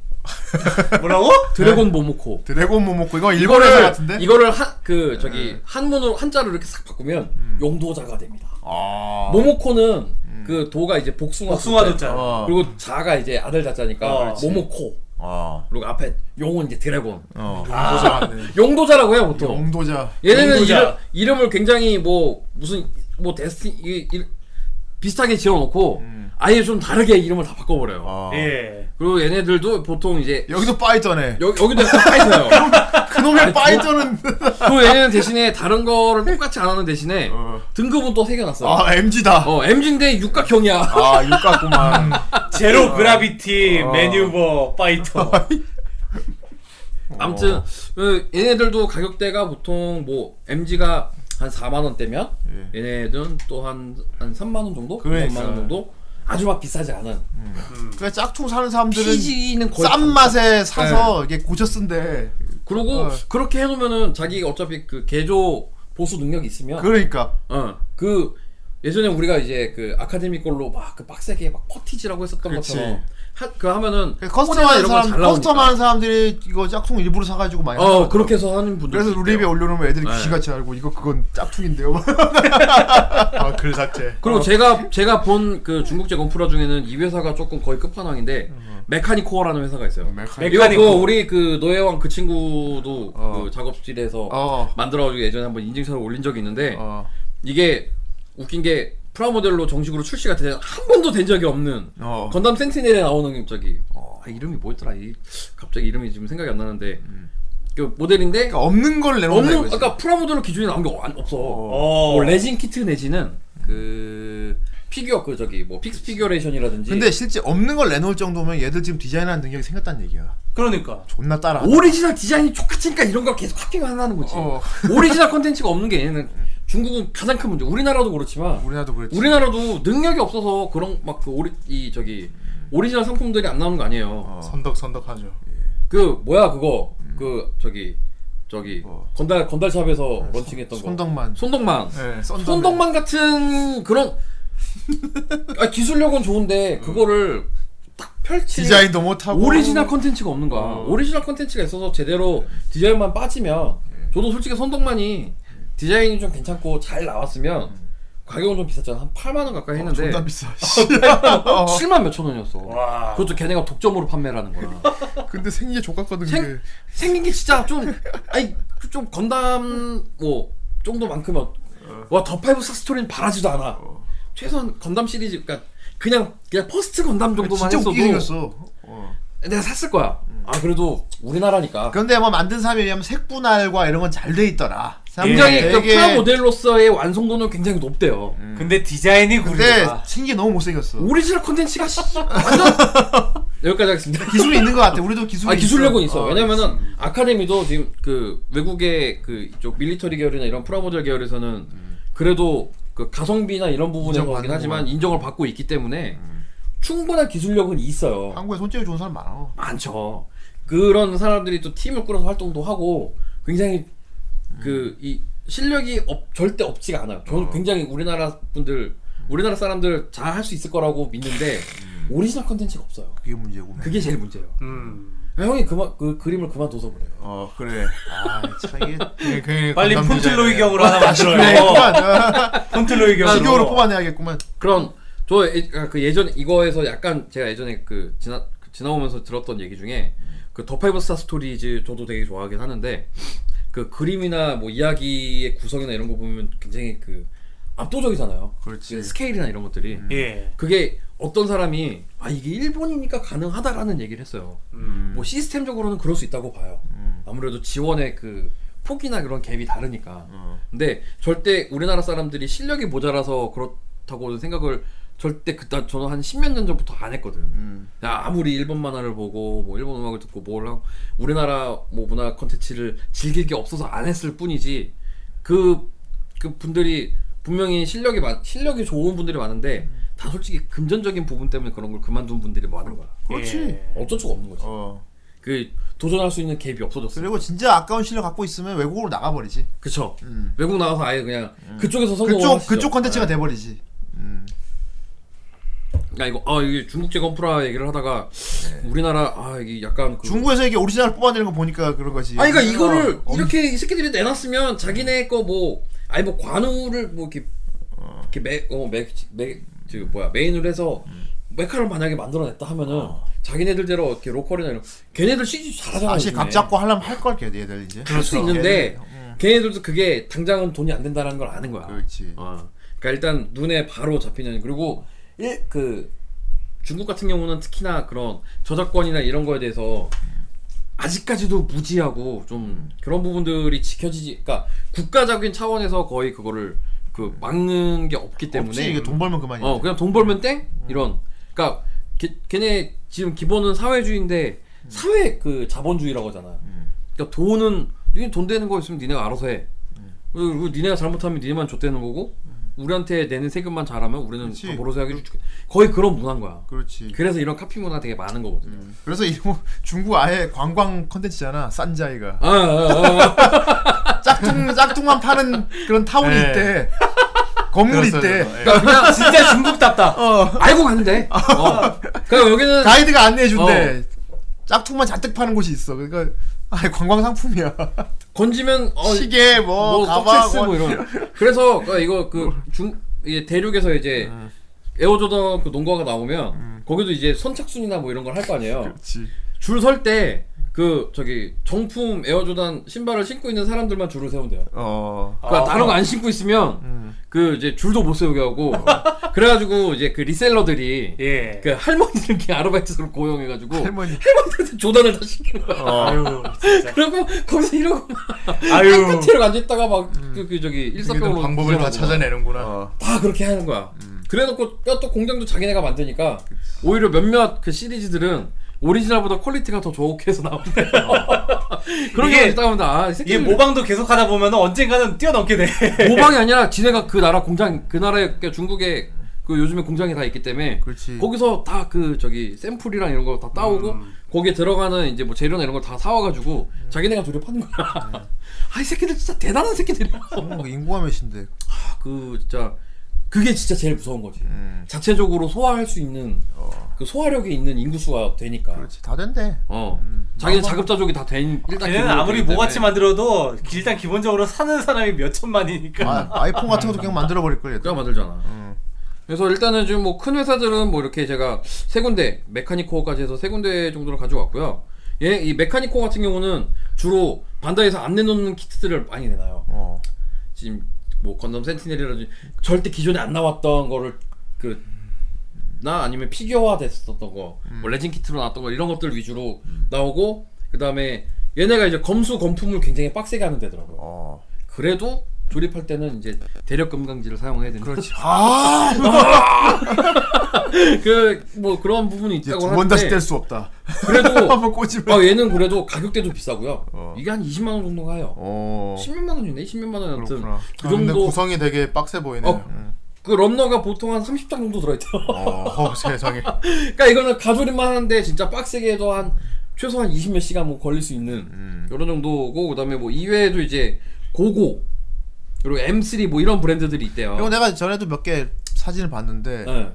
Speaker 1: 뭐라고?
Speaker 9: 드래곤 모모코
Speaker 3: 드래곤 모모코 뭐 네. 이거 일본 회사 같은데?
Speaker 9: 이거를 한그 저기 한문으로 한자로 이렇게 싹 바꾸면 용도자가 됩니다.
Speaker 3: 아.
Speaker 9: 모모코는 그 도가 이제 복숭아
Speaker 1: 복숭아도
Speaker 9: 도자.
Speaker 1: 짜.
Speaker 3: 어.
Speaker 9: 그리고 자가 이제 아들 자자니까
Speaker 1: 어, 그렇지.
Speaker 9: 모모코
Speaker 3: 어.
Speaker 9: 그리고 앞에 용은 이제 드래곤
Speaker 3: 어.
Speaker 4: 아,
Speaker 9: 용도자라고 해요 보통
Speaker 3: 용도자.
Speaker 9: 얘네는
Speaker 1: 용도자.
Speaker 9: 이름, 이름을 굉장히 뭐 무슨 뭐 데스티 이, 이, 비슷하게 지어놓고
Speaker 3: 음.
Speaker 9: 아예 좀 다르게 이름을 다 바꿔버려요.
Speaker 3: 어.
Speaker 1: 예.
Speaker 9: 그리고 얘네들도 보통 이제
Speaker 3: 여기도 파이터네.
Speaker 9: 여, 여기도 약간 파이터예요. 아,
Speaker 3: 그놈의 파이터는
Speaker 9: 그리고 얘네는 대신에 다른 거를 똑같이 안 하는 대신에
Speaker 3: 어.
Speaker 9: 등급은 또 새겨놨어요.
Speaker 3: 아 MG다.
Speaker 9: 어 MG인데 육각형이야.
Speaker 3: 아 육각구만.
Speaker 1: 제로 그라비티 매뉴버 파이터.
Speaker 9: 아무튼 그 얘네들도 가격대가 보통 뭐 MG가 한 4만 원대면
Speaker 3: 예.
Speaker 9: 얘네들은 또한한 3만 원 정도,
Speaker 3: 그러니까.
Speaker 9: 3만 원 정도 아주 막 비싸지 않은
Speaker 3: 그래 짝퉁 사는 사람들은 네.
Speaker 9: PG는 거의
Speaker 3: 싼 맛에 사서 이게 고쳐 쓴대.
Speaker 9: 그리고
Speaker 3: 어.
Speaker 9: 그렇게 해놓으면은 자기 어차피 그 개조 보수 능력이 있으면
Speaker 3: 그러니까
Speaker 9: 어, 그 예전에 우리가 이제 그 아카데미 걸로 막 그 빡세게 막 퍼티지라고 했었던
Speaker 3: 그치.
Speaker 9: 것처럼 하, 그 하면은 코리아
Speaker 3: 커스텀하는
Speaker 9: 이런 거잘
Speaker 3: 사람
Speaker 9: 나오니까.
Speaker 3: 커스텀하는 사람들이 이거 짝퉁 일부러 사가지고 많이
Speaker 9: 어
Speaker 3: 하더라고요.
Speaker 9: 그렇게 해서 하는 분들
Speaker 3: 그래서 우리 입에 올려놓으면 애들이
Speaker 9: 네.
Speaker 3: 귀신같이 알고 이거 그건 짝퉁인데요
Speaker 4: 아, 글 삭제.
Speaker 3: 어.
Speaker 9: 그리고 제가 제가 본 그 중국제 건프라 중에는 이 회사가 조금 거의 끝판왕인데 메카니코어라는 회사가 있어요.
Speaker 3: 음, 메카닉
Speaker 9: 이거
Speaker 1: 메카니코.
Speaker 9: 그거 우리 그 노예왕 그 친구도
Speaker 3: 어.
Speaker 9: 그 작업실에서
Speaker 3: 어.
Speaker 9: 만들어가지고 예전에 한번 인증서를 올린 적이 있는데
Speaker 3: 어.
Speaker 9: 이게 웃긴 게 프라모델로 정식으로 출시가 된 한 번도 된 적이 없는
Speaker 3: 어.
Speaker 9: 건담 센티넬에 나오는 저기 아, 이름이 뭐였더라 이 갑자기 이름이 지금 생각이 안 나는데 그 모델인데
Speaker 3: 그러니까 없는 걸 내놓는
Speaker 9: 없는
Speaker 3: 거지
Speaker 9: 아까 프라모델로 기준이 나온 게 안- 없어. 뭐 레진 키트 내지는 그 피규어 그 저기 뭐 픽스 피규어레이션이라든지
Speaker 3: 근데 실제 없는 걸 내놓을 정도면 얘들 지금 디자인하는 능력이 생겼다는 얘기야
Speaker 1: 그러니까.
Speaker 3: 존나 따라
Speaker 9: 오리지널 디자인이 똑같으니까 이런 걸 계속 합격하는 거지.
Speaker 3: 어.
Speaker 9: 오리지널 컨텐츠가 없는 게 얘는 중국은 가장 큰 문제. 우리나라도 그렇지만
Speaker 3: 우리나라도 그랬지
Speaker 9: 우리나라도 능력이 없어서 그런 막 그 오리 이 저기 오리지널 상품들이 안 나오는 거 아니에요.
Speaker 3: 어.
Speaker 4: 어. 선덕선덕하죠.
Speaker 9: 그 뭐야 그거
Speaker 3: 음.
Speaker 9: 그 저기 저기
Speaker 3: 뭐.
Speaker 9: 건달 건달샵에서 런칭했던 거.
Speaker 3: 네, 손덕만
Speaker 9: 예, 손동만.
Speaker 4: 네.
Speaker 9: 손동만 같은 그런 아, 기술력은 좋은데 그거를 딱 펼치
Speaker 3: 디자인도 못하고
Speaker 9: 예.
Speaker 3: 어.
Speaker 9: 오리지널 컨텐츠가 없는 거야. 오리지널 컨텐츠가 있어서 제대로 디자인만 빠지면
Speaker 3: 네.
Speaker 9: 저도 솔직히 손동만이 디자인이 좀 괜찮고 잘 나왔으면 가격은 좀 비쌌잖아. 한 8만 원 가까이 했는데
Speaker 3: 음. 어, 존나 비싸
Speaker 9: 7만 몇천 원이었어. 그것도 걔네가 독점으로 판매라는 거야.
Speaker 3: 근데 생기게 족같거든
Speaker 9: 생-
Speaker 3: 그게
Speaker 9: 생긴 게 진짜 좀 아니 그 좀 건담 뭐 정도만큼은 와더 파이브 스타 스토리는 바라지도 않아 최소한 건담 시리즈 그러니까 그냥 그냥 퍼스트 건담 정도만
Speaker 3: 진짜 웃기게
Speaker 9: 했어도
Speaker 3: 생겼어 어.
Speaker 9: 내가 샀을 거야 아 그래도 우리나라니까
Speaker 3: 근데 뭐 만든 사람에 의하면 색분할과 이런 건 잘 돼 있더라
Speaker 9: 굉장히 그
Speaker 3: 되게-
Speaker 9: 프라모델로서의 완성도는 굉장히 높대요
Speaker 1: 음. 근데 디자인이
Speaker 3: 근데
Speaker 1: 구리다.
Speaker 3: 생기 너무 못생겼어
Speaker 9: 오리지널 컨텐츠가 씨, 완전 여기까지 하겠습니다
Speaker 3: 기술이 있는 것 같아 우리도 기술이
Speaker 9: 아 기술력은 있어.
Speaker 3: 어,
Speaker 9: 왜냐면은 아카데미도 지금 그 외국의 그 이쪽 밀리터리 계열이나 이런 프라모델 계열에서는 그래도 그 가성비나 이런 부분에서 하긴
Speaker 3: 인정받는구만.
Speaker 9: 하지만 인정을 받고 있기 때문에 충분한 기술력은 있어요.
Speaker 3: 한국에 손재주 좋은 사람 많아
Speaker 9: 많죠. 그런 사람들이 또 팀을 꾸려서 활동도 하고 굉장히 그 이 실력이 없, 절대 없지가 않아요. 저는 굉장히 우리나라 분들 우리나라 사람들 잘 할 수 있을 거라고 믿는데 오리지널 컨텐츠가 없어요.
Speaker 3: 그게 문제고
Speaker 9: 그게 제일 문제예요.
Speaker 1: 음.
Speaker 9: 형이 그만 그 그림을 그만둬서 그래요.
Speaker 3: 어 그래 아참 이게
Speaker 4: 네, 그
Speaker 1: 빨리
Speaker 4: 건담
Speaker 1: 폰틀로이
Speaker 4: 디자인에
Speaker 1: 경으로 하나 만들어요. 어.
Speaker 3: 그만
Speaker 1: 폰틀로이 경으로.
Speaker 3: 기교로 아, 뽑아내야겠구만
Speaker 9: 그런 저 예, 아, 그 예전 이거에서 약간 제가 예전에 그 지나 그 지나오면서 들었던 얘기 중에 그 더 파이브 스타 스토리즈 저도 되게 좋아하긴 하는데 그 그림이나 뭐 이야기의 구성이나 이런 거 보면 굉장히 그 압도적이잖아요.
Speaker 3: 그렇지. 음.
Speaker 9: 그 스케일이나 이런 것들이
Speaker 1: 예.
Speaker 9: 그게 어떤 사람이 아 이게 일본이니까 가능하다라는 얘기를 했어요.
Speaker 1: 음.
Speaker 9: 뭐 시스템적으로는 그럴 수 있다고 봐요. 아무래도 지원의 그 폭이나 그런 갭이 다르니까. 근데 절대 우리나라 사람들이 실력이 모자라서 그렇다고 생각을 절대 그때 저는 한 십몇 년 전부터 안 했거든. 야, 아무리 일본 만화를 보고 뭐 일본 음악을 듣고 뭘 하고 우리나라 뭐 문화 콘텐츠를 즐길 게 없어서 안 했을 뿐이지. 그, 그 분들이 분명히 실력이 많, 실력이 좋은 분들이 많은데
Speaker 3: 음.
Speaker 9: 다 솔직히 금전적인 부분 때문에 그런 걸 그만둔 분들이 많은 거야.
Speaker 1: 그렇지.
Speaker 9: 어쩔 수가 없는 거지.
Speaker 3: 어
Speaker 9: 그 도전할 수 있는 갭이 없어졌어.
Speaker 3: 그리고 진짜 아까운 실력 갖고 있으면 외국으로 나가버리지
Speaker 9: 그쵸.
Speaker 3: 음.
Speaker 9: 외국 나가서 아예 그냥 그쪽에서 성공을
Speaker 3: 그쪽
Speaker 9: 하시죠. 네.
Speaker 3: 그쪽 컨텐츠가 돼버리지
Speaker 9: 야 이거 아 이게 중국제 건프라 얘기를 하다가 우리나라 아 이게 약간 그
Speaker 3: 네. 중국에서 이게 오리지널 뽑아내는 거 보니까 그런 거지
Speaker 9: 아니 그러니까 이거를
Speaker 3: 어,
Speaker 9: 이렇게 이 새끼들이 내놨으면 자기네 거 뭐 아니 뭐 관우를 뭐 이렇게 이렇게 어, 매어매매저 뭐야 메인으로 해서 메카를 만약에 만들어냈다 하면은 자기네들대로 이렇게 로컬이나 이런 걔네들 CG 잘하잖아.
Speaker 3: 다시
Speaker 9: 요즘에.
Speaker 3: 각 잡고 하려면 할걸 걔들 이제
Speaker 9: 할수 있는데 걔네들도 그게 당장은 돈이 안 된다라는 걸 아는 거야.
Speaker 3: 음. 그렇지
Speaker 9: 어. 그러니까 일단 눈에 바로 잡히는 그리고 일 그 중국 같은 경우는 특히나 그런 저작권이나 이런 거에 대해서 아직까지도 무지하고 좀 그런 부분들이 지켜지지 그러니까 국가적인 차원에서 거의 그거를 그 막는 게 없기 때문에
Speaker 3: 없지 이게 돈 벌면 그만이야
Speaker 9: 어 그냥 돈 벌면 땡 이런 그러니까 걔, 걔네 지금 기본은 사회주의인데 사회 그 자본주의라고 하잖아
Speaker 3: 음.
Speaker 9: 그러니까 돈은 니네 돈 되는 거 있으면 니네가 알아서 해
Speaker 3: 음.
Speaker 9: 그리고 니네가 잘못하면 니네만 줬대는 거고 우리한테 내는 세금만 잘하면 우리는
Speaker 3: 그치.
Speaker 9: 다 벌어서 하기로 줄게 거의 그런 문화인 거야
Speaker 3: 그렇지
Speaker 9: 그래서 이런 카피 문화 되게 많은 거거든요
Speaker 3: 그래서 이 뭐, 중국 아예 관광 컨텐츠잖아 산자이가
Speaker 9: 아, 아, 아, 아.
Speaker 3: 짝퉁 짝퉁만 파는 그런 타운이
Speaker 4: 네.
Speaker 3: 있대 건물
Speaker 4: 들었어요,
Speaker 3: 있대.
Speaker 4: 저도. 예.
Speaker 9: 그러니까 그냥
Speaker 1: 진짜 중국답다.
Speaker 3: 어.
Speaker 9: 알고 갔는데. 어. 그러니까 여기는
Speaker 3: 가이드가 안내해 준대.
Speaker 9: 어.
Speaker 3: 짝퉁만 잔뜩 파는 곳이 있어. 그러니까 아 관광 상품이야.
Speaker 9: 건지면 어,
Speaker 3: 시계 뭐,
Speaker 9: 뭐
Speaker 3: 가방
Speaker 9: 석세스 뭐 이런. 그래서 그러니까 이거 그 중 이게 대륙에서 이제 에어조던 그 농가가 나오면 거기도 이제 선착순이나 뭐 이런 걸 할 거 아니에요.
Speaker 3: 그렇지.
Speaker 9: 줄 설 때 그 저기 정품 에어조단 신발을 신고 있는 사람들만 줄을 세운대요.
Speaker 3: 어.
Speaker 9: 그러니까 다른 거 안 신고 있으면 그 이제 줄도 못 세우게 하고 그래가지고 이제 그 리셀러들이
Speaker 1: 예.
Speaker 9: 그 할머니들 이렇게 아르바이트로 고용해가지고
Speaker 3: 할머니.
Speaker 9: 할머니한테 조단을 다 시키는 거야.
Speaker 1: 아유, 진짜.
Speaker 9: 그리고 거기서 이러고
Speaker 1: 아유.
Speaker 9: 한 끝으로 앉아있다가 막 그, 그 저기 일사병으로
Speaker 4: 방법을 다
Speaker 9: 구제하고
Speaker 4: 찾아내는구나.
Speaker 3: 어.
Speaker 9: 다 그렇게 하는 거야. 그래놓고 야, 또 공장도 자기네가 만드니까 오히려 몇몇 그 시리즈들은 오리지널보다 퀄리티가 더 좋게 해서 나온대. 그런
Speaker 1: 이게-
Speaker 9: 게 있다 보면 아, 이
Speaker 1: 이게
Speaker 9: 새끼들
Speaker 1: 모방도 계속 하다 보면 언젠가는 뛰어넘게 돼.
Speaker 9: 모방이 아니라 지네가 그 나라 공장 그 나라의 그러니까 중국에 그 요즘에 공장이 다 있기 때문에
Speaker 3: 그렇지.
Speaker 9: 거기서 다 그 저기 샘플이랑 이런 거 다 따오고
Speaker 3: 음.
Speaker 9: 거기에 들어가는 이제 뭐 재료나 이런 걸 다 사와가지고 자기네가 조려 파는 거야. 아 이 새끼들 진짜 대단한 새끼들이야.
Speaker 3: 어, 인구가 몇인데.
Speaker 9: 그 진짜 그게 진짜 제일 무서운 거지.
Speaker 3: 네.
Speaker 9: 자체적으로 소화할 수 있는 그 소화력이 있는 인구수가 되니까.
Speaker 3: 어. 그렇지. 음. 다 된대. 아,
Speaker 9: 어. 자기는 자급자족이 다된 일단
Speaker 1: 얘는
Speaker 9: 기본으로
Speaker 1: 아무리
Speaker 9: 되기
Speaker 1: 뭐같이
Speaker 9: 때문에.
Speaker 1: 만들어도 일단 기본적으로 사는 사람이 몇 천만이니까.
Speaker 3: 아, 아이폰 같은 것도 그냥 만들어 버릴 걸
Speaker 9: 그러니까. 그냥
Speaker 3: 얘들.
Speaker 9: 만들잖아. 그래서 일단은 지금 뭐 큰 회사들은 뭐 이렇게 제가 세 군데 메카니코어까지 해서 세 군데 정도를 가져왔고요. 예, 이 메카니코어 같은 경우는 주로 반다이에서 안 내놓는 키트들을 많이 내놔요.
Speaker 3: 어.
Speaker 9: 지금 뭐 건담 센티넬이라든지 절대 기존에 안 나왔던 거를 그 나 아니면 피규어화 됐었던 거,
Speaker 3: 음.
Speaker 9: 뭐 레진 키트로 나왔던 거 이런 것들 위주로 나오고 그 다음에 얘네가 이제 검수 검품을 굉장히 빡세게 하는 데더라고. 요
Speaker 3: 어.
Speaker 9: 그래도 조립할 때는 이제 대력 금강지를 사용해야 되는.
Speaker 3: 그렇지. 아,
Speaker 9: 그뭐 그런 부분이
Speaker 3: 이제
Speaker 9: 있다고
Speaker 3: 두
Speaker 9: 하는데
Speaker 3: 번 다시 뗄 수 없다.
Speaker 9: 그래도
Speaker 3: 한번 꽂으면.
Speaker 9: 아 얘는 그래도 가격대도 비싸고요.
Speaker 3: 어.
Speaker 9: 이게 한 20만 원 정도가 해요.
Speaker 3: 어.
Speaker 9: 10몇만 원이네, 10몇만 원 아무튼
Speaker 3: 그렇구나.
Speaker 9: 그
Speaker 4: 아, 근데
Speaker 9: 정도
Speaker 4: 구성이 되게 빡세 보이네요.
Speaker 9: 어. 그 럼너가 보통 한 30장 정도 들어있대요.
Speaker 4: 어, 세상에.
Speaker 9: 그러니까 이거는 가조립만 하는데 진짜 빡세게 해도 한 최소한 20몇 시간 뭐 걸릴 수 있는
Speaker 3: 음.
Speaker 9: 이런 정도고 그다음에 뭐 이외에도 이제 고고 그리고 M3 뭐 이런 브랜드들이 있대요.
Speaker 3: 그리고 내가 전에도 몇 개 사진을 봤는데
Speaker 9: 네.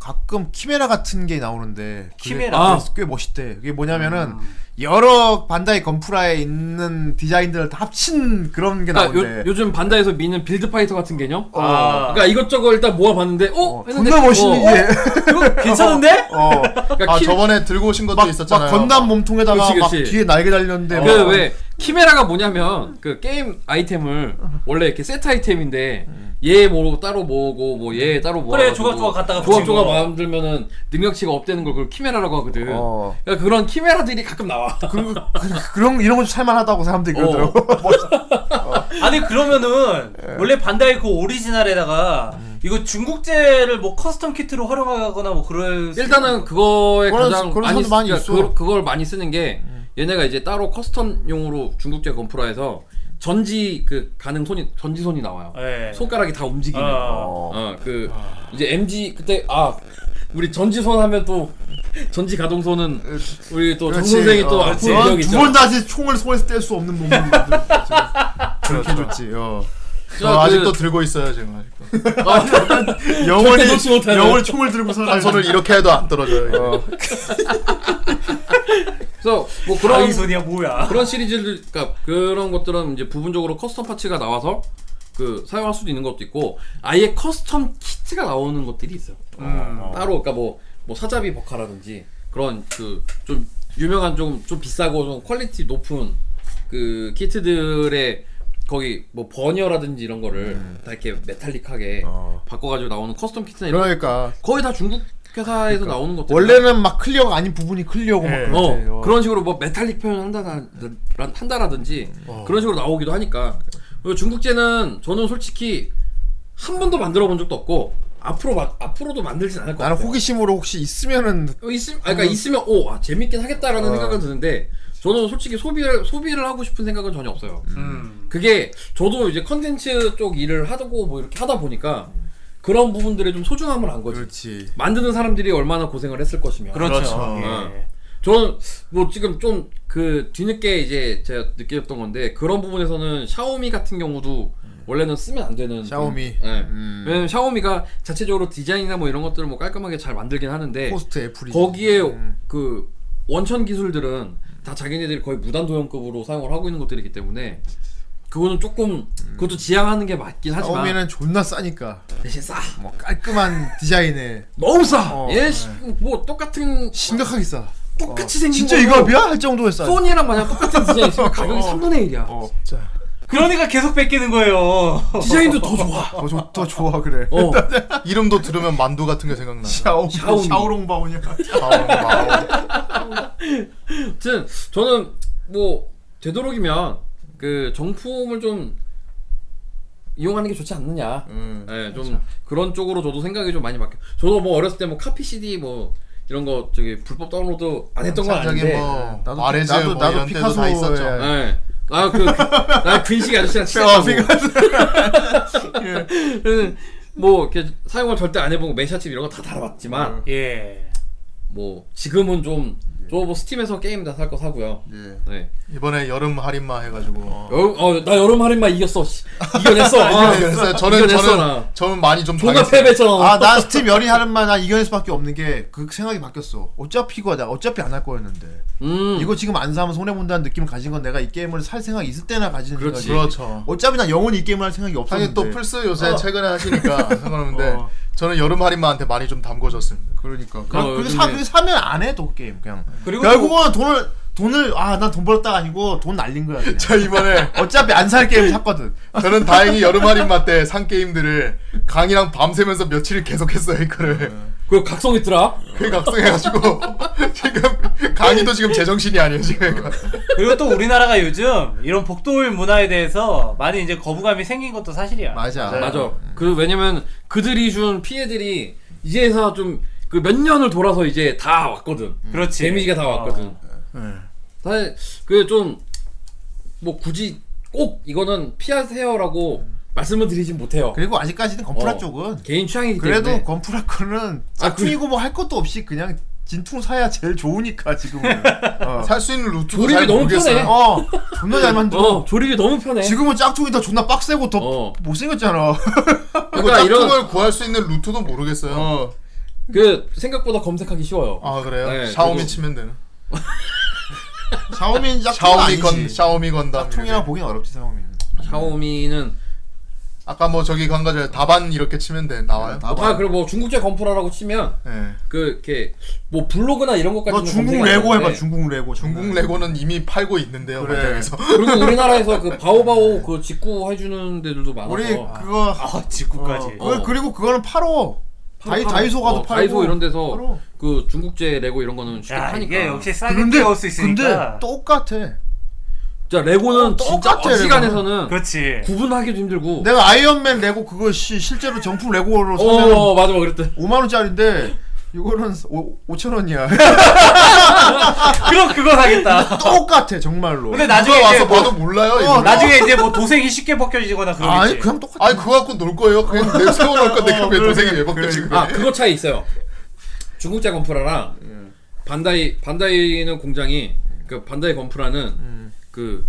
Speaker 3: 가끔 키메라 같은 게 나오는데 그게
Speaker 1: 키메라?
Speaker 9: 아. 음.
Speaker 3: 꽤 멋있대. 그게 뭐냐면은 여러 반다이 건프라에 있는 디자인들을 다 합친 그런 게
Speaker 9: 그러니까
Speaker 3: 나오는데.
Speaker 9: 요, 요즘 반다에서 미는 빌드 파이터 같은 개념.
Speaker 1: 아.
Speaker 9: 그러니까 이것저것 일단 모아봤는데 어,
Speaker 3: 어,
Speaker 9: 했는데,
Speaker 3: 존나 멋있는
Speaker 9: 어,
Speaker 3: 게.
Speaker 1: 이거 괜찮은데?
Speaker 3: 어.
Speaker 9: 그러니까
Speaker 4: 아,
Speaker 9: 키,
Speaker 4: 저번에 들고 오신 것도
Speaker 3: 막,
Speaker 4: 있었잖아요. 어.
Speaker 3: 막 건담 몸통에다가
Speaker 9: 그치,
Speaker 3: 막
Speaker 9: 그치.
Speaker 3: 뒤에 날개 달렸는데.
Speaker 1: 어.
Speaker 3: 막-
Speaker 9: 어. 그왜 키메라가 뭐냐면 그 게임 아이템을 원래 이렇게 세트 아이템인데 얘 뭐 따로 모으고 뭐 얘 따로 모아
Speaker 1: 조각조각 갖다가 붙인
Speaker 9: 조각 조각
Speaker 1: 거.
Speaker 9: 만들면은 능력치가 업되는 걸 그걸 키메라라고 하거든.
Speaker 3: 어.
Speaker 9: 그러니까 그런 키메라들이 가끔 나와.
Speaker 3: 그리고 그, 그런 이런 것도 살만하다고 사람들이 그러더라고.
Speaker 9: 어.
Speaker 1: 아니 그러면은 원래 반다이 그 오리지널에다가 이거 중국제를 뭐 커스텀 키트로 활용하거나 뭐 그럴 수-
Speaker 9: 일단은 그거에
Speaker 3: 그런-
Speaker 9: 가장
Speaker 3: 그런
Speaker 9: 많이
Speaker 3: 사람도 많이 음.
Speaker 9: 쓰-
Speaker 3: 있어.
Speaker 9: 그, 그걸 많이 쓰는 게 얘네가 이제 따로 커스텀용으로 중국제 건프라에서 전지 그 가능 손이 전지 손이 나와요.
Speaker 1: 예.
Speaker 9: 손가락이 다 움직이는.
Speaker 1: 어.
Speaker 3: 어.
Speaker 9: 어 그 이제 MG 그때 아 우리 전지손 하면 또 전지 가동손은 우리 또 정
Speaker 3: 그렇지.
Speaker 9: 선생이 또
Speaker 3: 어,
Speaker 9: 아픈 기억이 있죠.
Speaker 3: 두번 다시 총을 손에서 뗄 수 없는 몸을 만들었지. 그렇게 좋지. 어.
Speaker 4: 그렇죠.
Speaker 9: 저
Speaker 4: 저 아직도
Speaker 9: 그,
Speaker 4: 들고 있어요, 지금 아직도.
Speaker 3: 영원히
Speaker 9: 놓지 못하는.
Speaker 3: 영원히 총을 들고 살아.
Speaker 4: 한 손을 이렇게 해도 안 떨어져요.
Speaker 9: 그래서 뭐
Speaker 1: 아,
Speaker 9: 그런
Speaker 1: 이 소리야 뭐야?
Speaker 9: 그런 시리즈들 그러니까 그런 것들은 이제 부분적으로 커스텀 파츠가 나와서 그 사용할 수도 있는 것도 있고 아예 커스텀 키트가 나오는 것들이 있어요.
Speaker 1: 음.
Speaker 9: 따로 그러니까 뭐, 뭐 사자비 버카라든지 그런 그 좀 유명한 좀 좀 비싸고 좀 퀄리티 높은 그 키트들의 거기 뭐 버녀라든지 이런 거를
Speaker 1: 음.
Speaker 9: 다 이렇게 메탈릭하게
Speaker 3: 어.
Speaker 9: 바꿔가지고 나오는 커스텀 키트나 이런
Speaker 3: 그러니까
Speaker 9: 거의 다 중국 회사에서
Speaker 1: 그러니까.
Speaker 9: 나오는 것들
Speaker 3: 원래는 막 클리어가 아닌 부분이 네, 클리어고 막 그런.
Speaker 9: 어, 그런 식으로 뭐 메탈릭 표현을 한다라, 한다라든지
Speaker 3: 어.
Speaker 9: 그런 식으로 나오기도 하니까 그리고 중국제는 저는 솔직히 한 번도 만들어 본 적도 없고 앞으로 막 앞으로도 만들진 않을 것
Speaker 3: 나는
Speaker 9: 같아요.
Speaker 3: 호기심으로 혹시 있으면은
Speaker 9: 어, 있음, 아, 그러니까 있으면 오, 아, 재밌긴
Speaker 3: 어.
Speaker 9: 하겠다라는 생각은 드는데 저는 솔직히 소비를 소비를 하고 싶은 생각은 전혀 없어요.
Speaker 1: 음.
Speaker 9: 그게 저도 이제 컨텐츠 쪽 일을 하고 뭐 이렇게 하다 보니까 그런 부분들의 좀 소중함을 안 거지.
Speaker 3: 그렇지.
Speaker 9: 만드는 사람들이 얼마나 고생을 했을 것이며.
Speaker 3: 어.
Speaker 1: 그렇죠.
Speaker 4: 그렇죠.
Speaker 1: 예.
Speaker 9: 저는 뭐 지금 좀 그 뒤늦게 이제 제가 느꼈던 건데 그런 부분에서는 샤오미 같은 경우도 원래는 쓰면 안 되는
Speaker 3: 샤오미.
Speaker 9: 예.
Speaker 3: 음.
Speaker 9: 왜냐면 샤오미가 자체적으로 디자인이나 뭐 이런 것들을 뭐 깔끔하게 잘 만들긴 하는데
Speaker 3: 포스트 애플이
Speaker 9: 거기에
Speaker 3: 음.
Speaker 9: 그 원천 기술들은 다 자기네들이 거의 무단 도용급으로 사용을 하고 있는 것들이기 때문에 그거는 조금 그것도 지향하는 게 맞긴 하지만
Speaker 3: 음. 샤오미는 존나 싸니까
Speaker 9: 대신 싸
Speaker 3: 뭐 깔끔한 디자인에
Speaker 9: 너무 싸.
Speaker 3: 어,
Speaker 9: 예, 씨, 뭐 똑같은
Speaker 3: 심각하게 싸.
Speaker 9: 똑같이 생긴
Speaker 3: 진짜
Speaker 9: 걸로
Speaker 3: 이거야? 할 정도로 싸.
Speaker 9: 소니랑 만약 똑같은 디자인 있으면 가격이 3분의 1이야.
Speaker 3: 어,
Speaker 1: 그러니까 계속 뺏기는 거예요.
Speaker 9: 디자인도 더 좋아.
Speaker 3: 더, 좋, 어, 더 좋아 그래.
Speaker 9: 어.
Speaker 4: 이름도 들으면 만두 같은 게 생각나.
Speaker 3: 샤오미,
Speaker 9: 샤오미.
Speaker 3: 샤오롱 바오냐?
Speaker 9: 아무튼 저는 뭐 되도록이면 그 정품을 좀 이용하는 게 좋지 않느냐.
Speaker 4: 음.
Speaker 9: 예, 좀 그런 쪽으로 저도 생각이 좀 많이 바뀌어. 저도 뭐 어렸을 때 뭐 카피 CD 뭐 이런 거 저기 불법 다운로드 안 했던 건
Speaker 4: 저기
Speaker 9: 아닌데.
Speaker 4: 뭐
Speaker 3: 나도 피-
Speaker 4: 아레즈
Speaker 3: 나도-
Speaker 4: 뭐
Speaker 3: 나도
Speaker 4: 이런 데도 다
Speaker 3: 피카소의
Speaker 4: 있었죠.
Speaker 3: 알-
Speaker 9: 예. 아, 그, 나 근식이 아저씨랑 친하다고. 예. 그래서 뭐, 이렇게 사용을 절대 안 해보고 맨샷집 이런 거 다 달아봤지만,
Speaker 1: 예.
Speaker 9: 뭐, 지금은 좀, 저뭐 스팀에서 게임 다 살 거 사고요.
Speaker 4: 예.
Speaker 9: 네.
Speaker 4: 이번에 여름 할인마 해가지고.
Speaker 9: 여, 어, 나 여름 할인만 이겼어. 씨. 이겨냈어. 아,
Speaker 4: 그래서 저는
Speaker 9: 이겨냈어, 나.
Speaker 4: 저는 저는 많이 좀
Speaker 9: 존나
Speaker 4: 당했어요.
Speaker 9: 패배처럼.
Speaker 3: 아, 난 스팀 열이 하는만 난 이겨낼 수밖에 없는 게 그 생각이 바뀌었어. 어차피 이거 나 어차피 안 할 거였는데.
Speaker 9: 음.
Speaker 3: 이거 지금 안 사면 손해 본다는 느낌을 가진 건 내가 이 게임을 살 생각이 있을 때나 가지는
Speaker 9: 그렇지.
Speaker 3: 생각이.
Speaker 4: 그렇죠.
Speaker 3: 어차피 난 영원히 이 게임을 할 생각이 없었는데.
Speaker 4: 하긴 또 플스 요새
Speaker 3: 어.
Speaker 4: 최근에 하시니까 상관없는데
Speaker 3: 어.
Speaker 4: 저는 여름 할인마한테 많이 좀 담궈졌습니다. 그러니까.
Speaker 3: 그냥
Speaker 9: 어,
Speaker 3: 그렇게
Speaker 9: 요즘에-
Speaker 3: 사 그렇게 사면 안 해 또 게임 그냥.
Speaker 1: 그리고
Speaker 3: 결국은 돈을 돈을 아 난 돈 벌었다가 아니고 돈 날린 거야. 그냥.
Speaker 4: 저 이번에
Speaker 3: 어차피 안 살 게임 샀거든.
Speaker 4: 저는 다행히 여름 할인마 때 산 게임들을 강이랑 밤새면서 며칠을 계속했어요
Speaker 3: 네.
Speaker 4: 이거를
Speaker 9: 그거 각성 있더라.
Speaker 4: 그게 각성해가지고 지금 강이도 지금 제정신이 아니에요 지금 이거.
Speaker 1: 그리고 또 우리나라가 요즘 이런 복돌 문화에 대해서 많이 이제 거부감이 생긴 것도 사실이야.
Speaker 3: 맞아.
Speaker 9: 맞아. 그, 왜냐면 그들이 준 피해들이 이제서 좀 그 몇 년을 돌아서 이제 다 왔거든.
Speaker 1: 음. 그렇지.
Speaker 9: 데미지가 다 왔거든.
Speaker 1: 어.
Speaker 9: 사실 그 좀 뭐 굳이 꼭 이거는 피하세요라고 말씀을 드리진 못해요.
Speaker 3: 그리고 아직까지는 건프라
Speaker 9: 어.
Speaker 3: 쪽은
Speaker 9: 개인 취향이기
Speaker 3: 그래도
Speaker 9: 때문에.
Speaker 3: 건프라 거는
Speaker 9: 아,
Speaker 3: 짝퉁이고 뭐 할 것도 없이 그냥 진퉁 사야 제일 좋으니까 지금은. 어.
Speaker 4: 살 수 있는 루트도
Speaker 9: 조립이
Speaker 4: 잘
Speaker 9: 너무
Speaker 4: 모르겠어요.
Speaker 9: 편해.
Speaker 3: 어 존나 잘 만들어.
Speaker 9: 어 조립이 너무 편해.
Speaker 3: 지금은 짝퉁이 더 존나 빡세고 더
Speaker 9: 어.
Speaker 3: 못생겼잖아.
Speaker 4: 그리고
Speaker 9: 그러니까 이런-
Speaker 4: 짝퉁을 구할 수 있는 루트도 모르겠어요.
Speaker 9: 그 생각보다 검색하기 쉬워요.
Speaker 4: 아 그래요?
Speaker 9: 네,
Speaker 4: 샤오미
Speaker 9: 그리고-
Speaker 4: 치면 되는.
Speaker 3: 샤오미는 짝퉁
Speaker 4: 샤오미 건
Speaker 3: 아니지.
Speaker 4: 샤오미 건담.
Speaker 3: 짝퉁이랑
Speaker 4: 이렇게.
Speaker 3: 보긴 어렵지 샤오미는.
Speaker 9: 샤오미는
Speaker 4: 아까 뭐 저기 관가절 다반 이렇게 치면 돼
Speaker 3: 네,
Speaker 4: 나와요.
Speaker 9: 아 그리고 뭐 중국제 건프라라고 치면
Speaker 4: 예.
Speaker 9: 그 이렇게 뭐 블로그나 이런 것까지
Speaker 3: 너 중국 레고
Speaker 9: 네.
Speaker 3: 해봐 중국 레고.
Speaker 4: 중국
Speaker 3: 장난.
Speaker 4: 레고는 이미 팔고 있는데요.
Speaker 3: 네. 그래.
Speaker 4: 매장에서.
Speaker 9: 그리고 우리나라에서 그 바오바오 그 직구 해주는 데들도 어. 많아서
Speaker 3: 우리 그거
Speaker 1: 아, 직구까지.
Speaker 9: 어.
Speaker 3: 어. 그리고 그거는 팔어.
Speaker 9: 팔아,
Speaker 3: 다이
Speaker 9: 팔아.
Speaker 3: 다이소 가도
Speaker 9: 어,
Speaker 3: 팔고.
Speaker 9: 다이소 이런 데서
Speaker 3: 팔어.
Speaker 9: 그 중국제 레고 이런 거는 쉽게
Speaker 1: 야,
Speaker 9: 파니까.
Speaker 1: 이게 역시 싸게
Speaker 3: 근데
Speaker 1: 키워올 수 있으니까.
Speaker 3: 근데 똑같아.
Speaker 9: 자 레고는
Speaker 3: 어,
Speaker 9: 진짜
Speaker 3: 똑같아,
Speaker 9: 어지간해서는
Speaker 1: 그렇지.
Speaker 9: 구분하기도 힘들고.
Speaker 3: 내가 아이언맨 레고 그거 시, 실제로 정품 레고로 사면
Speaker 9: 어 맞아 그랬대.
Speaker 3: 5만 원짜리인데 이거는 5, 5천 원이야.
Speaker 1: 그럼 그거 사겠다.
Speaker 3: 똑같아 정말로.
Speaker 1: 근데
Speaker 4: 누가
Speaker 1: 나중에 이제
Speaker 4: 와서
Speaker 1: 뭐,
Speaker 4: 봐도 몰라요.
Speaker 3: 어,
Speaker 4: 이거.
Speaker 1: 나중에 이제 뭐 도색이 쉽게 벗겨지거나 그러겠지.
Speaker 3: 아니 그냥 똑같아.
Speaker 4: 아니 그거 갖고 놀 거예요? 그냥 내 세워놓을 건데
Speaker 3: 어,
Speaker 4: 그게
Speaker 3: 그러게,
Speaker 4: 도색이 왜 벗겨 지금?
Speaker 9: 아 그거 차이 있어요. 중국제 건프라랑 반다이 반다이는 공장이 그 반다이 건프라는 그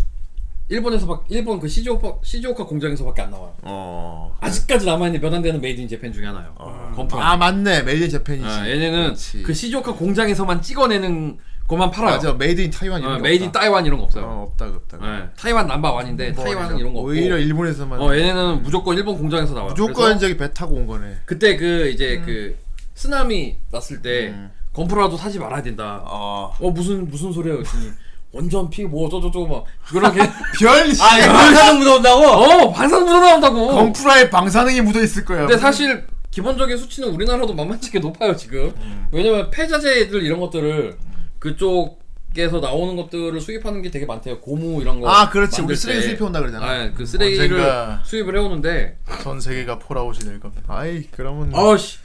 Speaker 9: 일본에서 밖 일본 그 시즈오카 시즈오카 공장에서밖에 안 나와요.
Speaker 3: 어.
Speaker 9: 아직까지 남아 있는 몇 안 되는 메이드 인 재팬 중에 하나요. 건프라.
Speaker 3: 아 맞네 메이드 인 재팬이지.
Speaker 9: 아, 얘네는
Speaker 3: 그렇지.
Speaker 9: 그 시즈오카 공장에서만 찍어내는 것만 팔아요.
Speaker 3: 맞아 메이드 인 타이완 이런
Speaker 9: 어,
Speaker 3: 거
Speaker 9: 메이드 인
Speaker 3: 없다.
Speaker 9: 타이완 이런 거 없어요.
Speaker 3: 어, 없다 없다.
Speaker 9: 예, 타이완 남바 완인데 타이완 이런 거 없고.
Speaker 3: 오히려 일본에서만
Speaker 9: 어 얘네는 무조건 일본 공장에서 나와요.
Speaker 3: 무조건
Speaker 9: 그래서
Speaker 3: 저기 배 타고 온 거네.
Speaker 9: 그때 그 이제 그 쓰나미 났을 때 건프라도 사지 말아야 된다. 어,
Speaker 3: 음. 어.
Speaker 9: 무슨 무슨 소리야 그랬더니 완전 피뭐 어쩌고저쩌고 막 그렇게
Speaker 3: 별
Speaker 1: 아, 이거 반사능 묻어온다고?
Speaker 9: 어 반상 묻어나온다고.
Speaker 3: 건프라에 방사능이 묻어 있을 거야.
Speaker 9: 뭐. 근데 사실 기본적인 수치는 우리나라도 만만치게 높아요 지금.
Speaker 3: 음.
Speaker 9: 왜냐면 폐자재들 이런 것들을 그쪽에서 나오는 것들을 수입하는 게 되게 많대요. 고무 이런 거.
Speaker 3: 아, 그렇지. 우리
Speaker 9: 만들
Speaker 3: 쓰레기
Speaker 9: 때.
Speaker 3: 수입해온다 그러잖아.
Speaker 9: 아, 그 쓰레기를
Speaker 4: 언젠가.
Speaker 9: 수입을 해오는데.
Speaker 4: 전 세계가 폴아웃이 될 겁니다.
Speaker 3: 아이 그러면
Speaker 9: 아씨,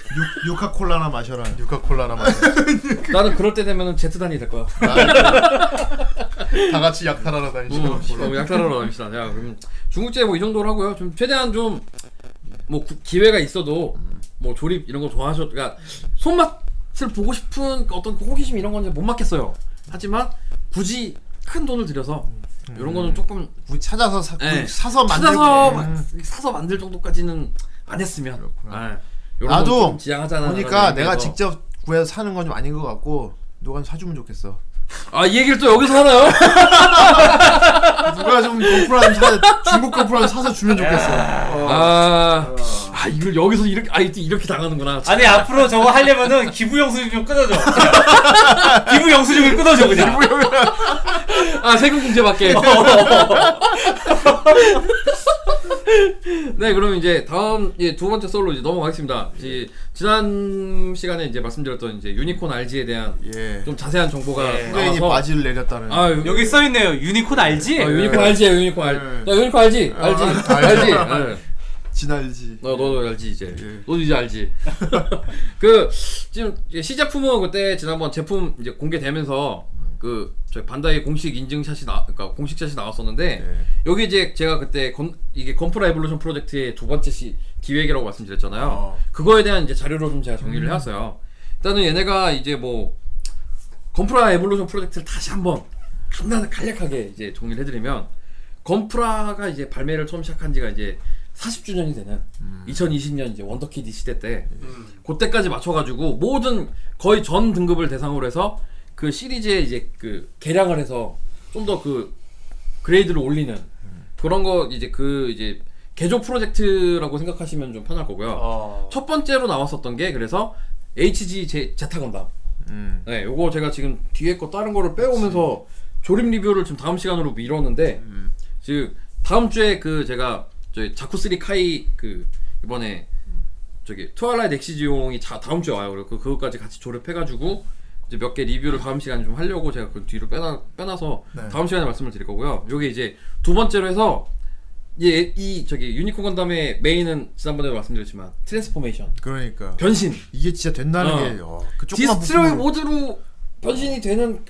Speaker 3: 유- 유카콜라나 마셔라.
Speaker 4: 유카콜라나 뭐 마다
Speaker 9: 나는 그럴 때 되면은 제트단이 될 거야.
Speaker 4: 같이 약탈하러 다니시는
Speaker 9: 어, 약탈하러 갑시다. 야, 그럼 중국제 뭐 이 정도로 하고요. 좀 최대한 좀 뭐 기회가 있어도 뭐 조립 이런 거 좋아하셔. 그러니까 손맛을 보고 싶은 어떤 그 호기심 이런 건 못 맡겠어요. 하지만 굳이 큰 돈을 들여서 이런 거는 조금
Speaker 3: 우리 찾아서 사, 그
Speaker 9: 네.
Speaker 3: 사서 음. 만들고
Speaker 9: 찾아서
Speaker 3: 그래.
Speaker 9: 막 사서 만들 정도까지는 안 했으면. 네. 요런
Speaker 3: 나도
Speaker 9: 건좀 지양하자는
Speaker 3: 보니까
Speaker 9: 그런
Speaker 3: 내가
Speaker 9: 의미에서.
Speaker 3: 직접 구해서 사는 건 좀 아닌 것 같고 누가 좀 사주면 좋겠어.
Speaker 9: 아, 이 얘기를 또 여기서 하나요?
Speaker 3: 누가 좀 거프라 좀 사, 중국 거프라 좀 사서 주면 좋겠어. 어.
Speaker 9: 아, 아 이걸 여기서 이렇게 아 이렇게, 이렇게 당하는구나.
Speaker 1: 아니 앞으로 저거 하려면은 기부 영수증 좀 끊어줘. 기부 영수증을 끊어줘 그냥.
Speaker 9: 아 세금 공제 받게. 네, 그럼 이제 다음 예, 두 번째 솔로 이제 넘어가겠습니다. 이제 지난 시간에 이제 말씀드렸던 이제 유니콘 RG에 대한
Speaker 3: 예.
Speaker 9: 좀 자세한 정보가
Speaker 3: 후대인이
Speaker 9: 나와서
Speaker 3: 바지를 내렸다는.
Speaker 9: 아, 요-
Speaker 1: 여기 써 있네요. 유니콘 알지?
Speaker 9: 아, 유니콘 RG야, 유니콘 RG.
Speaker 3: 예.
Speaker 9: 너 유니콘 RG,
Speaker 3: 아,
Speaker 9: RG,
Speaker 3: 아,
Speaker 9: RG.
Speaker 3: 아,
Speaker 9: 예.
Speaker 3: 진알지.
Speaker 9: 너 너도 알지 이제.
Speaker 3: 예.
Speaker 9: 너도 이제 알지. 그 지금 이제 시제품은 그때 지난번 제품 이제 공개되면서 그 저희 반다이 공식 인증샷이 나 그러니까 공식 샷이 나왔었는데
Speaker 3: 예.
Speaker 9: 여기 이제 제가 그때 건, 이게 건프라 에볼루션 프로젝트의 두 번째 시 기획이라고 말씀드렸잖아요.
Speaker 3: 어.
Speaker 9: 그거에 대한 이제 자료로 좀 제가 정리를 해왔어요. 일단은 얘네가 이제 뭐 건프라 에볼루션 프로젝트를 다시 한번 간단 간략하게 이제 정리를 해드리면 건프라가 이제 발매를 처음 시작한 지가 이제 40주년이 되는 2020년 이제 원더키드 시대 때 그때까지 맞춰가지고 모든 거의 전 등급을 대상으로 해서 그 시리즈에 이제 그 개량을 해서 좀 더 그 그레이드를 올리는 그런 거 이제 그 이제 개조 프로젝트라고 생각하시면 좀 편할 거고요. 첫 번째로 나왔었던 게 그래서 HG 제, 제타 건담.
Speaker 3: 음.
Speaker 9: 네, 요거 제가 지금 뒤에 거 다른 거를 빼오면서 조립 리뷰를 지금 다음 시간으로 미뤘는데 즉 다음 주에 그 제가 저희 자쿠스리 카이 그 이번에 저기 트와일라이트 엑시지용이 자, 다음 주에 와요. 그래서 그거까지 같이 조립해가지고 이제 몇 개 리뷰를 다음 시간에 좀 하려고 제가 그 뒤로 빼놔, 빼놔서
Speaker 3: 네.
Speaker 9: 다음 시간에 말씀을 드릴 거고요. 요게 이제 두 번째로 해서 이, 이 저기 유니콘 건담의 메인은 지난번에도 말씀드렸지만 트랜스포메이션
Speaker 3: 그러니까
Speaker 9: 변신
Speaker 3: 이게 진짜 된다는
Speaker 9: 어.
Speaker 3: 게. 어, 그 조그만
Speaker 9: 디스트로이
Speaker 3: 부품으로-
Speaker 9: 모드로 변신이 되는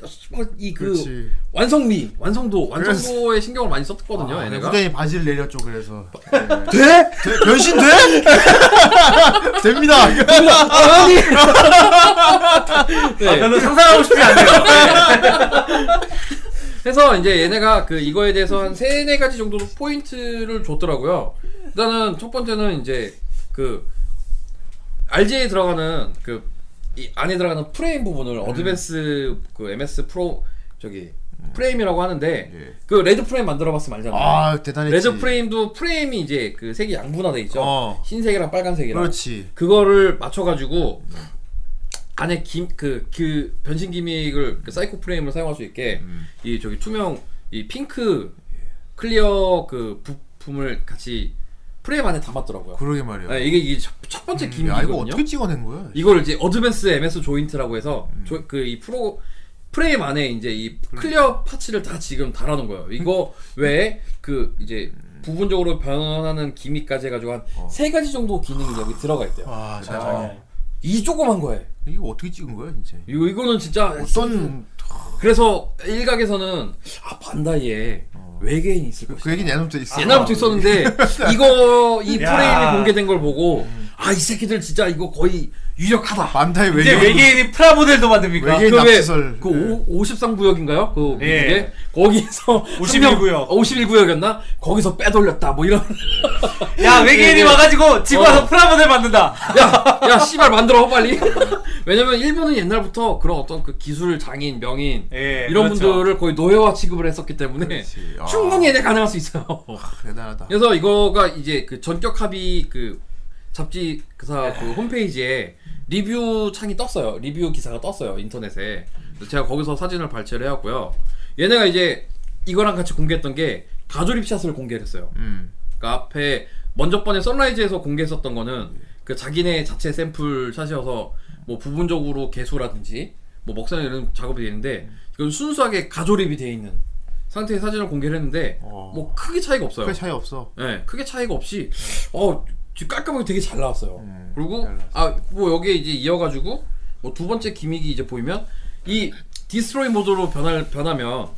Speaker 9: 이그
Speaker 3: 그렇지.
Speaker 9: 완성미 완성도 완성도에 신경을 많이 썼거든요
Speaker 3: 아,
Speaker 9: 얘네가
Speaker 3: 후대인이 바지를 내렸죠. 그래서. 돼? 돼? 변신 돼? 됩니다.
Speaker 1: 아,
Speaker 3: 예.
Speaker 9: 네.
Speaker 1: 별로 상상하고 싶지 않네요.
Speaker 9: 그래서 이제 얘네가 그 이거에 대해서 한 세네 가지 정도 로 포인트를 줬더라고요. 일단은 첫 번째는 이제 그 RG에 들어가는 그 이 안에 들어가는 프레임 부분을
Speaker 3: 음.
Speaker 9: 어드밴스 그 MS 프로 저기 프레임이라고 하는데
Speaker 3: 음. 예.
Speaker 9: 그 레드 프레임 만들어봤으면 알잖아요.
Speaker 3: 아 대단했지.
Speaker 9: 레드 프레임도 프레임이 이제 그 색이 양분화돼 있죠.
Speaker 3: 어.
Speaker 9: 흰색이랑 빨간색이랑.
Speaker 3: 그렇지.
Speaker 9: 그거를 맞춰가지고 안에 김그그 변신 기믹을 그 사이코 프레임을 사용할 수 있게
Speaker 3: 음.
Speaker 9: 이 저기 투명 이 핑크 클리어 그 부품을 같이 프레임 안에 담았더라고요.
Speaker 3: 그러게 말이야.
Speaker 9: 네, 이게 이게 첫, 첫 번째
Speaker 3: 음. 야 이거
Speaker 9: 기믹이거든요.
Speaker 3: 어떻게 음. 찍어낸 거야?
Speaker 9: 이걸 이제 어드밴스 MS 조인트라고 해서 그 이 프로 프레임 안에 이제 이
Speaker 3: 그러니까.
Speaker 9: 클리어 파츠를 다 지금 달아놓은 거예요. 이거
Speaker 3: 음.
Speaker 9: 외에 그 이제 부분적으로 변환하는 기믹까지 해가지고
Speaker 3: 어.
Speaker 9: 한 세 가지 정도 기능이 여기 들어가 있대요.
Speaker 3: 와 자,
Speaker 1: 네.
Speaker 9: 이 조그만 거에
Speaker 3: 아, 이거 어떻게 찍은 거야 진짜?
Speaker 9: 이거 이거는 진짜
Speaker 3: 어떤
Speaker 9: 그래서 일각에서는 아 반다이에 외계인이 있을 것이다.
Speaker 3: 그 얘기 내놓을 때 있어.
Speaker 9: 옛날부터 있었는데 이거 이
Speaker 1: 야.
Speaker 9: 프레임이 공개된 걸 보고 아 이 새끼들 진짜 이거 거의 유력하다.
Speaker 3: 반다이
Speaker 1: 이제
Speaker 3: 외계인
Speaker 1: 외계인이 프라모델도 만듭니까?
Speaker 3: 아, 외계인
Speaker 9: 그 왜-
Speaker 3: 납치설.
Speaker 9: 그 오, 53 구역인가요? 그
Speaker 1: 예.
Speaker 9: 미국에 거기서
Speaker 1: 51 구역.
Speaker 9: 51 구역이었나? 거기서 빼돌렸다. 뭐 이런
Speaker 1: 야 외계인이
Speaker 9: 예, 예.
Speaker 1: 와가지고 집 와서
Speaker 9: 어.
Speaker 1: 프라모델 만든다.
Speaker 9: 야, 야 씨발 만들어 빨리. 왜냐면 일본은 옛날부터 그런 어떤 그 기술 장인, 명인
Speaker 1: 예,
Speaker 9: 이런
Speaker 1: 그렇죠.
Speaker 9: 분들을 거의 노예화 취급을 했었기 때문에
Speaker 3: 그렇지. 아.
Speaker 9: 충분히 얘네 가능할 수 있어요.
Speaker 3: 대단하다.
Speaker 9: 그래서 이거가 이제 그 전격 합의 그 잡지 그사 그 홈페이지에 리뷰 창이 떴어요. 리뷰 기사가 떴어요 인터넷에. 그래서 제가 거기서 사진을 발췌를 해왔고요. 얘네가 이제 이거랑 같이 공개했던 게 가조립샷을 공개했어요.
Speaker 3: 음.
Speaker 9: 그 앞에 먼저 번에 선라이즈에서 공개했었던 거는 그 자기네 자체 샘플 샷이어서 뭐 부분적으로 개수라든지 뭐 먹사나 이런 작업이 되는데
Speaker 3: 음.
Speaker 9: 이건 순수하게 가조립이 돼 있는 상태의 사진을 공개를 했는데
Speaker 3: 어.
Speaker 9: 뭐 크게 차이가 없어요.
Speaker 3: 별 차이 없어.
Speaker 9: 네, 크게 차이가 없이 어 지금 깔끔하게 되게 잘 나왔어요.
Speaker 3: 음,
Speaker 9: 그리고
Speaker 3: 잘 나왔어요.
Speaker 9: 아 뭐 여기에 이제 이어가지고 뭐 두 번째 기믹이 이제 보이면 이 디스트로이 모드로 변할 변하면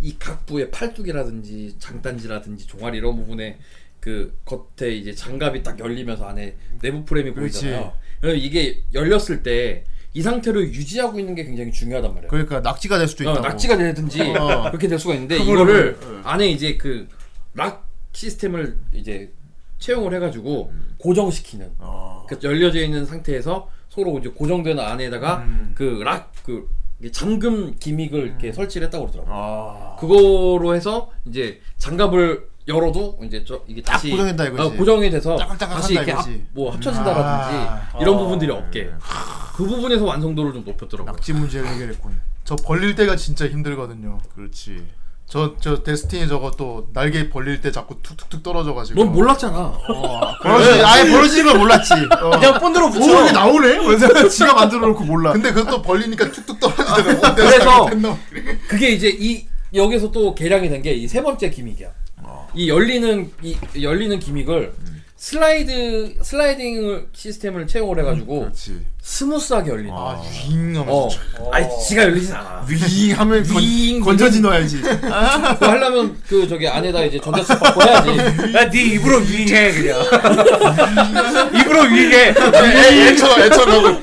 Speaker 9: 이 각부의 팔뚝이라든지 장단지라든지 종아리 이런 부분에 그 겉에 이제 장갑이 딱 열리면서 안에 내부 프레임이
Speaker 3: 그렇지.
Speaker 9: 보이잖아요. 그래서 이게 열렸을 때 이 상태를 유지하고 있는 게 굉장히 중요하단 말이에요.
Speaker 3: 그러니까 낙지가 될 수도
Speaker 9: 어,
Speaker 3: 있다고.
Speaker 9: 낙지가 되든지
Speaker 3: 어.
Speaker 9: 그렇게 될 수가 있는데
Speaker 3: 그거를, 어.
Speaker 9: 이거를 안에 이제 그 락 시스템을 이제 채용을 해가지고 고정시키는
Speaker 3: 음. 어.
Speaker 9: 그 열려져 있는 상태에서 서로 이제 고정된 안에다가
Speaker 3: 음.
Speaker 9: 그 락 그 잠금 기믹을 이렇게 설치를 했다고 그러더라고요.
Speaker 3: 아.
Speaker 9: 그거로 해서 이제 장갑을 열어도 이제 저 이게
Speaker 3: 딱
Speaker 9: 다시
Speaker 3: 고정된다 이거지.
Speaker 9: 어, 고정이 돼서
Speaker 3: 짜깍짜깍한다
Speaker 9: 다시 이렇게 합,
Speaker 3: 이거지. 음. 아. 어.
Speaker 9: 뭐 합쳐진다라든지 이런 부분들이 없게 그 부분에서 완성도를 좀 높였더라고요.
Speaker 3: 낙지 문제를 해결했군.
Speaker 4: 저 벌릴 때가 진짜 힘들거든요.
Speaker 3: 그렇지.
Speaker 4: 저, 저 데스티니 저거 또 날개 벌릴 때 자꾸 툭툭툭 떨어져가지고.
Speaker 9: 넌 몰랐잖아.
Speaker 3: 벌어지, 네, 아예 벌어지는 걸 몰랐지. 어.
Speaker 1: 그냥 본드로
Speaker 3: 오,
Speaker 1: 붙여.
Speaker 3: 이게 나오네? 원래 지가 만들어 놓고 몰라.
Speaker 4: 근데 그것도 벌리니까 툭툭 떨어지더라고.
Speaker 9: 아, 그래서 그게 이제 이 여기서 또 개량이 된 게 이 세 번째 기믹이야. 이 열리는 이 열리는 기믹을 슬라이드 슬라이딩 시스템을 채용을 해가지고
Speaker 3: 그렇지.
Speaker 9: 스무스하게 열린다.
Speaker 3: 아,
Speaker 9: 어.
Speaker 4: 윙하면서
Speaker 9: 음, 아니 지가 열리진 않아.
Speaker 3: 윙 하면
Speaker 9: 윙.
Speaker 3: 건, 건져지 넣어야지.
Speaker 9: 그거 하려면 그 저기 안에다 이제 전자책 받고 해야지.
Speaker 1: 아, 야네 입으로 윙해 그냥. 입으로 윙해.
Speaker 4: 애처럼 애처럼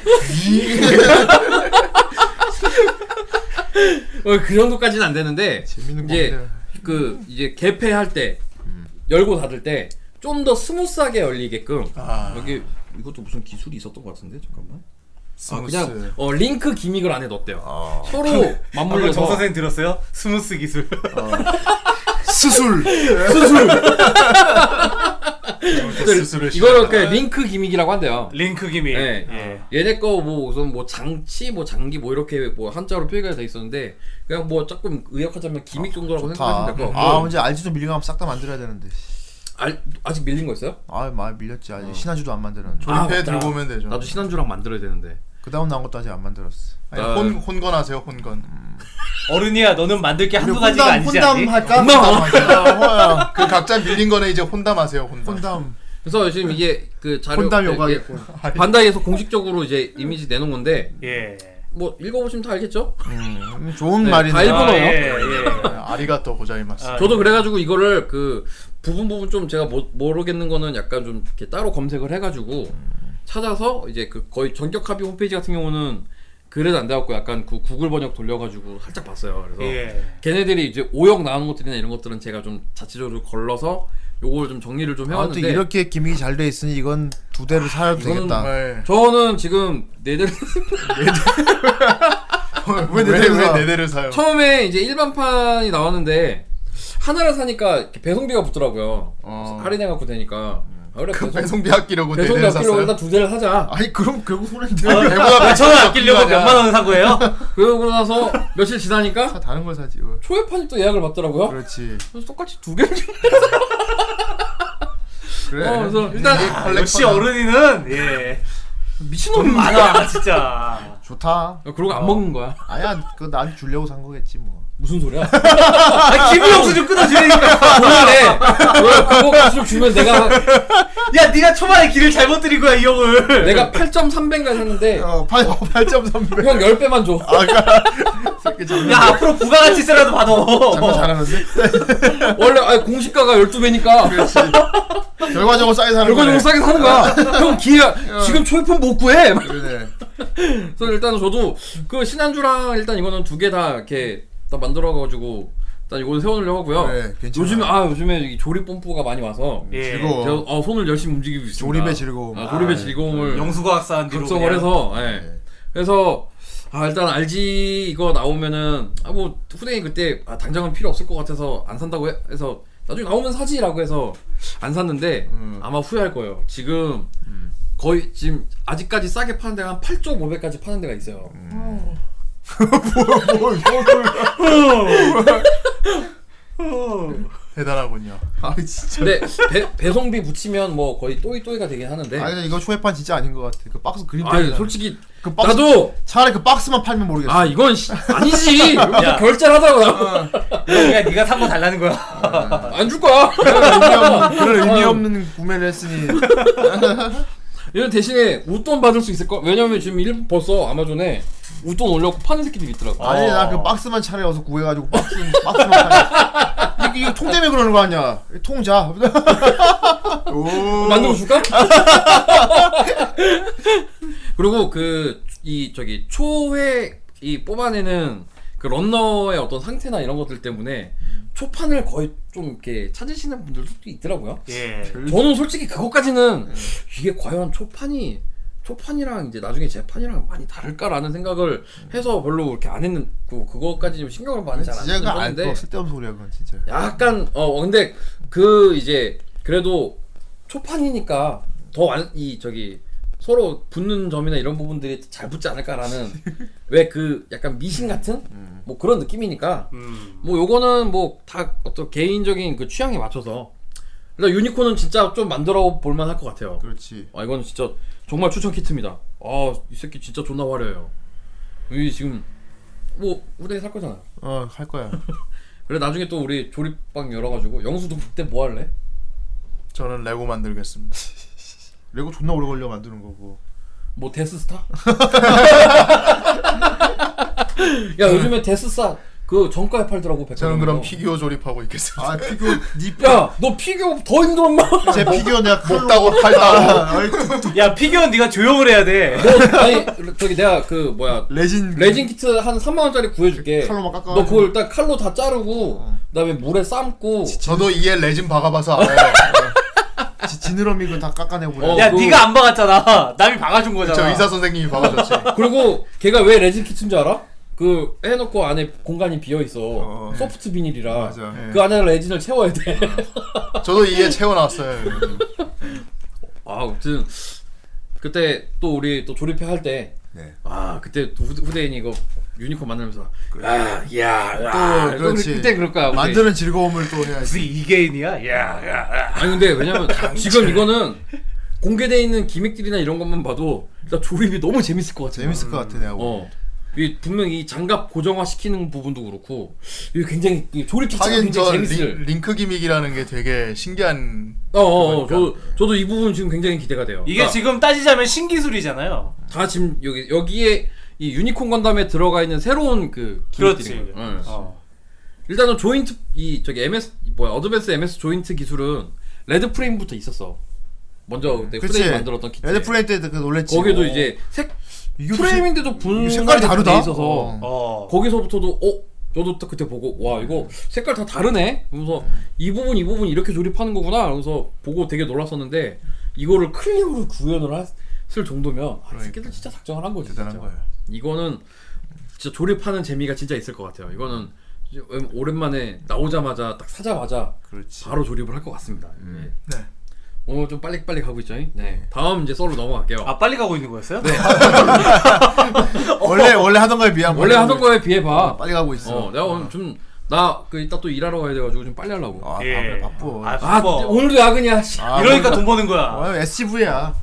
Speaker 9: 어, 그 정도까지는 안 되는데 음.
Speaker 3: 재밌는
Speaker 9: 이제
Speaker 3: 건데.
Speaker 9: 그 이제 개폐할 때 열고 닫을 때 좀 더 스무스하게 열리게끔 여기 이것도 무슨 기술이 있었던 것 같은데 잠깐만. 아 그냥 어 링크 기믹을 안에 넣었대요. 서로 뭐.
Speaker 1: 방금 아, 정
Speaker 9: 맞물려서
Speaker 1: 선생 들었어요? 스무스 기술.
Speaker 3: 수술.
Speaker 4: 스스로
Speaker 9: 이거를 이렇게 링크 기믹이라고 한대요.
Speaker 1: 링크 기믹.
Speaker 9: 네.
Speaker 1: 예.
Speaker 9: 얘네 거 뭐 우선 뭐 장치 뭐 장기 뭐 이렇게 뭐 한자로 표기가 돼 있었는데 그냥 뭐 조금 의역하자면 기믹 정도라고 생각하시면 될 것 같고
Speaker 3: 아, 이제 알지도 밀리면 싹 다 만들어야 되는데.
Speaker 9: 알- 아직 밀린 거 있어요?
Speaker 3: 아, 많이 밀렸지.
Speaker 4: 어.
Speaker 3: 아직 신화주도 안 만들었는데.
Speaker 9: 아,
Speaker 4: 조립해
Speaker 9: 맞다.
Speaker 4: 들고 오면 되죠.
Speaker 9: 나도 신한주랑 만들어야 되는데
Speaker 3: 그 다음 나온 것도 아직 안 만들었어.
Speaker 4: 아니,
Speaker 9: 나-
Speaker 4: 혼 혼건하세요 혼건.
Speaker 9: 음.
Speaker 1: 어른이야 너는 만들 게 한두 가지가
Speaker 3: 혼담,
Speaker 1: 아니지
Speaker 3: 혼담
Speaker 1: 않니?
Speaker 3: 할까?
Speaker 9: 혼담.
Speaker 3: 혼담. 어,
Speaker 4: 그 각자 밀린 거는 이제 혼담하세요 혼담.
Speaker 3: 혼담.
Speaker 9: 그래서 지금 이게 그 자료
Speaker 3: 혼담이
Speaker 9: 예,
Speaker 3: 오가겠군.
Speaker 9: 예, 반다이에서 공식적으로 이제 이미지 내놓은 건데
Speaker 1: 예.
Speaker 9: 뭐 읽어보시면 다 알겠죠?
Speaker 3: 음, 좋은
Speaker 9: 네,
Speaker 3: 말이네.
Speaker 9: 다 일본-
Speaker 1: 아,
Speaker 9: 일본어요?
Speaker 1: 예, 예.
Speaker 4: 네, 아리가또 고자이마스.
Speaker 1: 아,
Speaker 9: 저도 그래가지고 이거를 그 부분 부분 좀 제가 모, 모르겠는 거는 약간 좀 이렇게 따로 검색을 해가지고 찾아서 이제 그 거의 전격 합의 홈페이지 같은 경우는 그래도 안 돼갖고 약간 그 구글 번역 돌려가지고 살짝 봤어요. 그래서
Speaker 1: 예.
Speaker 9: 걔네들이 이제 오역 나온 것들이나 이런 것들은 제가 좀 자체적으로 걸러서 요걸 좀 정리를 좀
Speaker 3: 아무튼
Speaker 9: 해왔는데
Speaker 3: 이렇게 기믹이 잘 돼 있으니 이건 두 대를 사야
Speaker 9: 네. 이거는
Speaker 3: 되겠다.
Speaker 4: 네.
Speaker 9: 저는 지금 네대를
Speaker 4: 왜
Speaker 3: 왜 내대를
Speaker 4: 내대를 왜
Speaker 3: 사?
Speaker 4: 내대를 사요?
Speaker 9: 처음에 이제 일반판이 나왔는데 하나를 사니까 이렇게 배송비가 붙더라고요.
Speaker 4: 어.
Speaker 9: 할인해갖고 되니까 아, 그래
Speaker 4: 그
Speaker 9: 배송
Speaker 4: 배송비 아끼려고 내대를
Speaker 9: 배송비 네, 아끼려고
Speaker 4: 샀어요.
Speaker 9: 일단 두 대를 사자.
Speaker 3: 아니 그럼 결국 손에
Speaker 1: 아,
Speaker 3: 들고
Speaker 1: 100원 아끼려고 몇만 원 산 거예요?
Speaker 9: 그러고 나서 며칠 지나니까
Speaker 3: 다른 걸 사지. 어.
Speaker 9: 초회판이 또 예약을 받더라고요.
Speaker 3: 그렇지.
Speaker 9: 그래서 똑같이 두 개를 좀-
Speaker 3: 그래.
Speaker 9: 어, 그래서 일단
Speaker 1: 역시 어른이는 예.
Speaker 9: 미친놈이
Speaker 1: 돈
Speaker 9: 네. 많아.
Speaker 1: 많아 진짜.
Speaker 3: 좋다.
Speaker 9: 그러고 안 먹는 거야.
Speaker 3: 아야 그거 나한테 주려고 산 거겠지 뭐.
Speaker 9: 무슨 소리야?
Speaker 1: 아, 기분 영수 좀 끊어주니까.
Speaker 9: 그만해. 왜 그거 가수를 주면 내가
Speaker 1: 야 네가 초반에 길을 잘못 들인 거야 이 형을.
Speaker 9: 내가 8.3배인가 샀는데
Speaker 3: 어, 8 8.3배.
Speaker 9: 형 10배만 줘.
Speaker 1: 야 앞으로 부가가치세라도 받아. 어.
Speaker 9: 어.
Speaker 3: 장난 잘하는데.
Speaker 9: 네. 원래 아니, 공시가가 12배니까
Speaker 3: 결과적으로 싸게 사는
Speaker 9: 결과적으로
Speaker 3: 거네.
Speaker 9: 싸게 사는 거야. 형 기회 지금 초회품 못 구해.
Speaker 3: 그러네.
Speaker 9: 그래서 일단 저도 그 신한주랑 일단 이거는 두 개 다 이렇게 다 만들어가지고 일단 이거 세워놓으려고 하고요.
Speaker 3: 그래, 네, 괜찮아.
Speaker 9: 요즘 아 요즘에 이 조립 뽐뿌가 많이 와서
Speaker 1: 예.
Speaker 3: 즐거워.
Speaker 9: 제가 어, 손을 열심히 움직이고 있습니다.
Speaker 3: 조립의 즐거움.
Speaker 9: 아, 조립의
Speaker 3: 아,
Speaker 9: 즐거움을
Speaker 1: 영수과학사한 뒤로.
Speaker 9: 각성을
Speaker 1: 그냥.
Speaker 9: 해서 예.
Speaker 3: 네.
Speaker 9: 그래서 아 일단 RG 이거 나오면은 아 뭐 후대인 그때 아, 당장은 필요 없을 것 같아서 안 산다고 해, 서 나중에 나오면 사지라고 해서 안 샀는데
Speaker 3: 음.
Speaker 9: 아마 후회할 거예요. 지금 거의 지금 아직까지 싸게 파는 데가 한 8.5배까지 파는 데가 있어요.
Speaker 3: 음. 뭘, 뭘. 뭐,
Speaker 9: 어.
Speaker 4: 대단하군요.
Speaker 3: 아 진짜.
Speaker 9: 근데 배, 배송비 붙이면 뭐 거의 또이또이가 되긴 하는데
Speaker 3: 아니 근데 이거 초회판 진짜 아닌 것 같아. 그 박스 그림
Speaker 9: 아니
Speaker 3: 때문에.
Speaker 9: 솔직히
Speaker 3: 그 박스
Speaker 9: 나도
Speaker 3: 차라리 그 박스만 팔면 모르겠어.
Speaker 9: 아 이건 씨- 아니지 이러면서 결제를 하다가 나
Speaker 3: 어.
Speaker 1: 그냥 네가 산 거 달라는 거야.
Speaker 9: 안 줄 거야
Speaker 3: 아, 뭐 그런 의미
Speaker 9: 어.
Speaker 3: 없는 구매를 했으니.
Speaker 9: 이런 대신에 웃돈 받을 수 있을 거 왜냐면 지금 일 벌써 아마존에 웃돈 올려고 파는 새끼들이 있더라고
Speaker 3: 아니 나 그 박스만 차라리 어서 구해가지고 박스 박스만 팔. 이게, 이게 통 때문에 그러는 거 아니야? 통자.
Speaker 9: 만들어 줄까? 그리고 그 이 저기 초회 이 뽑아내는 그 런너의 어떤 상태나 이런 것들 때문에 초판을 거의 좀 이렇게 찾으시는 분들도 있더라고요.
Speaker 1: 예.
Speaker 9: 저는 솔직히 그것까지는 이게 과연 초판이 초판이랑 이제 나중에 재판이랑 많이 다를까라는 생각을 해서 별로 이렇게 안 했고 그거까지 좀 신경을 많이 잘안 쓰는
Speaker 3: 지제가 안
Speaker 9: 건데
Speaker 3: 또 쓸데없는 소리야 그건 진짜.
Speaker 9: 약간 어 근데 그 이제 그래도 초판이니까 더 이 저기 서로 붙는 점이나 이런 부분들이 잘 붙지 않을까라는 왜 그 약간 미신 같은 뭐 그런 느낌이니까
Speaker 1: 음.
Speaker 9: 뭐 요거는 뭐 다 어떤 개인적인 그 취향에 맞춰서 일단 유니콘은 진짜 좀 만들어 볼 만할 것 같아요.
Speaker 3: 그렇지.
Speaker 9: 아 이건 진짜 정말 추천 키트입니다. 아이 새끼 진짜 존나 화려해요. 이 지금 뭐 우리 살 거잖아.
Speaker 3: 어할 거야.
Speaker 9: 그래 나중에 또 우리 조립방 열어가지고 영수도 그때 뭐 할래?
Speaker 4: 저는 레고 만들겠습니다.
Speaker 3: 레고 존나 오래 걸려 만드는 거고.
Speaker 9: 뭐 데스스타? 야 요즘에 데스스타 그 정가에 팔더라고 백화점에서.
Speaker 4: 저는 그럼 피규어 조립하고 있겠습니다.
Speaker 3: 아 피규어 니
Speaker 9: 야너 피규어 더 힘들어 엄마.
Speaker 3: 제 피규어 내가 칼로 아,
Speaker 4: 먹다고
Speaker 9: 아.
Speaker 4: 팔다고
Speaker 1: 야 피규어 네가 조용을 해야 돼.
Speaker 9: 너, 아니 저기 내가 그 뭐야
Speaker 3: 레진
Speaker 9: 레진 키트 한 3만 원짜리 구해줄게.
Speaker 3: 칼로만 어. 깎아.
Speaker 9: 너 그걸 일단 칼로 다 자르고 그다음에 물에 삶고
Speaker 4: 저도 이에 레진 박아봐서 알아요.
Speaker 3: 지, 지느러미 그거 다 깎아내고.
Speaker 9: 어.
Speaker 3: 야
Speaker 1: 야
Speaker 9: 그-
Speaker 1: 네가 안 박았잖아. 남이 박아준 거잖아.
Speaker 4: 저 의사 선생님이 박아줬지.
Speaker 9: 그리고 걔가 왜 레진 키트인 줄 알아? 그 해놓고 안에 공간이 비어 있어.
Speaker 3: 어.
Speaker 9: 소프트 비닐이라.
Speaker 3: 맞아.
Speaker 9: 그 안에 레진을 채워야 돼.
Speaker 4: 저도
Speaker 9: 네.
Speaker 4: 이에 채워놨어요.
Speaker 9: 아, 아무튼 그때 또 우리 또 조립회 할 때.
Speaker 3: 네.
Speaker 9: 아 그때 또 후대, 후대인이 이거 유니콘 만들면서 아, 야, 야,
Speaker 3: 예. 또 네, 그렇지.
Speaker 9: 그때 그럴 거야. 우리.
Speaker 3: 만드는 즐거움을 또 해야지.
Speaker 1: 무슨 이계인이야? 야, 야, 야.
Speaker 9: 아니 근데 왜냐면 지금 이거는 공개돼 있는 기믹들이나 이런 것만 봐도 일단 조립이 너무 재밌을 것 같아.
Speaker 3: 재밌을 것 같아 내가. 보기엔.
Speaker 9: 어. 이 분명 이 장갑 고정화 시키는 부분도 그렇고 이 굉장히 이 조립 자체가
Speaker 4: 하긴
Speaker 9: 굉장히
Speaker 4: 저
Speaker 9: 재밌을.
Speaker 4: 링, 크 기믹이라는 게 되게 신기한
Speaker 9: 어, 어, 어
Speaker 4: 그러니까.
Speaker 9: 저 저도 이 부분 지금 굉장히 기대가 돼요.
Speaker 1: 이게
Speaker 9: 그러니까
Speaker 1: 지금 따지자면 신기술이잖아요.
Speaker 9: 다 지금 여기 여기에 이 유니콘 건담에 들어가 있는 새로운 그 기믹들이.
Speaker 1: 그렇지.
Speaker 9: 응.
Speaker 1: 어.
Speaker 9: 일단은 조인트 이 저기 MS 뭐야 어드밴스 MS 조인트 기술은 레드 프레임부터 있었어. 먼저 그때
Speaker 3: 그렇지.
Speaker 9: 후대인 만들었던 기체.
Speaker 3: 레드 프레임 때그 놀랬지.
Speaker 9: 거기도
Speaker 3: 어.
Speaker 9: 이제 색
Speaker 3: 이게
Speaker 9: 프레임인데도 분
Speaker 3: 이게 색깔이 다르다?
Speaker 9: 있어서
Speaker 3: 어.
Speaker 1: 어.
Speaker 9: 거기서부터도 어 저도 딱 그때 보고 와 이거 색깔 다 다르네. 그러면서 이 부분 이 부분 이렇게 조립하는 거구나. 그러면서 보고 되게 놀랐었는데 이거를 클립으로 구현을 하- 했을 정도면 아, 이 새끼들 진짜 작정을 한 거지.
Speaker 3: 그러니까. 대단한
Speaker 9: 진짜.
Speaker 3: 거야.
Speaker 9: 이거는 진짜 조립하는 재미가 진짜 있을 것 같아요. 이거는 이제 오랜만에 나오자마자 딱 사자마자
Speaker 3: 그렇지. 음.
Speaker 9: 바로 조립을 할 것 같습니다. 예.
Speaker 4: 네.
Speaker 9: 오늘 좀 빨리빨리 가고 있죠. 잉? 네. 다음 이제 썰로 넘어갈게요.
Speaker 1: 아 빨리 가고 있는 거였어요?
Speaker 3: 원래 원래 하던 거에 비하면
Speaker 9: 원래
Speaker 3: 빨리
Speaker 9: 하던
Speaker 3: 가고
Speaker 9: 거에 비해 봐.
Speaker 3: 있어. 빨리 가고 있어.
Speaker 9: 어, 내가 오늘 좀 나 그 이따 또 일하러 가야 돼 가지고 좀 빨리 하려고.
Speaker 3: 아,
Speaker 1: 예.
Speaker 3: 바빠.
Speaker 1: 아,
Speaker 3: 바빠.
Speaker 9: 아,
Speaker 1: 바빠.
Speaker 9: 오늘도 야근이야. 씨.
Speaker 3: 아,
Speaker 1: 이러니까 돈 버는 거야.
Speaker 3: 아, SCV야.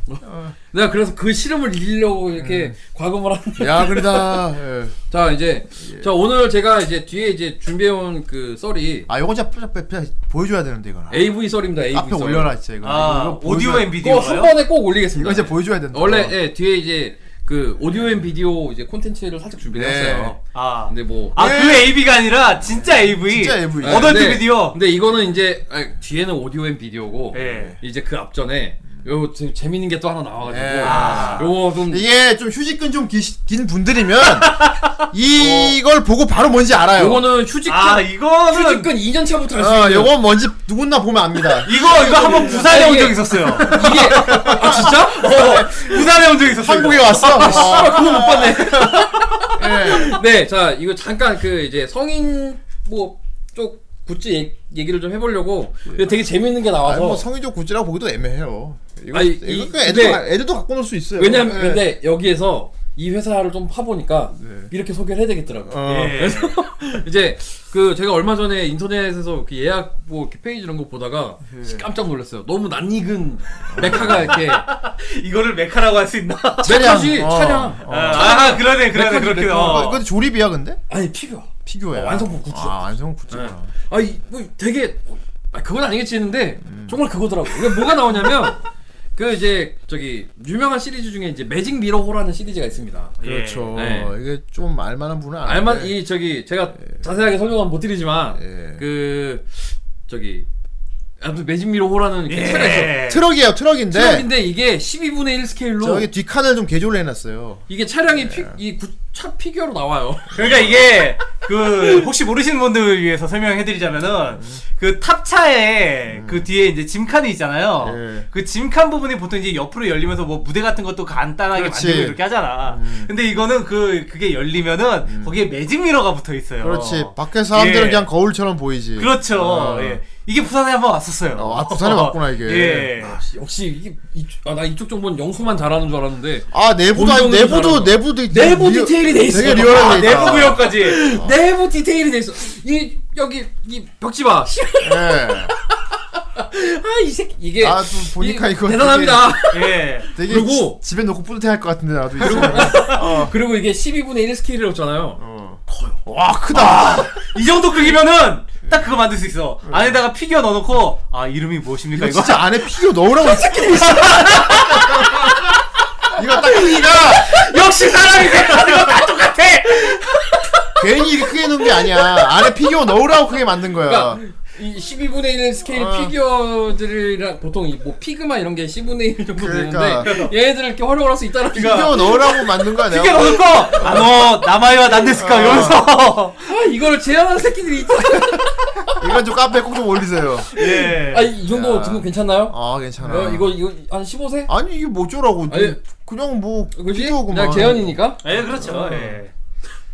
Speaker 9: 내가 그래서 그 시름을 이기려고 이렇게 과금을 하는데.
Speaker 3: 야, 그러다. 예.
Speaker 9: 자, 이제 자, 오늘 제가 이제 뒤에 이제 준비해 온그 썰이
Speaker 3: 아, 요거 진짜 빼- 빼- 빼- 보여줘야 되는데 이거는.
Speaker 9: AV 썰입니다. AV
Speaker 3: 앞에
Speaker 9: 썰.
Speaker 3: 올려라 진짜 이거.
Speaker 1: 아,
Speaker 3: 이거 보여줘야-
Speaker 1: 오디오 앤
Speaker 9: 어, 꼭한
Speaker 1: 비디오가요?
Speaker 9: 번에 꼭
Speaker 3: 이거
Speaker 9: 올리겠습니다.
Speaker 3: 이제 보여줘야 된다. 어.
Speaker 9: 원래 예, 뒤에 이제 그 오디오 앤 비디오 이제 콘텐츠를 살짝 준비를
Speaker 3: 네.
Speaker 9: 했어요.
Speaker 1: 아.
Speaker 9: 근데 뭐
Speaker 1: 아, 그 AV가 아니라 진짜 AV.
Speaker 3: 진짜 AV.
Speaker 9: 예,
Speaker 1: 어덜트
Speaker 9: 근데-
Speaker 1: 비디오.
Speaker 9: 근데 이거는 이제 아니, 뒤에는 오디오 앤 비디오고
Speaker 1: 예.
Speaker 9: 이제 그 앞전에 요 재- 재밌는 게 또 하나 나와가지고
Speaker 3: 예.
Speaker 1: 아.
Speaker 9: 요거 좀
Speaker 3: 이게 좀 휴지끈 좀 긴 분들이면 이걸 보고 바로 뭔지 알아요.
Speaker 9: 요거는 휴지끈
Speaker 1: 아, 이거는
Speaker 9: 휴지끈 2년 차부터 할수
Speaker 3: 어,
Speaker 9: 있는
Speaker 3: 요건 뭔지 누구나 보면 압니다.
Speaker 1: 이거 이거 한번 부산에
Speaker 9: 아,
Speaker 1: 온
Speaker 9: 이게-
Speaker 1: 적 있었어요.
Speaker 9: 이게 아 진짜? 어.
Speaker 1: 부산에 온 적 있었어요.
Speaker 3: 한국에 왔어. 예.
Speaker 9: 아, 그거 못 봤네. 네, 자 이거 잠깐 그 이제 성인 뭐 쪽 굿즈 얘- 얘기를 좀 해보려고 근데 되게 재밌는 게
Speaker 3: 아,
Speaker 9: 나와서
Speaker 3: 뭐 성의적 굿즈라고 보기도 애매해요. 이거,
Speaker 9: 아니,
Speaker 3: 이거
Speaker 9: 이-
Speaker 3: 그냥 애들도,
Speaker 9: 근데-
Speaker 3: 가- 애들도 갖고 놀 수 있어요.
Speaker 9: 왜냐면
Speaker 3: 예.
Speaker 9: 근데 여기에서 이 회사를 좀 파보니까
Speaker 3: 네.
Speaker 9: 이렇게 소개를 해야 되겠더라고요.
Speaker 3: 어,
Speaker 1: 예.
Speaker 9: 이제 그 제가 얼마 전에 인터넷에서 그 예약 뭐 이렇게 페이지 이런 거 보다가
Speaker 3: 네.
Speaker 9: 깜짝 놀랐어요. 너무 낯익은 메카가 이렇게
Speaker 1: 이거를 메카라고 할 수 있나? 아,
Speaker 9: 메카지
Speaker 3: 어.
Speaker 9: 차량
Speaker 1: 아, 그러네, 그러네,
Speaker 9: 메카지,
Speaker 1: 그렇게.
Speaker 9: 메카.
Speaker 3: 어,
Speaker 1: 어.
Speaker 3: 이거 조립이야 근데?
Speaker 9: 아니 피규어.
Speaker 3: 피규어야.
Speaker 9: 어, 완성품 굿즈.
Speaker 3: 아, 완성품 굿즈구나.
Speaker 9: 아이 뭐 되게 아 그건 아니겠지 했는데 정말 그거더라고. 이게 뭐가 나오냐면 그 이제 저기 유명한 시리즈 중에 이제 매직 미러호라는 시리즈가 있습니다.
Speaker 3: 그렇죠.
Speaker 9: 네.
Speaker 3: 이게 좀 알만한 분은 아는데.
Speaker 9: 알만 이 저기 제가 자세하게 설명은 못 드리지만
Speaker 3: 예.
Speaker 9: 그 저기 아무튼 매진미로 호라는
Speaker 1: 예.
Speaker 9: 그 차가 있어.
Speaker 3: 트럭이에요 트럭인데
Speaker 9: 트럭인데 이게 12분의 1 스케일로
Speaker 3: 네. 저기 예. 뒷칸을 좀 개조를 해놨어요.
Speaker 9: 이게 차량이 피, 이 구, 차 피규어로 나와요.
Speaker 1: 그러니까 이게 그 혹시 모르시는 분들을 위해서 설명해드리자면은 그 탑차에 그 뒤에 이제 짐칸이 있잖아요.
Speaker 3: 음. 예.
Speaker 1: 그 짐칸 부분이 보통 이제 옆으로 열리면서 뭐 무대 같은 것도 간단하게
Speaker 3: 그렇지. 음.
Speaker 1: 만들고 이렇게 하잖아. 근데 이거는 그 그게 열리면은 거기에 매직 미러가 붙어 있어요.
Speaker 3: 그렇지 밖에 사람들은
Speaker 1: 예.
Speaker 3: 그냥 거울처럼 보이지.
Speaker 1: 그렇죠.
Speaker 3: 어.
Speaker 1: 예. 이게 부산에 한번 왔었어요.
Speaker 3: 어, 아, 부산에 왔구나, 이게.
Speaker 1: 예.
Speaker 9: 역시, 역시 이게 이쪽- 아, 나 이쪽 정보는 영수만 잘하는 줄 알았는데
Speaker 3: 아 내부도 아니,
Speaker 9: 본정은
Speaker 3: 내부도
Speaker 9: 잘하고.
Speaker 3: 내부도 있-
Speaker 9: 내부
Speaker 3: 리얼-
Speaker 9: 디테일이 돼 있어.
Speaker 3: 되게
Speaker 1: 아,
Speaker 3: 리얼하게 돼 있다.
Speaker 1: 내부 구역까지.
Speaker 3: 아.
Speaker 9: 내부 디테일이 돼 있어. 이 여기 이 벽지 봐.
Speaker 3: 예.
Speaker 9: 아이 새끼 이게
Speaker 3: 아, 좀 보니까
Speaker 9: 이-
Speaker 3: 이거
Speaker 9: 대단합니다.
Speaker 1: 예.
Speaker 3: 되게
Speaker 9: 그리고-
Speaker 3: 지- 집에 놓고 뿌듯해할 것 같은데 나도 있어. 어.
Speaker 9: 그리고 이게 12분의 1 스케일이었잖아요.
Speaker 3: 와
Speaker 9: 아,
Speaker 3: 크다.
Speaker 1: 이 정도 크기면은 딱 그거 만들 수 있어. 안에다가 피규어 넣어놓고 아 이름이 무엇입니까
Speaker 3: 이거
Speaker 1: 이거?
Speaker 3: 진짜 안에 피규어 넣으라고 새끼 있어. 이거 딱 크기가
Speaker 1: 역시 사람이 생각하는 건다 똑같아.
Speaker 3: 괜히 이렇게 크게 놓은 게 아니야. 안에 피규어 넣으라고 크게 만든 거야.
Speaker 9: 그러니까 이 12분의 1 스케일
Speaker 3: 아.
Speaker 9: 피규어들이랑 보통 이 뭐 피그마 이런 게 10분의 1 정도
Speaker 3: 그러니까.
Speaker 9: 되는데 얘네들을 이렇게 활용을 할 수 있다는 게
Speaker 3: 피규어 넣으라고 만든 거야
Speaker 1: 피규어
Speaker 3: 내가.
Speaker 1: 넣어놓고 아너 나마이와 난데스카 이러면서
Speaker 9: 아 이거를 제안하는 새끼들이 있다.
Speaker 3: 이건 좀 카페에 꼭 좀 올리세요.
Speaker 1: 예.
Speaker 9: 아이 정도 등급 괜찮나요?
Speaker 3: 아
Speaker 9: 어,
Speaker 3: 네. 괜찮아.
Speaker 9: 이거 이거 한 15세?
Speaker 3: 아니 이게 뭐죠라고
Speaker 9: 아니,
Speaker 3: 그냥 뭐
Speaker 9: 그지?
Speaker 3: 피규어구만.
Speaker 9: 그냥 제안이니까.
Speaker 1: 예 그렇죠. 예.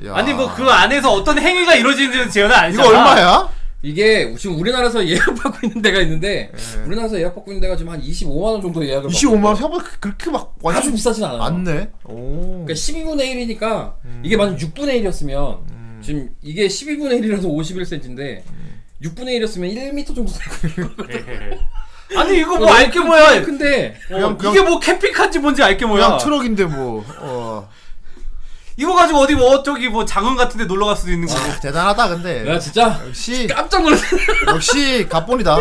Speaker 3: 야.
Speaker 1: 아니 뭐 그 안에서 어떤 행위가 이루어지는지는 재현은
Speaker 3: 이거
Speaker 1: 아니잖아.
Speaker 3: 얼마야?
Speaker 9: 이게 지금 우리나라에서 예약받고 있는 데가 있는데
Speaker 3: 네.
Speaker 9: 우리나라에서 예약받고 있는 데가 지금 한 25만 원 정도 예약을
Speaker 3: 25만 원 생각보다 그- 그렇게 막
Speaker 9: 받고 있어요. 아주
Speaker 3: 완전
Speaker 9: 비싸진 않아요.
Speaker 3: 안네. 오.
Speaker 9: 그러니까 12분의 1이니까
Speaker 3: 음.
Speaker 9: 이게 만약 6분의 1이었으면 지금 이게 12분의 1이라서 51cm인데
Speaker 3: 음.
Speaker 9: 6분의 1이었으면 1m 정도 되고
Speaker 3: 네.
Speaker 1: 예. 아니
Speaker 3: 어,
Speaker 1: 이거
Speaker 9: 어,
Speaker 1: 뭐 알게 뭐야.
Speaker 9: 근데
Speaker 3: 그냥-
Speaker 1: 어,
Speaker 3: 그냥-
Speaker 1: 이게 뭐 캠핑카인지 뭔지 알게 뭐야.
Speaker 3: 그냥 트럭인데 뭐. 어.
Speaker 1: 이거 가지고 어디 뭐 저기 뭐 장흥 같은데 놀러 갈 수도 있는 거고.
Speaker 3: 아, 대단하다 근데.
Speaker 9: 내가 진짜
Speaker 3: 역시
Speaker 9: 깜짝 놀랐어.
Speaker 3: 역시 갑본이다.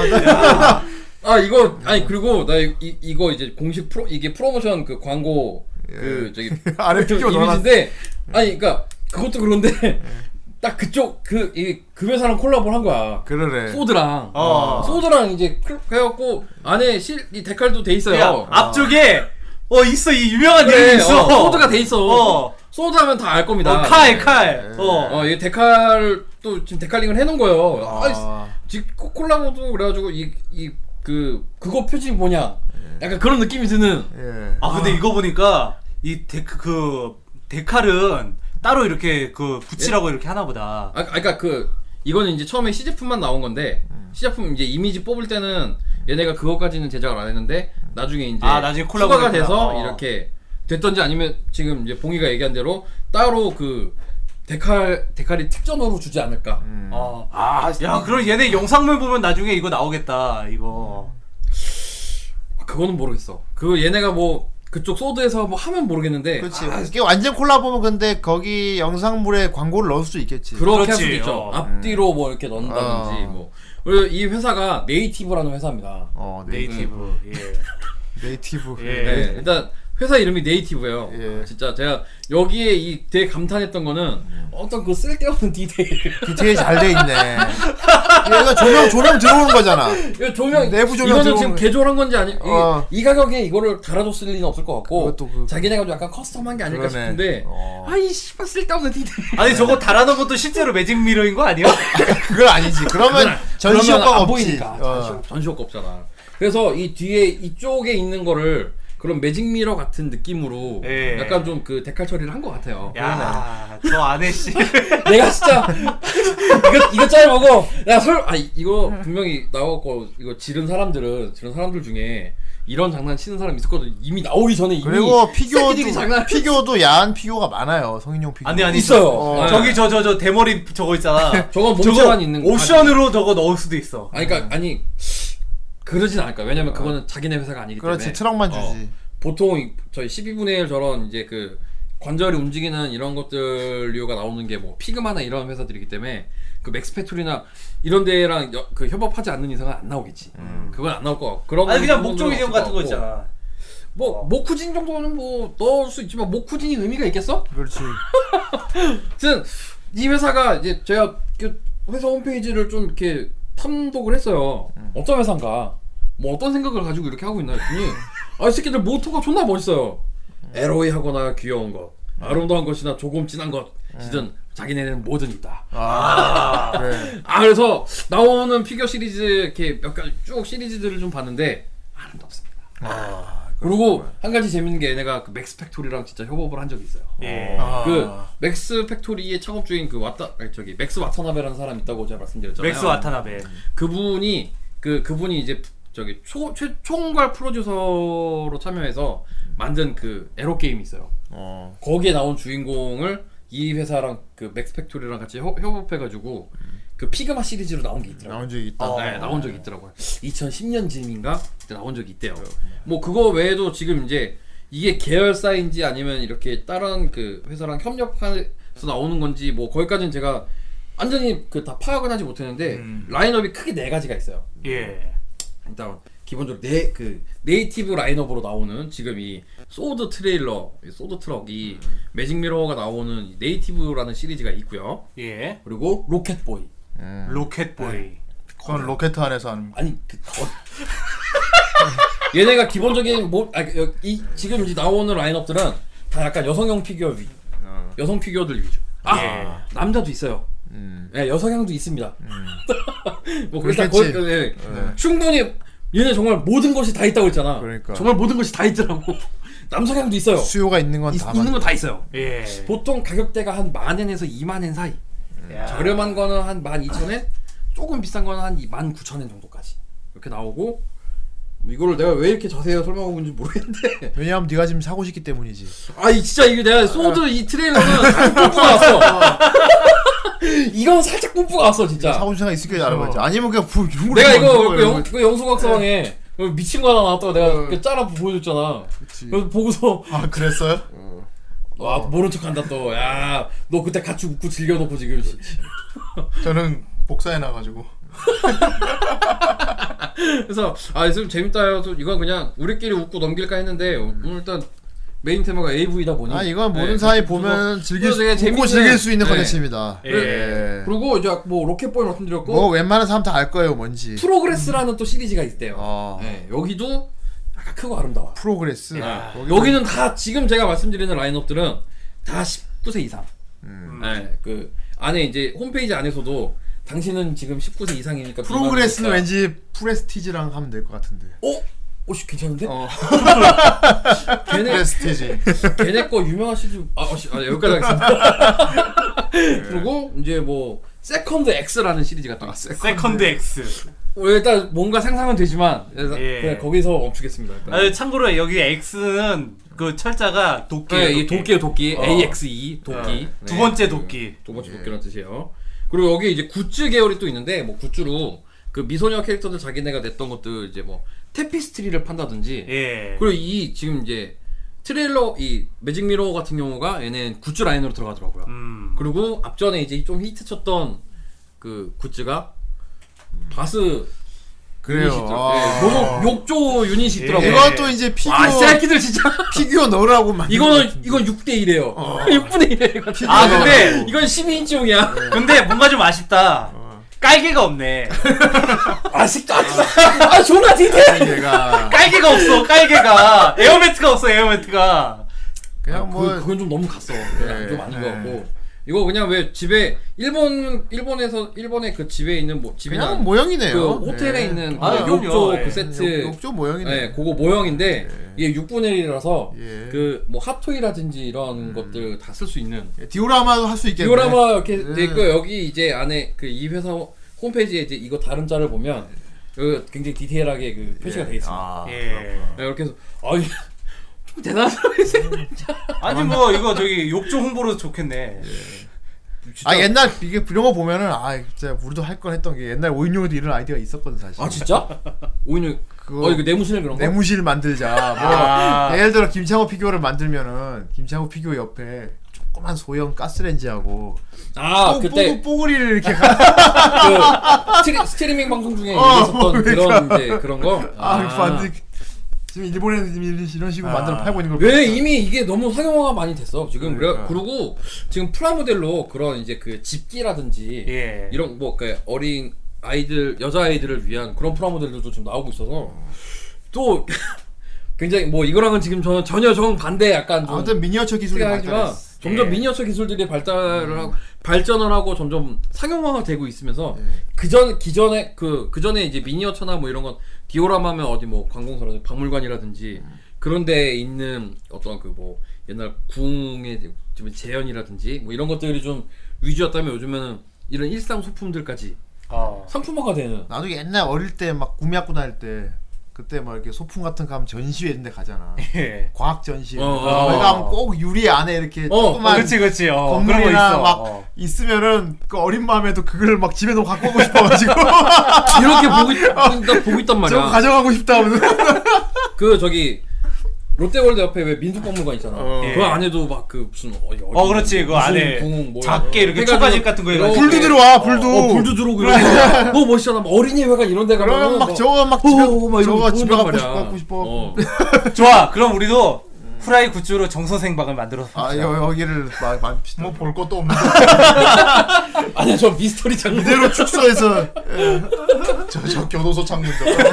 Speaker 9: 아 이거
Speaker 3: 음.
Speaker 9: 아니 그리고 나 이, 이- 이거 이제 공식 프로 이게 프로모션 그 광고 그 저기
Speaker 3: 예. 아래 피규어 넣어놨. 예.
Speaker 9: 이미지인데 아니 그러니까 그것도 그런데 딱 그쪽 그 이 그 회사랑 콜라보를 한 거야.
Speaker 3: 그러네.
Speaker 9: 소드랑
Speaker 1: 어.
Speaker 9: 소드랑 이제 그렇게 해갖고 안에 실이 데칼도 돼 있어요.
Speaker 1: 야, 앞쪽에 어 있어 이 유명한
Speaker 9: 그래,
Speaker 1: 이름이 있어.
Speaker 9: 어, 소드가 돼 있어. 네.
Speaker 1: 어.
Speaker 9: 소드 하면 다 알 겁니다.
Speaker 1: 어, 칼, 칼. 어.
Speaker 9: 어, 이 데칼 또 지금 데칼링을 해놓은 거예요. 아,
Speaker 3: 아.
Speaker 9: 지금 코- 콜라보도 그래가지고 이 이 그 그거 표지 뭐냐?
Speaker 1: 예.
Speaker 9: 약간 그런 느낌이 드는.
Speaker 3: 예.
Speaker 1: 아, 근데 이거 보니까 이 데크 그 데칼은 따로 이렇게 그 붙이라고 이렇게 하나 보다.
Speaker 9: 아, 그러니까 그 이거는 이제 처음에 시제품만 나온 건데
Speaker 1: 음.
Speaker 9: 시제품 이제 이미지 뽑을 때는 얘네가 그거까지는 제작을 안 했는데 나중에 이제
Speaker 1: 아, 나중에 콜라보를
Speaker 9: 추가가
Speaker 1: 했구나.
Speaker 9: 돼서
Speaker 1: 어.
Speaker 9: 이렇게 됐던지 아니면 지금 이제 봉이가 얘기한 대로 따로 그 데칼 데칼이 특전으로 주지 않을까.
Speaker 1: 어. 아, 야, 그럼 얘네 영상물 보면 나중에 이거 나오겠다. 이거.
Speaker 9: 아, 그거는 모르겠어. 그 얘네가 뭐 그쪽 소드에서 뭐 하면 모르겠는데
Speaker 3: 그렇지. 이게 완전 콜라보면 근데 거기 영상물에 광고를 넣을 수도 있겠지.
Speaker 9: 그렇게 할
Speaker 1: 그렇지,
Speaker 9: 수도 있죠.
Speaker 1: 어.
Speaker 3: 음.
Speaker 9: 앞뒤로 뭐 이렇게 넣는다든지
Speaker 3: 어.
Speaker 9: 뭐. 그리고 이 회사가 네이티브라는 회사입니다.
Speaker 3: 어, 네.
Speaker 1: 네이티브. 예.
Speaker 3: 네이티브.
Speaker 1: 예.
Speaker 9: 네, 일단 회사 이름이 네이티브예요.
Speaker 3: 예.
Speaker 9: 아, 진짜 제가 여기에 이 되게 감탄했던 거는
Speaker 3: 음.
Speaker 9: 어떤 그 쓸데없는 디테일.
Speaker 3: 디테일 잘 돼 있네. 얘가 조명 조명 들어오는 거잖아.
Speaker 9: 이 조명
Speaker 3: 내부 조명
Speaker 9: 이거는
Speaker 3: 들어오는
Speaker 9: 지금
Speaker 3: 거.
Speaker 9: 개조한 건지 아니 이,
Speaker 3: 어.
Speaker 9: 이 가격에 이거를 달아줬을 리는 없을 것 같고
Speaker 3: 그것도 그-
Speaker 9: 자기네가 좀 약간 커스텀한 게 아닐까
Speaker 3: 그러네.
Speaker 9: 싶은데
Speaker 3: 어.
Speaker 9: 아이 씨발 쓸데없는 디테일.
Speaker 1: 아니 저거 달아놓은 것도 실제로 매직 미러인 거 아니야?
Speaker 3: 그건 아니지. 그러면 전시
Speaker 9: 그러면
Speaker 3: 효과가
Speaker 9: 안
Speaker 3: 없지.
Speaker 9: 보이니까
Speaker 3: 어.
Speaker 9: 전시, 전시 효과 없잖아. 그래서 이 뒤에 이쪽에 있는 거를 그런 매직 미러 같은 느낌으로
Speaker 1: 예.
Speaker 9: 약간 좀 그 데칼 처리를 한 것 같아요.
Speaker 1: 야, 저 안에 씨.
Speaker 9: 내가 진짜 이거 이거 짤 먹어. 야설아 이거 분명히 나왔고 이거 지른 사람들은 지른 사람들 중에 이런 장난 치는 사람 있었거든. 이미 나오기 전에 이미
Speaker 3: 그리고
Speaker 9: 새끼들이 장난
Speaker 3: 피규어도 피규어도 야한 피규어가 많아요. 성인용 피규어.
Speaker 1: 아니 아니
Speaker 9: 있어요.
Speaker 1: 저-
Speaker 9: 어.
Speaker 1: 저기 저 저 저 대머리 저거 있잖아. 저거
Speaker 9: 저거 몸체만 있는 거.
Speaker 1: 옵션으로 저거 넣을 수도 있어.
Speaker 9: 아니 그러니까 아니 그러진 않을까. 왜냐면 그거는 자기네 회사가 아니기 때문에.
Speaker 3: 그렇지. 트럭만
Speaker 9: 어.
Speaker 3: 주지.
Speaker 9: 보통 이- 저희 12분의 1 저런 이제 그 관절이 움직이는 이런 것들류가 나오는 게 뭐 피그마나 이런 회사들이기 때문에 그 맥스패툴이나 이런 데랑 여- 그 협업하지 않는 이상은 안 나오겠지. 그건 안 나올 것 같고. 그런
Speaker 1: 음. 아니 그냥
Speaker 9: 부분들은
Speaker 1: 목조기념
Speaker 9: 없을 것
Speaker 1: 같은 거
Speaker 9: 같고.
Speaker 1: 있잖아.
Speaker 3: 어.
Speaker 9: 뭐 모쿠진 정도는 뭐 넣을 수 있지만 모쿠진이 의미가 있겠어?
Speaker 3: 그렇지.
Speaker 9: 하여튼 이 회사가 이제 제가 그 회사 홈페이지를 좀 이렇게 탐독을 했어요.
Speaker 3: 음.
Speaker 9: 어떤 회사인가? 뭐 어떤 생각을 가지고 이렇게 하고 있나 했더니 아, 이 새끼들 모토가 존나 멋있어요. 에로이하거나 귀여운 것,
Speaker 3: 음.
Speaker 9: 아름다운 것이나 조금 진한 것이든 자기네는 뭐든 있다.
Speaker 3: 아, 그래.
Speaker 9: 아 그래서 나오는 피규어 시리즈 이렇게 몇 가지 쭉 시리즈들을 좀 봤는데 아름답습니다. 그리고 한 가지 재밌는 게 얘네가 그 맥스 팩토리랑 진짜 협업을 한 적이 있어요.
Speaker 1: 예.
Speaker 9: 그 맥스 팩토리의 창업주인 그 왔다 아니, 저기 맥스 와타나베라는 사람 있다고 제가 말씀드렸잖아요.
Speaker 1: 맥스 와타나베.
Speaker 9: 그분이 그 그분이 이제 저기 초, 최, 총괄 프로듀서로 참여해서 만든 그 에로 게임이 있어요.
Speaker 3: 어.
Speaker 9: 거기에 나온 주인공을 이 회사랑 그 맥스 팩토리랑 같이 협, 협업해 가지고 그 피그마 시리즈로 나온 게 있더라고요.
Speaker 3: 나온 적이 있다.
Speaker 1: 어.
Speaker 9: 네, 나온 적이 있더라고요. 2010년쯤인가 그때 나온 적이 있대요.
Speaker 1: 네.
Speaker 9: 뭐 그거 외에도 지금 이제 이게 계열사인지 아니면 이렇게 다른 그 회사랑 협력해서 나오는 건지 뭐 거기까지는 제가 완전히 그 다 파악은 하지 못했는데
Speaker 1: 음.
Speaker 9: 라인업이 크게 네 가지가 있어요.
Speaker 1: 예.
Speaker 9: 일단 기본적으로 네 그 네이티브 라인업으로 나오는 지금 이 소드 트레일러, 이 소드 트럭이
Speaker 1: 음.
Speaker 9: 매직 미러가 나오는 이 네이티브라는 시리즈가 있고요.
Speaker 1: 예.
Speaker 9: 그리고 로켓 보이. 음.
Speaker 1: 로켓보이.
Speaker 4: 그건 로켓 안에서 하는
Speaker 9: 아니 그 거... 얘네가 기본적인 뭐, 아, 그, 이, 지금 이제 나오는 라인업들은 다 약간 여성형 피규어 위, 여성 피규어들 위주. 아
Speaker 1: 예.
Speaker 9: 남자도 있어요.
Speaker 3: 음.
Speaker 9: 예, 여성향도 있습니다. 뭐 그렇다
Speaker 4: 그렇겠지.
Speaker 9: 거의- 예, 충분히 얘네 정말 모든 것이 다 있다고 했잖아.
Speaker 3: 네. 그러니까.
Speaker 9: 정말 모든 것이 다 있더라고. 남성향도 있어요.
Speaker 3: 수요가 있는 건
Speaker 9: 있,
Speaker 3: 다
Speaker 9: 있는
Speaker 3: 맞.
Speaker 9: 건 다 있어요.
Speaker 1: 예.
Speaker 9: 보통 가격대가 한 만엔에서 2만엔 사이. 저렴한 거는 한 12,000엔, 조금 비싼 거는 한 19,000엔 정도까지. 이렇게 나오고 이거를 내가 왜 이렇게 자세히 설명하고 있는지 모르겠는데
Speaker 3: 왜냐하면 네가 지금 사고 싶기 때문이지.
Speaker 9: 아이 진짜 이게 내가 소드 이 트레일러는 살짝 뿜뿌가 왔어 이건 살짝 뿜뿌가 왔어 진짜
Speaker 3: 사고 싶은 생각 있을 거야 알아봤지. 아니면 그냥 부 이런
Speaker 9: 어. 내가 이거 그 영- 그 영수각상에 그 미친 거 하나 나왔다고 내가 그 짜라 보여줬잖아 그래서 보고서
Speaker 4: 아 그랬어요?
Speaker 9: 와 모른 척한다 또야 너 그때 같이 웃고 즐겨놓고 지금
Speaker 4: 저는 복사해 놔가지고
Speaker 9: 그래서 아좀 재밌다 해서 이건 그냥 우리끼리 웃고 넘길까 했는데 어, 오늘 일단 메인 테마가 AV다 보니
Speaker 3: 음. 아 이건 모든
Speaker 9: 네,
Speaker 3: 사이
Speaker 9: 그래서
Speaker 3: 보면 즐길 수,
Speaker 9: 되게
Speaker 3: 웃고
Speaker 9: 재밌는-
Speaker 3: 즐길 수 있는
Speaker 9: 네.
Speaker 3: 컨텐츠입니다.
Speaker 1: 예.
Speaker 9: 그리고 이제 뭐 로켓볼 말씀드렸고
Speaker 3: 네. 뭐 웬만한 사람 다 알 거예요 뭔지.
Speaker 9: 프로그레스라는 또 시리즈가 있대요
Speaker 3: 아.
Speaker 9: 네, 여기도 약간 크고 아름다워
Speaker 3: 프로그레스. 거기
Speaker 9: 여기는 다 지금 제가 말씀드리는 라인업들은 다 19세 이상
Speaker 3: 음.
Speaker 9: 네, 그 안에 이제 홈페이지 안에서도 당신은 지금 19세 이상이니까
Speaker 3: 프로그레스는
Speaker 9: 미만이니까-
Speaker 3: 왠지 그러니까. 프레스티지랑 하면 될 것 같은데.
Speaker 9: 어? 오씨 괜찮은데?
Speaker 3: 어.
Speaker 9: 걔네
Speaker 4: 프레스티지
Speaker 9: 걔네 거 유명하시지 아, 어, 씨, 아 여기까지 하겠습니다
Speaker 1: 네.
Speaker 9: 그리고 이제 뭐 세컨드 X라는 시리즈가
Speaker 1: 아,
Speaker 9: 또 있어요
Speaker 1: 세컨드 X.
Speaker 9: 어, 일단 뭔가 상상은 되지만 일단
Speaker 1: 예.
Speaker 9: 그냥 거기서 멈추겠습니다 일단.
Speaker 1: 아, 참고로 여기 X는 그 철자가 도끼.
Speaker 9: 네, 이 도끼예요 도끼
Speaker 1: 어.
Speaker 9: AXE 도끼 네.
Speaker 1: 어, 두 번째 도끼. 예.
Speaker 9: 두 번째 도끼라는 뜻이에요 그리고 여기 이제 굿즈 계열이 또 있는데 뭐 굿즈로 그 미소녀 캐릭터들 자기네가 냈던 것들 이제 뭐 테피스트리를 판다든지
Speaker 1: 예.
Speaker 9: 그리고 이 지금 이제 트레일러 이 매직 미러 같은 경우가 얘는 굿즈 라인으로 들어가더라고요
Speaker 1: 음.
Speaker 9: 그리고 앞전에 이제 좀 히트쳤던 그 굿즈가 바스
Speaker 3: 그래요.
Speaker 9: 유닛이 있더라고요.
Speaker 3: 아.
Speaker 9: 예, 요거 욕조 유닛이 있더라고요.
Speaker 1: 예.
Speaker 3: 이건 또 이제 피규어
Speaker 9: 아, 이 새끼들 진짜.
Speaker 3: 피규어 넣으라고 만.
Speaker 9: 이거는 이건 6대 1이에요.
Speaker 3: 어.
Speaker 9: 6분의 1이에요. 이건.
Speaker 1: 아, 근데,
Speaker 9: 이건 12인치용이야.
Speaker 1: 근데 뭔가 좀 아쉽다.
Speaker 9: 어.
Speaker 1: 깔개가 없네.
Speaker 9: 아쉽다. 아, 존나 디테일.
Speaker 3: 얘가
Speaker 1: 깔개가 없어, 깔개가. 에어매트가 없어, 에어매트가.
Speaker 3: 그냥 뭐 예,
Speaker 9: 그, 그건 좀 너무 갔어. 그건 좀 아닌 것 같고. 이거 그냥 왜 집에 일본 일본에서 일본의 그 집에 있는 뭐 집이나
Speaker 3: 그냥 모형이네요.
Speaker 9: 그 호텔에
Speaker 3: 예.
Speaker 9: 있는 그
Speaker 1: 아,
Speaker 9: 욕조
Speaker 1: 그럼요. 예.
Speaker 9: 그 세트
Speaker 3: 욕, 욕조 네, 모형이네.
Speaker 9: 네, 그거 모형인데 이게 6분의 1이라서
Speaker 3: 예. 음.
Speaker 9: 그 뭐 핫토이라든지 이런 것들 다 쓸 수 있는
Speaker 3: 예, 디오라마도 할 수 있겠네.
Speaker 9: 디오라마 이렇게 돼
Speaker 3: 예.
Speaker 9: 있고 여기 이제 안에 그 이 회사 홈페이지에 이제 이거 다른 자를 보면 그 굉장히 디테일하게 그 표시가 돼 있습니다.
Speaker 3: 아.
Speaker 1: 예.
Speaker 9: 네, 이렇게 해서 아이 좀 대단하다고 생각
Speaker 1: 아니, 뭐, 이거 저기 욕조 홍보로 좋겠네.
Speaker 9: 예.
Speaker 3: 아 옛날 이게 이런 거 보면은 아 진짜 우리도 할 건 했던 게 옛날 오인용에도 이런 아이디어가 있었거든 사실.
Speaker 9: 아 진짜? 오히려
Speaker 3: 그거-
Speaker 9: 그거 어 이거 내무실 그런 거?
Speaker 3: 내무실 만들자. 뭐
Speaker 1: 아.
Speaker 3: 예를 들어 김창호 피규어를 만들면은 김창호 피규어 옆에 조그만 소형 가스레인지하고
Speaker 9: 아
Speaker 3: 뽀-
Speaker 9: 그때
Speaker 3: 뽀글- 뽀글이를 이렇게 가-
Speaker 9: 그 스트리, 스트리밍 방송 중에 있었던 그런 이제 그런 거.
Speaker 3: 어, 그러니까. 아, 만들 지금 일본에서 지금 이런 식으로 만들어 팔고 있는 걸.
Speaker 9: 아. 왜
Speaker 3: 보니까.
Speaker 9: 이미 이게 너무 상용화가 많이 됐어 지금 그래
Speaker 3: 그렇죠. 그러니까.
Speaker 9: 그리고 지금 프라모델로 그런 이제 그 집기라든지
Speaker 1: 예.
Speaker 9: 이런 뭐 그 어린 아이들 여자 아이들을 위한 그런 프라모델들도 좀 나오고 있어서 또 굉장히 뭐 이거랑은 지금 저는 전혀 정 반대 약간 좀
Speaker 3: 아무튼 미니어처 기술이
Speaker 9: 생각하지만
Speaker 3: 발달했어. 예. 음.
Speaker 9: 점점 미니어처 기술들이 발달을 하고 발전을 하고 점점 상용화가 되고 있으면서
Speaker 3: 예.
Speaker 9: 그전 기존에 그 그전에 이제 미니어처나 뭐 이런 건 디오라마면 어디 뭐 관공서라든지 박물관이라든지 그런 데에 있는 어떤 그 뭐 옛날 궁의 좀 재현이라든지 뭐 이런 것들이 좀 위주였다면 요즘에는 이런 일상 소품들까지
Speaker 1: 아.
Speaker 9: 상품화가 되는
Speaker 3: 나도 옛날 어릴 때 막 구미학고 다닐 때 그때 막 이렇게 소품 같은 거 하면 전시회 이런 데 가잖아.
Speaker 1: 예.
Speaker 3: 과학 전시회.
Speaker 9: 어,
Speaker 3: 어,
Speaker 9: 어,
Speaker 3: 어,
Speaker 1: 어.
Speaker 3: 가면 꼭 유리 안에 이렇게
Speaker 9: 어,
Speaker 1: 어,
Speaker 3: 조그만
Speaker 1: 그렇지 그렇지. 어, 그런 거
Speaker 3: 건물이나
Speaker 1: 있어.
Speaker 3: 막
Speaker 1: 어.
Speaker 3: 있으면은 그 어린 마음에도 그걸 막 집에 놓고 갖고 오고 싶어가지고
Speaker 9: 이렇게 보고 있, 나 보고 있단 말이야.
Speaker 3: 아. 저거 가져가고 싶다 하면서
Speaker 9: 그 저기 롯데월드 옆에 왜 민속박물관 있잖아. 그
Speaker 3: 어.
Speaker 1: 예.
Speaker 9: 안에도 막 그 무슨 어, 여기
Speaker 1: 어, 그렇지. 그
Speaker 9: 무슨
Speaker 1: 안에
Speaker 9: 궁, 뭐
Speaker 1: 작게
Speaker 9: 이런 거
Speaker 1: 이렇게
Speaker 9: 해가지고
Speaker 1: 초가집 같은 거 해가지고.
Speaker 9: 이렇게
Speaker 3: 불도 들어와 불도.
Speaker 9: 어, 불도 들어오고 이러고 뭐 멋있잖아. 막 어린이 회관 이런 데 가면
Speaker 3: 그러면 막 저거 막
Speaker 9: 어,
Speaker 3: 집에 저거 집에 갖고 싶어 갖고
Speaker 9: 갖고
Speaker 3: 싶어.
Speaker 9: 어.
Speaker 1: 좋아. 그럼 우리도 후라이 굿즈로 정선생 방을 만들어서.
Speaker 3: 아
Speaker 9: 예,
Speaker 3: 여, 여기를 막만
Speaker 4: 뭐 볼 것도 없는
Speaker 9: 아니 저 미스터리 장르
Speaker 3: 이대로 축소해서 예,
Speaker 4: 저, 저 교도소 창문 저거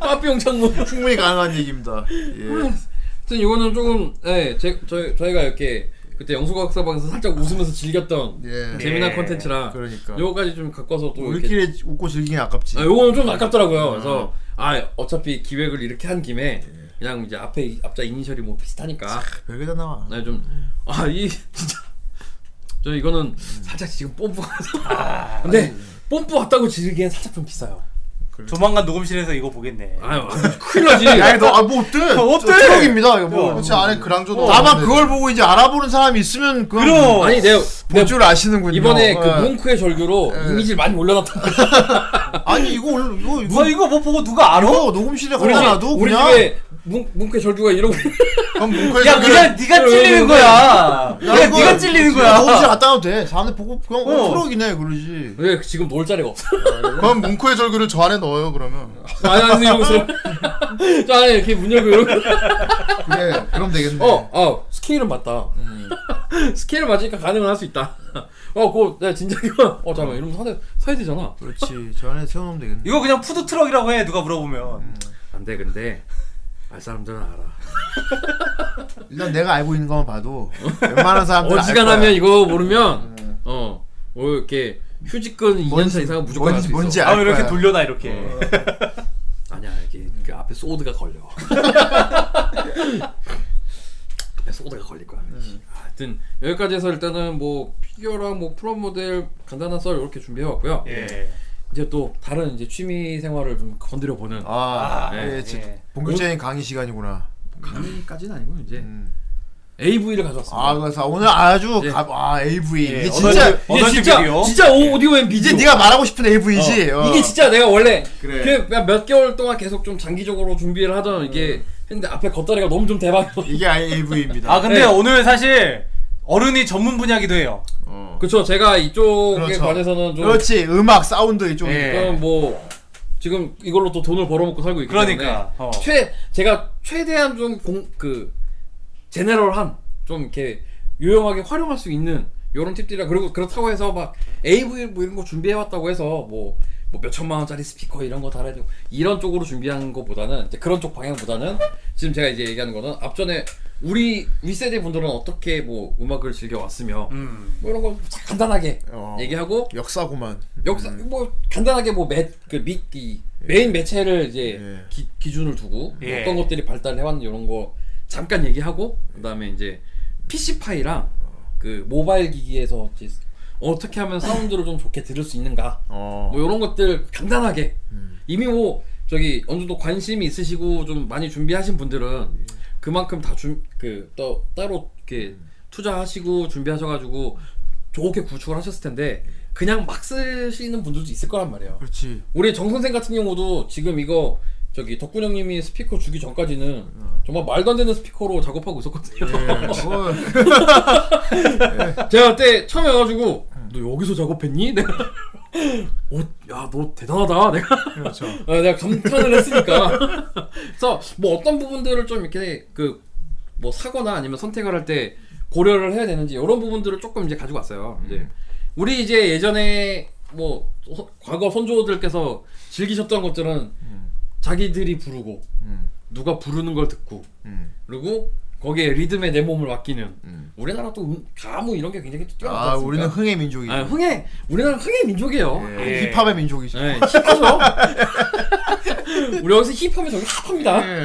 Speaker 9: 빠삐용 장르.
Speaker 3: 충분히 가능한 얘기입니다. 예.
Speaker 9: 하여튼 이거는 조금 예, 제, 저희 저희가 이렇게 그때 영수과학사방에서 살짝 웃으면서 즐겼던
Speaker 3: 예.
Speaker 9: 재미난
Speaker 1: 예.
Speaker 9: 컨텐츠라
Speaker 3: 그러니까. 뭐
Speaker 9: 요거까지 좀 갖고서 또 이렇게
Speaker 3: 우리끼리 웃고 즐기긴 아깝지.
Speaker 9: 아, 요거는 좀 아깝더라고요. 그래서 아 어차피 기획을 이렇게 한 김에 그냥 이제 앞에 이- 앞자 이니셜이 뭐 비슷하니까
Speaker 3: 별게 다 나와.
Speaker 9: 아, 네,
Speaker 1: 네.
Speaker 9: 나좀아이 진짜 저 이거는 살짝 지금 뽐뿌
Speaker 1: 아,
Speaker 9: 가서 근데 뽐뿌 왔다고 지르기엔 살짝 좀 비싸요.
Speaker 1: 조만간 녹음실에서 이거 보겠네.
Speaker 9: 아유 아, 큰일 나지.
Speaker 3: 야너아뭐 어때?
Speaker 1: 어때?
Speaker 3: 저 트럭입니다. 이거 뭐.
Speaker 4: 그렇지 안에 그랑조도
Speaker 3: 다만
Speaker 4: 나왔는데.
Speaker 3: 그걸 보고 이제 알아보는 사람이 있으면 그건
Speaker 1: 그럼.
Speaker 9: 아니 내가 내가
Speaker 3: 볼줄 아시는군요.
Speaker 9: 이번에
Speaker 1: 어,
Speaker 3: 예.
Speaker 9: 그 뭉크의 절규로
Speaker 1: 네.
Speaker 9: 이미지를 많이 올려놨단 말이야.
Speaker 3: 아니 이거 올 이거 이거
Speaker 1: 누가 이거 뭐 보고 누가 알아?
Speaker 3: 이거 녹음실에
Speaker 9: 우리,
Speaker 3: 갖다 놔도
Speaker 9: 집- 우리
Speaker 3: 그냥
Speaker 9: 집에 뭉, 뭉크의 절규가 이러고
Speaker 4: 그럼 문구에서
Speaker 1: 야,
Speaker 4: 그냥
Speaker 1: 그냥 네가
Speaker 9: 그래,
Speaker 1: 찔리는
Speaker 9: 그래.
Speaker 1: 거야.
Speaker 3: 야,
Speaker 1: 야,
Speaker 3: 이거
Speaker 1: 네가 찔리는
Speaker 3: 녹음실
Speaker 1: 거야.
Speaker 3: 갖다 놔도 돼. 사람들 보고 그냥 어.
Speaker 1: 어.
Speaker 3: 트럭이네 그러지.
Speaker 9: 왜 지금 놀 자리가 없어.
Speaker 4: 그럼 문구의 절규를 저 안에 넣어요 그러면
Speaker 9: 아니 아니 이러고서 저 안에 이렇게 문 열고 이러고
Speaker 3: 그래 그럼 되겠네.
Speaker 9: 어, 아 스케일은 맞다. 스케일은 맞으니까 가능은 할 수 있다. 어, 그거 내가 진짜 이거. 어, 잠깐만 이러면 사야 사야 되잖아.
Speaker 3: 그렇지. 저 안에 세워놓으면 되겠네.
Speaker 1: 이거 그냥 푸드 트럭이라고 해. 누가 물어보면.
Speaker 9: 안 돼, 근데 알 사람들은 알아.
Speaker 3: 일단 내가 알고 있는 것만 봐도 웬만한 사람들
Speaker 9: 어지간하면 이거 모르면 어, 뭐 이렇게 휴직근 2년차 이상은 무조건 할 수
Speaker 3: 뭔지 뭔지
Speaker 9: 있어.
Speaker 1: 아,
Speaker 3: 알
Speaker 1: 이렇게
Speaker 3: 거야.
Speaker 1: 돌려놔 이렇게.
Speaker 9: 아니야, 이게 그 앞에 소드가 걸려. 앞에 소드가 걸릴 거야. 음. 하여튼 여기까지 해서 일단은 뭐 피규어랑 뭐 프로모델 간단한 썰 이렇게 준비해 왔고요.
Speaker 1: 예.
Speaker 9: 이제 또 다른 이제 취미 생활을 좀 건드려 보는
Speaker 3: 아,
Speaker 9: 아,
Speaker 3: 예,
Speaker 1: 예.
Speaker 3: 지- 본격적인 강의 시간이구나.
Speaker 9: 강의까지는 아니고 이제
Speaker 3: 음.
Speaker 9: AV를 가져왔습니다.
Speaker 3: 아, 그래서 오늘 아주
Speaker 9: 예. 뭐
Speaker 3: 가, 아 AV
Speaker 1: 예, 어느
Speaker 3: 이게 진짜
Speaker 1: 집- 어떤 집이요?
Speaker 9: 진짜 오- 오디오 앤 비디오.
Speaker 3: 이제 네가 말하고 싶은 AV지.
Speaker 9: 어. 이게 진짜 내가 원래
Speaker 3: 그래.
Speaker 9: 그냥 몇 개월 동안 계속 좀 장기적으로 준비를 하던 이게 했는데 앞에 겉다리가 너무 좀 대박.
Speaker 3: 이게 아예 AV입니다.
Speaker 1: 아, 근데
Speaker 9: 예.
Speaker 1: 오늘 사실 어른이 전문 분야기도 해요.
Speaker 3: 어.
Speaker 9: 그렇죠. 제가 이쪽에
Speaker 3: 그렇죠.
Speaker 9: 관해서는
Speaker 3: 그렇지 음악 사운드 이쪽.
Speaker 1: 예.
Speaker 9: 좀좀뭐 지금 이걸로 또 돈을 벌어먹고 살고 있기
Speaker 1: 그러니까.
Speaker 9: 때문에
Speaker 1: 어.
Speaker 9: 최 제가 최대한 좀 그 제네럴한 좀 이렇게 유용하게 활용할 수 있는 요런 팁들이라 그리고 그렇다고 해서 막 AV 뭐 이런 거 준비해 왔다고 해서 뭐 뭐몇 천만 원짜리 스피커 이런 거 달아야 되고 이런 쪽으로 준비한 거보다는 이제 그런 쪽 방향보다는 지금 제가 이제 얘기하는 거는 앞전에 우리 윗세대 분들은 어떻게 뭐 음악을 즐겨 왔으며
Speaker 1: 음.
Speaker 9: 뭐 이런 거 간단하게
Speaker 3: 어.
Speaker 9: 얘기하고
Speaker 3: 역사구만.
Speaker 9: 역사 뭐 간단하게 뭐매그미이 메인 매체를 이제
Speaker 3: 예.
Speaker 9: 기, 기준을 두고 뭐
Speaker 1: 예.
Speaker 9: 어떤 것들이 발달해 왔는지 이런 거 잠깐 얘기하고 그다음에 이제 PC 파이랑 그 모바일 기기에서 이제 어떻게 하면 사운드를 좀 좋게 들을 수 있는가
Speaker 3: 어.
Speaker 9: 뭐 이런 것들 간단하게 이미 뭐 저기 어느 정도 관심이 있으시고 좀 많이 준비하신 분들은 그만큼 다준그또 따로 이렇게 투자하시고 준비하셔가지고 좋게 구축을 하셨을 텐데 그냥 막 쓰시는 분들도 있을 거란 말이에요.
Speaker 3: 그렇지.
Speaker 9: 우리 정 선생 같은 경우도 지금 이거 저기 덕군 형님이 스피커 주기 전까지는 정말 말도 안 되는 스피커로 작업하고 있었거든요.
Speaker 3: 예. 어, 그렇죠.
Speaker 9: 제가 그때 처음 와가지고 너 여기서 작업했니? 내가 어야너 대단하다 내가
Speaker 3: 그렇죠.
Speaker 9: 어, 내가 감탄을 했으니까 그래서 뭐 어떤 부분들을 좀 이렇게 그 뭐 사거나 아니면 선택을 할
Speaker 3: 음.
Speaker 9: 때 고려를 해야 되는지 이런 부분들을 조금 이제 가지고 왔어요. 이제 우리 이제 예전에 뭐 서- 과거 선조들께서 즐기셨던 것들은 자기들이 부르고
Speaker 3: 음.
Speaker 9: 누가 부르는 걸 듣고
Speaker 3: 음.
Speaker 9: 그리고 거기에 리듬에 내 몸을 맡기는
Speaker 3: 음.
Speaker 9: 우리나라 또 음, 가무 이런 게 굉장히 뛰어났지
Speaker 3: 아,
Speaker 9: 않습니까?
Speaker 3: 우리는 흥의 민족이죠.
Speaker 9: 아, 흥의 우리나라 흥의 민족이에요.
Speaker 3: 예. 힙합의 민족이죠.
Speaker 9: 네, 힙하죠. 우리 여기서 힙하면 저기 힙합니다.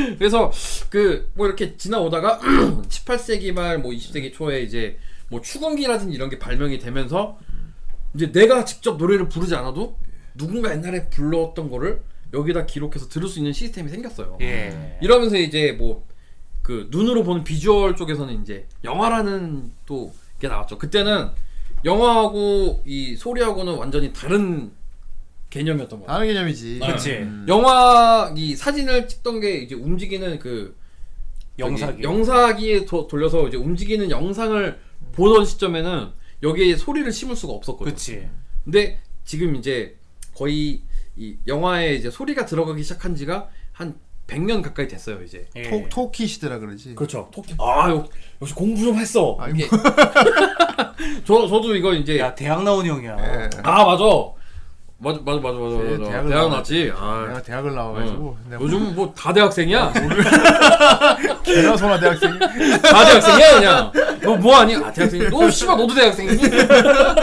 Speaker 3: 예.
Speaker 9: 그래서 그 뭐 이렇게 지나오다가 18세기 말 뭐 20세기 초에 이제 뭐 추궁기라든지 이런 게 발명이 되면서 이제 내가 직접 노래를 부르지 않아도 누군가 옛날에 불렀던 거를 여기다 기록해서 들을 수 있는 시스템이 생겼어요.
Speaker 3: 음.
Speaker 1: 예.
Speaker 9: 이러면서 이제 뭐 그 눈으로 보는 비주얼 쪽에서는 이제 영화라는 또 게 나왔죠. 그때는 영화하고 이 소리하고는 완전히 다른 개념이었던 것 같아요.
Speaker 3: 다른 개념이지.
Speaker 9: 아,
Speaker 1: 그치.
Speaker 3: 음.
Speaker 9: 영화 이 사진을 찍던 게 이제 움직이는 그 저기
Speaker 1: 영사기.
Speaker 9: 영사기에 도- 돌려서 이제 움직이는 영상을 보던 시점에는 여기에 소리를 심을 수가 없었거든요.
Speaker 1: 그치.
Speaker 9: 근데 지금 이제 거의 이 영화에 이제 소리가 들어가기 시작한 지가 한 100년 가까이 됐어요, 이제.
Speaker 1: 예.
Speaker 3: 토, 토키 시대라 그러지.
Speaker 9: 그렇죠. 토끼. 아, 역- 역시 공부 좀 했어. 이게. 저 저도 이거 이제
Speaker 1: 야, 대학 나온 형이야.
Speaker 3: 예.
Speaker 9: 아, 맞아. 맞아 맞아 맞아 맞아.
Speaker 3: 예,
Speaker 9: 맞아.
Speaker 3: 대학을
Speaker 9: 대학
Speaker 3: 나와-
Speaker 9: 나왔지. 아.
Speaker 3: 내가 대학을 나와가지고.
Speaker 9: 응.
Speaker 3: 내가
Speaker 9: 요즘 뭐 다 대학생이야?
Speaker 3: 개나 소나 대학생이.
Speaker 9: 다 대학생이야 그냥 너 뭐 하니? 아 대학생이 너 씨발 너도 대학생이니?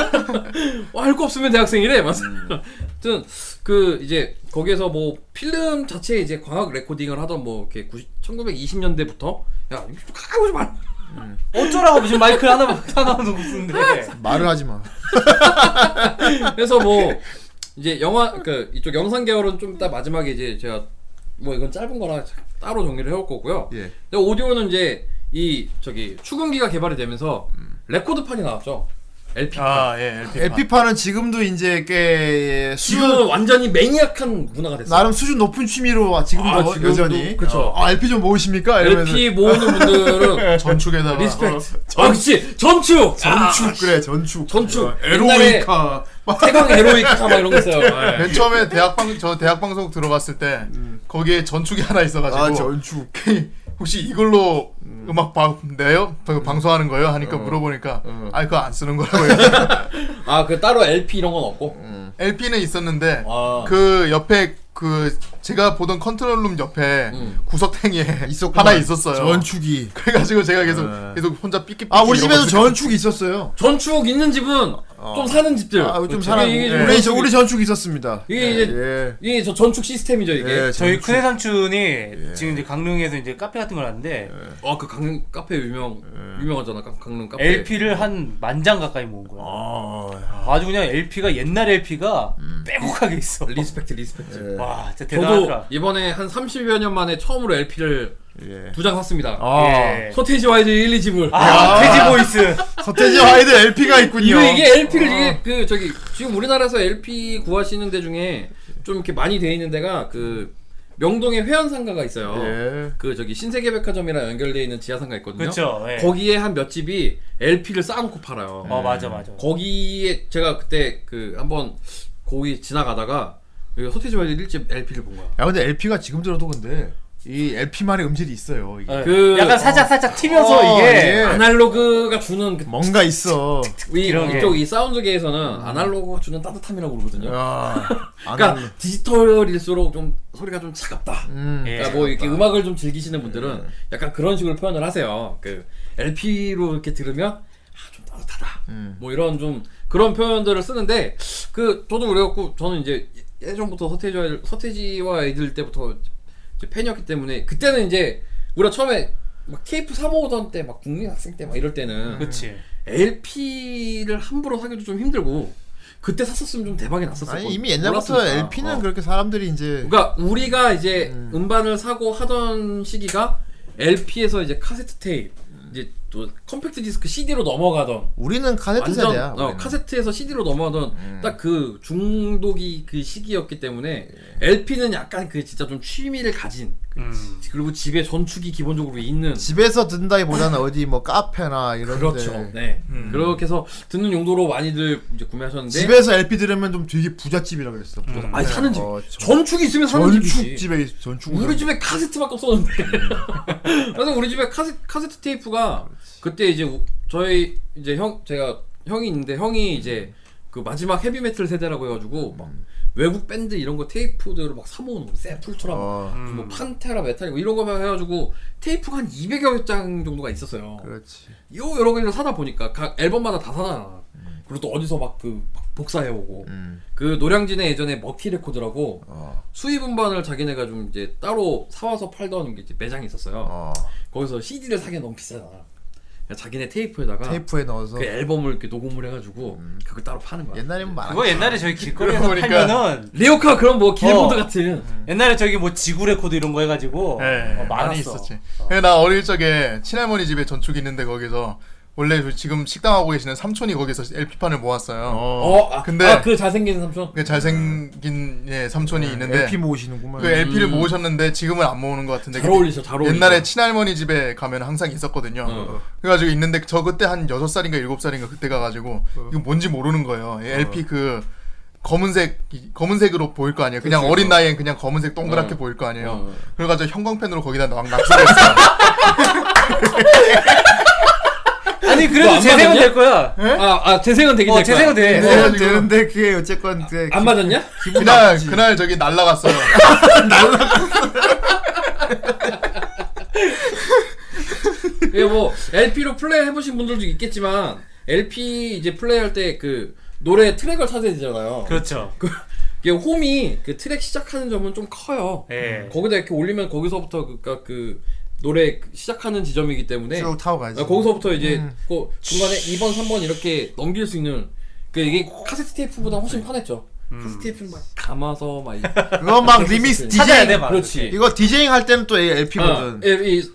Speaker 9: 뭐 할거 없으면 대학생이래 맞아 하여튼 그 이제 거기에서 뭐 필름 자체에 이제 광학 레코딩을 하던 뭐 이렇게 90, 1920년대부터 야 이거 좀 가까이 오지 마라
Speaker 1: 어쩌라고 지금 마이크 하나 하나 놓고 쓰는데.
Speaker 3: 말을 하지 마.
Speaker 9: 그래서 뭐 이제 영화 그 이쪽 영상 계열은 좀 이따 마지막에 이제 제가 뭐 이건 짧은 거라 따로 정리를 해올 거고요
Speaker 3: 예.
Speaker 9: 근데 오디오는 이제 이 저기 추궁기가 개발이 되면서 레코드판이 나왔죠 LP
Speaker 1: 아, 예.
Speaker 3: 에피파는 지금도 이제 꽤 예,
Speaker 9: 지금은
Speaker 3: 수준
Speaker 9: 완전히 매니악한 문화가 됐어요.
Speaker 3: 나름 수준 높은 취미로 지금도,
Speaker 9: 아, 지금도
Speaker 3: 여전히.
Speaker 9: 그쵸.
Speaker 3: 아 LP 좀 모으십니까? 이러면서. 예,
Speaker 9: LP 모으는 분들은
Speaker 3: 전축에다가 어,
Speaker 9: 리스펙트. 아, 그치. 아, 전축.
Speaker 3: 전축 그래 전축.
Speaker 9: 전축.
Speaker 3: 어,
Speaker 9: 옛날에-
Speaker 3: 에로이카. 막
Speaker 9: 태광 에로이카 막 이런 거 있어요.
Speaker 3: 네.
Speaker 9: 예.
Speaker 4: 맨 처음에 대학방 저 대학방송 들어갔을 때 거기에 전축이 하나 있어가지고
Speaker 3: 음. 아 전축.
Speaker 4: 혹시 이걸로 음. 악 방, 내요?
Speaker 3: 음.
Speaker 4: 방- 방송하는 거예요? 하니까 물어보니까 아 그거 안 쓰는 거라고 해요
Speaker 9: 아, 그 따로 LP 이런 건 없고.
Speaker 3: 음.
Speaker 4: LP는 있었는데
Speaker 9: 아.
Speaker 4: 그 옆에 그 제가 보던 컨트롤룸 옆에
Speaker 9: 음.
Speaker 4: 구석탱이에
Speaker 3: 있었구만.
Speaker 4: 하나 있었어요
Speaker 3: 전축이.
Speaker 4: 그래가지고 제가 계속
Speaker 3: 네.
Speaker 4: 계속 혼자 삐끼삐끼
Speaker 3: 아 우리 집에도
Speaker 4: 이러고
Speaker 3: 전축이 있었어요.
Speaker 9: 전축 있는 집은 좀 사는 집들.
Speaker 3: 아 좀
Speaker 9: 그치.
Speaker 3: 사람
Speaker 9: 이게, 이게
Speaker 3: 우리 저
Speaker 9: 전축이-
Speaker 3: 우리 전축 있었습니다.
Speaker 9: 이게 이제-
Speaker 3: 예.
Speaker 9: 이게 저 전축 시스템이죠, 이게.
Speaker 3: 예,
Speaker 1: 저희
Speaker 3: 전축.
Speaker 1: 큰애 삼촌이 지금 이제 강릉에서 이제 카페 같은 걸 하는데
Speaker 9: 아, 그 강릉 카페 유명 유명하잖아. 강- 강릉 카페.
Speaker 1: LP를 한 만장 가까이 모은 거야. 아, 주 그냥 LP가 옛날 LP가 빼곡하게 있어.
Speaker 9: 리스펙트 리스펙트.
Speaker 1: 와, 진짜
Speaker 9: 저도
Speaker 1: 대단하더라.
Speaker 9: 이번에 한 30여 년 만에 처음으로 LP를
Speaker 3: 예.
Speaker 9: 두 장 샀습니다.
Speaker 3: 아
Speaker 1: 예.
Speaker 9: 서태지 와이즈 1, 2집을.
Speaker 1: 아, 돼지 보이스.
Speaker 3: 서태지 와이드 LP가 있군요.
Speaker 9: 이거 이게 LP를 이게 그 저기 지금 우리나라에서 LP 구하시는 데 중에 좀 이렇게 많이 돼 있는 데가 그 명동에 회원상가가 있어요.
Speaker 3: 예.
Speaker 9: 그 저기 신세계백화점이랑 연결돼 있는 지하상가 있거든요.
Speaker 1: 그쵸, 예.
Speaker 9: 거기에 한 몇 집이 LP를 쌓아놓고 팔아요.
Speaker 1: 어, 맞아, 맞아.
Speaker 9: 거기에 제가 그때 그 한번 거기 지나가다가 그 여기 서태지 와이즈 1집 LP를 본 거야.
Speaker 3: 야 근데 LP가 지금 들어도 근데 이 LP만의 음질이 있어요. 이게.
Speaker 1: 예.
Speaker 9: 그-
Speaker 1: 약간 살짝 살짝 튀면서
Speaker 3: 어,
Speaker 1: 이게
Speaker 3: 예.
Speaker 9: 아날로그가 주는 그
Speaker 3: 뭔가 있어.
Speaker 9: 이,
Speaker 1: 이런 게.
Speaker 9: 이쪽 이 사운드계에서는 아날로그가 주는 따뜻함이라고
Speaker 3: 음.
Speaker 9: 그러거든요.
Speaker 3: 야. 안
Speaker 9: 그러니까
Speaker 3: 올라-
Speaker 9: 디지털일수록 좀 소리가 좀 차갑다.
Speaker 3: 음.
Speaker 1: 예.
Speaker 9: 그러니까 뭐 이렇게 음악을 좀 즐기시는
Speaker 3: 네.
Speaker 9: 분들은 약간 그런 식으로 표현을 하세요. 그 LP로 이렇게 들으면 아, 좀 따뜻하다.
Speaker 3: 음.
Speaker 9: 뭐 이런 좀 그런 표현들을 쓰는데 그 저도 그래갖고 저는 이제 예전부터 서태지와 서태지와 애들 때부터 이제 팬이었기 때문에 그때는 이제 우리가 처음에 막 테이프 사 모으던 때 막 국민학생 때 막 이럴 때는
Speaker 3: 음.
Speaker 1: 그치.
Speaker 9: LP를 함부로 사기도 좀 힘들고 그때 샀었으면 좀 대박이 났었을
Speaker 3: 아니
Speaker 9: 거-
Speaker 3: 이미 옛날부터
Speaker 9: 몰랐으니까.
Speaker 3: LP는
Speaker 9: 어.
Speaker 3: 그렇게 사람들이 이제
Speaker 9: 그러니까 우리가 이제 음. 반을 사고 하던 시기가 LP에서 이제 카세트 테이프 이제 또 컴팩트 디스크 CD로 넘어가던
Speaker 3: 우리는 카세트 세대야.
Speaker 9: 완전 어,
Speaker 3: 우리는. 음.
Speaker 9: 카세트에서 CD로 넘어가던 딱 그 중독이 그 시기였기 때문에
Speaker 3: 예.
Speaker 9: LP는 약간 그 진짜 좀 취미를 가진
Speaker 1: 음.
Speaker 9: 그리고 집에 전축이 기본적으로 있는
Speaker 3: 집에서 듣는다기보다는 어디 뭐 카페나 이런
Speaker 9: 그렇죠.
Speaker 3: 데
Speaker 9: 네. 그렇게 해서 듣는 용도로 많이들 이제 구매하셨는데 음.
Speaker 3: 집에서 LP 들으면 좀 되게 부잣집이라 그랬어.
Speaker 9: 아니 사는 집
Speaker 3: 어, 전-
Speaker 9: 전축이 있으면 사는
Speaker 3: 전축
Speaker 9: 집이지.
Speaker 3: 집에 있- 전축
Speaker 9: 우리 집에 카세트밖에 없었는데.
Speaker 3: 음.
Speaker 9: 그래서 우리 집에 카세, 카세트
Speaker 3: 아, 음.
Speaker 9: 테이프가 그때 이제 우- 저희 이제 형 제가 형이 있는데 형이 이제 그 마지막 헤비메탈 세대라고 해가지고 막 외국 밴드 이런 거 테이프들을 막 사모으는 거 세풀트라
Speaker 3: 어.
Speaker 9: 뭐 판테라 메탈 이런 거만 해가지고 테이프가 한 200여 장 정도가 있었어요
Speaker 3: 그렇지.
Speaker 9: 요 여러 개를 사다 보니까 각 앨범마다 다 사잖아. 그리고 또 어디서 막 그 복사해오고
Speaker 3: 음.
Speaker 9: 그 노량진에 예전에 머키 레코드라고
Speaker 3: 어.
Speaker 9: 수입 음반을 자기네가 좀 이제 따로 사와서 팔던 게 이제 매장이 있었어요.
Speaker 3: 어.
Speaker 9: 거기서 CD를 사기엔 너무 비싸잖아. 그냥 자기네 테이프에다가
Speaker 3: 테이프에 넣어서
Speaker 9: 그 앨범을 이렇게 녹음을 해가지고 그걸 따로 파는 거야.
Speaker 3: 옛날에는 많았.
Speaker 1: 그거 옛날에 저희 길거리에서
Speaker 4: 그러고 보니까-
Speaker 1: 팔면은
Speaker 9: 레오카 그런 뭐 길보드
Speaker 1: 어.
Speaker 9: 같은
Speaker 1: 옛날에 저기 뭐 지구 레코드 이런 거 해가지고
Speaker 4: 예,
Speaker 1: 어, 많았어.
Speaker 4: 많이 있었지. 예, 나 어릴 적에 친할머니 집에 전축이 있는데 거기서 원래 그 지금 식당하고 계시는 삼촌이 거기서 LP판을 모았어요.
Speaker 9: 어, 아,
Speaker 4: 근데-
Speaker 9: 아, 그 잘생긴 삼촌
Speaker 4: 그 잘생긴 예, 삼촌이 있는데
Speaker 3: LP 모으시는구만.
Speaker 4: 그 LP를 모으셨는데 지금은 안 모으는 것 같은데
Speaker 9: 잘 어울리셔 잘 어울리셔
Speaker 4: 옛날에 친할머니 집에 가면 항상 있었거든요.
Speaker 9: 어.
Speaker 4: 그래가지고 있는데 저 그때 한 6살인가 7살인가 그때 가가지고 이거 뭔지 모르는 거예요. 이 LP 그 검은색 이- 검은색으로 보일 거 아니에요. 그냥 어린 나이엔 그냥 검은색 동그랗게
Speaker 9: 어.
Speaker 4: 보일 거 아니에요.
Speaker 9: 어.
Speaker 4: 그래가지고 형광펜으로 거기다 막 낙서했어.
Speaker 1: 아니
Speaker 9: 너안
Speaker 1: 그래도 재생은
Speaker 9: 맞았냐?
Speaker 1: 될 거야.
Speaker 9: 아, 아 재생은 되긴
Speaker 1: 어
Speaker 9: 될 거야
Speaker 1: 재생은 돼.
Speaker 3: 네,
Speaker 4: 그래가지고- 아,
Speaker 3: 되는데 그게 어쨌건 그게
Speaker 9: 안 맞았냐?
Speaker 3: 기분
Speaker 4: 그날
Speaker 3: 나쁘지.
Speaker 4: 그날 저기 날라갔어요.
Speaker 9: 이게 뭐 LP로 플레이 해보신 분들도 있겠지만 LP 이제 플레이할 때 그 노래 트랙을 찾아야 되잖아요.
Speaker 1: 그렇죠.
Speaker 9: 이게 홈이 그 트랙 시작하는 점은 좀 커요.
Speaker 1: 예.
Speaker 9: 거기다 이렇게 올리면 거기서부터 그니까 그 노래 그 시작하는 지점이기 때문에
Speaker 3: 쭉 타고 가지.
Speaker 9: 아, 거기서부터 이제 그 중간에 2번 3번 이렇게 넘길 수 있는 그 이게 카세트 테이프보다
Speaker 1: 네.
Speaker 9: 훨씬 편했죠.
Speaker 1: 음.
Speaker 9: 카세트 테이프는 막 감아서 막 이-
Speaker 3: 그거 막 리믹스 DJ
Speaker 1: 찾아야 돼, 막.
Speaker 9: 그렇지.
Speaker 3: 이거 디제잉 할 때는 또 LP거든.
Speaker 9: 아, 이- 이-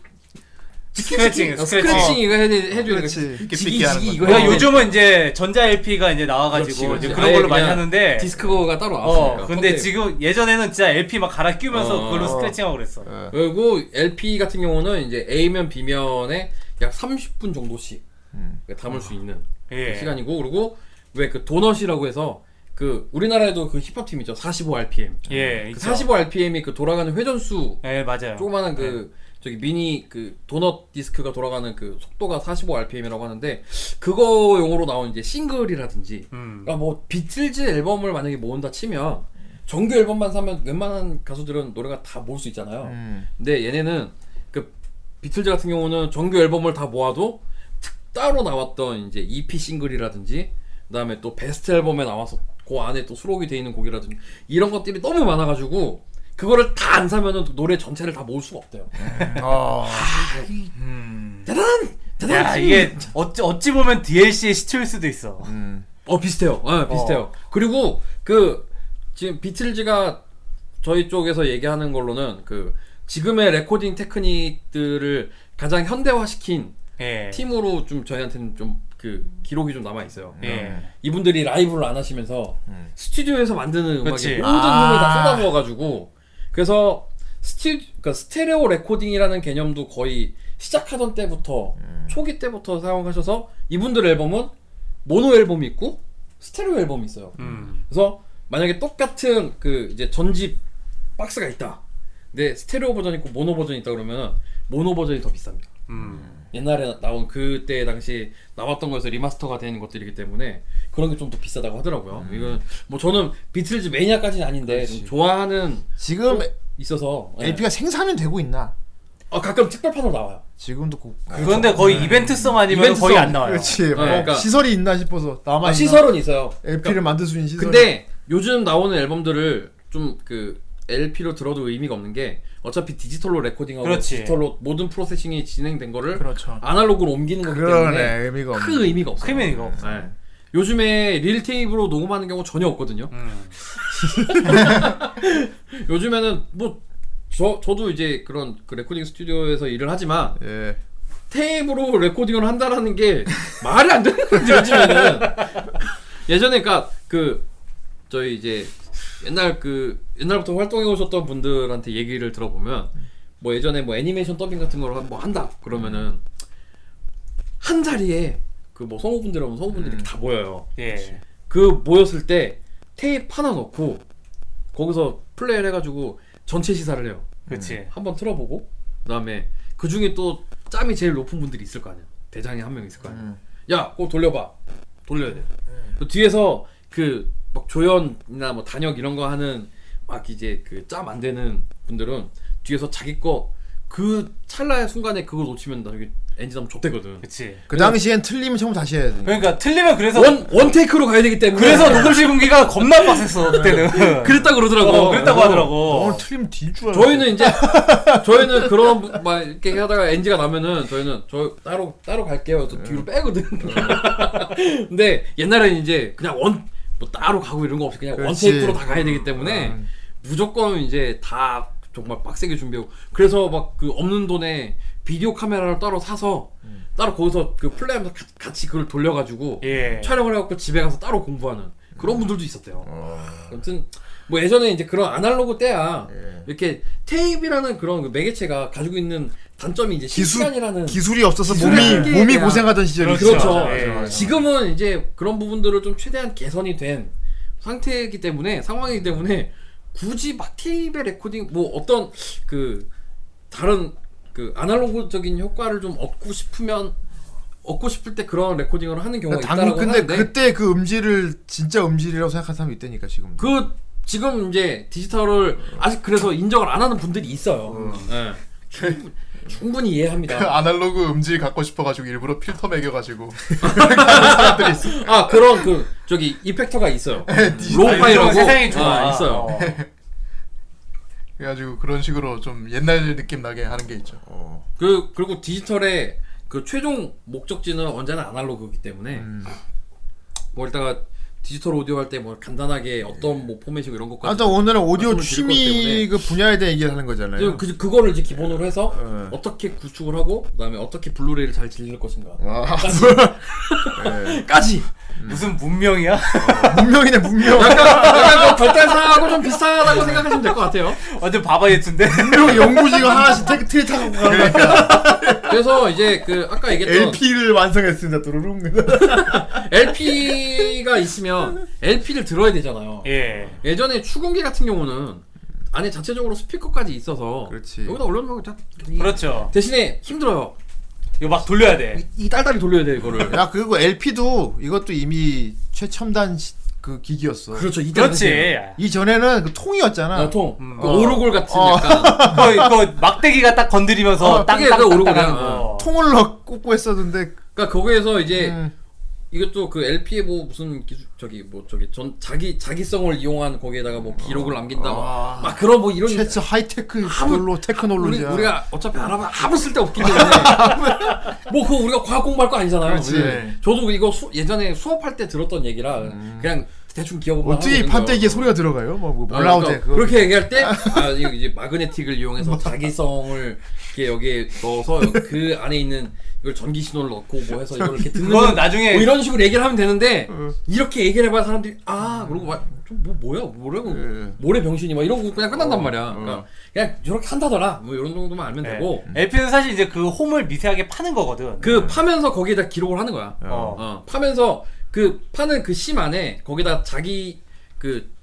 Speaker 1: 스크래칭,
Speaker 9: 어,
Speaker 1: 스크래칭.
Speaker 9: 스크래칭 이거 해야 돼- 해줘야 돼.
Speaker 3: 그렇지.
Speaker 4: 이렇게
Speaker 9: 지기
Speaker 4: 삐끼 하는
Speaker 9: 지기
Speaker 4: 거.
Speaker 9: 이거
Speaker 1: 그러니까
Speaker 9: 해야 돼.
Speaker 1: 요즘은 이제 전자 LP가 이제 나와가지고
Speaker 9: 그렇지,
Speaker 1: 이제
Speaker 9: 그렇지.
Speaker 1: 그런 걸로
Speaker 9: 아예
Speaker 1: 많이
Speaker 9: 그냥
Speaker 1: 하는데.
Speaker 9: 디스크가 따로 나왔으니까.
Speaker 1: 어, 근데 지금 예전에는 진짜 LP 막 갈아 끼우면서
Speaker 9: 어.
Speaker 1: 그걸로 스크래칭하고 그랬어.
Speaker 9: 그리고 LP 같은 경우는 이제 A면 B면에 약 30분 정도씩
Speaker 1: 음.
Speaker 9: 담을 수 있는
Speaker 1: 예.
Speaker 9: 시간이고 그리고 왜 그 도넛이라고 해서 그 우리나라에도 그 힙합 팀 있죠 45 RPM.
Speaker 1: 예,
Speaker 9: 그
Speaker 1: 있죠.
Speaker 9: 45 RPM이 그 돌아가는 회전수
Speaker 1: 예, 맞아요.
Speaker 9: 조그마한 그 저기 미니 그 도넛 디스크가 돌아가는 그 속도가 45 RPM이라고 하는데 그거 용어로 나온 이제 싱글이라든지
Speaker 1: 음.
Speaker 9: 그러니까 뭐 비틀즈 앨범을 만약에 모은다 치면 정규 앨범만 사면 웬만한 가수들은 노래가 다 모을 수 있잖아요.
Speaker 3: 음.
Speaker 9: 근데 얘네는 그 비틀즈 같은 경우는 정규 앨범을 다 모아도 특- 따로 나왔던 이제 EP 싱글이라든지 그다음에 또 베스트 앨범에 나와서 그 안에 또 수록이 돼 있는 곡이라든지 이런 것들이 너무 많아가지고 그거를 다 안 사면은 노래 전체를 다 모을 수가 없대요.
Speaker 1: 음.
Speaker 3: 어.
Speaker 9: 대단 대단.
Speaker 1: 야, 이게 어찌, 어찌 보면 DLC의 시초일 수도 있어.
Speaker 3: 음.
Speaker 9: 어 비슷해요. 아, 비슷해요. 그리고 그 지금 비틀즈가 저희 쪽에서 얘기하는 걸로는 그 지금의 레코딩 테크닉들을 가장 현대화시킨
Speaker 1: 예.
Speaker 9: 팀으로 좀 저희한테는 좀 그 기록이 좀 남아 있어요.
Speaker 1: 예.
Speaker 9: 이분들이 라이브를 안 하시면서 스튜디오에서 만드는 음악에
Speaker 1: 음. 그치.
Speaker 9: 모든 힘을 다 쏟아부어가지고 그래서 스튜 그러니까 스테레오 레코딩이라는 개념도 거의 시작하던 때부터
Speaker 1: 음.
Speaker 9: 초기 때부터 사용하셔서 이분들 앨범은 모노 앨범이 있고 스테레오 앨범이 있어요.
Speaker 1: 음.
Speaker 9: 그래서 만약에 똑같은 그 이제 전집 박스가 있다. 근데 스테레오 버전 있고 모노 버전이 있다 그러면 모노 버전이 더 비쌉니다.
Speaker 1: 음.
Speaker 9: 옛날에 나온 그때 당시 나왔던 거에서 리마스터가 된 것들이기 때문에 그런 게 좀 더 비싸다고 하더라고요.
Speaker 3: 음.
Speaker 9: 이건 뭐 저는 비틀즈 매니아까지는 아닌데 좀 좋아하는
Speaker 3: 지금
Speaker 9: 있어서 예.
Speaker 3: LP가 생산은 되고 있나?
Speaker 9: 아, 가끔 특별판으로 나와요.
Speaker 3: 지금도 그
Speaker 1: 그런데 거의 이벤트성 아니면
Speaker 9: 이벤트성.
Speaker 1: 거의 안 나와요.
Speaker 3: 그렇지. 뭐
Speaker 9: 그러니까.
Speaker 3: 시설이 있나 싶어서 남아
Speaker 9: 아, 시설은 있어요.
Speaker 3: LP를 만들 수 있는 시설.
Speaker 9: 근데 요즘 나오는 앨범들을 좀 그 LP로 들어도 의미가 없는 게 어차피 디지털로 레코딩하고
Speaker 1: 그렇지.
Speaker 9: 디지털로 모든 프로세싱이 진행된 거를
Speaker 4: 그렇죠.
Speaker 9: 아날로그로 옮기는 거기
Speaker 3: 그러네
Speaker 9: 때문에
Speaker 3: 의미가 없네.
Speaker 9: 큰 의미가 없어요.
Speaker 1: 크면 이거 없어.
Speaker 9: 예. 요즘에 릴테이프로 녹음하는 경우 전혀 없거든요.
Speaker 1: 음.
Speaker 9: 요즘에는 뭐 저, 저도 이제 그런 그 레코딩 스튜디오에서 일을 하지만
Speaker 3: 예.
Speaker 9: 테이프로 레코딩을 한다라는 게 말이 안 되는 거죠 요즘에는 예전에 그니까 그 저희 이제 옛날 그 옛날부터 활동해 오셨던 분들한테 얘기를 들어보면 뭐 예전에 뭐 애니메이션 더빙 같은 걸 뭐 한다 그러면은 한 자리에 그 뭐 성우분들 하면 성우분들이 이렇게 다 모여요
Speaker 1: 예.
Speaker 9: 그 모였을 때 테이프 하나 넣고 거기서 플레이를 해가지고 전체 시사를 해요.
Speaker 1: 그렇지.
Speaker 9: 네, 한번 틀어보고 그다음에 그 중에 또 짬이 제일 높은 분들이 있을 거 아니야. 대장이 한 명 있을 거 아니야. 야, 그거 돌려봐. 돌려야 돼. 그 뒤에서 그 막 조연이나 뭐 단역 이런 거 하는 막 이제 그 짬 안 되는 분들은 뒤에서 자기 거 그 찰나의 순간에 그걸 놓치면 나중에 엔진하면 좆되거든.
Speaker 1: 그치.
Speaker 9: 네.
Speaker 3: 그 당시엔 틀리면 처음 다시 해야 돼.
Speaker 1: 그러니까 틀리면 그래서
Speaker 9: 원, 원 테이크로 가야 되기 때문에.
Speaker 1: 그래서 녹음실 공기가 겁나 빡셌어 그때는.
Speaker 9: 네. 그랬다 그러더라고.
Speaker 1: 어, 그랬다고
Speaker 3: 오늘
Speaker 1: 하더라고.
Speaker 3: 틀리면 뒤줄 알았어.
Speaker 9: 저희는 이제 저희는 그런 막 이렇게 하다가 NG가 나면은 저희는 저 따로 따로 갈게요. 저 뒤로
Speaker 3: 네.
Speaker 9: 빼거든. 근데 옛날에는 이제 그냥 원 뭐 따로 가고 이런 거 없이 그냥 원
Speaker 3: 그렇지. 음. 아.
Speaker 9: 테이크로 다 가야 되기 때문에 무조건 이제 다 정말 빡세게 준비하고 그래서 막 그 없는 돈에 비디오 카메라를 따로 사서
Speaker 3: 음.
Speaker 9: 따로 거기서 그 플레이하면서 가- 같이 그걸 돌려가지고
Speaker 1: 예.
Speaker 9: 네. 촬영을 해갖고 집에 가서 따로 공부하는
Speaker 3: 음.
Speaker 9: 그런 분들도 있었대요.
Speaker 3: 어.
Speaker 9: 아무튼 뭐 예전에 이제 그런 아날로그 때야
Speaker 3: 예.
Speaker 9: 이렇게 테이프라는 그런 그 매개체가 가지고 있는 단점이 이제
Speaker 3: 기술-
Speaker 9: 실시간이라는
Speaker 3: 기술이 없어서
Speaker 9: 기술이
Speaker 3: 몸이 몸이
Speaker 9: 그냥-
Speaker 3: 고생하던 시절이 예.
Speaker 1: 그렇죠.
Speaker 9: 그렇죠.
Speaker 1: 맞아, 맞아, 맞아.
Speaker 9: 지금은 이제 그런 부분들을 좀 최대한 개선이 된 상태이기 때문에 상황이기 때문에 굳이 막 테이프 레코딩 뭐 어떤 그 다른 그 아날로그적인 효과를 좀 얻고 싶으면 얻고 싶을 때 그런 레코딩을 하는 경우가
Speaker 3: 그러니까 당
Speaker 9: 있다라고
Speaker 3: 근데
Speaker 9: 하는데
Speaker 3: 그때 그 음질을 진짜 음질이라고 생각하는 사람이 있다니까 지금.
Speaker 9: 그 지금 이제 디지털을 아직 그래서 인정을 안 하는 분들이 있어요. 예. 충분- 충분히 이해합니다.
Speaker 4: 아날로그 음질 갖고 싶어가지고 일부러 필터 매겨가지고 그렇게 하는 사람들이 있어.
Speaker 9: 아 그런 그 저기 이펙터가 있어요. 로우파이라고
Speaker 1: 디지털 세상에 좋아.
Speaker 9: 아, 있어요.
Speaker 1: 어.
Speaker 4: 그래가지고 그런 식으로 좀 옛날 느낌 나게 하는 게 있죠.
Speaker 9: 그 그리고 디지털의 그 최종 목적지는 언제나 아날로그이기 때문에 뭐 일단 디지털 오디오 할 때 뭐 간단하게 어떤 뭐 포맷이고 이런 것까지
Speaker 3: 아무튼 오늘은 오디오
Speaker 9: 말씀을 드릴 것
Speaker 3: 취미
Speaker 9: 때문에.
Speaker 3: 그 분야에 대해 얘기를 하는 거잖아요.
Speaker 9: 그, 그, 그거를 이제 기본으로 해서
Speaker 3: 예.
Speaker 9: 어떻게 구축을 하고 그다음에 어떻게 블루레이를 잘 질릴 것인가
Speaker 3: 아,
Speaker 9: 그 까지
Speaker 1: 무슨 문명이야?
Speaker 3: 어, 문명이네 문명.
Speaker 9: 약간 그 발달사하고 좀 비슷하다고 생각하시면 될 것 같아요.
Speaker 1: 완전 바바예트인데.
Speaker 3: 문명 그 연구지가 하나씩 테- 틀에 타고 가는 거야.
Speaker 9: 그래서 이제 그 아까 얘기했던
Speaker 3: LP를 완성했습니다. 뚜루룽.
Speaker 9: LP... 가 있으면 LP를 들어야 되잖아요.
Speaker 1: 예.
Speaker 9: 예전에 추궁기 같은 경우는 안에 자체적으로 스피커까지 있어서
Speaker 3: 그렇지.
Speaker 9: 여기다 올려놓으면 다
Speaker 1: 그렇죠.
Speaker 9: 대신에 힘들어요.
Speaker 1: 이거 막 돌려야 돼.
Speaker 9: 이 딸딸이 돌려야 돼 이거를.
Speaker 3: 야 그리고 LP도 이것도 이미 최첨단 시, 그 기기였어.
Speaker 9: 그렇죠. 이때 당시에.
Speaker 1: 그렇지.
Speaker 3: 이 전에는 그 통이었잖아.
Speaker 9: 아, 통.
Speaker 1: 음,
Speaker 9: 그
Speaker 1: 어.
Speaker 9: 오르골 같은
Speaker 3: 어.
Speaker 9: 약간.
Speaker 1: 그거, 그거 막대기가 딱 건드리면서
Speaker 9: 어, 그게 그
Speaker 1: 땅땅땅땅
Speaker 9: 오르구나.
Speaker 1: 하는 거.
Speaker 3: 통을 넣 꽂고 했었는데
Speaker 9: 그러니까 거기에서 이제
Speaker 3: 음,
Speaker 9: 이것도 그 LP의 뭐 무슨 기술 저기 뭐 저기 전 자기 자기성을 이용한 거기에다가 뭐 기록을 남긴다 뭐.
Speaker 3: 아.
Speaker 9: 막 그런 뭐 이런
Speaker 3: 최초 하이테크
Speaker 9: 아무-
Speaker 3: 걸로
Speaker 9: 우리,
Speaker 3: 테크놀로지야.
Speaker 9: 우리가 어차피 알아봐 아무 쓸데 없기 때문에 뭐 그거 우리가 과학 공부할 거 아니잖아요.
Speaker 3: 그렇지.
Speaker 9: 우리는. 저도 이거 수, 예전에 수업할 때 들었던 얘기라 그냥 대충 기억만
Speaker 3: 음. 어떻게 이
Speaker 9: 하고
Speaker 3: 판때기에
Speaker 9: 있는 거예요.
Speaker 3: 소리가 들어가요? 뭐, 뭐
Speaker 9: 아,
Speaker 3: 몰라도 돼.
Speaker 9: 그러니까
Speaker 3: 그거.
Speaker 9: 그렇게 얘기할 때 아, 이거 이제 마그네틱을 이용해서 자기성을 이렇게 여기에 넣어서 그 안에 있는 이걸 전기 신호를 넣고 뭐 해서 이걸 이렇게 듣는
Speaker 1: 그거는
Speaker 9: 거-
Speaker 3: 예.
Speaker 1: 나중에-
Speaker 9: 뭐 이런 식으로 얘기를 하면 되는데
Speaker 3: 음.
Speaker 9: 이렇게 얘기를 해봐야 사람들이 아 그러고 막좀뭐 뭐야 뭐라고
Speaker 3: 예. 어,
Speaker 9: 모래 병신이 막 이러고 그냥 끝난단 말이야. 그러니까 그냥 이렇게 한다더라 뭐 이런 정도만
Speaker 3: 네.
Speaker 9: 알면
Speaker 1: 예.
Speaker 9: 되고
Speaker 1: LP는 사실 이제 그 홈을 미세하게 파는 거거든.
Speaker 9: 그 파면서 거기에다 기록을 하는
Speaker 3: 네.
Speaker 9: 거야.
Speaker 1: 어.
Speaker 9: 어, 파면서 그 파는 그 심 안에 거기다 자기 그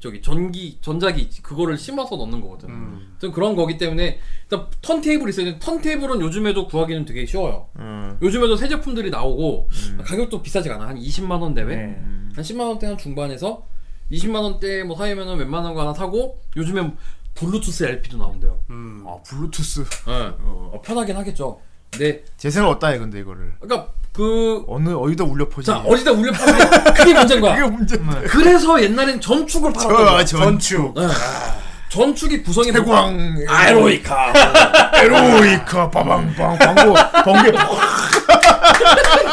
Speaker 9: 저기 전기 전자기 있지. 그거를 심어서 넣는 거거든.
Speaker 1: 음.
Speaker 9: 좀 그런 거기 때문에 일단 턴 테이블 있어야 되는데 턴 테이블은 요즘에도 구하기는 되게 쉬워요.
Speaker 3: 음.
Speaker 9: 요즘에도 새 제품들이 나오고 가격도 비싸지가 않아. 한 20만 원 대외.
Speaker 1: 음. 네.
Speaker 9: 한 10만 원대 한 중반에서 20만 원대 뭐 사이면은 웬만한 거 하나 사고 요즘엔 블루투스 LP도 나온대요.
Speaker 1: 음.
Speaker 3: 아 블루투스.
Speaker 9: 예. 어, 편하긴 하겠죠. 근데
Speaker 3: 재생을 어디다 해 근데 이거를.
Speaker 9: 그러니까 그
Speaker 3: 어느 어디다 울려 퍼지.
Speaker 9: 자, 어디다 울려 파면 그게 문제인 거야.
Speaker 3: 그게 문제.
Speaker 9: 그래서 옛날엔 전축을 팔았던 거야.
Speaker 3: 어, 아, 전축.
Speaker 9: 전축이 구성이
Speaker 3: 태광.
Speaker 9: 아로이카.
Speaker 3: 에로이카 빠방빵 광고 번개 팍.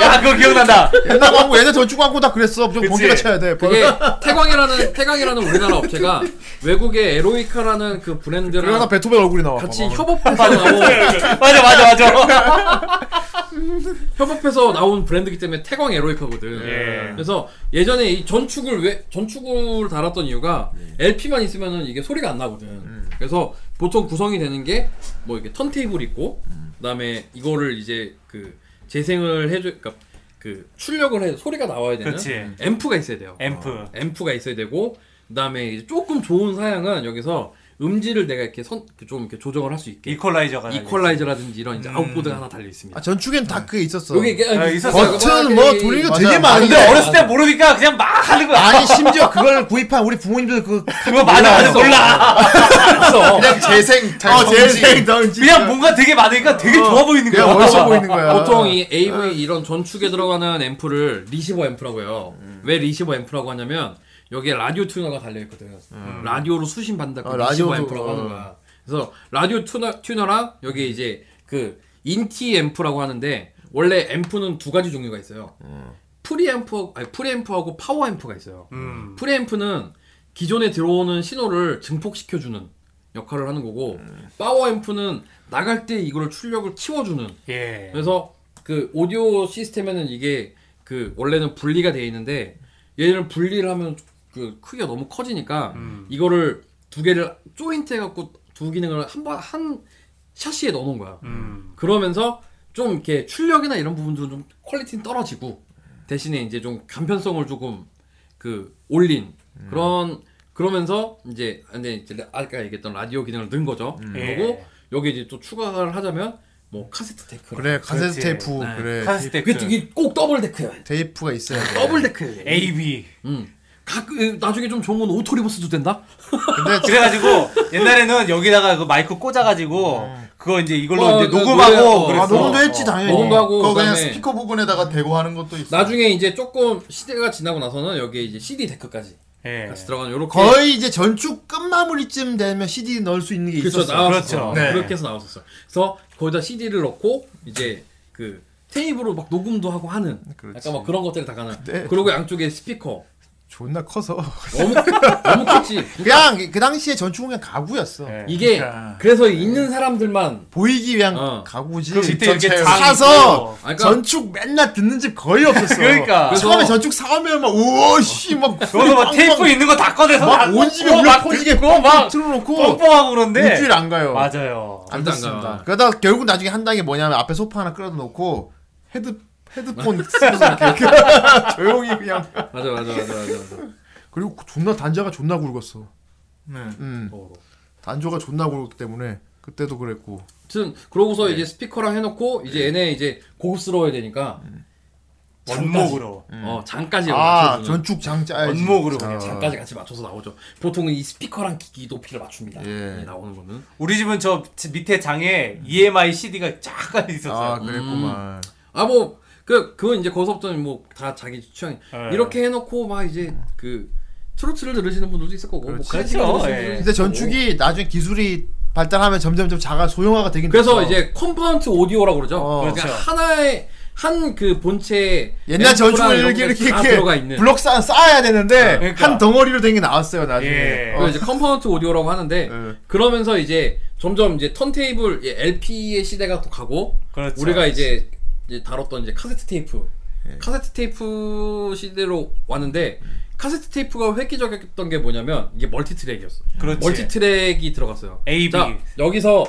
Speaker 1: 야, 그거 기억난다.
Speaker 3: 옛날 광고 옛날 전축 광고 다 그랬어.
Speaker 1: 그치.
Speaker 3: 무조건 번개가 쳐야 돼.
Speaker 9: 그게 태광이라는 태광이라는 우리나라 업체가 외국의 에로이카라는 그
Speaker 3: 그러다
Speaker 9: 브랜드랑
Speaker 3: 베토벤 얼굴이 나와.
Speaker 9: 같이
Speaker 3: 봐봐.
Speaker 9: 협업해서 나온
Speaker 1: 맞아, 맞아, 맞아.
Speaker 9: 협업해서 나온 브랜드기 때문에 태광 에로이카거든.
Speaker 1: 예.
Speaker 9: 그래서 예전에 이 전축을 왜 전축을 달았던 이유가 LP만 있으면은 이게 소리가 안 나거든. 그래서 보통 구성이 되는 게 뭐 이렇게 턴테이블 있고 그다음에 이거를 이제 그 재생을 해줘 그러니까 그 출력을 해 소리가 나와야 되는
Speaker 1: 그치.
Speaker 9: 앰프가 있어야 돼요.
Speaker 1: 앰프.
Speaker 9: 앰프가 있어야 되고 그다음에 이제 조금 좋은 사양은 여기서 음질을 내가 이렇게 선, 그좀 이렇게 조정을 할 수 있게
Speaker 1: 이퀄라이저가
Speaker 9: 이퀄라이저라든지 이런 이제 아웃보드가 하나 달려 있습니다.
Speaker 3: 아, 전축엔 다 그게 있었어.
Speaker 9: 요게 이게
Speaker 1: 음. 아, 있었어요.
Speaker 3: 버튼 뭐 돌리는 거 되게
Speaker 4: 맞아요.
Speaker 3: 많은데
Speaker 1: 근데 어렸을 때 모르니까 그냥 막 하는 거야.
Speaker 3: 아니 심지어 그걸 구입한 우리 부모님들 그
Speaker 1: 그거 맞아 맞아 몰라.
Speaker 9: 없어.
Speaker 4: 그냥 재생 잘 정지.
Speaker 3: 정지
Speaker 1: 그냥 뭔가 되게 많으니까 되게 좋아 보이는 거야.
Speaker 4: 그냥 멋있어 보이는 거야.
Speaker 9: 보통 이
Speaker 3: 아.
Speaker 9: AV 이런 전축에 들어가는 앰프를 리시버 앰프라고 해요. 왜 리시버 앰프라고 하냐면 여기에 라디오 튜너가 달려 있거든. 라디오로 수신 받는다고
Speaker 3: 아,
Speaker 9: 리시버
Speaker 3: 라디오도-
Speaker 9: 앰프라고 하는
Speaker 3: 어.
Speaker 9: 거야. 그래서 라디오 튜너 튜너랑 여기 이제 그 인티 앰프라고 하는데 원래 앰프는 두 가지 종류가 있어요. 프리 앰프 아니 프리 앰프하고 파워 앰프가 있어요.
Speaker 1: 음.
Speaker 9: 프리 앰프는 기존에 들어오는 신호를 증폭시켜 주는 역할을 하는 거고 파워 앰프는 나갈 때 이거를 출력을 키워 주는
Speaker 1: 예.
Speaker 9: 그래서 그 오디오 시스템에는 이게 그 원래는 분리가 되어 있는데 얘는 분리를 하면 그 크기가 너무 커지니까
Speaker 1: 음.
Speaker 9: 이거를 두 개를 조인트 해갖고 두 기능을 한번한 샷시에 넣어놓은 거야.
Speaker 1: 음.
Speaker 9: 그러면서 좀 이렇게 출력이나 이런 부분들은 좀 퀄리티는 떨어지고 대신에 이제 좀 간편성을 조금 그 올린 그런 그러면서 이제 근데 이제 아까 얘기했던 라디오 기능을 넣은 거죠. 그리고
Speaker 1: 예.
Speaker 9: 여기 이제 또 추가를 하자면 뭐 카세트 테크
Speaker 3: 그래
Speaker 1: 그렇지.
Speaker 3: 카세트 테이프
Speaker 9: 네. 네.
Speaker 3: 그래
Speaker 1: 카스텍.
Speaker 9: 이게, 이게 꼭 더블 데크야.
Speaker 3: 테이프가 있어야
Speaker 4: 아,
Speaker 3: 돼
Speaker 9: 더블 데크.
Speaker 1: AB.
Speaker 9: 음. 각 으, 나중에 좀 좋은 건 오토리버스도 된다.
Speaker 3: 근데
Speaker 1: 그래가지고 옛날에는 여기다가 그 마이크 꽂아가지고 그거 이제 이걸로
Speaker 9: 어,
Speaker 1: 이제
Speaker 9: 그
Speaker 1: 녹음하고
Speaker 9: 노래하고.
Speaker 1: 그랬어.
Speaker 3: 음. 아 녹음도 했지 당연히
Speaker 9: 녹음도 하고
Speaker 4: 그거 그냥
Speaker 9: 그다음에
Speaker 4: 스피커 부분에다가 대고 하는 것도 있어.
Speaker 9: 나중에 이제 조금 시대가 지나고 나서는 여기에 이제 CD 데크까지
Speaker 3: 아,
Speaker 1: 예.
Speaker 9: 같이 들어가는 요렇게
Speaker 3: 거의 이제 전축 끝마무리쯤 되면 CD 넣을 수 있는 게
Speaker 9: 그렇죠
Speaker 3: 있었어
Speaker 9: 나왔었어.
Speaker 1: 그렇죠. 네.
Speaker 9: 그렇게 해서 나왔었어. 그래서 거기다 CD를 넣고 이제 그 테이프로 막 녹음도 하고 하는 약간 막 그런 것들이 다 가능.
Speaker 3: 근데-
Speaker 9: 그리고 양쪽에 스피커
Speaker 3: 존나 커서
Speaker 9: 너무 너무 컸지.
Speaker 3: 그냥 그 당시에 전축은 그냥 가구였어
Speaker 4: 네.
Speaker 1: 예.
Speaker 9: 이게
Speaker 1: 그러니까.
Speaker 9: 그래서 있는 사람들만
Speaker 3: 보이기 위한
Speaker 9: 어.
Speaker 3: 가구지
Speaker 1: 그 그때 이렇게
Speaker 3: 전체
Speaker 1: 장
Speaker 3: 사서
Speaker 1: 있고.
Speaker 9: 그러니까-
Speaker 3: 전축 맨날 듣는 집 거의 없었어
Speaker 1: 그러니까.
Speaker 3: 처음에 전축 사오면 막 우와 씨막
Speaker 1: 거기서 막 테이프 있는 거 다 꺼내서
Speaker 3: 막온 집에
Speaker 1: 꽂고
Speaker 3: 울려 퍼지게
Speaker 1: 듣고 막
Speaker 3: 틀어놓고
Speaker 1: 뻥뻥하고 그런데
Speaker 3: 일주일 안 가요
Speaker 1: 맞아요.
Speaker 3: 안
Speaker 9: 절대 안
Speaker 3: 듣습니다.
Speaker 9: 가요.
Speaker 3: 그러다 결국 나중에 한다는 게 뭐냐면 앞에 소파 하나 끌어다 놓고 헤드 헤드폰 쓰면서 이렇게 조용히 그냥
Speaker 9: 맞아 맞아 맞아 맞아. 맞아.
Speaker 3: 그리고 존나 단자가 존나 굵었어.
Speaker 1: 네.
Speaker 3: 음.
Speaker 9: 어.
Speaker 3: 단조가 존나 굵었기 때문에 그때도 그랬고
Speaker 9: 아무튼 그러고서 이제 스피커랑 해놓고 이제 얘네 이제 고급스러워야 되니까
Speaker 1: 원목으로.
Speaker 9: 어 장까지
Speaker 3: 아
Speaker 9: 맞춰주는
Speaker 3: 전축 장짜
Speaker 1: 원목으로 그냥
Speaker 9: 장까지 같이 맞춰서 나오죠. 보통은 이 스피커랑 기기 높이를 맞춥니다.
Speaker 3: 예.
Speaker 9: 예. 나오는 거는
Speaker 1: 우리 집은 저 지- 밑에 장에 E EMI CD가 쫙 깔려 있었어요.
Speaker 9: 음.
Speaker 3: 아 그랬구만.
Speaker 9: 아 뭐 그 그건 이제 거기서부터는 뭐 다 자기 취향
Speaker 1: 예.
Speaker 9: 이렇게 해놓고 막 이제 그 트로트를 들으시는 분들도 있을 거고 뭐
Speaker 3: 그렇지.
Speaker 9: 클래식을
Speaker 1: 그렇죠,
Speaker 9: 들으시는
Speaker 1: 예.
Speaker 9: 분들도
Speaker 3: 근데
Speaker 9: 있을 거고.
Speaker 3: 전축이 나중에 기술이 발달하면 점점점 자가 소형화가 되긴
Speaker 9: 그래서
Speaker 3: 됐어.
Speaker 9: 이제 컴파운트 오디오라고 그러죠.
Speaker 3: 어.
Speaker 9: 그러니까
Speaker 1: 그렇죠.
Speaker 9: 하나의 한 그 본체
Speaker 3: 옛날 전축을 이렇게 이렇게,
Speaker 9: 다 들어가 있는 네,
Speaker 3: 이렇게 블록 쌓, 쌓아야 되는데
Speaker 1: 그러니까.
Speaker 3: 한 덩어리로 된 게 나왔어요 나중에.
Speaker 1: 예.
Speaker 3: 어.
Speaker 9: 그걸 이제 컴포넌트 오디오라고 하는데
Speaker 3: 예.
Speaker 9: 그러면서 이제 점점 이제 턴테이블 예, LP의 시대가 또 가고
Speaker 1: 그렇죠.
Speaker 9: 우리가 이제 이제 다뤘던 이제 카세트 테이프 카세트 테이프 시대로 왔는데 카세트 테이프가 획기적이었던 게 뭐냐면 이게 멀티트랙이었어.
Speaker 1: 그렇지.
Speaker 9: 멀티트랙이 들어갔어요.
Speaker 1: A, B.
Speaker 9: 자 여기서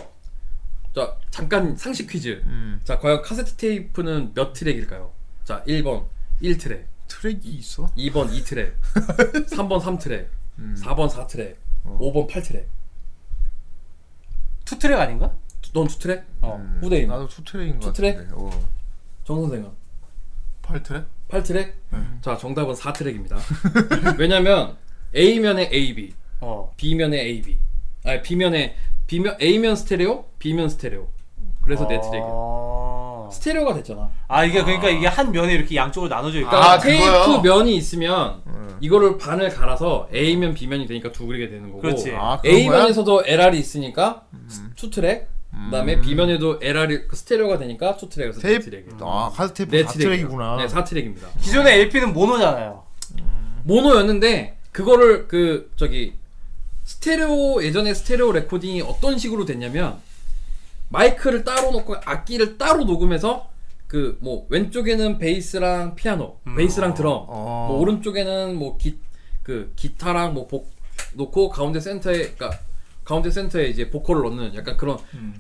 Speaker 9: 자 잠깐 상식 퀴즈.
Speaker 3: 음.
Speaker 9: 자 과연 카세트 테이프는 몇 트랙일까요? 자 1번 1트랙,
Speaker 3: 트랙이 있어?
Speaker 9: 2번 2트랙, 3번 3트랙, 4번 4트랙, 5번 8트랙.
Speaker 1: 투트랙 아닌가?
Speaker 9: 넌 투트랙?
Speaker 1: 어.
Speaker 9: 후대인.
Speaker 3: 나도 투 트랙인 것
Speaker 9: 투 트랙?
Speaker 3: 같은데. 어.
Speaker 9: 정 선생은
Speaker 4: 팔트래?
Speaker 9: 8트랙? 자 정답은 4트랙입니다. 왜냐면 A면에 AB,
Speaker 1: 어.
Speaker 9: B면에 AB, 아니 B면에 B면 A면 스테레오, B면 스테레오. 그래서 네 트랙.
Speaker 1: 아.
Speaker 9: 스테레오가 됐잖아.
Speaker 1: 아 이게 그러니까 이게 한 면에 이렇게 양쪽으로 나눠져 있고.
Speaker 9: 그러니까
Speaker 4: 아,
Speaker 9: 테이프
Speaker 4: 그거요?
Speaker 9: 면이 있으면 이거를 반을 갈아서 A면 B면이 되니까 두 그리게 되는 거고.
Speaker 1: 그렇지.
Speaker 3: 아 그런 거야? 음.
Speaker 9: A면에서도 LR이 있으니까 투 트랙. 그다음에 B면에도 LR이 그 스테레오가 되니까 투 트랙에서 네 트랙.
Speaker 3: 테이프 아 카드 테이프
Speaker 9: 네
Speaker 3: 4
Speaker 9: 트랙이에요.
Speaker 3: 트랙이구나.
Speaker 9: 네, 4 트랙입니다.
Speaker 1: 기존에 LP는 모노잖아요.
Speaker 9: 모노였는데 그거를 그 저기 스테레오 예전에 스테레오 레코딩이 어떤 식으로 됐냐면 마이크를 따로 놓고 악기를 따로 녹음해서 그 뭐 왼쪽에는 베이스랑 피아노, 베이스랑 드럼,
Speaker 3: 어.
Speaker 9: 뭐 오른쪽에는 뭐 기 그 기타랑 뭐 복 놓고 가운데 센터에 그러니까 가운데 센터에 이제 보컬을 넣는 약간 그런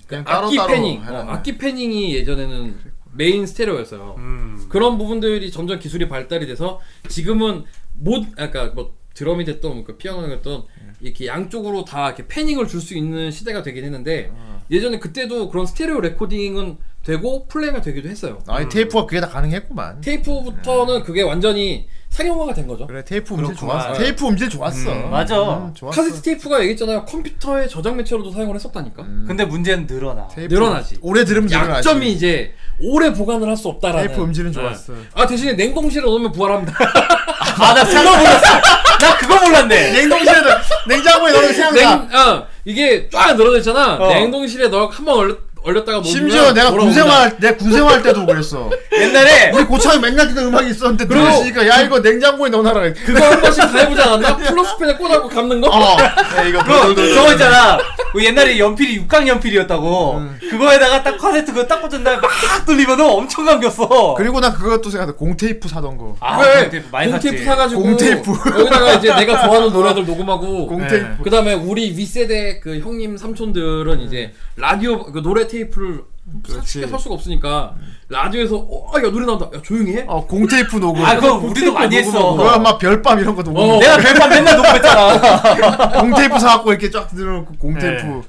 Speaker 4: 그냥 따로
Speaker 9: 악기
Speaker 4: 따로
Speaker 9: 패닝, 어,
Speaker 4: 해놨네.
Speaker 9: 악기 패닝이 예전에는 메인 스테레오였어요.
Speaker 1: 음.
Speaker 9: 그런 부분들이 점점 기술이 발달이 돼서 지금은 못, 아까 뭐 드럼이 됐던 그 피아노가 됐던
Speaker 4: 예.
Speaker 9: 이렇게 양쪽으로 다 이렇게 패닝을 줄 수 있는 시대가 되긴 했는데
Speaker 4: 아.
Speaker 9: 예전에 그때도 그런 스테레오 레코딩은 되고 플레이가 되기도 했어요.
Speaker 3: 아니 테이프가 그게 다 가능했구만.
Speaker 4: 네.
Speaker 9: 테이프부터는 그게 완전히 상용화가 된 거죠.
Speaker 3: 그래 테이프 음질
Speaker 1: 그렇구만.
Speaker 3: 좋았어. 테이프 음질 좋았어.
Speaker 1: 음, 맞아.
Speaker 3: 음, 좋았어.
Speaker 9: 카세트 테이프가 얘기했잖아요. 컴퓨터의 저장 매체로도 사용을 했었다니까.
Speaker 4: 음.
Speaker 3: 음.
Speaker 1: 근데 문제는 늘어나.
Speaker 3: 테이프
Speaker 9: 늘어나지.
Speaker 3: 오래 들으면 늘어나지.
Speaker 9: 약점이 이제 오래 보관을 할 수 없다라는.
Speaker 3: 테이프 음질은
Speaker 9: 네.
Speaker 3: 좋았어.
Speaker 9: 아 대신에 냉동실에 넣으면 부활합니다.
Speaker 1: 아, 나 그거 몰랐어. 나 그거 몰랐네.
Speaker 3: 냉동실에 넣- 냉장고에 넣으면
Speaker 9: 냉,
Speaker 3: 생각나.
Speaker 9: 어, 이게 쫙 늘어졌잖아.
Speaker 1: 어.
Speaker 9: 냉동실에 넣어 한번 얼려, 얼렸다가 먹으면
Speaker 3: 심지어 내가
Speaker 9: 돌아옵니다.
Speaker 3: 군생활 내 군생활 때도 그랬어.
Speaker 1: 옛날에
Speaker 3: 우리 고창에 맨날 듣는 음악이 있었는데
Speaker 9: 그리고-
Speaker 3: 들으니까 야 이거 냉장고에 넣어놔라.
Speaker 9: 그거 한 번씩 다 해보지 않았나? 플러스펜에 꽂아갖고 감는 거?
Speaker 3: 어.
Speaker 4: 아,
Speaker 3: 야, 이거
Speaker 1: 그거 저거 있잖아. 우리 옛날에 연필이 육각 연필이었다고.
Speaker 3: 음.
Speaker 1: 그거에다가 딱 카세트 그거 딱 꽂은 다음에 막 돌리면은 엄청 감겼어.
Speaker 3: 그리고 나 그것도 생각나. 공테이프 사던 거.
Speaker 1: 아, 공테이프 많이
Speaker 9: 공테이프
Speaker 1: 샀지.
Speaker 9: 사가지고
Speaker 3: 공테이프.
Speaker 9: 여기다가 이제 내가 좋아하는 노래들 녹음하고
Speaker 3: 공테이프.
Speaker 9: 그 다음에 우리 윗세대 그 형님 삼촌들은 이제 라디오 그 노래 테이프를 사- 쉽게
Speaker 3: 네. 그렇지.
Speaker 9: 살 수가 없으니까 라디오에서 어야 노래 나온다 야 조용히 해
Speaker 3: 어 공테이프 녹음.
Speaker 1: 아, 그거 우리도 많이 했어.
Speaker 3: 그거 막 별밤 이런 것도
Speaker 9: 어.
Speaker 3: 녹음.
Speaker 1: 내가 별밤 맨날 녹음했잖아.
Speaker 3: 공테이프 사갖고 이렇게 쫙 늘어놓고 공테이프.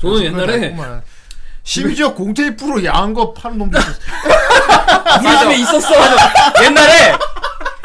Speaker 9: 저는
Speaker 3: 그런 거
Speaker 9: 옛날에
Speaker 3: 있구만. 심지어 공테이프로 야한 거 파는 놈도 있었어.
Speaker 9: 우리 집에 있었어
Speaker 1: 옛날에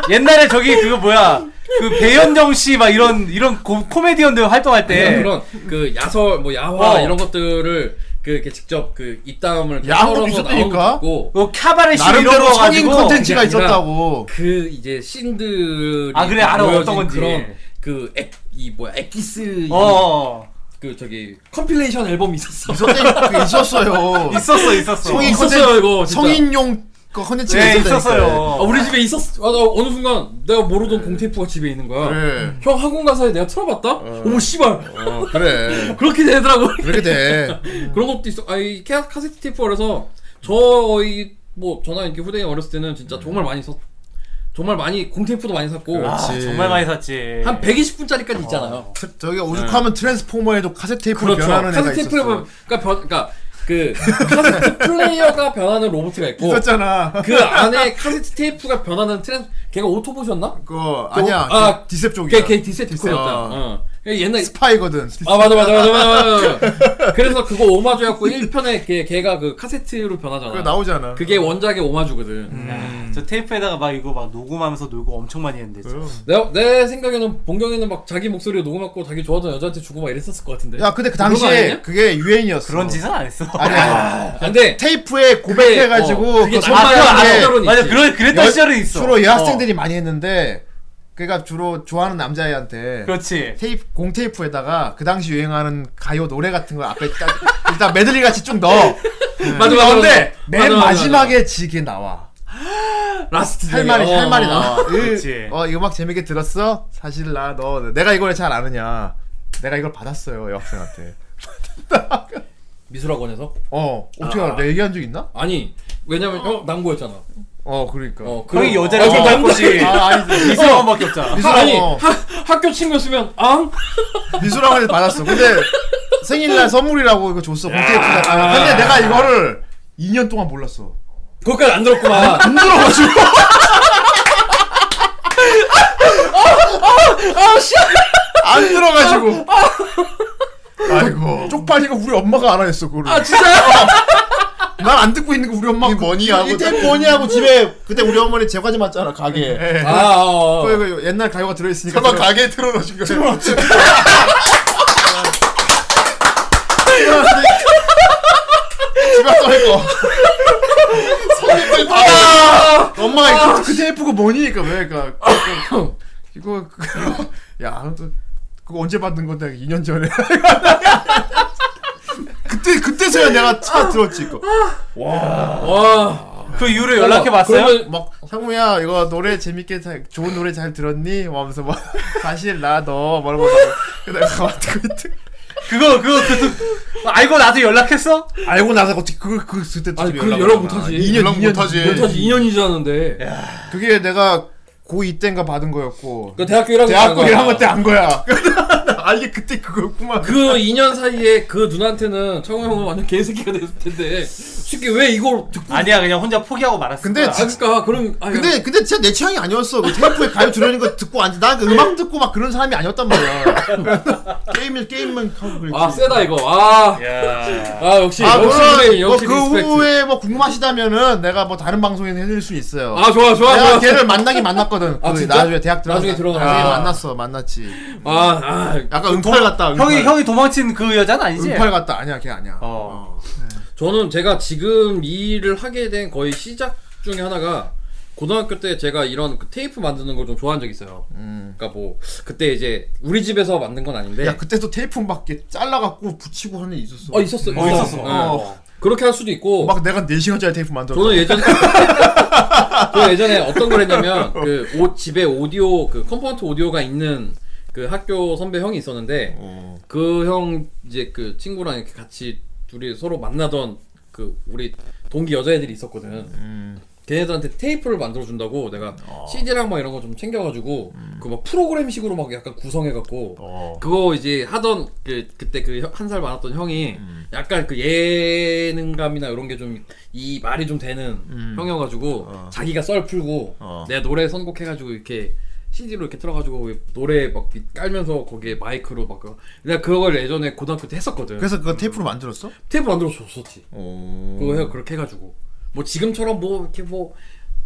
Speaker 1: 옛날에 저기 그거 뭐야? 그 배현정 씨 막 이런 이런 고, 코미디언들 활동할 때
Speaker 9: 그런 그 야설 뭐 야화
Speaker 1: 네. 어.
Speaker 9: 이런 것들을 그 이렇게 직접 그 입담을 이렇게
Speaker 3: 야한 것도
Speaker 9: 썰어서 나오는
Speaker 3: 있었다니까?
Speaker 9: 거 있고
Speaker 1: 그 카바레 씨 이런
Speaker 3: 나름대로
Speaker 1: 거
Speaker 3: 성인
Speaker 1: 가지고
Speaker 3: 컨텐츠가
Speaker 9: 그게 아니라
Speaker 3: 있었다고.
Speaker 9: 그 이제 씬들이
Speaker 1: 아, 그래, 알아,
Speaker 9: 모여진
Speaker 1: 어떤 건지.
Speaker 9: 그런 그이 뭐야 엑기스
Speaker 1: 어, 어, 어.
Speaker 9: 그 저기 컴필레이션 앨범이 있었어
Speaker 3: 있었대- 그 있었어요.
Speaker 1: 있었어 있었어.
Speaker 3: 성인
Speaker 9: 있었어요,
Speaker 3: 컨텐츠-
Speaker 9: 이거, 진짜.
Speaker 3: 성인용 그 컨텐츠가
Speaker 1: 네,
Speaker 3: 있었다니까.
Speaker 1: 있었어요.
Speaker 9: 아, 우리 집에 있었어. 아, 나 어느 순간 내가 모르던 공테이프가 집에 있는 거야.
Speaker 3: 그래.
Speaker 9: 형 학원 가사에 내가 틀어봤다? 어머 씨발
Speaker 3: 네. 어, 그래.
Speaker 9: 그렇게 되더라고.
Speaker 3: 그렇게 돼.
Speaker 9: 그런 것도 있어. 아이 캐- 카세트 테이프 그래서 저희 뭐 저나 이렇게 후대인 어렸을 때는 진짜 정말 많이 썼. 정말 많이 공테이프도 많이 샀고
Speaker 1: 아,
Speaker 3: 음. 그렇지.
Speaker 1: 정말 많이 샀지.
Speaker 9: 한 120분짜리까지 있잖아요. 그렇죠.
Speaker 3: 트- 저기 오죽하면 트랜스포머에도 카세트 테이프로 변하는 애가
Speaker 9: 네. 카세트 테이프를
Speaker 3: 있었어.
Speaker 9: 보면 그러니까 변 그러니까 그 카세트 플레이어가 변하는 로봇이 있고
Speaker 3: 있었잖아.
Speaker 9: 그 안에 카세트 테이프가 변하는 트랜 걔가 오토봇이었나?
Speaker 3: 그거 아니야.
Speaker 9: 아,
Speaker 3: 디- 디셉 쪽이야.
Speaker 9: 걔, 걔 디셋 디코였다.
Speaker 3: 어.
Speaker 9: 어. 옛날
Speaker 3: 스파이거든.
Speaker 9: 아 맞아 맞아 맞아 맞아. 맞아. 그래서 그거 오마주였고 1편에 걔 걔가 그 카세트로 변하잖아.
Speaker 3: 그거 나오잖아. 음.
Speaker 9: 그게 원작의 오마주거든.
Speaker 1: 야, 저 테이프에다가 막 이거 막 녹음하면서 놀고 엄청 많이 했는데. 진짜.
Speaker 9: 내, 내 생각에는 본경이는 막 자기 목소리로 녹음하고 자기 좋아하던 여자한테 주고 막 이랬었을 것 같은데.
Speaker 3: 야, 근데 그
Speaker 9: 그런 거
Speaker 3: 당시에
Speaker 9: 아니냐?
Speaker 3: 그게 유행이었어.
Speaker 1: 그런 짓은 안 했어.
Speaker 3: 아니, 아니.
Speaker 9: 근데
Speaker 3: 테이프에
Speaker 9: 그게, 어,
Speaker 3: 고백해가지고 그
Speaker 9: 그게 아,
Speaker 3: 손만
Speaker 9: 그건
Speaker 3: 하는 게
Speaker 9: 알아, 알아.
Speaker 1: 맞아,
Speaker 9: 있지.
Speaker 1: 그런 그랬던
Speaker 3: 여-
Speaker 1: 시절은 있어.
Speaker 3: 주로
Speaker 1: 어.
Speaker 3: 여학생들이 많이 했는데 그러니까 주로 좋아하는 남자애한테
Speaker 1: 그렇지.
Speaker 3: 테이프 공테이프에다가 그 당시 유행하는 가요 노래 같은 걸 앞에 일단, 일단 메들리 같이 쭉 넣어.
Speaker 9: 네. 맞아 맞아.
Speaker 3: 근데
Speaker 9: 맞아.
Speaker 3: 맨
Speaker 9: 맞아, 맞아,
Speaker 3: 마지막에 지게 나와.
Speaker 9: 맞아. 라스트
Speaker 3: 할 말이
Speaker 9: 데이.
Speaker 3: 할 말이
Speaker 9: 어.
Speaker 3: 나와.
Speaker 1: 그렇지.
Speaker 3: 이, 어, 이 음악 재밌게 들었어? 사실 나 너 내가 이걸 잘 아느냐. 내가 이걸 받았어요 여학생한테.
Speaker 9: 미술학원에서?
Speaker 3: 어 어떻게 알아? 내가 얘기한 적 있나?
Speaker 9: 아니 왜냐면 어 남고였잖아.
Speaker 3: 어 그러니까.
Speaker 9: 어
Speaker 1: 거기
Speaker 9: 그럼-
Speaker 1: 여자를
Speaker 9: 어,
Speaker 1: 좀 닮고지.
Speaker 3: 아 아니
Speaker 1: 미술학원밖에 없잖아.
Speaker 9: 하, 아니
Speaker 3: 미술학원 어,
Speaker 9: 하, 학교 친구였으면 앙
Speaker 3: 미술학원에서 받았어. 근데 생일날 선물이라고 이거 줬어 공테이프다. 근데 내가 이거를 2년 동안 몰랐어.
Speaker 9: 그것까지 안 들었구만. 아,
Speaker 3: 안 들어가지고. 안 들어가지고.
Speaker 4: 아이고
Speaker 3: 쪽팔리가 우리 엄마가 알아냈어 그거를.
Speaker 9: 아 진짜요?
Speaker 3: 난 안 듣고 있는 거 우리 엄마.
Speaker 4: 이 뭐니하고
Speaker 3: 이 테이프 뭐니하고 집에 그때 우리 어머니 제과제 맞잖아 가게.
Speaker 9: 아 어.
Speaker 3: 예, 그거 이거 옛날 가요가 들어있으니까.
Speaker 4: 설마 가게에 틀어놓으신 거예요? 틀어놓지
Speaker 3: 집에 거. 엄마가 이거 그 테이프가 뭐니니까 왜 그러니까 그거- 이거 그거- 야 아무튼 그거 언제 받은 건데 2년 전에. 그때 그때서야 내가 차 들었지 이거.
Speaker 9: 와.
Speaker 1: 그 이후로 연락해 봤어요?
Speaker 9: 그러면
Speaker 3: 막 상우야 이거 노래 재밌게 잘, 좋은 노래 잘 들었니? 뭐 하면서 막 사실 나너 뭐라고 그다가 가만히 듣고 있대.
Speaker 1: 그거 그거 그 알고 나도 연락했어?
Speaker 3: 알고 나서 어떻게 그걸 그 그때
Speaker 9: 아니 그걸 연락 못하지.
Speaker 3: 2년
Speaker 4: 연락
Speaker 3: 2년
Speaker 4: 못하지.
Speaker 9: 못하지 2년이 지났는데.
Speaker 3: 그게 내가 고2 땐가 받은 거였고
Speaker 9: 그 대학교 1학년
Speaker 3: 대학교 1학년 때안 거야. 아 이게 그때 그거였구만.
Speaker 9: 그 2년 사이에 그 누나한테는 청우 형은 완전 개새끼가 됐을 텐데 쉽게 왜 이걸 듣고
Speaker 1: 아니야 그냥 혼자 포기하고 말았어.
Speaker 3: 근데
Speaker 1: 거야.
Speaker 3: 진-
Speaker 9: 아까 그러니까, 그럼 아니,
Speaker 3: 근데 근데 진짜 내 취향이 아니었어. 그 테이프에 가요 들으는 거 듣고 앉아. 난그 음악 듣고 막 그런 사람이 아니었단 말이야. 게임을 게임만 하고 그랬지.
Speaker 9: 아 세다 이거 아,
Speaker 1: 야.
Speaker 9: 아 역시
Speaker 3: 아,
Speaker 9: 역시
Speaker 3: 물론
Speaker 9: 후배,
Speaker 3: 뭐,
Speaker 9: 역시
Speaker 3: 그
Speaker 9: 리스펙트
Speaker 3: 후에 뭐 궁금하시다면은 내가 뭐 다른 방송에서 해드릴 수 있어요.
Speaker 9: 아 좋아 좋아
Speaker 3: 내가
Speaker 9: 좋아
Speaker 3: 걔를 만나긴 만났거든.
Speaker 9: 아,
Speaker 3: 그
Speaker 9: 진짜?
Speaker 3: 나중에 대학 들어
Speaker 9: 나중에 들어가서.
Speaker 3: 나중에
Speaker 9: 아.
Speaker 3: 만났어, 만났지.
Speaker 9: 아, 아
Speaker 3: 약간 은팔 같다. 은팔.
Speaker 1: 그 형이 형이 도망친 그 여자는 아니지?
Speaker 3: 은팔 같다. 아니야, 걔 아니야.
Speaker 1: 어.
Speaker 9: 저는 제가 지금 이 일을 하게 된 거의 시작 중에 하나가 고등학교 때 제가 이런 그 테이프 만드는 걸 좀 좋아한 적이 있어요. 그러니까 뭐 그때 이제 우리 집에서 만든 건 아닌데
Speaker 3: 음. 야 그때도 테이프 막 이렇게 잘라갖고 붙이고 하는 애 있었어.
Speaker 9: 네. 어 있었어
Speaker 1: 어, 있었어.
Speaker 9: 네.
Speaker 3: 어.
Speaker 9: 그렇게 할 수도 있고
Speaker 3: 막 내가 4 시간짜리 테이프 만들었어.
Speaker 9: 저는 예전에 저 예전에 어떤 걸 했냐면 그 옷 집에 오디오 그 컴포넌트 오디오가 있는 그 학교 선배 형이 있었는데
Speaker 3: 어.
Speaker 9: 그 형 이제 그 친구랑 이렇게 같이 둘이 서로 만나던 그 우리 동기 여자애들이 있었거든.
Speaker 3: 음.
Speaker 9: 걔네들한테 테이프를 만들어 준다고 내가 CD랑 막 이런 거 좀 챙겨가지고 그 막 프로그램식으로 막 약간 구성해갖고
Speaker 3: 어.
Speaker 9: 그거 이제 하던 그 그때 그 한 살 많았던 형이
Speaker 3: 음.
Speaker 9: 약간 그 예능감이나 이런 게 좀 이 말이 좀 되는 형이어가지고 자기가 썰 풀고
Speaker 3: 음. 어.
Speaker 9: 내가 노래 선곡해가지고 이렇게 CD로 이렇게 틀어가지고 노래 막 깔면서 거기에 마이크로 막 그거. 내가 그걸 예전에 고등학교 때 했었거든.
Speaker 3: 그래서 그거 테이프로 만들었어?
Speaker 9: 테이프 만들어 줬었지.
Speaker 3: 어.
Speaker 9: 그거 해 그렇게 해가지고 뭐 지금처럼 뭐 이렇게 뭐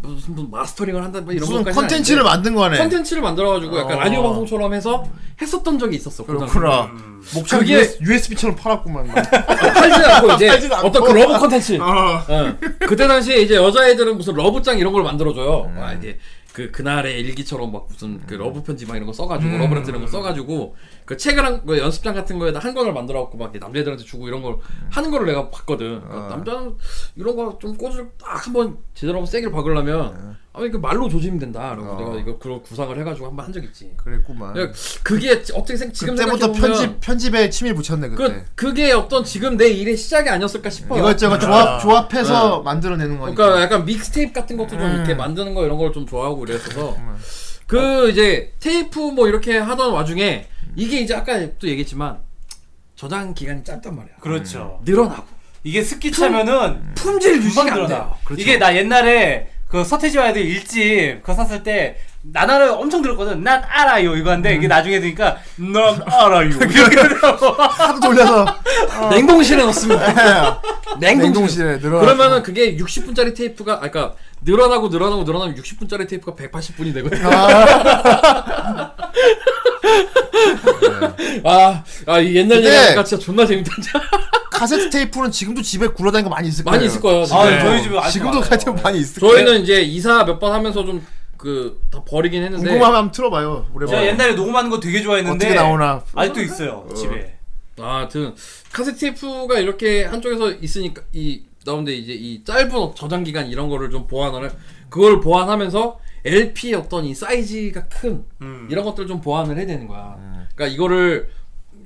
Speaker 9: 무슨 뭐 마스터링을 한다 뭐 이런
Speaker 3: 무슨
Speaker 9: 것까지
Speaker 3: 컨텐츠를 만든 거네.
Speaker 9: 컨텐츠를 만들어가지고 약간
Speaker 3: 어.
Speaker 9: 라디오 방송처럼 해서 했었던 적이 있었어. 고등학교 때.
Speaker 3: 그렇구나. 목차
Speaker 9: 그게-
Speaker 3: USB처럼 팔았구만.
Speaker 9: 팔진 않고 이제
Speaker 3: 팔진 않고.
Speaker 9: 어떤 그 러브 컨텐츠.
Speaker 3: 어.
Speaker 9: 어. 그때 당시에 이제 여자애들은 무슨 러브장 이런 걸 만들어줘요.
Speaker 3: 음.
Speaker 9: 아, 이게 그 그날의 일기처럼 막 무슨 그 러브 편지 막 이런 거 써가지고
Speaker 3: 음.
Speaker 9: 러브레터 이런 거 써가지고 그 책을 한, 그 연습장 같은 거에다 한 권을 만들어갖고 막 이렇게 남자애들한테 주고 이런 걸
Speaker 3: 음.
Speaker 9: 하는 거를 내가
Speaker 3: 어.
Speaker 9: 봤거든. 그러니까 남자는 이런 거 좀 꽂을 딱 한번 제대로 한번 세게 박으려면 아니 그 말로 조심이 된다. 라고
Speaker 3: 네. 어.
Speaker 9: 내가 이거 그런 구상을 해가지고 한번 한 적 있지.
Speaker 3: 그랬구만.
Speaker 9: 그러니까 그게 어떻게 생 지금
Speaker 3: 그때부터
Speaker 9: 생각해보면
Speaker 3: 편집 편집에 침이 붙였네 그때.
Speaker 9: 그 그게 어떤 지금 내 일의 시작이 아니었을까 싶어요.
Speaker 3: 이것저것 조합 조합해서 만들어내는 거니까.
Speaker 9: 그러니까 약간 믹스테이프 같은 것도 좀 이렇게 만드는 거 이런 걸 좀 좋아하고 그랬어서 그 이제 테이프 뭐 이렇게 하던 와중에 이게 이제 아까 또 얘기했지만 저장 기간이 짧단 말이야.
Speaker 1: 그렇죠.
Speaker 9: 늘어나고
Speaker 1: 이게 스키
Speaker 9: 음.
Speaker 1: 차면은
Speaker 9: 품질
Speaker 1: 금방
Speaker 9: 유지가 안
Speaker 1: 늘어나.
Speaker 9: 돼요. 그렇죠.
Speaker 1: 이게 나 옛날에 그 서태지와 아이들 일집 그거 샀을 때 나나를 엄청 들었거든. 난 알아요 이거 한데 이게 나중에 되니까 난 알아요 이렇게 되더라고.
Speaker 3: 하도 돌려서 네.
Speaker 9: 냉동실에 넣습니다.
Speaker 3: 냉동실에 늘어.
Speaker 9: 그러면은 그게 60분짜리 테이프가 아까 그러니까 늘어나고 늘어나고 늘어나면 60분짜리 테이프가 180분이
Speaker 3: 아.
Speaker 9: 되거든요. 아, 아, 이 옛날
Speaker 3: 근데-
Speaker 9: 얘기하니까 진짜 존나 재밌다. 진짜. 네.
Speaker 3: 카세트 테이프는 지금도 집에 굴러다니는 거 많이 있을 거예요.
Speaker 9: 많이 있을 거예요. 진짜.
Speaker 1: 아 저희 집에 아직도
Speaker 3: 지금도
Speaker 1: 많아요.
Speaker 3: 카세트 많이 있을 거예요.
Speaker 9: 저희는 이제 이사 몇 번 하면서 좀 그 다 버리긴 했는데
Speaker 3: 궁금하면 한번 틀어봐요. 우리
Speaker 1: 제가 옛날에 녹음하는 거 되게 좋아했는데
Speaker 3: 어떻게 나오나.
Speaker 1: 아직도 있어요 집에.
Speaker 9: 아, 하여튼 카세트 테이프가 이렇게 한쪽에서 있으니까 이 나오는데 이제 이 짧은 어, 저장 기간 이런 거를 좀 보완을 그걸 보완하면서 LP의 어떤 이 사이즈가 큰
Speaker 1: 음.
Speaker 9: 이런 것들을 좀 보완을 해야 되는 거야. 그러니까 이거를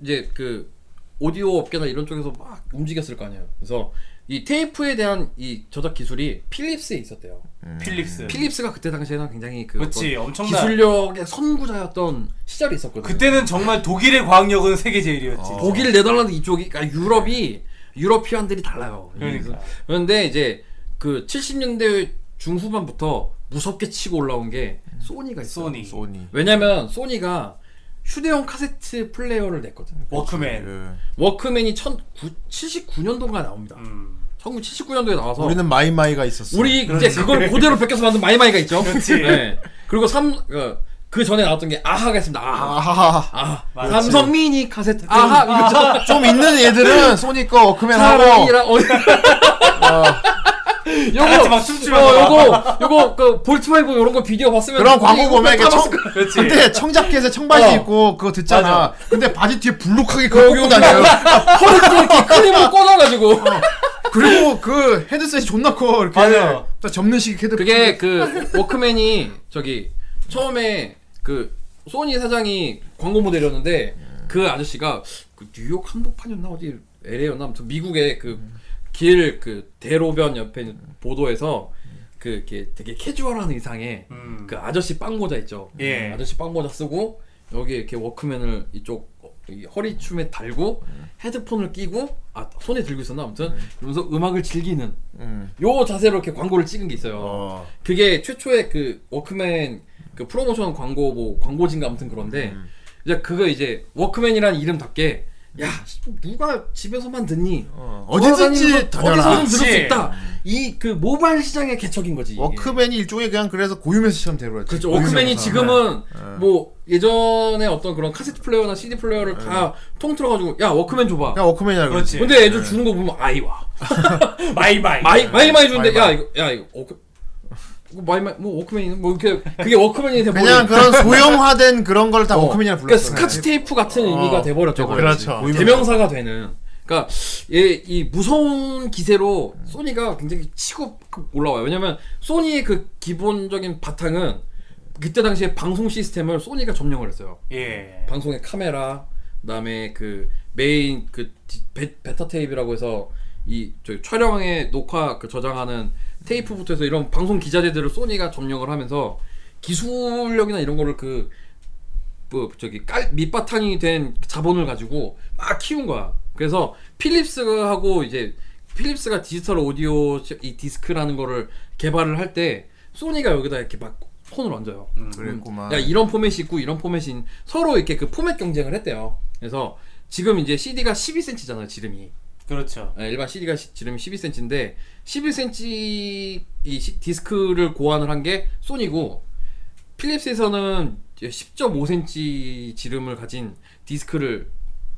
Speaker 9: 이제 그 오디오 업계나 이런 쪽에서 막 움직였을 거 아니에요. 그래서 이 테이프에 대한 이 저작 기술이 필립스에 있었대요.
Speaker 1: 필립스.
Speaker 9: 필립스가 그때 당시에는 굉장히 그
Speaker 1: 네. 그렇지,
Speaker 9: 어떤
Speaker 1: 엄청난-
Speaker 9: 기술력의 선구자였던 시절이 있었거든요. 어,
Speaker 1: 그때는 정말 독일의 과학력은 세계 제일이었지.
Speaker 9: 독일, 네덜란드 이쪽이 그러니까 유럽이 유러피안들이 달라요.
Speaker 1: 그러니까.
Speaker 9: 그런데 이제 그 70년대 중후반부터 무섭게 치고 올라온 게 소니가 있어요.
Speaker 1: 음. 소니,
Speaker 3: 소니.
Speaker 9: 왜냐면 소니가 휴대용 카세트 플레이어를 냈거든. 네.
Speaker 1: 워크맨.
Speaker 3: 예.
Speaker 9: 워크맨이 1979년도가 나옵니다.
Speaker 1: 음.
Speaker 9: 1979년도에 나와서
Speaker 3: 우리는 마이마이가 있었어.
Speaker 9: 우리 이제
Speaker 1: 그렇지.
Speaker 9: 그걸 그대로 벗겨서 만든 마이마이가 있죠.
Speaker 1: 그렇지.
Speaker 9: 네. 그리고 삼, 그, 그 전에 나왔던 게 아하가 있습니다. 아하.
Speaker 3: 아하하.
Speaker 9: 아하.
Speaker 1: 맞지.
Speaker 9: 삼성 미니 카세트. 아하. 이거 저
Speaker 3: 좀 있는 얘들은 소니 거 워크맨 하고
Speaker 9: 사랑이라. 어.
Speaker 1: 같이
Speaker 9: 요거.
Speaker 1: 막 춤추면서
Speaker 9: 어, 요거. 요거 그 볼트웨이브 이런 거 비디오 봤으면
Speaker 3: 그런
Speaker 9: 우리
Speaker 3: 광고
Speaker 9: 이거
Speaker 3: 보면 이렇게
Speaker 9: 타봤을
Speaker 3: 청,
Speaker 9: 거야.
Speaker 1: 그렇지.
Speaker 3: 그때 청자켓에 청바지
Speaker 9: 어.
Speaker 3: 입고 그거 듣잖아.
Speaker 1: 맞아.
Speaker 3: 근데 바지 뒤에 블록하게 그거 꽂고 다녀요.
Speaker 9: 허리띠 이렇게 클립을 꽂아가지고.
Speaker 3: 그리고 그 헤드셋이 존나 커 이렇게
Speaker 1: 맞아요.
Speaker 3: 딱 접는식 헤드
Speaker 9: 그게 그 워크맨이 저기 처음에 그 소니 사장이 광고 모델이었는데 그 아저씨가 그 뉴욕 한복판이었나 어디 LA였나 아무튼 미국의 그 길 그 대로변 옆에 있는 보도에서 그 이렇게 되게 캐주얼한 의상에
Speaker 1: 음.
Speaker 9: 그 아저씨 빵 모자 있죠.
Speaker 1: 예.
Speaker 9: 아저씨 빵 모자 쓰고 여기 이렇게 워크맨을 이쪽 이 허리춤에 달고 헤드폰을 끼고 아 손에 들고 있었나 아무튼 이러면서 음악을 즐기는
Speaker 3: 음.
Speaker 9: 요 자세로 이렇게 광고를 찍은 게 있어요.
Speaker 3: 어.
Speaker 9: 그게 최초의 그 워크맨 그 프로모션 광고 뭐 광고진가 아무튼 그런데
Speaker 3: 음.
Speaker 9: 이제 그거 이제 워크맨이라는 이름답게 야뭐 누가 집에서만 듣니
Speaker 3: 음. 어.
Speaker 9: 돌아다니면서
Speaker 3: 어디든지 다녀라.
Speaker 9: 어디서든 들을 수
Speaker 1: 그렇지.
Speaker 9: 있다 이 그 모바일 시장의 개척인 거지 이게.
Speaker 3: 워크맨이 일종의 그냥 그래서 고유명수처럼 돼버렸지.
Speaker 9: 그렇죠. 워크맨이
Speaker 3: 고유명사.
Speaker 9: 지금은
Speaker 3: 네.
Speaker 9: 뭐 예전에 어떤 그런 카세트 플레이어나 CD 플레이어를 다 통틀어가지고 야 워크맨 줘봐.
Speaker 3: 그냥 워크맨이라
Speaker 1: 그렇지.
Speaker 3: 네. 그러지. 네.
Speaker 9: 근데 애들 주는 거 보면 아이 와.
Speaker 1: 마이바이.
Speaker 9: 마이 마이 마이 주는데
Speaker 3: 마이, 마이.
Speaker 9: 야 이거 야 이거 워크 이거 마이 마이 뭐 워크맨이 뭐 이렇게 그게 워크맨이 돼버려.
Speaker 3: 그냥 그런 소형화된 그런 걸 다 워크맨이라
Speaker 9: 뭐 그러니까
Speaker 3: 불렀어.
Speaker 9: 스카치 테이프 같은 의미가 돼버렸죠. 거의.
Speaker 3: 그렇죠.
Speaker 9: 대명사가 되는. 그러니까 얘이 무서운 기세로 소니가 굉장히 치고 올라와요. 왜냐면 소니의 그 기본적인 바탕은 그때 당시에 방송 시스템을 소니가 점령을 했어요.
Speaker 1: 예.
Speaker 9: 방송의 카메라, 그다음에 그 메인 그 디- 베, 베타 테이프라고 해서 이 저기 촬영에 녹화 그 저장하는 테이프부터 해서 이런 방송 기자재들을 소니가 점령을 하면서 기술력이나 이런 거를 그 뭐, 저기 깔 밑바탕이 된 자본을 가지고 막 키운 거야. 그래서 필립스하고 이제 필립스가 디지털 오디오 시- 이 디스크라는 거를 개발을 할 때 소니가 여기다 이렇게 막 손을 얹어요.
Speaker 3: 그랬구만.
Speaker 9: 야 이런 포맷이 있고 이런 포맷이 있- 서로 이렇게 그 포맷 경쟁을 했대요. 그래서 지금 이제 CD가 12cm잖아요, 지름이.
Speaker 1: 그렇죠.
Speaker 9: 네, 일반 CD가 지름이 12cm인데 11cm 이 시- 디스크를 고안을 한 게 소니고 필립스에서는 10.5cm 지름을 가진 디스크를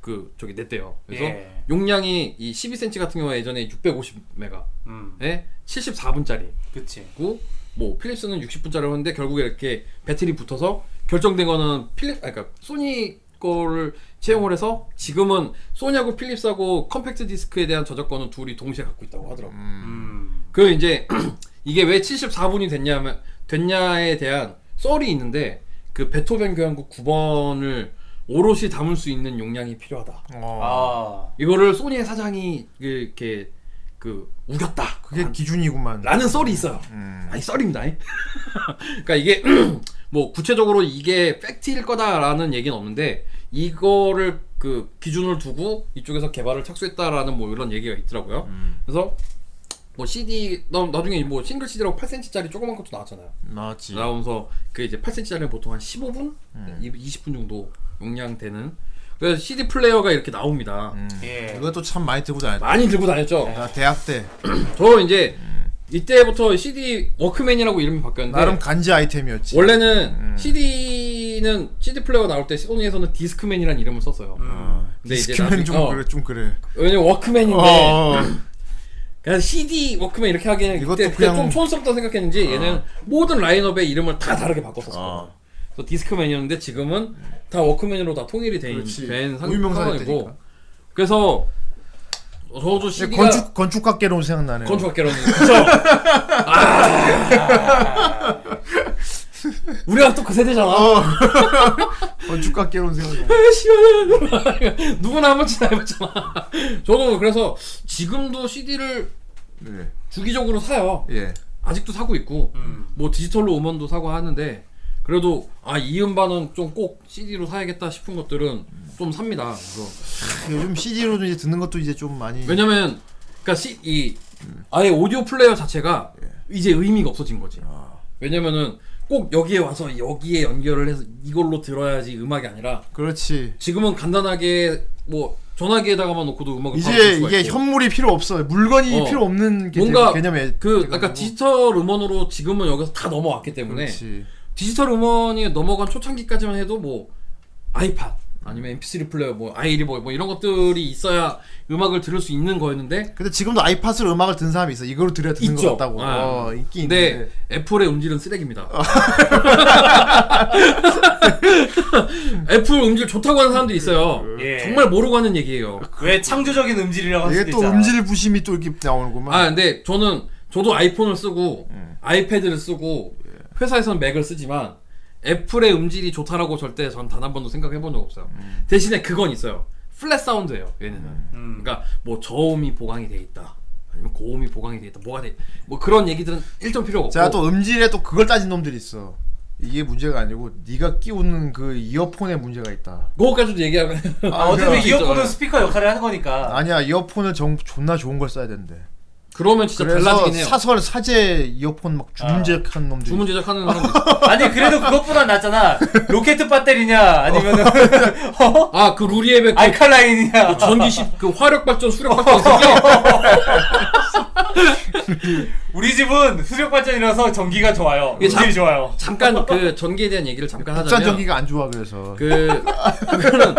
Speaker 9: 그 저기 냈대요. 그래서
Speaker 1: 예.
Speaker 9: 용량이 이 12cm 같은 경우에 예전에 650메가에 예?
Speaker 1: 음.
Speaker 9: 74분짜리
Speaker 1: 그치.
Speaker 9: 있고 뭐 필립스는 60분짜리 하는데 결국에 이렇게 배터리 붙어서 결정된 거는 필립 아니, 그러니까 소니 거를 채용을 해서 지금은 소니하고 필립스하고 컴팩트 디스크에 대한 저작권은 둘이 동시에 갖고 있다고 하더라고. 요
Speaker 1: 음
Speaker 9: 그 이제 이게 왜 74분이 됐냐면 됐냐에 대한 썰이 있는데 그 베토벤 교향곡 9번을 오롯이 담을 수 있는 용량이 필요하다.
Speaker 3: 어.
Speaker 1: 아.
Speaker 9: 이거를 소니의 사장이 이렇게 그 우겼다.
Speaker 3: 그게 기준이구만.
Speaker 9: 라는 썰이 있어요.
Speaker 3: 음.
Speaker 9: 아니 썰입니다. 잉. 그러니까 이게 뭐 구체적으로 이게 팩트일 거다라는 얘기는 없는데 이거를 그 기준을 두고 이쪽에서 개발을 착수했다라는 뭐 이런 얘기가 있더라고요.
Speaker 3: 음.
Speaker 9: 그래서 뭐 CD 나, 나중에 뭐 싱글 CD라고 8cm짜리 조그만 것도 나왔잖아요.
Speaker 3: 나왔지.
Speaker 9: 나오면서 그 이제 8cm짜리는 보통 한 15분,
Speaker 3: 음.
Speaker 9: 20분 정도 용량 되는 그래서 CD 플레이어가 이렇게 나옵니다.
Speaker 3: 음.
Speaker 1: 예.
Speaker 3: 이것도 참 많이 들고 다녔다.
Speaker 9: 많이 들고 다녔죠.
Speaker 3: 나 아, 대학 때
Speaker 9: 저 이제 이때부터 CD 워크맨이라고 이름이
Speaker 3: 음.
Speaker 9: 바뀌었는데
Speaker 3: 나름 간지 아이템이었지.
Speaker 9: 네. 원래는
Speaker 3: 음.
Speaker 9: CD는 CD 플레이어 나올 때 소니에서는 디스크맨이라는 이름을 썼어요. 근데 이제
Speaker 3: 음. 디스크맨
Speaker 9: 나중에-
Speaker 3: 좀
Speaker 9: 어, 네.
Speaker 3: 그래 좀 그래.
Speaker 9: 왜냐면 워크맨인데
Speaker 3: 어, 어.
Speaker 9: 그냥 CD 워크맨 이렇게 하기에는
Speaker 3: 이것도
Speaker 9: 그때, 그때
Speaker 3: 그냥- 아.
Speaker 9: 좀 촌스럽다 생각했는지 얘는 모든 라인업의 이름을 다 다르게 바꿨었어.
Speaker 3: 어.
Speaker 9: 그래서 디스크맨이었는데 지금은 다 워크맨으로 다 통일이 된,
Speaker 3: 그렇지.
Speaker 9: 된 상-
Speaker 3: 고유명사가
Speaker 9: 상황이고
Speaker 3: 되니까.
Speaker 9: 그래서 저도
Speaker 3: 근데
Speaker 9: CD가
Speaker 3: 건축 건축학개론 생각나네.
Speaker 9: 건축학개론 그쵸? 아. 우리가 또 그 세대잖아.
Speaker 3: 어. 건축학개론 생각나.
Speaker 9: 시원해. 누구나 한 번쯤 다 해봤잖아. 저도 그래서 지금도 CD를
Speaker 3: 네.
Speaker 9: 주기적으로 사요.
Speaker 3: 예.
Speaker 9: 아직도 사고 있고, 뭐 디지털로 음원도 사고 하는데, 그래도 아 이 음반은 좀 꼭 CD로 사야겠다 싶은 것들은 좀 삽니다. 그래서
Speaker 3: 요즘 CD로 이제 듣는 것도 이제 좀 많이.
Speaker 9: 왜냐면, 그러니까 C, 이 아예 오디오 플레이어 자체가 이제 의미가 없어진 거지. 왜냐면은 꼭 여기에 와서 여기에 연결을 해서 이걸로 들어야지 음악이 아니라
Speaker 3: 그렇지.
Speaker 9: 지금은 간단하게 뭐 전화기에다가만 놓고도 음악을 바로
Speaker 3: 이제
Speaker 9: 들 수가
Speaker 3: 이게
Speaker 9: 있고.
Speaker 3: 현물이 필요 없어. 물건이
Speaker 9: 어.
Speaker 3: 필요 없는 게
Speaker 9: 뭔가
Speaker 3: 개념에
Speaker 9: 그
Speaker 3: 돼가지고.
Speaker 9: 약간 디지털 음원으로 지금은 여기서 다 넘어왔기 때문에
Speaker 3: 그렇지.
Speaker 9: 디지털 음원이 넘어간 초창기까지만 해도 뭐 아이팟 아니면 MP3 플레이어 뭐 아이리버 뭐 이런 것들이 있어야 음악을 들을 수 있는 거였는데
Speaker 3: 근데 지금도 아이팟으로 음악을 듣는 사람이 있어. 이걸로 들어야 듣는
Speaker 9: 있죠.
Speaker 3: 것 같다고.
Speaker 9: 아.
Speaker 3: 어, 있긴
Speaker 9: 근데
Speaker 3: 있는데. 어.
Speaker 9: 애플의 음질은 쓰레기입니다. 애플 음질 좋다고 하는 사람들이 있어요.
Speaker 1: 예.
Speaker 9: 정말 모르고 하는 얘기예요.
Speaker 1: 왜 창조적인 음질이라고 할 수도
Speaker 3: 이게 또
Speaker 1: 있잖아.
Speaker 3: 음질 부심이 또 이렇게 나오는구만.
Speaker 9: 아 근데 저는 저도 아이폰을 쓰고
Speaker 3: 예.
Speaker 9: 아이패드를 쓰고 회사에서는 맥을 쓰지만 애플의 음질이 좋다라고 절대 전 단 한 번도 생각해 본 적 없어요.
Speaker 3: 음.
Speaker 9: 대신에 그건 있어요. 플랫 사운드예요. 얘네는.
Speaker 1: 음.
Speaker 9: 그러니까 뭐 저음이 보강이 돼 있다. 아니면 고음이 보강이 돼 있다. 뭐가 돼? 뭐 그런 얘기들은 일정 필요가 없고.
Speaker 3: 제가 또 음질에 또 그걸 따진 놈들이 있어. 이게 문제가 아니고 네가 끼우는 그 이어폰에 문제가 있다.
Speaker 9: 그거까지도 얘기하면
Speaker 1: 아, 어차피 이어폰은 스피커 역할을 하는 거니까.
Speaker 3: 아니야 이어폰을 정 존나 좋은 걸 써야 된대.
Speaker 9: 그러면 진짜
Speaker 3: 그래서
Speaker 9: 달라지긴 해요. 아.
Speaker 3: 사설 사제 이어폰 막 주문제작한 놈들.
Speaker 9: 주문 제작하는 사람도 있어.
Speaker 1: 아니 그래도 그것보다 낫잖아. 로켓 배터리냐 아니면은 어?
Speaker 9: 아그 루리앱의 그
Speaker 1: 알칼라인이냐.
Speaker 9: 전기 십그 화력 발전 수력 발전 있었죠?
Speaker 1: 우리 집은 수력 발전이라서 전기가 좋아요.
Speaker 9: 이게 참-
Speaker 1: 음질이 좋아요.
Speaker 9: 잠깐 그 전기에 대한 얘기를 잠깐
Speaker 3: 국산
Speaker 9: 하자면
Speaker 3: 전기가 안 좋아 그래서
Speaker 9: 그 그거는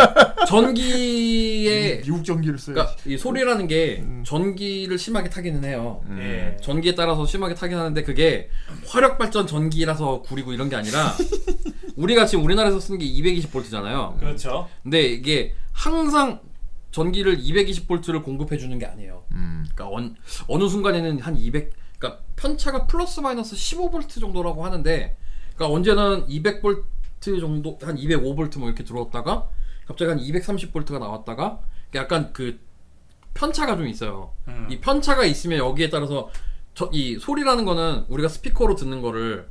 Speaker 9: 전기의
Speaker 3: 미국 전기를 써야.
Speaker 9: 그러니까 이 소리라는 게 전기를 심하게 타기는 해요.
Speaker 1: 음, 예.
Speaker 9: 전기에 따라서 심하게 타긴 하는데 그게 화력 발전 전기라서 구리고 이런 게 아니라 우리가 지금 우리나라에서 쓰는 게 220볼트잖아요.
Speaker 1: 그렇죠.
Speaker 9: 근데 이게 항상 전기를 220볼트를 공급해 주는 게 아니에요.
Speaker 3: 음.
Speaker 9: 그러니까 언, 어느 순간에는 한 200, 그러니까 편차가 플러스 마이너스 15볼트 정도라고 하는데, 그러니까 언제는 200볼트 정도, 한 205볼트 뭐 이렇게 들어왔다가 갑자기 한 230볼트가 나왔다가 약간 그 편차가 좀 있어요.
Speaker 1: 음.
Speaker 9: 이 편차가 있으면 여기에 따라서 저, 이 소리라는 거는 우리가 스피커로 듣는 거를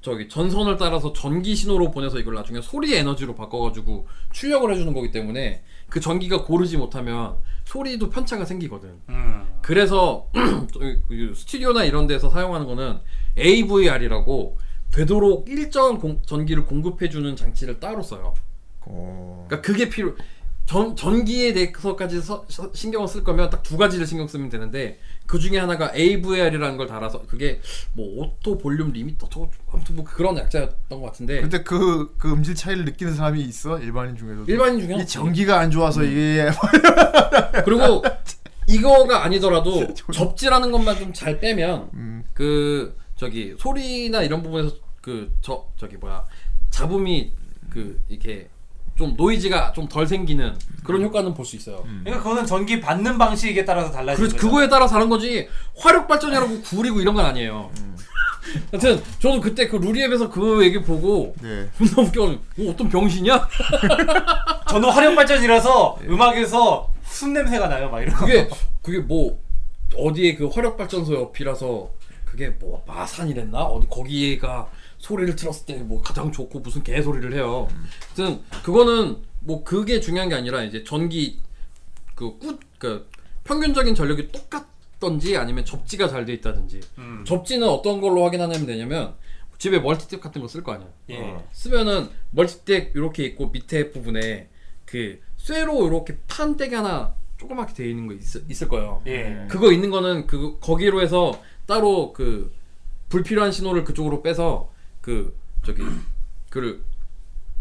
Speaker 9: 저기 전선을 따라서 전기 신호로 보내서 이걸 나중에 소리 에너지로 바꿔가지고 출력을 해주는 거기 때문에 그 전기가 고르지 못하면 소리도 편차가 생기거든.
Speaker 1: 음.
Speaker 9: 그래서 저기 그 스튜디오나 이런 데서 사용하는 거는 AVR이라고 되도록 일정한 공- 전기를 공급해주는 장치를 따로 써요.
Speaker 3: 어.
Speaker 9: 그러니까 그게 필요. 전 전기에 대해서까지 서- 서- 신경을 쓸 거면 딱 두 가지를 신경 쓰면 되는데 그 중에 하나가 AVR이라는 걸 달아서 그게 뭐 오토 볼륨 리미터 저 아무튼 뭐 그런 약자였던 것 같은데
Speaker 3: 근데 그, 그 음질 차이를 느끼는 사람이 있어? 일반인 중에서도?
Speaker 9: 일반인 중에 음.
Speaker 3: 이
Speaker 9: 없지.
Speaker 3: 전기가 안 좋아서 이게
Speaker 9: 그리고 이거가 아니더라도 접지라는 것만 좀 잘 빼면 그 저기 소리나 이런 부분에서 그 저 저기 뭐야 잡음이 그 이렇게 좀 노이즈가 좀 덜 생기는 그런 효과는 볼 수 있어요.
Speaker 1: 그러니까 그거는 전기 받는 방식에 따라서 달라지는
Speaker 9: 그렇지
Speaker 1: 거죠.
Speaker 9: 그거에 따라 다른 거지 화력 발전이라고 구리고 이런 건 아니에요. 하여튼 저도 그때 그 루리앱에서 그 얘기 보고
Speaker 3: 네.
Speaker 9: 존나 웃겨. 이거 어떤 병신이야?
Speaker 1: 저는 화력 발전이라서 음악에서 순 냄새가 나요, 막 이런 거.
Speaker 9: 그게 그게 뭐 어디에 그 화력 발전소 옆이라서 그게 뭐 마산이랬나 어디 거기가 소리를 들었을 때 뭐 가장 좋고 무슨 개소리를 해요. 하여튼 그거는 뭐 그게 중요한 게 아니라 이제 전기 그꾸그 평균적인 전력이 똑같던지 아니면 접지가 잘 돼 있다든지
Speaker 1: 음.
Speaker 9: 접지는 어떤 걸로 확인하면 되냐면 집에 멀티탭 같은 거 쓸 거 아니야.
Speaker 1: 예.
Speaker 9: 쓰면은 멀티탭 이렇게 있고 밑에 부분에 그 쇠로 이렇게 판때기 하나 조그맣게 돼 있는 거 있, 있을 거예요.
Speaker 1: 예.
Speaker 9: 그거 있는 거는 그 거기로 해서 따로 그 불필요한 신호를 그쪽으로 빼서 그 저기 그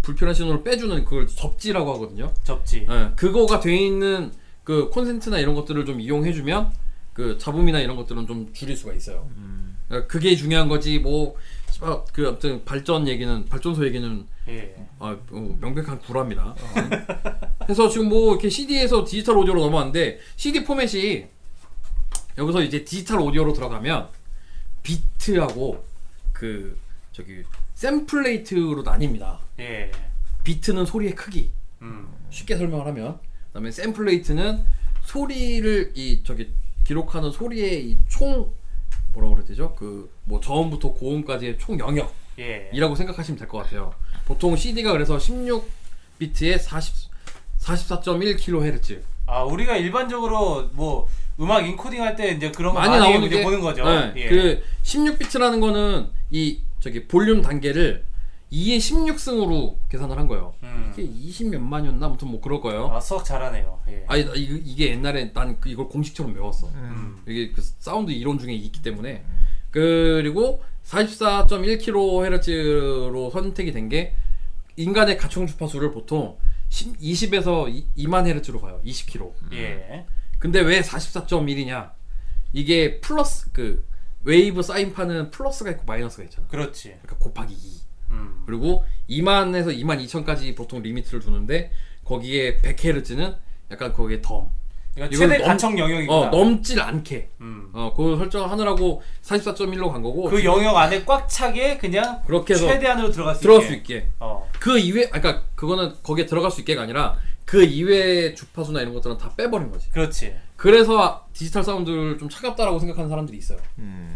Speaker 9: 불필요한 신호를 빼주는 그걸 접지라고 하거든요.
Speaker 1: 접지.
Speaker 9: 예, 그거가 돼 있는 그 콘센트나 이런 것들을 좀 이용해주면 그 잡음이나 이런 것들은 좀 줄일 수가 있어요. 예, 그게 중요한 거지 뭐그 아무튼 발전 얘기는 발전소 얘기는
Speaker 1: 예.
Speaker 9: 아, 어, 명백한 불합니다. 그래서 지금 뭐 이렇게 CD에서 디지털 오디오로 넘어왔는데 CD 포맷이 여기서 이제 디지털 오디오로 들어가면 비트하고 그 저기 샘플레이트로 나뉩니다.
Speaker 1: 예.
Speaker 9: 비트는 소리의 크기,
Speaker 1: 음.
Speaker 9: 쉽게 설명을 하면 그다음에 샘플레이트는 소리를 이 저기 기록하는 소리의 이 총 뭐라고 그래야 되죠? 그 뭐 저음부터 고음까지의 총 영역.
Speaker 1: 예.
Speaker 9: 이라고 생각하시면 될 것 같아요. 보통 CD가 그래서 16비트에 40 44.1kHz
Speaker 1: 아, 우리가 일반적으로 뭐 음악 인코딩 할 때 이제 그런 거
Speaker 9: 많이
Speaker 1: 많이,
Speaker 9: 나오는
Speaker 1: 이제
Speaker 9: 게
Speaker 1: 보는 거죠.
Speaker 9: 네,
Speaker 1: 예.
Speaker 9: 그 16비트라는 거는 이 저기 볼륨 단계를 2의 16승으로 계산을 한 거예요.
Speaker 1: 음.
Speaker 9: 이게 20 몇만이었나 아무튼 뭐 그럴 거예요.
Speaker 1: 아, 수학 잘하네요. 예.
Speaker 9: 아니 나 이거- 이게 옛날에 난 그- 이걸 공식처럼 외웠어.
Speaker 1: 음.
Speaker 9: 이게 그 사운드 이론 중에 있기 때문에 그리고 44.1kHz로 선택이 된 게 인간의 가총 주파수를 보통 10, 20에서 2만 헤르츠로 봐요. 20km.
Speaker 1: 예.
Speaker 9: 근데 왜 44.1이냐? 이게 플러스 그 웨이브 사인판은 플러스가 있고 마이너스가 있잖아.
Speaker 1: 그렇지.
Speaker 9: 그러니까 곱하기 2.
Speaker 1: 음.
Speaker 9: 그리고 2만에서 2만 2천까지 보통 리미트를 두는데 거기에 100헤르츠는 약간 거기에 덤.
Speaker 1: 그러니까
Speaker 9: 이건
Speaker 1: 최대
Speaker 9: 넘-
Speaker 1: 가청 영역이구나.
Speaker 9: 어, 넘질 않게.
Speaker 1: 음.
Speaker 9: 어, 그거 설정하느라고 44.1로 간 거고.
Speaker 1: 그 영역 안에 꽉 차게 그냥
Speaker 9: 어, 그렇게 해서
Speaker 1: 최대한으로 들어갈 수
Speaker 9: 들어갈
Speaker 1: 있게.
Speaker 9: 수 있게.
Speaker 1: 어.
Speaker 9: 그 이외, 아, 그니까 그거는 거기에 들어갈 수 있게가 아니라 그 이외의 주파수나 이런 것들은 다 빼버린 거지.
Speaker 1: 그렇지.
Speaker 9: 그래서 아, 디지털 사운드를 좀
Speaker 3: 네.
Speaker 9: 차갑다라고
Speaker 3: 음,
Speaker 9: 생각하는 사람들이 있어요.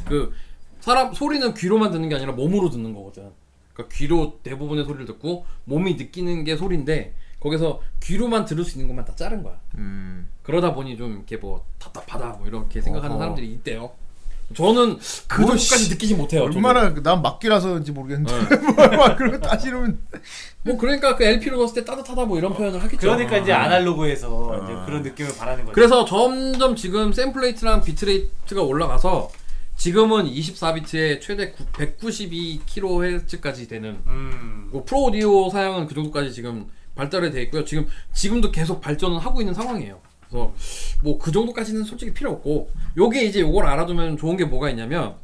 Speaker 9: 그 사람 소리는 귀로만 듣는 게 아니라 몸으로 듣는 거거든. 그러니까 귀로 대부분의 소리를 듣고 몸이 느끼는 게 소리인데 거기서 귀로만 들을 수 있는 것만 다 자른 거야.
Speaker 3: 음.
Speaker 9: 그러다 보니 좀 이렇게 뭐 답답하다 뭐 이렇게 생각하는
Speaker 3: 어허. 뭐
Speaker 9: 사람들이 있대요. 저는 그 정도까지 느끼지 못해요. 저도.
Speaker 3: 얼마나 난 막기라서인지 모르겠는데
Speaker 9: 예.
Speaker 3: 막 그런 거 따지면
Speaker 9: 뭐 그러니까 그 LP로 봤을 때 따뜻하다 뭐 이런 표현을 하겠죠.
Speaker 1: 그러니까 이제 아날로그에서 이제 그런 느낌을 바라는 거죠.
Speaker 9: 그래서 점점 지금 샘플레이트랑 비트레이트가 올라가서 지금은 24비트에 최대 192kHz까지 되는
Speaker 1: 음.
Speaker 9: 뭐 프로 오디오 사양은 그 정도까지 지금 발달이 돼 있고요. 지금 지금도 계속 발전을 하고 있는 상황이에요. 그래서 뭐 그 정도까지는 솔직히 필요 없고 요게 이제 요걸 알아두면 좋은 게 뭐가 있냐면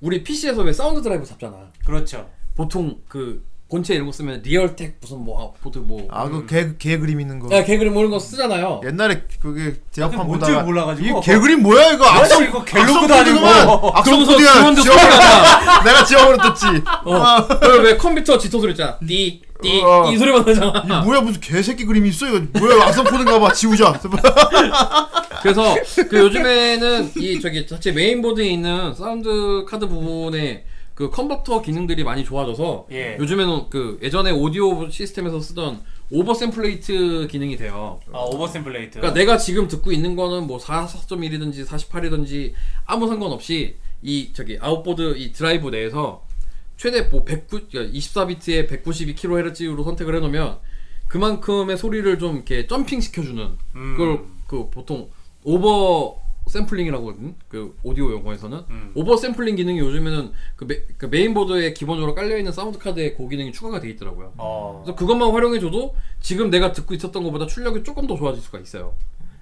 Speaker 9: 우리 PC에서 왜 사운드 드라이브 잡잖아.
Speaker 1: 그렇죠.
Speaker 9: 보통 그 본체 이런 거 쓰면 리얼텍 무슨 뭐 아웃포트 뭐
Speaker 3: 아그개개 그림 있는 거
Speaker 9: 야, 개그림 모르는 거 쓰잖아요.
Speaker 3: 어. 옛날에 그게
Speaker 1: 나도
Speaker 3: 제어판
Speaker 1: 뭔지
Speaker 3: 보다가
Speaker 1: 몰라가지고.
Speaker 3: 예, 이 개그림 뭐야 이거
Speaker 1: 야,
Speaker 3: 악성
Speaker 1: 이거 갤러그도
Speaker 3: 악성 코드구만.
Speaker 1: 아니고.
Speaker 3: 악성
Speaker 9: 그러면서
Speaker 3: 코드야
Speaker 9: 그런데 소리가
Speaker 3: 지영아 내가 지영으로 떴지 아,
Speaker 9: 어. 왜 컴퓨터 짙어 소리 있잖아. 띠띠이
Speaker 3: 어.
Speaker 9: 소리만 나잖아.
Speaker 3: 뭐야 무슨 개새끼 그림이 있어 이거 뭐야 악성 코드인가 봐 지우자
Speaker 9: 그래서 그 요즘에는 이 저기 자체 메인보드에 있는 사운드 카드 부분에 그 컨버터 기능들이 많이 좋아져서
Speaker 1: 예.
Speaker 9: 요즘에는 그 예전에 오디오 시스템에서 쓰던 오버샘플레이트 기능이 돼요.
Speaker 1: 아 오버샘플레이트.
Speaker 9: 그러니까 내가 지금 듣고 있는 거는 뭐 44.1이든지 48이든지 아무 상관없이 이 저기 아웃보드 이 드라이브 내에서 최대 뭐 190, 24비트에 192kHz로 선택을 해놓으면 그만큼의 소리를 좀 이렇게 점핑 시켜주는
Speaker 1: 음.
Speaker 9: 그걸 그 보통 오버 샘플링이라고 하거든 그 오디오 용어에서는
Speaker 1: 음.
Speaker 9: 오버 샘플링 기능이 요즘에는 그, 메, 그 메인보드에 기본적으로 깔려있는 사운드 카드에 그 기능이 추가가 돼 있더라고요
Speaker 1: 어.
Speaker 9: 그래서 그것만 활용해줘도 지금 내가 듣고 있었던 것보다 출력이 조금 더 좋아질 수가 있어요.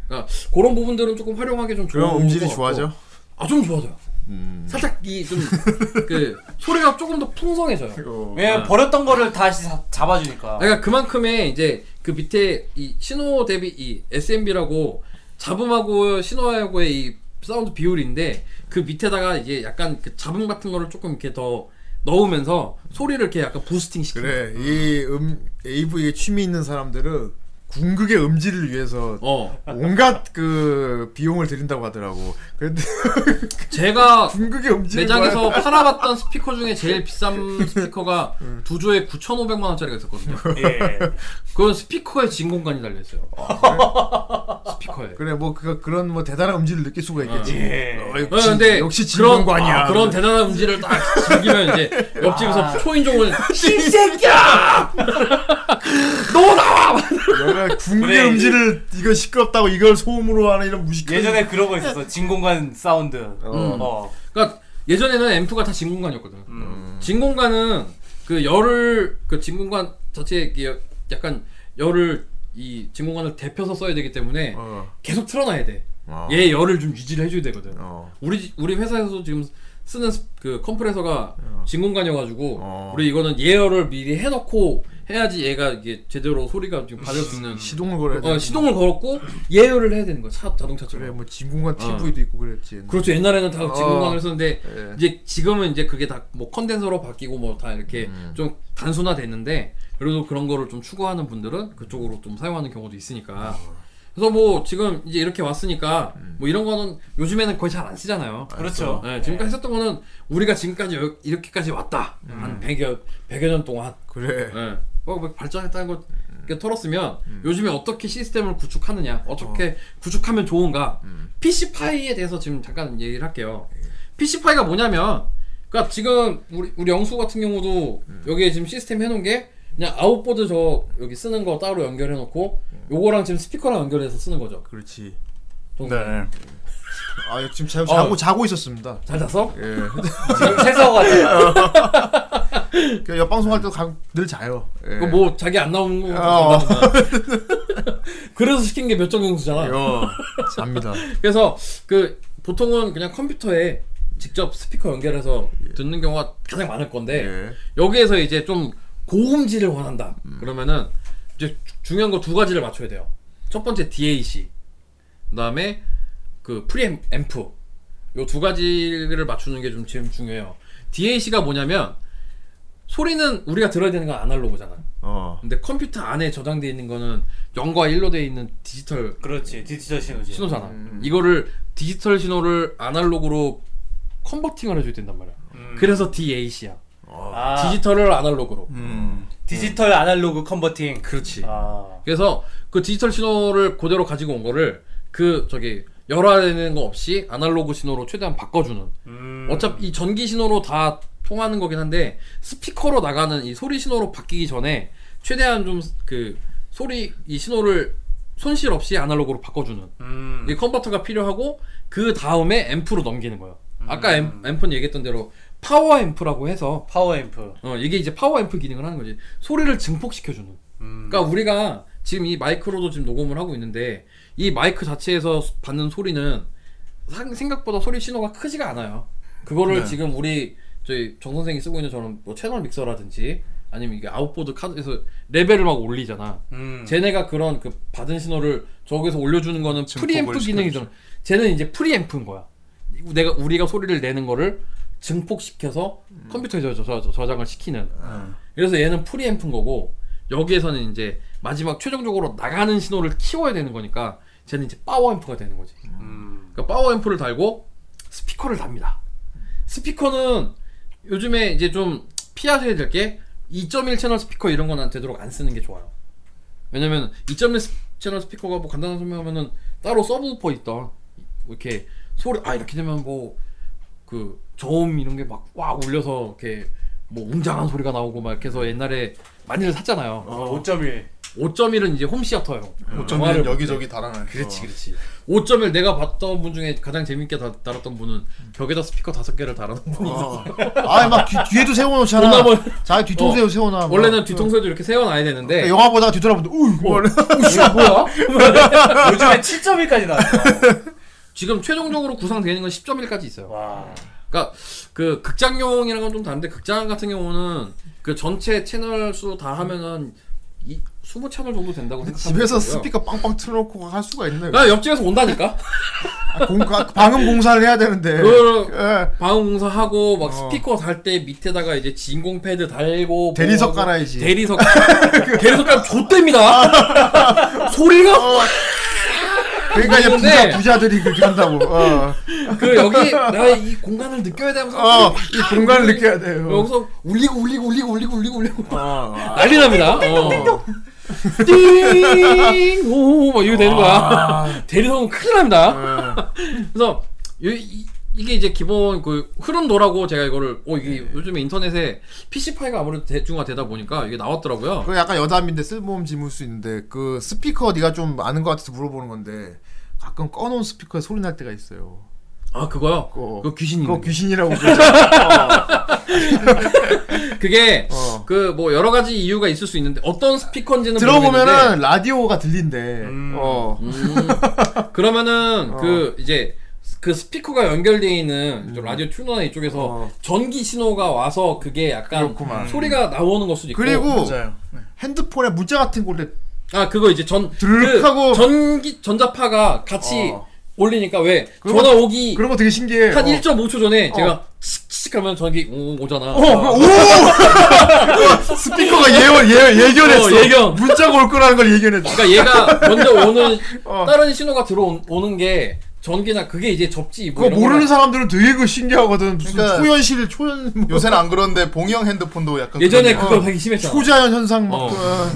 Speaker 9: 그러니까 그런 부분들은 조금 활용하기 좀 좋은
Speaker 3: 그럼 음질이
Speaker 9: 것 같고.
Speaker 3: 좋아져
Speaker 9: 아, 좀 좋아져요.
Speaker 3: 음.
Speaker 9: 살짝 이 좀 그 소리가 조금 더 풍성해져요.
Speaker 3: 뭐.
Speaker 9: 아.
Speaker 1: 왜 버렸던 거를 다시 사- 잡아주니까.
Speaker 9: 그러니까 그만큼의 이제 그 밑에 이 신호 대비 이 SMB라고 잡음하고 신호하고의 이 사운드 비율인데 그 밑에다가 이제 약간 그 잡음 같은 거를 조금 이렇게 더 넣으면서 소리를 이렇게 약간 부스팅 시키는
Speaker 3: 그래 이음 AV에 취미 있는 사람들은 궁극의 음질을 위해서
Speaker 9: 어
Speaker 3: 온갖 그 비용을 들인다고 하더라고 그런데
Speaker 9: 제가
Speaker 3: 궁극의 음질
Speaker 9: 매장에서 팔아봤던 스피커 중에 제일 비싼 스피커가
Speaker 3: 음.
Speaker 9: 두 조에 9,500만 원짜리가 있었거든요.
Speaker 1: 예.
Speaker 9: 그건 스피커에 진 공간이 달려 있어요.
Speaker 3: 아,
Speaker 9: 스피커에.
Speaker 3: 그래 뭐 그, 그런 뭐 대단한 음질을 느낄 수가 있겠지
Speaker 1: 예.
Speaker 3: 어,
Speaker 9: 어,
Speaker 3: 역시,
Speaker 9: 근데
Speaker 3: 역시
Speaker 9: 그런-
Speaker 3: 진거 아니야
Speaker 9: 아, 그런 대단한 음질을 딱 즐기면 이제 옆집에서
Speaker 3: 아.
Speaker 9: 초인종을
Speaker 3: 내가 궁극의
Speaker 1: 그래,
Speaker 3: 음질을 이거 시끄럽다고 이걸 소음으로 하는 이런 무식한
Speaker 1: 예전에 그런 거 있었어. 진공관 사운드. 어. 음.
Speaker 9: 그러니까 예전에는 앰프가 다 진공관이었거든.
Speaker 3: 음.
Speaker 9: 진공관은 그 열을 그 진공관 자체에 이게 여- 약간 열을 이 진공관을 데펴서 써야 되기 때문에
Speaker 3: 어.
Speaker 9: 계속 틀어놔야 돼.
Speaker 3: 어.
Speaker 9: 얘 열을 좀 유지를 해줘야 되거든.
Speaker 3: 어.
Speaker 9: 우리 집- 우리 회사에서도 지금 쓰는 스- 그 컴프레서가 진공관이어가지고
Speaker 3: 어.
Speaker 9: 우리 이거는 예열을 미리 해놓고 해야지 얘가 이게 제대로 소리가 지금 받을 수 있는
Speaker 3: 시동을 걸어야 돼
Speaker 9: 어, 시동을 걸었고 예열을 해야 되는 거야 차 자동차처럼.
Speaker 3: 그래 뭐 진공관 TV도 있고 그랬지
Speaker 9: 어. 그렇죠. 옛날에는 다
Speaker 3: 어.
Speaker 9: 진공관을 썼는데
Speaker 3: 예.
Speaker 9: 이제 지금은 이제 그게 다 뭐 컨덴서로 바뀌고 뭐 다 이렇게 좀 단순화됐는데 그래도 그런 거를 좀 추구하는 분들은 그쪽으로 좀 사용하는 경우도 있으니까. 그래서 뭐 지금 이제 이렇게 왔으니까 뭐 이런 거는 요즘에는 거의 잘 안 쓰잖아요.
Speaker 1: 그렇죠.
Speaker 9: 네, 지금까지 했던 거는 우리가 지금까지 여- 이렇게까지 왔다. 한 100여, 100여 년 동안.
Speaker 3: 그래
Speaker 9: 네. 어, 뭐 발전했다는 걸
Speaker 3: 음.
Speaker 9: 이렇게 털었으면 요즘에 어떻게 시스템을 구축하느냐, 어떻게 구축하면 좋은가.
Speaker 3: 음.
Speaker 9: PC파이에 대해서 지금 잠깐 얘기를 할게요.
Speaker 3: 예.
Speaker 9: PC파이가 뭐냐면, 그니까 지금 우리, 우리 영수 같은 경우도
Speaker 3: 음.
Speaker 9: 여기에 지금 시스템 해놓은 게 그냥 아웃보드 저 여기 쓰는 거 따로 연결해놓고 요거랑 지금 스피커랑 연결해서 쓰는 거죠.
Speaker 3: 음. 그렇지
Speaker 9: 네.
Speaker 3: 아 지금 자, 자고
Speaker 9: 어.
Speaker 3: 자고 있었습니다
Speaker 9: 잘 잤어?
Speaker 3: 예.
Speaker 1: 지금 세서 같아요.
Speaker 3: 그 옆방송 할 때도 가- 늘 자요 예.
Speaker 9: 그거 뭐 자기 안 나오는 거
Speaker 3: 어.
Speaker 9: 그래서 시킨 게 몇정 경수잖아.
Speaker 3: 어, 잡니다
Speaker 9: 그래서 그 보통은 그냥 컴퓨터에 직접 스피커 연결해서 듣는 경우가 가장 많을 건데
Speaker 3: 예.
Speaker 9: 여기에서 이제 좀 고음질을 원한다 그러면은 이제 주- 중요한 거 두 가지를 맞춰야 돼요 첫 번째 DAC 그다음에 그 프리앰프 요 두 가지를 맞추는 게 좀 지금 중요해요 DAC가 뭐냐면 소리는 우리가 들어야 되는 건 아날로그잖아
Speaker 3: 어
Speaker 9: 근데 컴퓨터 안에 저장돼 있는 거는 0과 1로 돼 있는 디지털
Speaker 1: 그렇지. 디지털 신호지.
Speaker 9: 신호잖아. 이거를 어. 디지털 신호를 아날로그로 컨버팅을 해줘야 된단 말이야. 그래서 DAC야. 디지털을 아날로그로.
Speaker 1: 디지털 아날로그 컨버팅.
Speaker 9: 그렇지.
Speaker 1: 아.
Speaker 9: 그래서 그 디지털 신호를 그대로 가지고 온 거를 그 저기 열화되는 거 없이 아날로그 신호로 최대한 바꿔주는.
Speaker 3: 음.
Speaker 9: 어차피 이 전기 신호로 다 통하는 거긴 한데 스피커로 나가는 이 소리 신호로 바뀌기 전에 최대한 좀 그 소리 이 신호를 손실 없이 아날로그로 바꿔주는
Speaker 1: 음.
Speaker 9: 이 컨버터가 필요하고 그 다음에 앰프로 넘기는 거예요. 아까 앰, 앰프는 얘기했던 대로 파워 앰프라고 해서
Speaker 1: 음. 파워 앰프.
Speaker 9: 어, 이게 이제 파워 앰프 기능을 하는 거지. 소리를 증폭시켜주는.
Speaker 1: 음.
Speaker 9: 그러니까 우리가 지금 이 마이크로도 지금 녹음을 하고 있는데 이 마이크 자체에서 수- 받는 소리는 상- 생각보다 소리 신호가 크지가 않아요. 그거를 지금 우리 저희 정 선생이 쓰고 있는 저런 뭐 채널 믹서라든지 아니면 이게 아웃보드 카드에서 레벨을 막 올리잖아.
Speaker 1: 음.
Speaker 9: 쟤네가 그런 그 받은 신호를 저기서 올려주는 거는 프리앰프 기능이잖아. 쟤는 이제 프리앰프인 거야. 내가 우리가 소리를 내는 거를 증폭시켜서 컴퓨터에 저, 저, 저, 저장을 시키는. 그래서 얘는 프리앰프인 거고 여기에서는 이제 마지막 최종적으로 나가는 신호를 키워야 되는 거니까 쟤는 이제 파워앰프가 되는 거지. 그러니까 파워앰프를 달고 스피커를 답니다. 스피커는 요즘에 이제 좀 피하셔야 될 게 2.1 채널 스피커 이런 거는 되도록 안 쓰는 게 좋아요. 왜냐면 2.1 스- 채널 스피커가 뭐 간단한 설명하면은 따로 서브우퍼 있던 이렇게 소리 아 이렇게 되면 뭐 그 저음 이런 게 막 꽉 울려서 이렇게 뭐 웅장한 소리가 나오고 막 이렇게 해서 옛날에 많이들 샀잖아요.
Speaker 1: 5.1.
Speaker 9: 5.1은 이제 홈시어터예요.
Speaker 4: 어쩌면 여기저기 달아놔.
Speaker 3: 어.
Speaker 9: 그렇지 그렇지 5점을 내가 봤던 분 중에 가장 재밌게 다, 달았던 분은
Speaker 3: 음.
Speaker 9: 벽에다 스피커 다섯 개를 달아놓은 분이 있어
Speaker 3: 아막 뒤에도 세워놓잖아.
Speaker 9: 존나
Speaker 3: 자 뒤통수에
Speaker 9: 어.
Speaker 3: 세워놔. 뭐. 어.
Speaker 9: 원래는 뒤통수에도 어, 이렇게 세워놔야 되는데
Speaker 3: 영화 보다가 뒤돌아보는데 우이 뭐.
Speaker 9: 이게 뭐야?
Speaker 1: 요즘에 7.1까지 나왔어.
Speaker 9: 지금 최종적으로 구상되는 건 10.1까지 있어요
Speaker 1: 와.
Speaker 9: 그러니까 그 극장용이랑 건 좀 다른데 극장 같은 경우는 그 전체 채널 수 다 하면은 이 20채널 정도 된다고 생각하면
Speaker 3: 집에서
Speaker 9: 되고요. 아.
Speaker 3: 스피커 빵빵 틀어놓고 할 수가 있네.
Speaker 9: 야 옆집에서 온다니까
Speaker 3: 아, 공, 아, 방음 공사를 해야 되는데.
Speaker 9: 그걸-
Speaker 3: 예.
Speaker 9: 방공사하고 막
Speaker 3: 어.
Speaker 9: 스피커 달 때 밑에다가 이제 진공 패드 달고
Speaker 3: 대리석
Speaker 9: 뭐하고
Speaker 3: 깔아야지.
Speaker 9: 대리석 대리석 깔면 좆됩니다
Speaker 3: 아.
Speaker 9: 소리가
Speaker 3: 어. 그러니까 이제 부자
Speaker 9: 근데-
Speaker 3: 부자들이 그렇게 한다고. 어,
Speaker 9: 그 여기 내가 이 공간을 느껴야 되면서
Speaker 3: 어, 이 공간을 느껴야 돼요.
Speaker 9: 여기서 울리고 울리고 울리고 울리고 울리고 울리고
Speaker 3: 어.
Speaker 9: 난리 납니다 어. 띵오막 이거 되는 거야 대리석은 큰일 납니다
Speaker 3: 어.
Speaker 9: 그래서 이, 이, 이게 이제 기본 그 흐름도라고 제가 이거를 어 이게
Speaker 3: 네.
Speaker 9: 요즘에 인터넷에 PC 파일가 아무래도 대중화 되다 보니까 이게 나왔더라고요.
Speaker 3: 그 약간 여담인데 쓸모음 지물 수 있는데 그 스피커 네가 좀 아는 것 같아서 물어보는 건데 가끔 꺼놓은 스피커에 소리 날 때가 있어요.
Speaker 9: 아 그거요?
Speaker 3: 그거-
Speaker 9: 그거 귀신이
Speaker 3: 그거
Speaker 9: 있는 거.
Speaker 3: 귀신이라고 그러죠.
Speaker 9: 그게
Speaker 3: 어.
Speaker 9: 그 뭐 여러 가지 이유가 있을 수 있는데 어떤 스피커인지는
Speaker 3: 들어보면은 라디오가 들린대.
Speaker 9: 음.
Speaker 3: 어.
Speaker 9: 모르겠는데 음. 그러면은 그 이제 그 스피커가 연결되어 있는 저 라디오 튜너나 이쪽에서
Speaker 3: 음. 어.
Speaker 9: 전기 신호가 와서 그게 약간 음,
Speaker 3: 그렇구만.
Speaker 9: 소리가 나오는 걸 수도 있고
Speaker 3: 그리고
Speaker 4: 맞아요.
Speaker 3: 핸드폰에 문자 같은 걸로
Speaker 9: 아 그거 이제 전
Speaker 3: 드르륵
Speaker 9: 그
Speaker 3: 하고-
Speaker 9: 전기 전자파가 같이
Speaker 3: 어.
Speaker 9: 올리니까 왜
Speaker 3: 그런
Speaker 9: 전화 오기
Speaker 3: 그런 거 되게 신기해.
Speaker 9: 한
Speaker 3: 어.
Speaker 9: 1.5초 전에 제가 칙칙 하면 전기 오, 오잖아.
Speaker 3: 어, 그거- 오! 어, 스피커가 예언, 예, 예견했어.
Speaker 9: 어, 예견.
Speaker 3: 문자가 올 거라는 걸 예견했어.
Speaker 9: 그러니까 얘가 먼저 오는
Speaker 3: 어.
Speaker 9: 다른 신호가 들어오는 게 전기나 그게 이제 접지 뭐
Speaker 3: 그거
Speaker 9: 이런
Speaker 3: 모르는
Speaker 9: 거랑
Speaker 3: 사람들은 되게 그 신기하거든. 무슨
Speaker 4: 그러니까-
Speaker 3: 초현실, 초현, 뭐,
Speaker 4: 요새는 안 그런데 봉형 핸드폰도 약간
Speaker 9: 예전에
Speaker 4: 그런
Speaker 9: 그거 되게 심했잖아.
Speaker 3: 초자연 현상 막.
Speaker 9: 어.
Speaker 3: 어.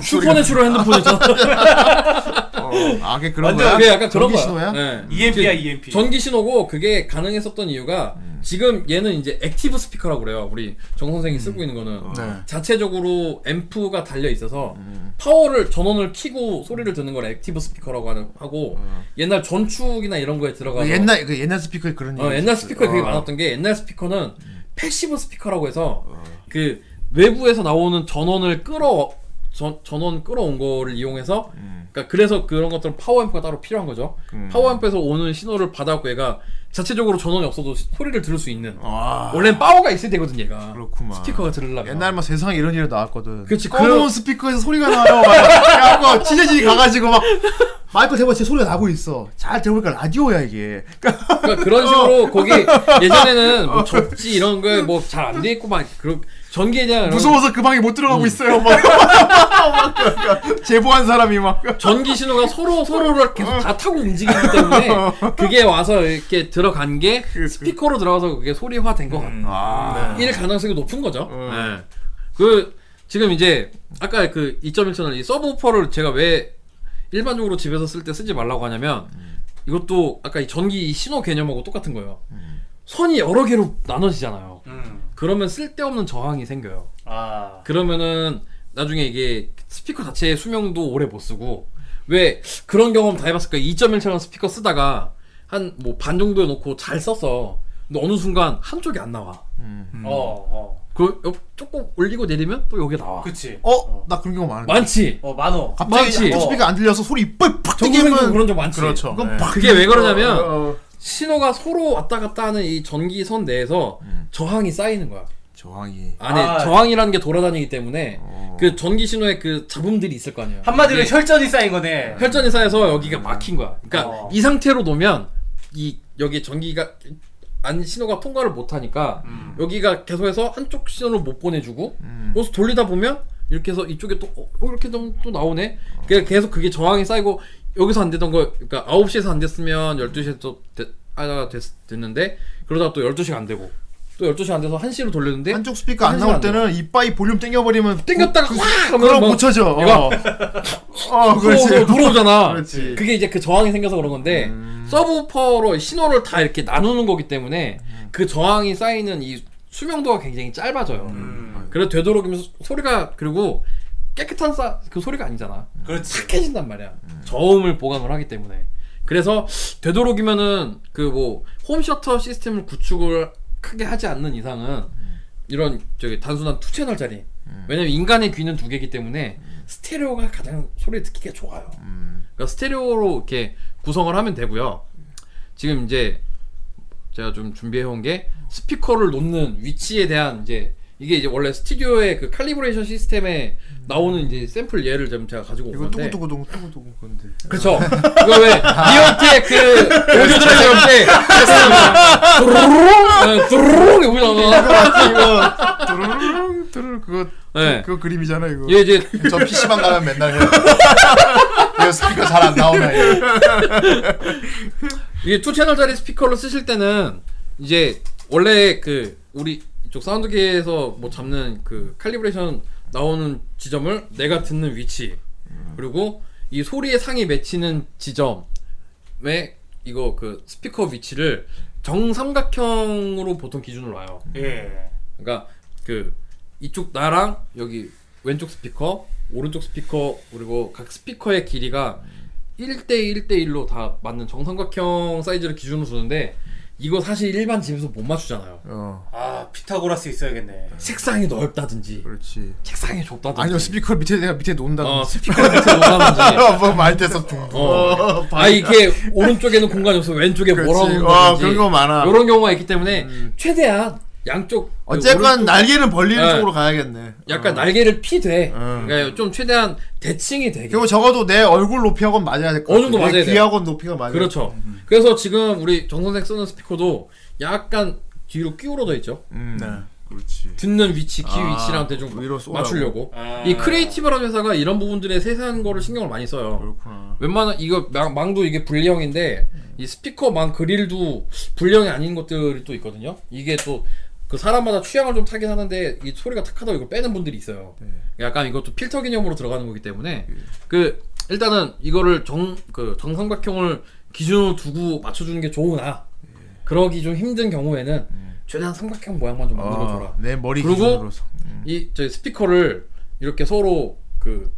Speaker 9: 슈퍼내추럴 핸드폰이잖아. 그러니까
Speaker 3: 어. 아, 그게 그런
Speaker 1: 완전
Speaker 3: 거야?
Speaker 9: 그게 약간 그런
Speaker 3: 전기
Speaker 9: 거야.
Speaker 3: 신호야?
Speaker 9: 네.
Speaker 1: EMP야, EMP.
Speaker 9: 전기 신호고 그게 가능했었던 이유가
Speaker 3: 음.
Speaker 9: 지금 얘는 이제 액티브 스피커라고 그래요. 우리 정 선생이 쓰고 있는 거는
Speaker 3: 어.
Speaker 4: 네.
Speaker 9: 자체적으로 앰프가 달려 있어서
Speaker 3: 음.
Speaker 9: 파워를 전원을 켜고 소리를 듣는 걸 액티브 스피커라고 하는, 하고 옛날 전축이나 이런 거에 들어가서
Speaker 3: 그 어. 옛날, 그 옛날 스피커에 그런
Speaker 9: 어,
Speaker 3: 얘기
Speaker 9: 옛날
Speaker 3: 있었어.
Speaker 9: 스피커에 그게
Speaker 3: 어.
Speaker 9: 많았던 게 옛날 스피커는 패시브 스피커라고 해서
Speaker 3: 어.
Speaker 9: 그 외부에서 나오는 전원을 끌어 전, 전원 끌어온 거를 이용해서
Speaker 3: 음.
Speaker 9: 그러니까 그래서 그런 것들은 파워앰프가 따로 필요한 거죠. 파워앰프에서 오는 신호를 받아갖고 얘가 자체적으로 전원이 없어도 시- 소리를 들을 수 있는
Speaker 3: 아,
Speaker 9: 원래 는 파워가 있어야 되거든 얘가
Speaker 3: 그렇구만.
Speaker 9: 스피커가 들으려면
Speaker 3: 옛날 막 세상에 이런 일이 나왔거든.
Speaker 9: 그치,
Speaker 3: 꺼놓은
Speaker 9: 그런-
Speaker 3: 스피커에서 소리가 나요. 막. 취재진이 가가지고 막. 마이크 대봐 제 소리가 나고 있어. 잘 들어보니까 라디오야 이게.
Speaker 9: 그러니까 그런 식으로
Speaker 3: 어.
Speaker 9: 거기 예전에는 뭐 접지 이런 거 뭐 잘 안 돼 있고 막 그런 전기에 대한 이런 음.
Speaker 3: 무서워서 그 방에 못 들어가고 있어요. 막. 막 그러니까 제보한 사람이 막
Speaker 9: 전기 신호가 서로 서로를 계속 다 타고 움직이기 때문에 그게 와서 이렇게 들어간 게 스피커로 들어가서 그게 소리화 된 것 같아요.
Speaker 3: 아.
Speaker 9: 일 가능성이 높은 거죠.
Speaker 1: 음.
Speaker 9: 네. 그 지금 이제 아까 그 2.1 채널 이 서브우퍼를 제가 왜 일반적으로 집에서 쓸 때 쓰지 말라고 하냐면
Speaker 1: 음.
Speaker 9: 이것도 아까 이 전기 이 신호 개념하고 똑같은 거예요. 선이 여러 개로 나눠지잖아요.
Speaker 1: 음.
Speaker 9: 그러면 쓸데없는 저항이 생겨요.
Speaker 1: 아.
Speaker 9: 그러면은 나중에 이게 스피커 자체의 수명도 오래 못 쓰고 왜 그런 경험 다 해봤을까? 2.1처럼 스피커 쓰다가 한 뭐 반 정도 해놓고 잘 썼어. 근데 어느 순간 한쪽이 안 나와.
Speaker 4: 음.
Speaker 1: 어, 어.
Speaker 9: 그 옆- 조금 올리고 내리면 또 여기 나와.
Speaker 1: 그치.
Speaker 3: 어? 나 그런 경우 많은데
Speaker 9: 많지.
Speaker 1: 어, 만호.
Speaker 3: 갑자기
Speaker 9: 많지.
Speaker 3: 한쪽 스피커 안 들려서 소리 이빨 팍
Speaker 9: 전국생도
Speaker 3: 튀기면
Speaker 9: 그런 적 많지.
Speaker 4: 그렇죠.
Speaker 3: 그건
Speaker 4: 네.
Speaker 3: 팍
Speaker 9: 그게 왜 그러냐면
Speaker 4: 어,
Speaker 9: 신호가 서로 왔다 갔다 하는 이 전기선 내에서 저항이 쌓이는 거야.
Speaker 3: 저항이
Speaker 9: 안에
Speaker 1: 아.
Speaker 9: 저항이라는 게 돌아다니기 때문에 그 전기 신호에 그 잡음들이 있을 거 아니에요.
Speaker 1: 한마디로
Speaker 9: 이게-
Speaker 1: 혈전이 쌓인 거네.
Speaker 9: 혈전이 쌓여서 여기가 막힌 거야. 그러니까
Speaker 1: 어.
Speaker 9: 이 상태로 놓으면 이 여기 전기가 안 신호가 통과를 못 하니까
Speaker 3: 음.
Speaker 9: 여기가 계속해서 한쪽 신호를 못 보내주고 그래서 돌리다 보면 이렇게 해서 이쪽에 또 어, 어, 이렇게 좀 또 나오네.
Speaker 3: 어.
Speaker 9: 그러니까 계속 그게 저항이 쌓이고 여기서 안 되던 거 그러니까 9시에서 안 됐으면 12시에 또 되, 하다가 됐, 됐는데 그러다가 또 12시가 안 되고 또 12시가 안 돼서 1시로 돌렸는데
Speaker 3: 한쪽 스피커 안
Speaker 9: 네? 한
Speaker 3: 나올
Speaker 9: 시간 안
Speaker 3: 때는 이빨 볼륨 땡겨버리면
Speaker 9: 땡겼다가
Speaker 3: 그,
Speaker 9: 확 하면
Speaker 3: 그럼
Speaker 9: 막
Speaker 3: 고쳐져
Speaker 9: 얘가
Speaker 3: 어, 어
Speaker 9: 그렇지.
Speaker 3: 그렇지
Speaker 9: 들어오잖아.
Speaker 3: 그렇지. 음.
Speaker 9: 그게 이제 그 저항이 생겨서 그런 건데 서브우퍼로 신호를 다 이렇게 나누는 거기 때문에 그 저항이 쌓이는 이 수명도가 굉장히 짧아져요.
Speaker 3: 음.
Speaker 9: 그래서 되도록이면 소- 소리가 그리고 깨끗한 싸, 그 소리가 아니잖아.
Speaker 1: 그렇지.
Speaker 9: 깨진단 말이야. 저음을 보강을 하기 때문에. 그래서 되도록이면은 그 뭐 홈셔터 시스템을 구축을 크게 하지 않는 이상은 이런 저기 단순한 투 채널짜리. 왜냐면 인간의 귀는 두 개이기 때문에 스테레오가 가장 소리 듣기가 좋아요. 그러니까 스테레오로 이렇게 구성을 하면 되고요. 지금 이제 제가 좀 준비해 온 게 스피커를 놓는 위치에 대한 이제 이게 이제 원래 스튜디오의 그 칼리브레이션 시스템에 나오는 이제 샘플 예를 좀 제가 가지고 온
Speaker 3: 이거
Speaker 9: 건데
Speaker 3: 뚜구뚜구둥 뚜구뚜구 건데
Speaker 9: 그렇죠. 이거 왜 리오테 그 오디오 들어갈 때 두루룽 두루룽 이거 보잖아.
Speaker 3: 이거 두루루룽 두루루 그거
Speaker 9: 예.
Speaker 3: 그거 그림이잖아 이거
Speaker 9: 얘 이제
Speaker 4: 저 PC방 가면 맨날 해요. 이거 스피커 잘 안 나오나 이거.
Speaker 9: 이게 투 채널짜리 스피커로 쓰실 때는 이제 원래 그 우리 이쪽 사운드계에서 뭐 잡는 그 칼리브레이션 나오는 지점을 내가 듣는 위치 그리고 이 소리의 상이 맺히는 지점에 이거 그 스피커 위치를 정삼각형으로 보통 기준으로 와요.
Speaker 1: 예.
Speaker 9: 그러니까 그 이쪽 나랑 여기 왼쪽 스피커, 오른쪽 스피커 그리고 각 스피커의 길이가 1대 1대 1로 다 맞는 정삼각형 사이즈를 기준으로 주는데 이거 사실 일반 집에서 못 맞추잖아요.
Speaker 3: 어
Speaker 1: 아, 피타고라스 있어야겠네.
Speaker 9: 책상이 넓다든지
Speaker 3: 그렇지
Speaker 9: 책상이 좁다든지
Speaker 3: 그렇죠. 아니요 스피커 밑에 내가 밑에 놓는다 어,
Speaker 9: 어, 스피커 밑에 놓다든지
Speaker 3: 뭐말 돼서 둥둥
Speaker 9: 어. 아 이게 오른쪽에는 공간이 없어 왼쪽에
Speaker 3: 그렇지
Speaker 9: 뭐라고
Speaker 3: 와 그런 거 많아
Speaker 9: 이런 경우가 있기 때문에 최대한 양쪽 그
Speaker 3: 어쨌건 어. 날개는 벌리는
Speaker 9: 네.
Speaker 3: 쪽으로 가야겠네
Speaker 9: 약간 날개를 피되
Speaker 3: 어.
Speaker 9: 그러니까 좀 최대한 대칭이 되게
Speaker 3: 그리고 적어도 내 얼굴 높이하고는 맞아야 될것 같아
Speaker 9: 어느 정도
Speaker 3: 내
Speaker 9: 맞아야 돼요.
Speaker 3: 귀하고는 높이가 맞아야
Speaker 9: 그렇죠
Speaker 3: 음.
Speaker 9: 그래서 지금 우리 정선생 쓰는 스피커도 약간 뒤로 끼우러져 있죠
Speaker 3: 음.
Speaker 9: 네.
Speaker 3: 그렇지
Speaker 9: 듣는 위치, 귀
Speaker 3: 아,
Speaker 9: 위치랑 대충
Speaker 3: 위로 쏘라고.
Speaker 9: 맞추려고
Speaker 1: 아.
Speaker 9: 이 크리에이티브라는 회사가 이런 부분들에 세세한 거를 신경을 많이 써요
Speaker 3: 그렇구나
Speaker 9: 웬만한 이거 망, 망도 이게 불량인데 이 스피커 망 그릴도 불량이 아닌 것들이 또 있거든요 이게 또 그 사람마다 취향을 좀 타긴 하는데 이 소리가 탁하다고 이걸 빼는 분들이 있어요
Speaker 3: 네.
Speaker 9: 약간 이것도 필터 개념으로 들어가는 거기 때문에
Speaker 3: 예.
Speaker 9: 그 일단은 이거를 정 그 정삼각형을 기준으로 두고 맞춰주는 게 좋으나
Speaker 3: 예.
Speaker 9: 그러기 좀 힘든 경우에는 최대한 삼각형 모양만 좀 만들어줘라
Speaker 3: 어, 내 머리
Speaker 9: 그리고-
Speaker 3: 기준으로서 음.
Speaker 9: 이 저희 스피커를 이렇게 서로 그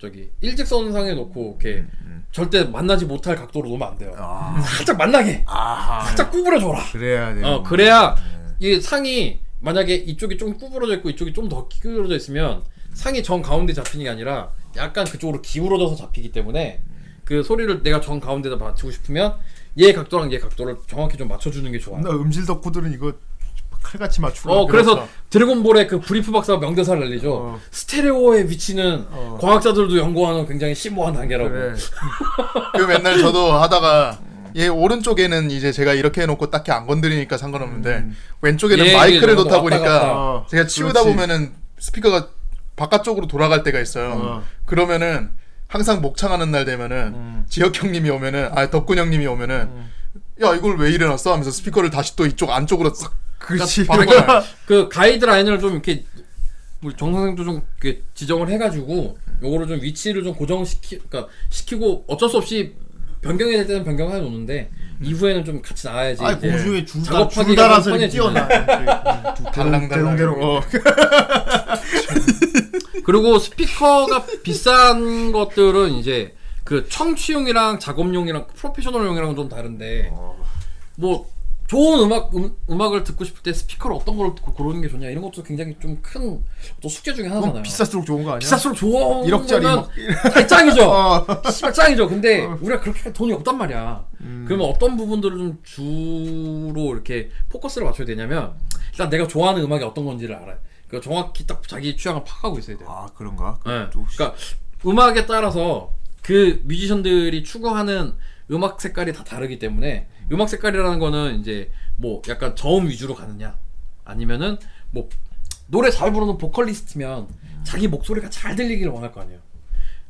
Speaker 9: 저기 일직선상에 놓고 이렇게 절대 만나지 못할 각도로 놓으면 안 돼요.
Speaker 3: 아.
Speaker 9: 살짝 만나게,
Speaker 3: 아
Speaker 9: 살짝 구부려줘라.
Speaker 3: 그래야 돼
Speaker 9: 음. 어 그래야 이 상이 만약에 이쪽이 좀 구부러져 있고 이쪽이 좀 더 기울어져 있으면 상이 정 가운데 잡히는 게 아니라 약간 그쪽으로 기울어져서 잡히기 때문에 그 소리를 내가 정 가운데다 맞추고 싶으면 얘 각도랑 얘 각도를 정확히 좀 맞춰주는 게 좋아.
Speaker 3: 나 음질 덕후들은 이거 칼같이 맞추라
Speaker 9: 어 그래서 드래곤볼의 그 브리프 박사가 명대사를 날리죠.
Speaker 3: 어.
Speaker 9: 스테레오의 위치는 과학자들도 연구하는 굉장히 심오한 단계라고.
Speaker 3: 그래
Speaker 4: 그 맨날 저도 하다가 얘 오른쪽에는 이제 제가 이렇게 해놓고 딱히 안 건드리니까 상관없는데
Speaker 3: 음.
Speaker 4: 왼쪽에는
Speaker 9: 예,
Speaker 4: 마이크를
Speaker 9: 이게 너무
Speaker 4: 놓다
Speaker 9: 왔다 갔다.
Speaker 4: 보니까
Speaker 3: 어,
Speaker 4: 제가 치우다
Speaker 3: 그렇지.
Speaker 4: 보면은 스피커가 바깥쪽으로 돌아갈 때가 있어요.
Speaker 3: 어.
Speaker 4: 그러면은 항상 목창하는 날 되면은
Speaker 3: 음.
Speaker 4: 지혁 형님이 오면은 아 덕군 형님이 오면은 야 이걸 왜 일어났어 하면서 스피커를 다시 또 이쪽 안쪽으로 싹
Speaker 3: 그렇지.
Speaker 4: 바꿔놔요. 예.
Speaker 9: 그 가이드라인을 좀 이렇게 우리 정 선생도 좀 이렇게 지정을 해가지고 요거를 좀 위치를 좀 고정시키 그러니까 시키고 어쩔 수 없이 변경이 될 때는 변경해 놓는데
Speaker 3: 음.
Speaker 9: 이후에는 좀 같이 나와야지.
Speaker 3: 아
Speaker 9: 이제.
Speaker 3: 공중에 줄다
Speaker 9: 작업하기가
Speaker 3: 줄다라서
Speaker 9: 뻔해지네.
Speaker 3: 뛰어나.
Speaker 4: 달랑달랑.
Speaker 3: 대롱대롱. 어.
Speaker 9: 그리고 스피커가 비싼 것들은 이제 그 청취용이랑 작업용이랑 프로페셔널용이랑 좀 다른데 뭐 좋은 음악 음, 음악을 듣고 싶을 때 스피커를 어떤 걸 듣고 고르는 게 좋냐 이런 것도 굉장히 좀 큰 어떤 숙제 중에 하나잖아요.
Speaker 3: 비쌀수록 좋은 거 아니야?
Speaker 9: 비쌀수록 좋은 어.
Speaker 3: 1억짜리
Speaker 9: 거면 아니, 짱이죠. 씨발 짱이죠. 근데 우리가 그렇게 돈이 없단 말이야. 그러면 어떤 부분들을 좀 주로 이렇게 포커스를 맞춰야 되냐면 일단 내가 좋아하는 음악이 어떤 건지를 알아요. 그 정확히 딱 자기 취향을 파악하고 있어야 돼요.
Speaker 3: 아 그런가?
Speaker 9: 예.
Speaker 3: 또 혹시-
Speaker 9: 그러니까 음악에 따라서 그 뮤지션들이 추구하는 음악 색깔이 다 다르기 때문에 음악 색깔이라는 거는 이제 뭐 약간 저음 위주로 가느냐 아니면은 뭐 노래 잘 부르는 보컬리스트면 자기 목소리가 잘 들리기를 원할 거 아니에요.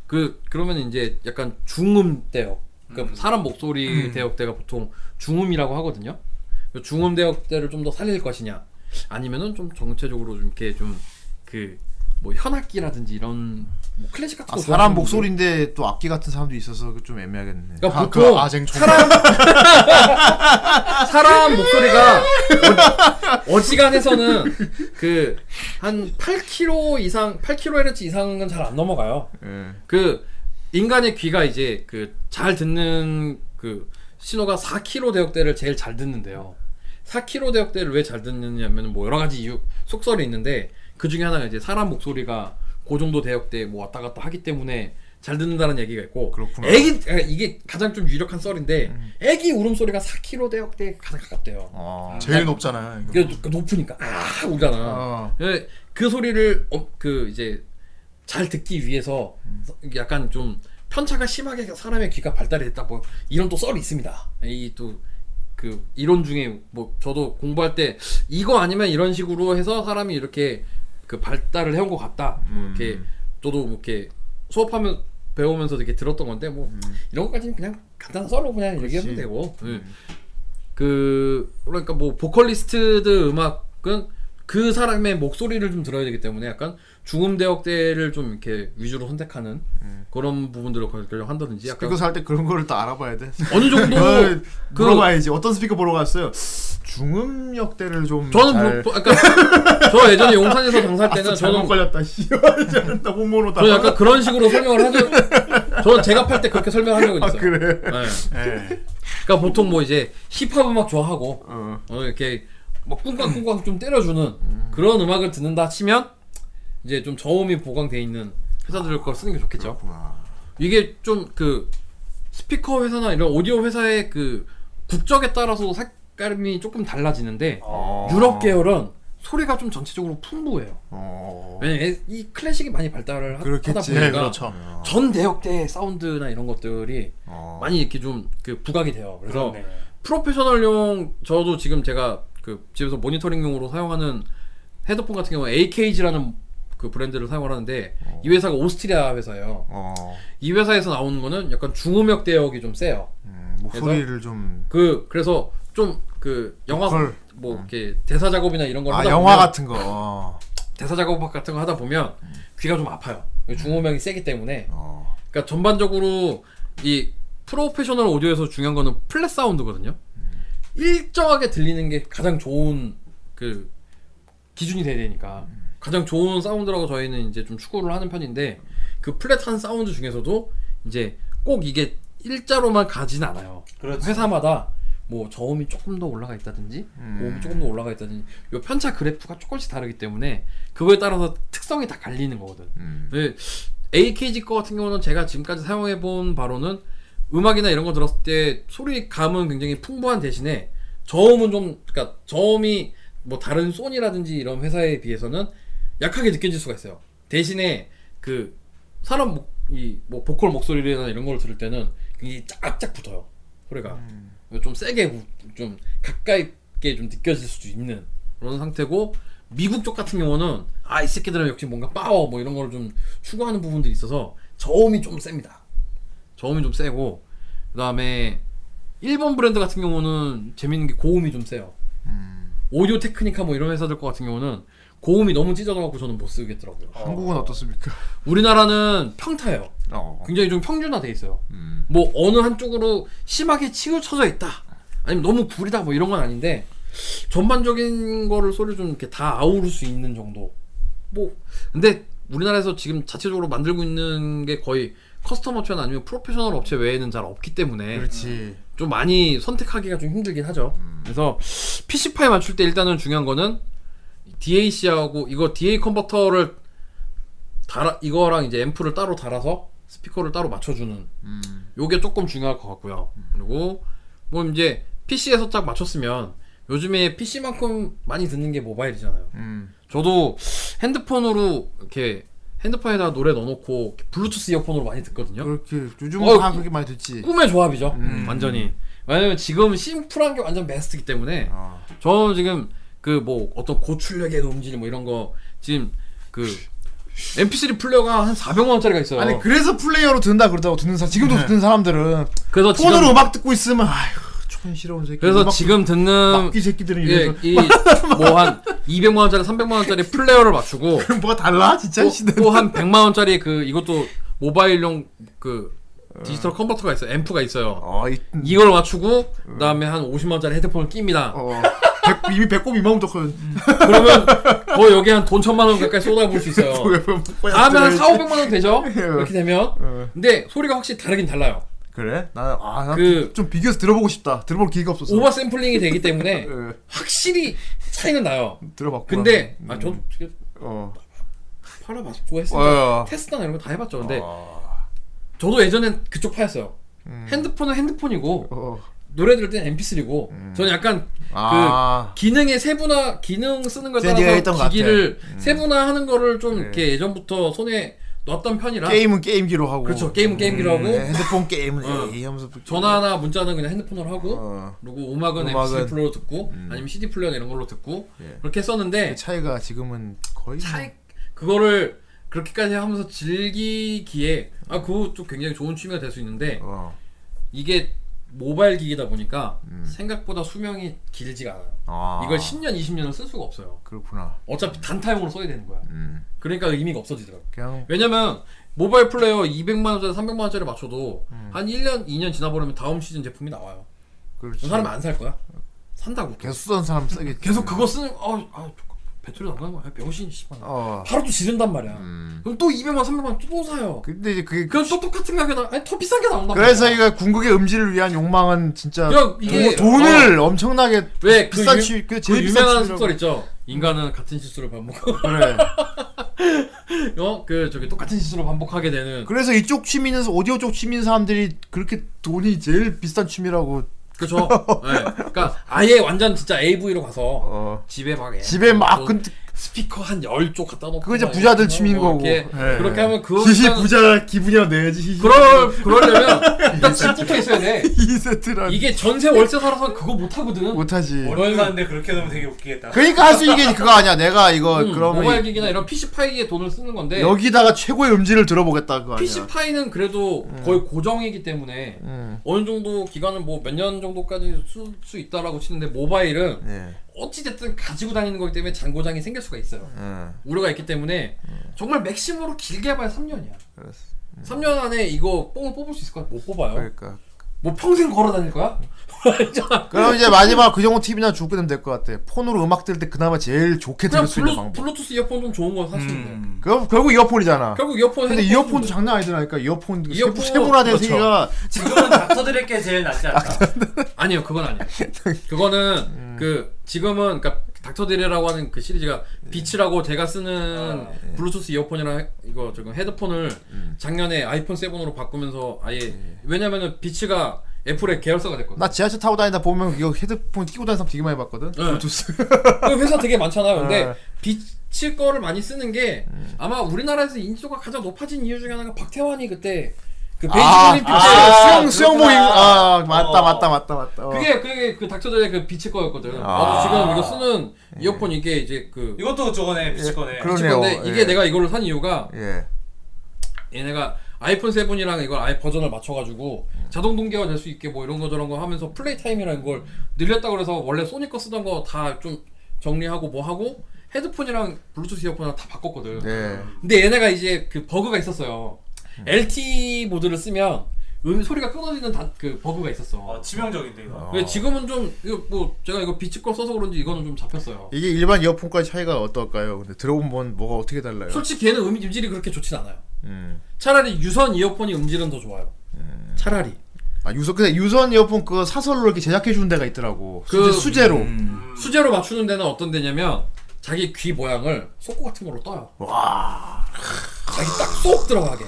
Speaker 9: 그 그러면 이제 약간 중음 대역. 그러니까 사람 목소리
Speaker 3: 음.
Speaker 9: 대역대가 보통 중음이라고 하거든요. 그 중음 대역대를 좀 더 살릴 것이냐 아니면은 좀 정체적으로 좀 이렇게 좀 그 뭐 현악기라든지 이런 뭐 클래식 같은
Speaker 3: 아,
Speaker 9: 거
Speaker 3: 사람
Speaker 9: 좋아하시는 분들.
Speaker 3: 목소리인데 또 악기 같은 사람도 있어서 좀 애매하겠네.
Speaker 9: 그러니까
Speaker 4: 아,
Speaker 9: 보통
Speaker 4: 그 아쟁 사람
Speaker 9: 아, 사람 목소리가 어, 지간해서는 그 한 8kg 이상 8kHz 이상은 잘 안 넘어가요.
Speaker 3: 예.
Speaker 9: 그 인간의 귀가 이제 그 잘 듣는 그 신호가 4kg 대역대를 제일 잘 듣는데요. 4kg 대역대를 왜 잘 듣느냐면 뭐 여러 가지 이유 속설이 있는데 그 중에 하나가 이제 사람 목소리가 그 정도 대역대 뭐 왔다 갔다 하기 때문에 잘 듣는다는 얘기가 있고
Speaker 3: 그렇구나. 음.
Speaker 9: 애기 아, 이게 가장 좀 유력한 썰인데 애기 울음소리가 4kg 대역대에 가장 가깝대요.
Speaker 3: 어.
Speaker 4: 제일 높잖아요. 이거.
Speaker 9: 이게 높- 높으니까 아 울잖아.
Speaker 3: 어.
Speaker 9: 예, 그 소리를 어, 그 이제 잘 듣기 위해서 약간 좀 편차가 심하게 사람의 귀가 발달이 됐다 뭐 이런 또 썰이 있습니다. 이 또 그 이론 중에 뭐 저도 공부할 때 이거 아니면 이런 식으로 해서 사람이 이렇게 그 발달을 해온 것 같다. 뭐
Speaker 3: 음.
Speaker 9: 이렇게 저도 뭐 이렇게 수업하면 배우면서 이렇게 들었던 건데 뭐
Speaker 3: 음.
Speaker 9: 이런 것까지는 그냥 간단한 썰로 그냥 얘기하면 되고. 예.
Speaker 3: 음.
Speaker 9: 그 그러니까 뭐 보컬리스트들 음악은 그 사람의 목소리를 좀 들어야 되기 때문에 약간 중음 대역대를 좀 이렇게 위주로 선택하는 그런 부분들을 결정한다든지 약간
Speaker 3: 스피커 살 때 음. 그런 거를 또 알아봐야 돼.
Speaker 9: 어느 정도
Speaker 3: 그걸
Speaker 9: 그-
Speaker 3: 물어봐야지. 어떤 스피커 보러 갔어요? 중음 역대를 좀
Speaker 9: 저는
Speaker 3: 잘...
Speaker 9: 뭐, 그러니까 저 예전에 용산에서 장사할 때는
Speaker 3: 아, 잘못
Speaker 9: 저는
Speaker 3: 걸렸다. 씨발, 아, 나 몸으로 다.
Speaker 9: 저는 약간 그런 식으로 설명을 하죠. 저는 제가 팔 때 그렇게 설명한 적은 있어요.
Speaker 3: 아, 그래.
Speaker 9: 예. 그러니까 보통 뭐 이제 힙합 음악 좋아하고
Speaker 3: 어.
Speaker 9: 어, 이렇게 막 꿍꽝꿍꽝 좀 때려주는 그런 음악을 듣는다 치면 이제 좀 저음이 보강돼 있는 회사들을 걸 쓰는 게 좋겠죠. 이게 좀 그 스피커 회사나 이런 오디오 회사의 그 국적에 따라서 색감이 조금 달라지는데
Speaker 3: 아.
Speaker 9: 유럽 계열은 소리가 좀 전체적으로 풍부해요.
Speaker 3: 어.
Speaker 9: 왜냐면 이 클래식이 많이 발달을 하- 하다
Speaker 3: 그렇겠지.
Speaker 9: 보니까
Speaker 4: 네, 그렇죠.
Speaker 9: 전 대역대 사운드나 이런 것들이
Speaker 3: 어.
Speaker 9: 많이 이렇게 좀 그 부각이 돼요. 그래서 프로페셔널용 저도 지금 제가 그 집에서 모니터링용으로 사용하는 헤드폰 같은 경우 는 AKG라는 그 브랜드를 사용하는데 이 회사가 오스트리아 회사예요.
Speaker 3: 어.
Speaker 9: 이 회사에서 나오는 거는 약간 중음역 대역이 좀 세요.
Speaker 3: 음, 목소리를 좀.
Speaker 9: 그 그래서 좀 그 영화
Speaker 3: 보컬.
Speaker 9: 뭐 이렇게 대사 작업이나 이런 걸
Speaker 3: 아
Speaker 9: 하다
Speaker 3: 영화
Speaker 9: 보면
Speaker 3: 같은 거. 어.
Speaker 9: 대사 작업 같은 거 하다 보면 귀가 좀 아파요. 중음역이 세기 때문에
Speaker 3: 어.
Speaker 9: 그러니까 전반적으로 이 프로페셔널 오디오에서 중요한 거는 플랫 사운드거든요. 일정하게 들리는 게 가장 좋은 그 기준이 돼야 되니까 가장 좋은 사운드라고 저희는 이제 좀 추구를 하는 편인데 그 플랫한 사운드 중에서도 이제 꼭 이게 일자로만 가진 않아요. 회사마다 뭐 저음이 조금 더 올라가 있다든지 고음이 조금 더 올라가 있다든지 요 편차 그래프가 조금씩 다르기 때문에 그거에 따라서 특성이 다 갈리는 거거든.
Speaker 3: 음.
Speaker 9: 네, AKG 거 같은 경우는 제가 지금까지 사용해 본 바로는 음악이나 이런 거 들었을 때 소리 감은 굉장히 풍부한 대신에 저음은 좀 그러니까 저음이 뭐 다른 소니라든지 이런 회사에 비해서는 약하게 느껴질 수가 있어요. 대신에 그 사람 목, 이뭐 보컬 목소리나 이런 걸 들을 때는 굉장히 짝짝 붙어요. 소리가
Speaker 3: 음.
Speaker 9: 좀 세게 부- 좀 가까이 있게 좀 느껴질 수도 있는 그런 상태고 미국 쪽 같은 경우는 아 이 새끼들은 역시 뭔가 파워 뭐 이런 걸 좀 추구하는 부분들이 있어서 저음이 좀 셉니다. 저음이 좀 세고 그다음에 일본 브랜드 같은 경우는 재밌는 게 고음이 좀 세요. 오디오 테크니카 뭐 이런 회사들 것 같은 경우는 고음이 너무 찢어져갖고 저는 못 쓰겠더라고요.
Speaker 3: 한국은 어떻습니까?
Speaker 9: 우리나라는 평타예요.
Speaker 3: 어. 음.
Speaker 9: 굉장히 좀 평준화돼 있어요. 뭐 어느 한쪽으로 심하게 치우쳐져 있다. 아니면 너무 구리다 뭐 이런 건 아닌데 전반적인 거를 소리 좀 이렇게 다 아우를 수 있는 정도. 뭐 근데 우리나라에서 지금 자체적으로 만들고 있는 게 거의 커스텀 업체나 아니면 프로페셔널 업체 외에는 잘 없기 때문에
Speaker 3: 그렇지. 음.
Speaker 9: 좀 많이 선택하기가 좀 힘들긴 하죠. 그래서 PC파에 맞출 때 일단은 중요한 거는 DAC하고 이거 DA 컨버터를 달아 이거랑 이제 앰프를 따로 달아서 스피커를 따로 맞춰주는 요게 조금 중요할 것 같고요. 그리고 뭐 이제 PC에서 딱 맞췄으면 요즘에 PC만큼 많이 듣는 게 모바일이잖아요.
Speaker 3: 음.
Speaker 9: 저도 핸드폰으로 이렇게 핸드폰에다 노래 넣어놓고 이렇게 블루투스 이어폰으로 많이 듣거든요.
Speaker 3: 그렇게 요즘은
Speaker 9: 어,
Speaker 3: 다
Speaker 9: 그-
Speaker 3: 그렇게 많이 듣지.
Speaker 9: 꿈의 조합이죠.
Speaker 3: 음.
Speaker 9: 완전히. 왜냐면 지금 심플한 게 완전 베스트이기 때문에
Speaker 3: 어.
Speaker 9: 저는 지금 그 뭐 어떤 고출력의 음질 뭐 이런 거 지금 그 MP3 플레이어가 한 400만 원짜리가 있어요.
Speaker 3: 아니 그래서 플레이어로 듣는다 그러다고 듣는 사람 지금도 듣는 사람들은
Speaker 9: 그래서 지금
Speaker 3: 폰으로 음악 듣고 있으면 아휴 촌스러운 새끼.
Speaker 9: 그래서
Speaker 3: 음악
Speaker 9: 지금 듣는
Speaker 3: 막기 새끼들은 이래서
Speaker 9: 예, 이뭐한 200만 원짜리 300만 원짜리 플레이어를 맞추고
Speaker 3: 뭐가 달라
Speaker 9: 어?
Speaker 3: 진짜 이 시대.
Speaker 9: 또 한 100만 원짜리 그 이것도 모바일용 그 디지털 컨버터가 있어요. 앰프가 있어요.
Speaker 3: 어, 이,
Speaker 9: 이걸 맞추고 그다음에 한 50만 원짜리 헤드폰을 끼입니다.
Speaker 3: 어 백, 이미 배꼽 이만큼 커.
Speaker 9: 그러면 거의 여기 한 돈 천만 원 가까이 쏟아부을 수 있어요. 다음에
Speaker 3: 네.
Speaker 9: 한 4, 500만 원 되죠?
Speaker 3: 예.
Speaker 9: 이렇게 되면.
Speaker 3: 뭐, 어.
Speaker 9: 근데 소리가 확실히 다르긴 달라요.
Speaker 3: 그래? 나아좀
Speaker 9: 그-
Speaker 3: 비교해서 들어보고 싶다. 들어볼 기회가 없어서.
Speaker 9: 오버 샘플링이 되기 때문에
Speaker 3: 예,
Speaker 9: 확실히 차이는 나요.
Speaker 3: 들어봤구나.
Speaker 9: 근데
Speaker 3: 음,
Speaker 9: 아, 전
Speaker 3: 어.
Speaker 9: 팔아봤고
Speaker 3: 어,
Speaker 9: 했으니까
Speaker 3: 어.
Speaker 9: 테스트나 이런 거 다 해봤죠. 근데
Speaker 3: 어.
Speaker 9: 저도 예전엔 그쪽 파였어요. 핸드폰은 핸드폰이고
Speaker 3: 어.
Speaker 9: 노래 들을 때는 MP3고 저는 약간 그
Speaker 3: 아.
Speaker 9: 기능의 세분화 기능 쓰는 거에
Speaker 3: 그냥 네가 했던 것
Speaker 9: 따라서
Speaker 3: 같아.
Speaker 9: 기기를 세분화하는 거를 좀 이렇게 예전부터 손에 놨던 편이라
Speaker 3: 게임은 게임기로 하고.
Speaker 9: 그 그렇죠. 게임은 게임기로 하고.
Speaker 3: 예, 핸드폰 게임은
Speaker 9: 어.
Speaker 3: 에이 하면서 또-
Speaker 9: 전화나 문자는 그냥 핸드폰으로 하고
Speaker 3: 어.
Speaker 9: 그리고 음악은,
Speaker 3: 음악은-
Speaker 9: MP3 플레이어로 듣고 아니면 CD 플레이어 이런 걸로 듣고
Speaker 3: 예. 그
Speaker 9: 그렇게 했었는데
Speaker 3: 차이가 지금은 거의 뭐-
Speaker 9: 차이 그거를 그렇게까지 하면서 즐기기에 아 그거 좀 굉장히 좋은 취미가 될 수 있는데
Speaker 3: 어.
Speaker 9: 이게 모바일 기기다 보니까 생각보다 수명이 길지가 않아요.
Speaker 3: 음. 아.
Speaker 9: 이걸 10년, 20년을 쓸 수가 없어요.
Speaker 3: 그렇구나.
Speaker 9: 어차피 단타용으로 써야 되는 거야.
Speaker 3: 음.
Speaker 9: 그러니까 의미가 없어지더라고.
Speaker 3: 그냥
Speaker 9: 왜냐면 모바일 플레이어 200만 원짜리, 300만 원짜리 맞춰도
Speaker 3: 음.
Speaker 9: 한 1년, 2년 지나버리면 다음 시즌 제품이 나와요.
Speaker 3: 그렇지.
Speaker 9: 그 사람 은 안 살 거야. 산다고.
Speaker 3: 계속 쓰던 사람 쓰겠지.
Speaker 9: 계속 그거 쓰는 아, 아 배터리 안 가는 거야. 병신 씨발.
Speaker 3: 어.
Speaker 9: 바로 또 지른단 말이야. 그럼 또 200만 300만 또 사요.
Speaker 3: 근데 이제 음. 그게
Speaker 9: 그럼 또 똑같은 가격에 나 아니 더 비싼 게 나온다.
Speaker 3: 그래서 이거 궁극의 음질을 위한 욕망은 진짜
Speaker 9: 야, 이게- 어. 네,
Speaker 3: 돈, 을 엄청나게
Speaker 9: 왜그
Speaker 3: 비싼
Speaker 9: 유-
Speaker 3: 취- 그
Speaker 9: 그
Speaker 3: 제일 비싼
Speaker 9: 유명한
Speaker 3: 취미라고.
Speaker 9: 속설 있죠. 인간은 같은 실수를 반복하고
Speaker 3: 그래.
Speaker 9: 어? 그 저기 똑같은 실수를 반복하게 되는
Speaker 3: 그래서 이쪽 취미는 오디오 쪽 취미인 사람들이 그렇게 돈이 제일 비싼 취미라고
Speaker 9: 그죠? 예. 그러니까 아예 완전 진짜 AV로 가서
Speaker 3: 그렇죠. 어.
Speaker 9: 집에 막 애-
Speaker 3: 집에 막
Speaker 9: 또
Speaker 3: 근
Speaker 9: 스피커 한 10쪽 갖다 놓고
Speaker 3: 그거 이제
Speaker 9: 막
Speaker 3: 부자들
Speaker 9: 이렇게
Speaker 3: 취미인
Speaker 9: 뭐
Speaker 3: 거고.
Speaker 9: 이렇게
Speaker 3: 예.
Speaker 9: 그렇게 하면 어, 그거
Speaker 3: 히히
Speaker 9: 일단-
Speaker 3: 부자 기분이야 내야지 히히
Speaker 9: 그럴 그러려면 일단 집부터 있어야 돼.
Speaker 3: 이 세트라
Speaker 9: 이게 전세 월세 살아서 그거 못 하거든. 음,
Speaker 3: 못하지
Speaker 1: 월사는데 그렇게 되면 되게 웃기겠다.
Speaker 3: 그러니까 할 수 있는 게 그거 아니야 내가 이거
Speaker 9: 음, 모바일
Speaker 3: 그러면 이-
Speaker 9: 기기나 이런 PC 파이에 돈을 쓰는 건데
Speaker 3: 여기다가 최고의 음질을 들어보겠다 그거 아니야
Speaker 9: PC 파이는 그래도 거의 고정이기 때문에
Speaker 3: 음.
Speaker 9: 어느 정도 기간은 뭐 몇 년 정도까지 쓸 수 있다라고 치는데 모바일은
Speaker 3: 예.
Speaker 9: 어찌 됐든 가지고 다니는 거기 때문에 잔고장이 생길 수가 있어요.
Speaker 3: 응.
Speaker 9: 우려가 있기 때문에 정말 맥심으로 길게 해봐야 3년이야.
Speaker 3: 그래서,
Speaker 9: 3년 안에 이거 뽕을 뽑을 수 있을 거야? 못 뽑아요.
Speaker 3: 그러니까
Speaker 9: 뭐 평생 걸어 다닐 거야?
Speaker 3: 그럼 이제 마지막 그 정도 팁이나 주고 되면 될 것 같아 폰으로 음악 들을 때 그나마 제일 좋게
Speaker 9: 그냥
Speaker 3: 들을 수 있는
Speaker 9: 블루,
Speaker 3: 방법
Speaker 9: 블루투스 이어폰 좀 좋은 거 사시면 돼.
Speaker 1: 음.
Speaker 3: 그럼 결국 이어폰이잖아
Speaker 9: 결국 이어폰
Speaker 3: 근데
Speaker 9: 헤드폰
Speaker 3: 이어폰도 장난 아니더라니까 이어폰
Speaker 9: 이어폰-
Speaker 3: 세부- 세분화된
Speaker 9: 그렇죠.
Speaker 3: 세계가
Speaker 1: 지금은 닥터들에게 제일 낫지 않나.
Speaker 9: 아니요, 그건 아니에요. 그거는
Speaker 3: 음.
Speaker 9: 그 지금은 그러니까 닥터드레라고 하는 그 시리즈가
Speaker 3: 예.
Speaker 9: 비치라고 제가 쓰는
Speaker 3: 아,
Speaker 9: 블루투스 이어폰이랑 해- 이거 저거 헤드폰을
Speaker 3: 음.
Speaker 9: 작년에 아이폰 7으로 바꾸면서 아예 왜냐면은 비치가 애플의 계열사가 됐거든.
Speaker 3: 나 지하철 타고 다니다 보면 이거 헤드폰 끼고 다니는 사람 되게 많이 봤거든
Speaker 9: 네.
Speaker 3: 블루투스
Speaker 9: 그 회사 되게 많잖아요.
Speaker 3: 네.
Speaker 9: 근데 비치 거를 많이 쓰는 게
Speaker 3: 음.
Speaker 9: 아마 우리나라에서 인지도가 가장 높아진 이유 중에 하나가 박태환이 그때 그 베이징
Speaker 3: 아,
Speaker 9: 올림픽
Speaker 3: 아,
Speaker 9: 때
Speaker 3: 수영 수영복 입고 아 맞다 맞다 맞다 맞다 어.
Speaker 9: 그게 그게 그 닥터들의 그 비치 거였거든.
Speaker 3: 아. 예.
Speaker 9: 나도 지금 이거 쓰는 이어폰 이게 이제 그
Speaker 1: 이것도 저거네, 비치거네.
Speaker 3: 그러-
Speaker 9: 그런데
Speaker 3: 그러네요.
Speaker 9: 이게
Speaker 3: 예.
Speaker 9: 내가 이거를 산 이유가
Speaker 3: 예
Speaker 9: 얘네가 아이폰 7이랑 이걸 아예 버전을 맞춰가지고 자동 동기화 될 수 있게 뭐 이런 거 저런 거 하면서 플레이 타임이라는 걸 늘렸다 그래서 원래 소니 거 쓰던 거 다 좀 정리하고 뭐 하고 헤드폰이랑 블루투스 이어폰이랑 다 바꿨거든.
Speaker 3: 네. 음.
Speaker 9: 근데 얘네가 이제 그 버그가 있었어요. LTE 모드를 쓰면 음 소리가 끊어지는 다, 그 버그가 있었어.
Speaker 1: 아,
Speaker 10: 어, 치명적인데 이거.
Speaker 3: 아.
Speaker 9: 근데 지금은 좀 이거 뭐 제가 이거 비치 걸 써서 그런지 이거는 좀 잡혔어요.
Speaker 3: 이게 일반 이어폰까지 차이가 어떨까요? 근데 들어보면 뭐가 어떻게 달라요?
Speaker 9: 솔직히 얘는 음, 음질이 그렇게 좋진 않아요.
Speaker 3: 음.
Speaker 9: 차라리 유선 이어폰이 음질은 더 좋아요. 차라리.
Speaker 3: 아 유선 근데 유선 이어폰 그 사설로 이렇게 제작해 주는 데가 있더라고.
Speaker 9: 그-
Speaker 3: 수제, 수제로.
Speaker 9: 수제로 맞추는 데는 어떤 데냐면 자기 귀 모양을 속고 같은 걸로 떠요. 와. 자기 딱 쏙 들어가게.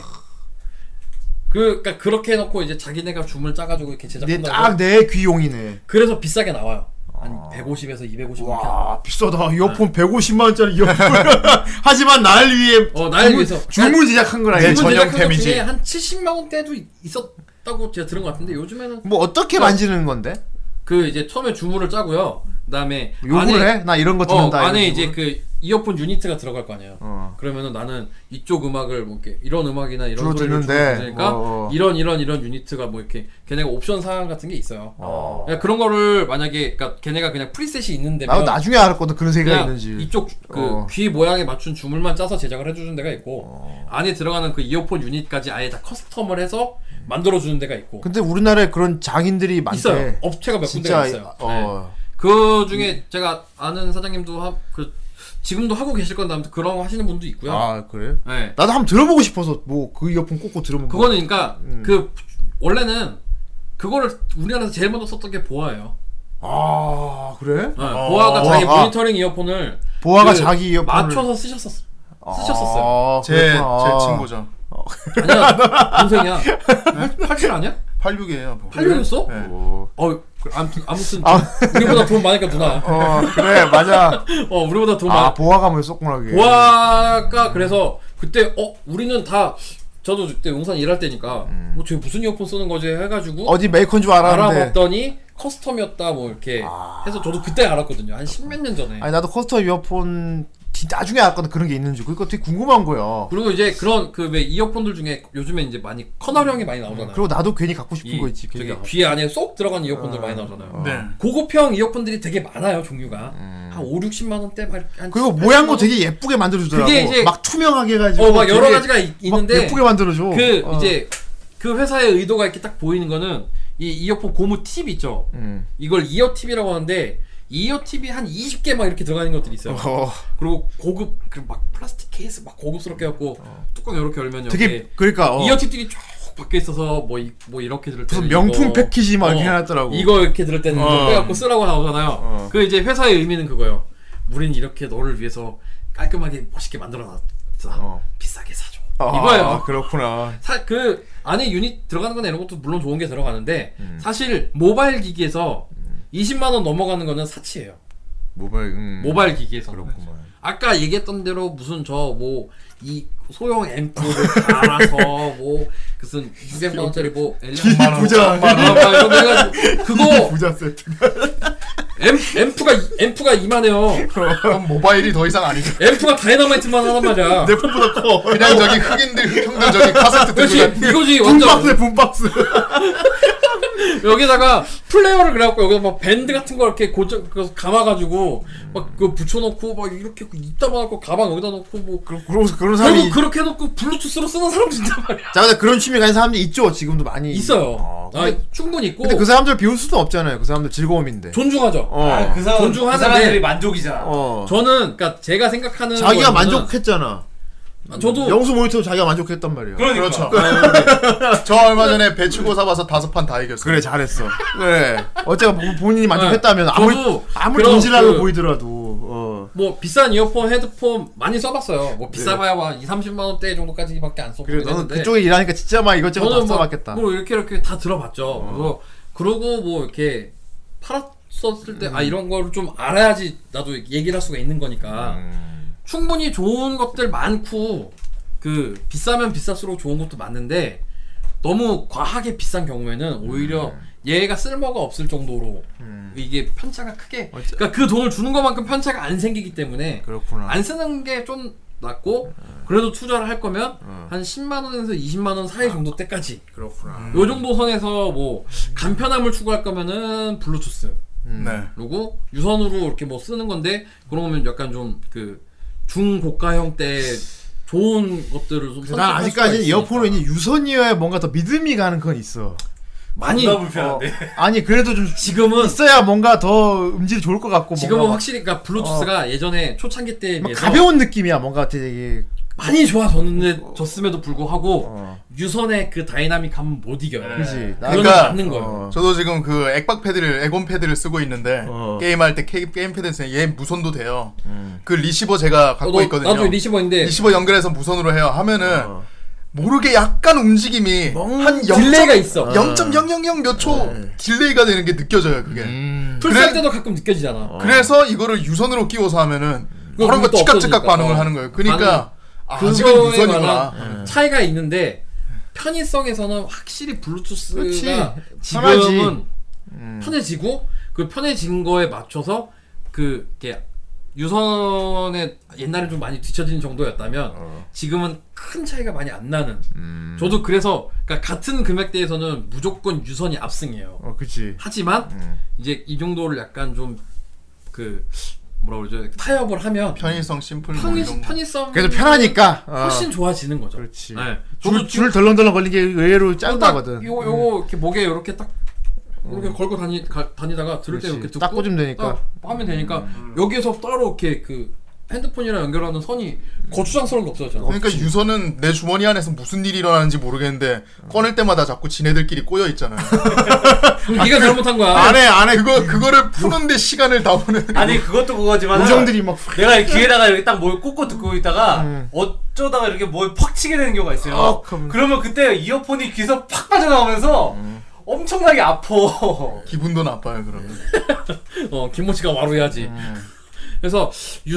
Speaker 9: 그, 그니까 그렇게 해놓고 이제 자기네가 줌을 짜가지고 이렇게
Speaker 3: 네,
Speaker 9: 제작한다고.
Speaker 3: 내딱내 귀용이네.
Speaker 9: 그래서 비싸게 나와요. 한 150에서 250 이렇게 나와요.
Speaker 3: 아. 와 비싸다. 이어폰 150만 원짜리 이어폰. 하지만 날 위해
Speaker 9: 어, 날 위해서.
Speaker 3: 주문 제작한 거라 이게
Speaker 9: 일본 제작한 것 중에
Speaker 3: 전형템이지.
Speaker 9: 한 70만 원대도 있었다고 제가 들은 것 같은데 요즘에는
Speaker 3: 뭐 어떻게 만지는 건데?
Speaker 9: 그 이제 처음에 주문을 짜고요. 그다음에
Speaker 3: 요구를
Speaker 9: 안에-
Speaker 3: 해? 나 이런 거
Speaker 9: 어,
Speaker 3: 듣는다. 이런
Speaker 9: 안에
Speaker 3: 식으로?
Speaker 9: 이제 그 이어폰 유니트가 들어갈 거 아니에요.
Speaker 3: 어.
Speaker 9: 그러면은 나는 이쪽 음악을 뭐 이렇게 이런 음악이나 이런
Speaker 3: 주로
Speaker 9: 소리를
Speaker 3: 듣는데,
Speaker 9: 들으니까
Speaker 3: 어, 어.
Speaker 9: 이런 이런 이런 유니트가 뭐 이렇게 걔네가 옵션 사항 같은 게 있어요. 그러니까 그런 거를 만약에 그러니까 걔네가 그냥 프리셋이 있는데면
Speaker 3: 나도 나중에 알았거든 그런 세계가
Speaker 9: 그냥
Speaker 3: 있는지.
Speaker 9: 이쪽 그
Speaker 3: 어.
Speaker 9: 귀 모양에 맞춘 주물만 짜서 제작을 해주는 데가 있고 안에 들어가는 그 이어폰 유닛까지 아예 다 커스텀을 해서 만들어주는 데가 있고
Speaker 3: 근데 우리나라에 그런 장인들이 많대.
Speaker 9: 있어요. 업체가 몇 군데가
Speaker 3: 진짜
Speaker 9: 있어요. 네.
Speaker 3: 어.
Speaker 9: 그
Speaker 3: 음.
Speaker 9: 중에 제가 아는 사장님도 하, 그 지금도 하고 계실 건데 아무튼 그런 거 하시는 분도 있고요.
Speaker 3: 아 그래?
Speaker 9: 네.
Speaker 3: 나도 한번 들어보고 싶어서 뭐 그 이어폰 꽂고 들으면 뭐-
Speaker 9: 그거는 그러니까 그 원래는 그거를 우리나라에서 제일 먼저 썼던 게 보아예요.
Speaker 3: 아 그래?
Speaker 9: 네, 보아가 자기
Speaker 3: 보아가.
Speaker 9: 모니터링 이어폰을
Speaker 3: 어,
Speaker 9: 그
Speaker 3: 보아가 자기 이어폰을- 아,
Speaker 9: 맞춰서 쓰셨었 쓰셨었어요.
Speaker 4: 제, 제 친구죠.
Speaker 9: 아니야 동생이야. 네? 팔칠 아니야?
Speaker 4: 86이에요. 뭐.
Speaker 9: 팔려였어?
Speaker 4: 네.
Speaker 9: 어, 그, 아무튼 아무튼 우리보다 돈 많으니까 누나.
Speaker 3: 어 그래 맞아.
Speaker 9: 어, 우리보다 돈 많아.
Speaker 3: 아 보아가 뭐 썼구나 그게.
Speaker 9: 보아가 그래서 그때 어 우리는 다 저도 그때 용산 일할 때니까 뭐쟤 무슨 이어폰 쓰는 거지 해가지고
Speaker 3: 음. 어디 메이커인 줄 알았는데. 아.
Speaker 9: 알아봤더니 커스텀이었다 뭐 이렇게 해서 저도 그때 알았거든요 한 십몇 년 전에
Speaker 3: 아니 나도 커스터 이어폰 진- 나중에 알았거든 그런 게 있는지. 그니까 되게 궁금한 거야.
Speaker 9: 그리고 이제 그런 그 왜 이어폰들 중에 요즘에 이제 많이 커널형이 많이 나오잖아요
Speaker 3: 음, 그리고 나도 괜히 갖고 싶은
Speaker 9: 네. 이
Speaker 3: 거 있지. 괜히
Speaker 9: 저기
Speaker 3: 갖고
Speaker 9: 귀 안에 쏙 들어간 이어폰들 많이 나오잖아요
Speaker 4: 네.
Speaker 9: 고급형 이어폰들이 되게 많아요 종류가 한 5, 60만 원대 막 이렇게 한
Speaker 3: 음. 그리고
Speaker 9: 70만
Speaker 3: 모양도
Speaker 9: 원?
Speaker 3: 되게 예쁘게 만들어주더라고.
Speaker 9: 그게 이제-
Speaker 3: 막 투명하게 해가지고.
Speaker 9: 어, 막 여러
Speaker 3: 되게
Speaker 9: 가지가 있-
Speaker 3: 막
Speaker 9: 있는데
Speaker 3: 예쁘게 만들어줘.
Speaker 9: 그
Speaker 3: 어.
Speaker 9: 이제 그 회사의 의도가 이렇게 딱 보이는 거는 이 이어폰 고무 팁 있죠.
Speaker 3: 음.
Speaker 9: 이걸 이어 팁이라고 하는데 이어 팁이 한 20개 막 이렇게 들어가 있는 것들이 있어요.
Speaker 3: 어,
Speaker 9: 그리고 고급 그 막 플라스틱 케이스 막 고급스럽게 갖고 뚜껑 이렇게 열면
Speaker 3: 어. 되게
Speaker 9: 여기에
Speaker 3: 그러니까 어.
Speaker 9: 이어 팁들이 쭉 박혀 있어서 뭐 이 뭐 이렇게 들을
Speaker 3: 무슨
Speaker 9: 때는
Speaker 3: 명품
Speaker 9: 이거, 어.
Speaker 3: 패키지 막 이렇게 해놨더라고.
Speaker 9: 이거 이렇게 들을 때는 이거 빼갖고 쓰라고 나오잖아요.
Speaker 3: 어.
Speaker 9: 그 이제 회사의 의미는 그거예요. 우린 이렇게 너를 위해서 깔끔하게 멋있게 만들어놨다.
Speaker 3: 어.
Speaker 9: 비싸게 사줘.
Speaker 3: 아,
Speaker 9: 이거예요.
Speaker 3: 그렇구나.
Speaker 9: 사, 그 안에 유닛 들어가는 거나 이런 것도 물론 좋은 게 들어가는데
Speaker 3: 음.
Speaker 9: 사실 모바일 기기에서 20만 원 넘어가는 거는 사치예요.
Speaker 3: 모바일 음.
Speaker 9: 모바일 기기에서.
Speaker 3: 그렇구만.
Speaker 9: 아까 얘기했던 대로 무슨 저 뭐 이 소형 앰프를 갈아서 뭐 무슨 200만 원짜리 뭐
Speaker 3: 기기 부자.
Speaker 9: 그거
Speaker 3: 부자 세트.
Speaker 9: 앰, 앰프가 앰프가 이만해요.
Speaker 4: 그럼 모바일이 더 이상 아니죠.
Speaker 9: 앰프가 다이너마이트만 하단 말이야.
Speaker 3: 내 폰보다 커.
Speaker 4: 그냥 저기 흑인들 형들 저기 카세트 들고
Speaker 9: 어. 그렇지
Speaker 4: 다니는
Speaker 9: 이거지 완전
Speaker 3: 붐박스에 붐박스.
Speaker 9: 여기다가 플레이어를 그래갖고 여기다 막 밴드 같은 거 이렇게 고정 그래서 감아가지고 막 그거 붙여놓고 막 이렇게 이따만 놓고 가방 여기다 놓고 뭐 그런
Speaker 3: 그런 그런 사람이. 음.
Speaker 9: 결국 그렇게 해놓고 블루투스로 쓰는 사람도 있단 말이야
Speaker 3: 자, 근데 그런 취미 가진 사람들이 있죠. 지금도 많이
Speaker 9: 있어요
Speaker 3: 어,
Speaker 9: 아,
Speaker 3: 근데,
Speaker 9: 충분히 있고
Speaker 3: 근데 그 사람들 비울 수는 없잖아요. 그 사람들 즐거움인데.
Speaker 9: 존중하죠
Speaker 3: 어.
Speaker 10: 아, 그 사람 그
Speaker 9: 존중하는데.
Speaker 10: 사람들이 만족이잖아.
Speaker 3: 어.
Speaker 9: 저는 그러니까 제가 생각하는
Speaker 3: 자기가
Speaker 9: 거에서는-
Speaker 3: 만족했잖아.
Speaker 9: 아, 저도
Speaker 3: 영수 모니터 자기가 만족했단 말이야.
Speaker 10: 그러니까.
Speaker 4: 그렇죠. 저 얼마 전에 배추고 사봐서 다섯 판 다 이겼어요.
Speaker 3: 그래 잘했어. 그래. 어째가 본- 본인이 만족했다면
Speaker 9: 네.
Speaker 3: 아무리
Speaker 9: 저도
Speaker 3: 아무리
Speaker 9: 그런
Speaker 3: 돈질하려
Speaker 9: 그-
Speaker 3: 보이더라도. 어.
Speaker 9: 뭐 비싼 이어폰 헤드폰 많이 써봤어요 뭐 비싸봐야 막 2, 30만 원대 정도까지밖에 안 써보고
Speaker 3: 네. 그래 너는
Speaker 9: 이랬는데
Speaker 3: 그쪽에 일하니까 진짜 막 이것저것 다
Speaker 9: 네, 저는 뭐,
Speaker 3: 써봤겠다.
Speaker 9: 뭐 이렇게 이렇게 다 들어봤죠. 그래서 그러고 뭐 이렇게 팔았었을 때
Speaker 3: 음.
Speaker 9: 아 이런 거를 좀 알아야지 나도 얘기를 할 수가 있는 거니까
Speaker 3: 음.
Speaker 9: 충분히 좋은 것들 많고 그 비싸면 비쌀수록 좋은 것도 많은데 너무 과하게 비싼 경우에는 오히려
Speaker 3: 음.
Speaker 9: 얘가 쓸모가 없을 정도로 이게 편차가 크게 그러니까 그 돈을 주는 것만큼 편차가 안 생기기 때문에
Speaker 3: 그렇구나.
Speaker 9: 안 쓰는 게 좀 낮고 그래도 투자를 할 거면 한 10만 원에서 20만 원 사이
Speaker 3: 아.
Speaker 9: 정도 때까지
Speaker 7: 그렇구나.
Speaker 9: 요 정도 선에서 뭐 간편함을 추구할 거면은 블루투스
Speaker 4: 음.
Speaker 7: 네.
Speaker 9: 그리고 유선으로 이렇게 뭐 쓰는 건데 그런 거면 약간 좀 그 중고가형 때 좋은 것들을 좀
Speaker 3: 난
Speaker 9: 선택할 수가
Speaker 3: 아직까지
Speaker 9: 있으니까.
Speaker 3: 이어폰은 이제 유선이어야 뭔가 더 믿음이 가는 건 있어.
Speaker 9: 많이
Speaker 3: 뭔가 아니 그래도 좀 지금은 있어야 뭔가 더 음질이 좋을 것 같고
Speaker 9: 지금은
Speaker 3: 뭔가
Speaker 9: 확실히 그러니까 블루투스가 예전에 초창기 때에
Speaker 3: 어. 막
Speaker 9: 비해서
Speaker 3: 가벼운 느낌이야 뭔가 되게
Speaker 9: 많이 좋아졌는데
Speaker 3: 어.
Speaker 9: 졌음에도 불구하고 유선의 그 다이나믹함은 못 이겨요.
Speaker 3: 그지.
Speaker 9: 그러
Speaker 4: 네. 그러니까-
Speaker 9: 맞는 거예요.
Speaker 4: 저도 지금 그 액박 패드를 에곤 패드를 쓰고 있는데
Speaker 9: 어.
Speaker 4: 게임할 때 게임, 게임 패드에서 얘 무선도 돼요.
Speaker 3: 음.
Speaker 4: 그 리시버 제가 갖고
Speaker 9: 어, 너-
Speaker 4: 있거든요.
Speaker 9: 나도 리시버인데 어.
Speaker 4: 리시버 연결해서 무선으로 해요. 하면은
Speaker 3: 어.
Speaker 4: 모르게 약간 움직임이 한
Speaker 9: 네. 딜레이가 있어. 네.
Speaker 4: 0.000 몇 초 딜레이가 되는 게 느껴져요. 그게.
Speaker 9: 풀쓸
Speaker 4: 그래-
Speaker 9: 때도 가끔 느껴지잖아.
Speaker 4: 어. 그래서 이것을 유선으로 끼워서 하면은
Speaker 9: 어. 그거
Speaker 4: 그런 거
Speaker 9: 그것도
Speaker 4: 찌깍찌깍
Speaker 9: 없어지니까.
Speaker 4: 반응을
Speaker 9: 어.
Speaker 4: 하는 거예요. 그러니까 아,
Speaker 9: 그거에
Speaker 4: 아직은 유선이구나. 네.
Speaker 9: 관한 음. 차이가 있는데 편의성에서는 확실히 블루투스가
Speaker 3: 그렇지.
Speaker 9: 지금은
Speaker 4: 음.
Speaker 9: 편해지고 그 편해진 거에 맞춰서 그 이렇게 유선에 옛날에 좀 많이 뒤처진 정도였다면
Speaker 4: 어.
Speaker 3: 어,
Speaker 9: 지금은 큰 차이가 많이 안 나는.
Speaker 4: 음.
Speaker 3: 음.
Speaker 9: 저도 그래서 그러니까 같은 금액대에서는 무조건 유선이 압승이에요.
Speaker 3: 어 그지.
Speaker 9: 하지만 이제 이 정도를 약간 좀 그 뭐라 그러죠 타협을 하면
Speaker 4: 편의성 심플 뭐
Speaker 9: 편의
Speaker 4: 이런 거.
Speaker 9: 편의성
Speaker 3: 그래도 편하니까 어.
Speaker 9: 훨씬 좋아지는 거죠.
Speaker 3: 그렇지.
Speaker 9: 네.
Speaker 3: 줄,
Speaker 9: 저도
Speaker 3: 줄
Speaker 9: 지금 어,
Speaker 3: 덜렁덜렁 걸린 게 의외로
Speaker 9: 딱
Speaker 3: 짧다거든. 음.
Speaker 9: 요거 요거 이렇게 목에 이렇게 딱 이렇게 걸고 다니 가, 다니다가 들을 때
Speaker 3: 그렇지.
Speaker 9: 이렇게 듣고
Speaker 3: 딱 꽂으면 되니까. 음.
Speaker 9: 딱 하면 되니까 여기에서 따로 이렇게 그 핸드폰이랑 연결하는 선이
Speaker 3: 음.
Speaker 9: 거추장스러운 게 없어요 저는.
Speaker 4: 그러니까 유선은 내 주머니 안에서 무슨 일이 일어나는지 모르겠는데 꺼낼 때마다 자꾸 지네들끼리 꼬여 있잖아요.
Speaker 9: 그럼
Speaker 3: 아,
Speaker 9: 네가 잘못한 거야.
Speaker 4: 안에 안에 그거 그거를 푸는데 시간을 다 보내.
Speaker 1: 아니 그것도 그거지만
Speaker 3: 우정들이 막
Speaker 1: 내가 이 귀에다가 이렇게 딱 뭘 꽂고 듣고 있다가 어쩌다가 이렇게 뭘 팍 치게 되는 경우가 있어요.
Speaker 3: 어, 그럼-
Speaker 1: 그러면 그때 이어폰이 귀에서 팍 빠져나오면서
Speaker 3: 음.
Speaker 1: 엄청나게 아파.
Speaker 4: 기분도 나빠요 그러면.
Speaker 9: 음. 어 김모씨가 와로해야지. 그래서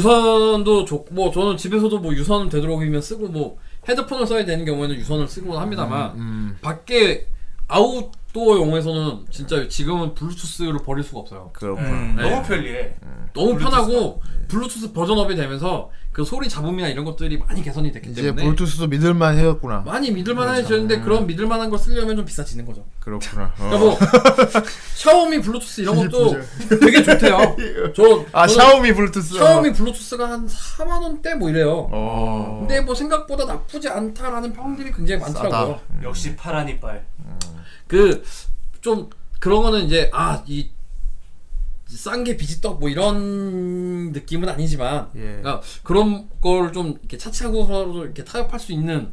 Speaker 9: 유선도 좋고 뭐 저는 집에서도 뭐 유선 되도록이면 쓰고 뭐 헤드폰을 써야 되는 경우에는 유선을 쓰곤
Speaker 3: 음,
Speaker 9: 합니다만 밖에 아웃도어용에서는 진짜 지금은 블루투스를 버릴 수가 없어요.
Speaker 3: 그렇구나.
Speaker 4: 음.
Speaker 9: 네.
Speaker 10: 너무 편리해. 네.
Speaker 9: 너무 편하고 블루투스 버전업이 되면서 그 소리 잡음이나 이런 것들이 많이 개선이 됐기
Speaker 3: 이제
Speaker 9: 때문에
Speaker 3: 블루투스도 그렇죠. 네. 믿을만 해졌구나.
Speaker 9: 많이 믿을만해졌는데 그런 믿을만한 걸 쓰려면 좀 비싸지는 거죠.
Speaker 3: 그렇구나. 어.
Speaker 9: 그러니까 뭐 샤오미 블루투스 이런 것도 되게 좋대요. 저
Speaker 3: 아
Speaker 9: 저는
Speaker 3: 샤오미 블루투스.
Speaker 9: 샤오미 블루투스가 한 4만 원대 뭐 이래요.
Speaker 3: 어.
Speaker 9: 근데 뭐 생각보다 나쁘지 않다라는 평들이 굉장히 많더라고요.
Speaker 10: 역시 파란 이빨.
Speaker 9: 그 좀 그런 거는 이제 아 이 싼 게 비지떡 뭐 이런 느낌은 아니지만
Speaker 3: 예.
Speaker 9: 그러니까 그런 걸 좀 이렇게 차치하고 서로 이렇게 타협할 수 있는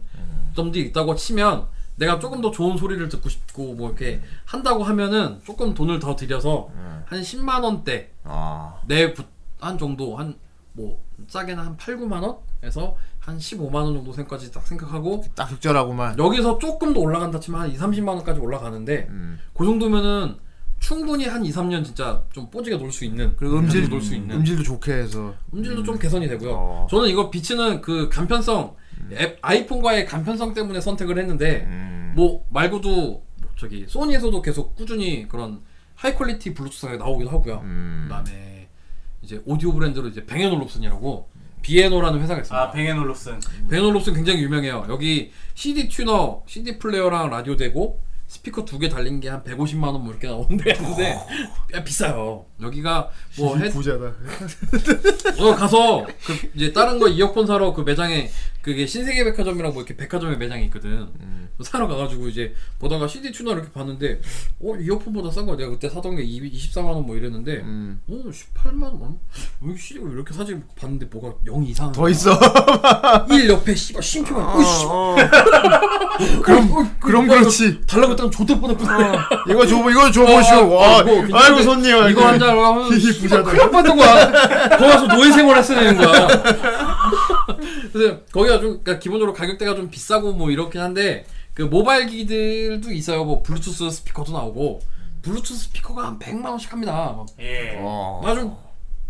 Speaker 9: 점들이 있다고 치면 내가 조금 더 좋은 소리를 듣고 싶고 뭐 이렇게 한다고 하면은 조금 돈을 더 들여서 한 10만 원대
Speaker 3: 아.
Speaker 9: 네 내한 정도 한 뭐 짜게는 한 8, 9만 원에서 한 15만 원 정도 생까지 딱 생각하고
Speaker 3: 딱 적절하고만.
Speaker 9: 여기서 조금 더 올라간다 치면 한 2, 30만 원까지 올라가는데
Speaker 3: 음.
Speaker 9: 그 정도면은 충분히 한 2, 3년 진짜 좀 뽀지게 놀 수 있는
Speaker 3: 그리고 음질
Speaker 9: 놀 수 있는
Speaker 3: 음질도 좋게 해서.
Speaker 9: 음질도 좀 개선이 되고요.
Speaker 3: 어.
Speaker 9: 저는 이거 비치는 그 간편성 앱 아이폰과의 간편성 때문에 선택을 했는데
Speaker 3: 음.
Speaker 9: 뭐 말고도 뭐 저기 소니에서도 계속 꾸준히 그런 하이 퀄리티 블루투스가 나오기도 하고요.
Speaker 3: 음.
Speaker 9: 그다음에 이제 오디오 브랜드로 이제 뱅앤올롭슨이라고 비에노라는 회사가 있습니다.
Speaker 10: 아 뱅앤올롭슨.
Speaker 9: 뱅앤올롭슨 굉장히 유명해요. 여기 CD 튜너, CD 플레이어랑 라디오 되고 스피커 두 개 달린 게 한 150만 원 뭐 이렇게 나오는데 근데 야, 비싸요. 여기가 뭐 헤드
Speaker 3: 부자다.
Speaker 9: 어 가서 그 이제 다른 거 이어폰 사러 그 매장에 그게 신세계 백화점이랑 뭐 이렇게 백화점에 매장이 있거든. 사러 가가지고 이제 보다가 CD 튜너 이렇게 봤는데 어 이어폰보다 싼 거야. 내가 그때 사던 게 2 24만 원 뭐
Speaker 3: 음.
Speaker 9: 이랬는데 어 18만 원? 왜 CD가 이렇게 사지? 봤는데 뭐가 0 이상
Speaker 3: 더 있어.
Speaker 9: 1 옆에 씨발 심표가 어이씨 어,
Speaker 3: 그럼 그럼 그렇지.
Speaker 9: 달라고 했다면 좆될 뻔했구나.
Speaker 3: 이거 줘 이거 줘 보시오.
Speaker 9: 어,
Speaker 3: 와. 아이고 손님.
Speaker 9: 이거 한 잔 하면
Speaker 3: 히히, 부자다.
Speaker 9: 씨발 큰일 날 뻔했던 거야. 거기 가서 노예 생활을 했어야 되는 거야. 그래서 거기가 좀 그러니까 기본적으로 가격대가 좀 비싸고 뭐 이렇긴 한데 그 모바일 기기들도 있어요. 뭐 블루투스 스피커도 나오고 블루투스 스피커가 한 100만 원씩 합니다. 막
Speaker 10: 예.
Speaker 3: 어,
Speaker 9: 어. 아주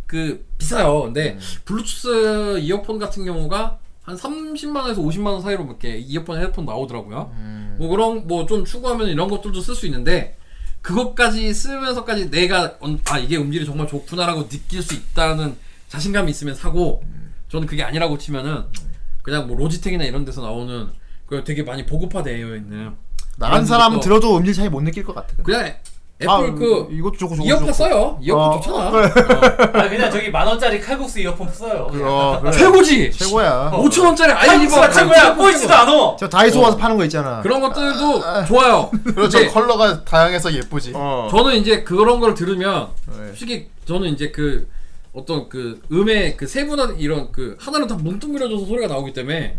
Speaker 9: 그 비싸요. 근데
Speaker 3: 음.
Speaker 9: 블루투스 이어폰 같은 경우가 한 30만 원에서 50만 원 사이로 이렇게 이어폰 헤드폰 나오더라고요.
Speaker 3: 음.
Speaker 9: 뭐 그런 뭐 좀 추구하면 이런 것들도 쓸 수 있는데 그것까지 쓰면서까지 내가 언- 아 이게 음질이 정말
Speaker 3: 음.
Speaker 9: 좋구나라고 느낄 수 있다는 자신감이 있으면 사고 저는 그게 아니라고 치면은 그냥 뭐 로지텍이나 이런 데서 나오는 그 되게 많이 보급화되어 있는
Speaker 3: 나간
Speaker 9: 그런
Speaker 3: 사람은
Speaker 9: 것도
Speaker 3: 들어도 음질 차이 못 느낄 것 같아. 근데.
Speaker 9: 그냥 애플
Speaker 3: 아,
Speaker 9: 그
Speaker 3: 이것도 좋고 저것도
Speaker 9: 이어폰
Speaker 3: 좋고.
Speaker 9: 써요. 이어폰
Speaker 3: 어.
Speaker 9: 좋잖아.
Speaker 1: 아 그냥 저기 만 원짜리 칼국수 이어폰 써요.
Speaker 3: 어, 그래.
Speaker 9: 최고지.
Speaker 3: 최고야.
Speaker 9: 5천 원짜리 아이리버
Speaker 1: 칼국수가 최고야. 꼬이지도 않아.
Speaker 3: 저 다이소
Speaker 9: 어.
Speaker 3: 와서 파는 거 있잖아.
Speaker 9: 그런 것들도 좋아요.
Speaker 4: 그렇죠.
Speaker 9: 근데
Speaker 4: 컬러가 다양해서 예쁘지.
Speaker 3: 어.
Speaker 9: 저는 이제 그런 걸 들으면
Speaker 3: 네.
Speaker 9: 솔직히 저는 이제 그 어떤 그 음의 그 세분화 이런 그 하나로 다 뭉뚱그려져서 소리가 나오기 때문에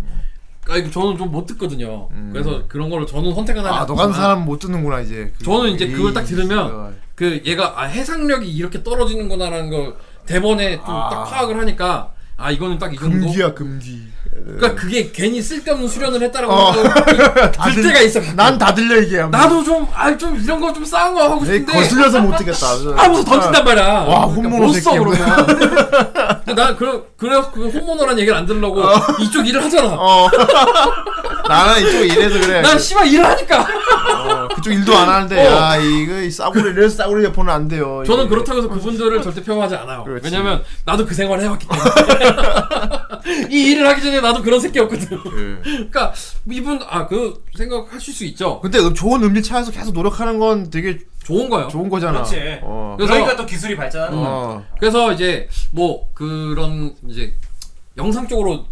Speaker 9: 아 이거 저는 좀 못 듣거든요. 그래서 그런 거를 저는 선택은 하지
Speaker 3: 음. 아, 너간
Speaker 9: 않지만
Speaker 3: 사람 못 듣는구나 이제. 그-
Speaker 9: 저는 이제 그걸 딱
Speaker 3: 에이,
Speaker 9: 들으면 그 얘가 아 해상력이 이렇게 떨어지는구나라는 걸 대본에 좀 딱 파악을 하니까 아 이거는 딱 이 정도.
Speaker 3: 아. 금기야 금기.
Speaker 9: 그러니까 그게 괜히 쓸데없는 수련을 했다라고
Speaker 3: 어.
Speaker 9: 생각을
Speaker 3: 다
Speaker 9: 들
Speaker 3: 아, 들-
Speaker 9: 때가 있어.
Speaker 3: 난 다 들려 이게. 아마.
Speaker 9: 나도 좀 아 좀 이런 거 좀 싸운 거 하고
Speaker 3: 에이,
Speaker 9: 싶은데
Speaker 3: 거슬려서 못 듣겠다.
Speaker 9: 하면서 던진단 말이야.
Speaker 3: 아. 와, 홈모노
Speaker 9: 못써
Speaker 3: 새끼.
Speaker 9: 그러면. 근데 난 그런 그래 그 홈모노란 얘기를 안 들으려고 이쪽 일을 하잖아.
Speaker 3: 어. 나는 이쪽 이래서 그래.
Speaker 9: 난 씨발 일을 하니까.
Speaker 3: 어, 그쪽 일도 안 하는데
Speaker 9: 어.
Speaker 3: 야 이거 이 싸구려 이래서 싸구려 여포는 안 돼요.
Speaker 9: 저는
Speaker 3: 이게.
Speaker 9: 그렇다고 해서 그분들을 절대 폄하하지 않아요.
Speaker 3: 그렇지.
Speaker 9: 왜냐면 나도 그 생활을 해왔기 때문에. 이 일을 하기 전에 나도 그런 새끼였거든.
Speaker 3: 예.
Speaker 9: 그러니까 이분 아 그 생각하실 수 있죠.
Speaker 3: 근데 음- 좋은 음질 차에서 계속 노력하는 건 되게
Speaker 9: 좋은 거예요.
Speaker 3: 좋은 거잖아.
Speaker 1: 그렇지.
Speaker 3: 어.
Speaker 9: 그래서-
Speaker 1: 그러니까 또 기술이 발전하는 거야.
Speaker 3: 어.
Speaker 9: 그래서 이제 뭐 그런 이제 영상 쪽으로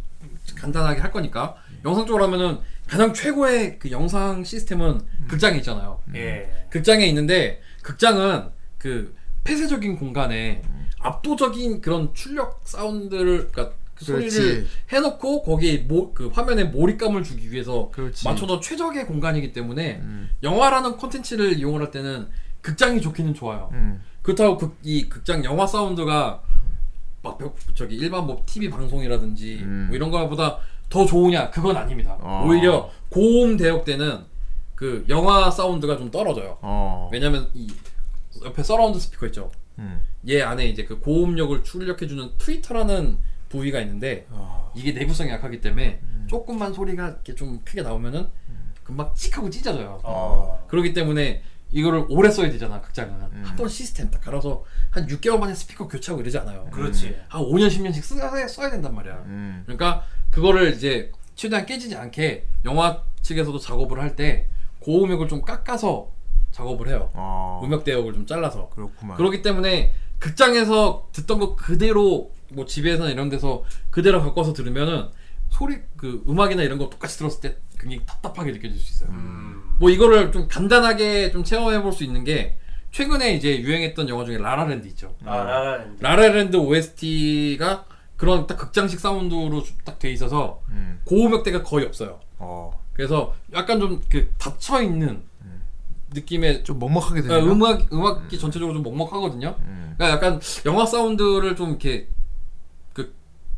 Speaker 9: 간단하게 할 거니까 영상 쪽으로 하면은 가장 최고의 그 영상 시스템은 극장에 있잖아요.
Speaker 3: 음.
Speaker 1: 예.
Speaker 9: 극장에 있는데 극장은 그 폐쇄적인 공간에
Speaker 3: 음.
Speaker 9: 압도적인 그런 출력 사운드를 그러니까 그 소리를
Speaker 3: 그렇지.
Speaker 9: 해놓고 거기에 모, 그 화면에 몰입감을 주기 위해서
Speaker 3: 그렇지. 음.
Speaker 9: 맞춰서 최적의 공간이기 때문에 영화라는 콘텐츠를 이용할 을 때는 극장이 좋기는 좋아요.
Speaker 3: 음.
Speaker 9: 그렇다고 극, 이 극장 영화 사운드가 막 벽, 저기 일반 뭐 TV 방송이라든지
Speaker 3: 음.
Speaker 9: 뭐 이런 거보다 더 좋으냐 그건 아닙니다.
Speaker 3: 어.
Speaker 9: 오히려 고음 대역 때는 그 영화 사운드가 좀 떨어져요.
Speaker 3: 어.
Speaker 9: 왜냐면 이 옆에 서라운드 스피커 있죠.
Speaker 3: 음.
Speaker 9: 얘 안에 이제 그 고음력을 출력해주는 트위터라는 부위가 있는데
Speaker 3: 어.
Speaker 9: 이게 내구성이 약하기 때문에 조금만 소리가 이렇게 좀 크게 나오면은 금방 찍하고 찢어져요.
Speaker 1: 어.
Speaker 9: 그렇기 때문에 이거를 오래 써야 되잖아 극장은
Speaker 3: 음.
Speaker 9: 한번 시스템 딱 갈아서 한 6개월 만에 스피커 교체하고 이러지 않아요. 음.
Speaker 1: 그렇지.
Speaker 9: 한 5년 10년씩 써야, 써야 된단 말이야.
Speaker 3: 음.
Speaker 9: 그러니까 그거를 이제 최대한 깨지지 않게 영화 측에서도 작업을 할 때 고음역을 좀 깎아서 작업을 해요.
Speaker 3: 어.
Speaker 9: 음역 대역을 좀 잘라서.
Speaker 3: 그렇구만.
Speaker 9: 그렇기 때문에 극장에서 듣던 거 그대로 뭐 집에서나 이런 데서 그대로 바꿔서 들으면은 소리 그 음악이나 이런 거 똑같이 들었을 때 굉장히 답답하게 느껴질 수 있어요.
Speaker 1: 음.
Speaker 9: 뭐 이거를 좀 간단하게 좀 체험해 볼 수 있는 게 최근에 이제 유행했던 영화 중에 라라랜드 있죠.
Speaker 1: 아 라라.
Speaker 9: 라라랜드 OST가 그런 딱 극장식 사운드로 딱 돼 있어서
Speaker 3: 음.
Speaker 9: 고음역대가 거의 없어요.
Speaker 3: 어.
Speaker 9: 그래서 약간 좀 그 닫혀 있는 느낌의
Speaker 3: 좀 먹먹하게 되네.
Speaker 9: 그러니까 음. 음악 음악이 전체적으로 좀 먹먹하거든요.
Speaker 3: 음.
Speaker 9: 그러니까 약간 영화 사운드를 좀 이렇게 그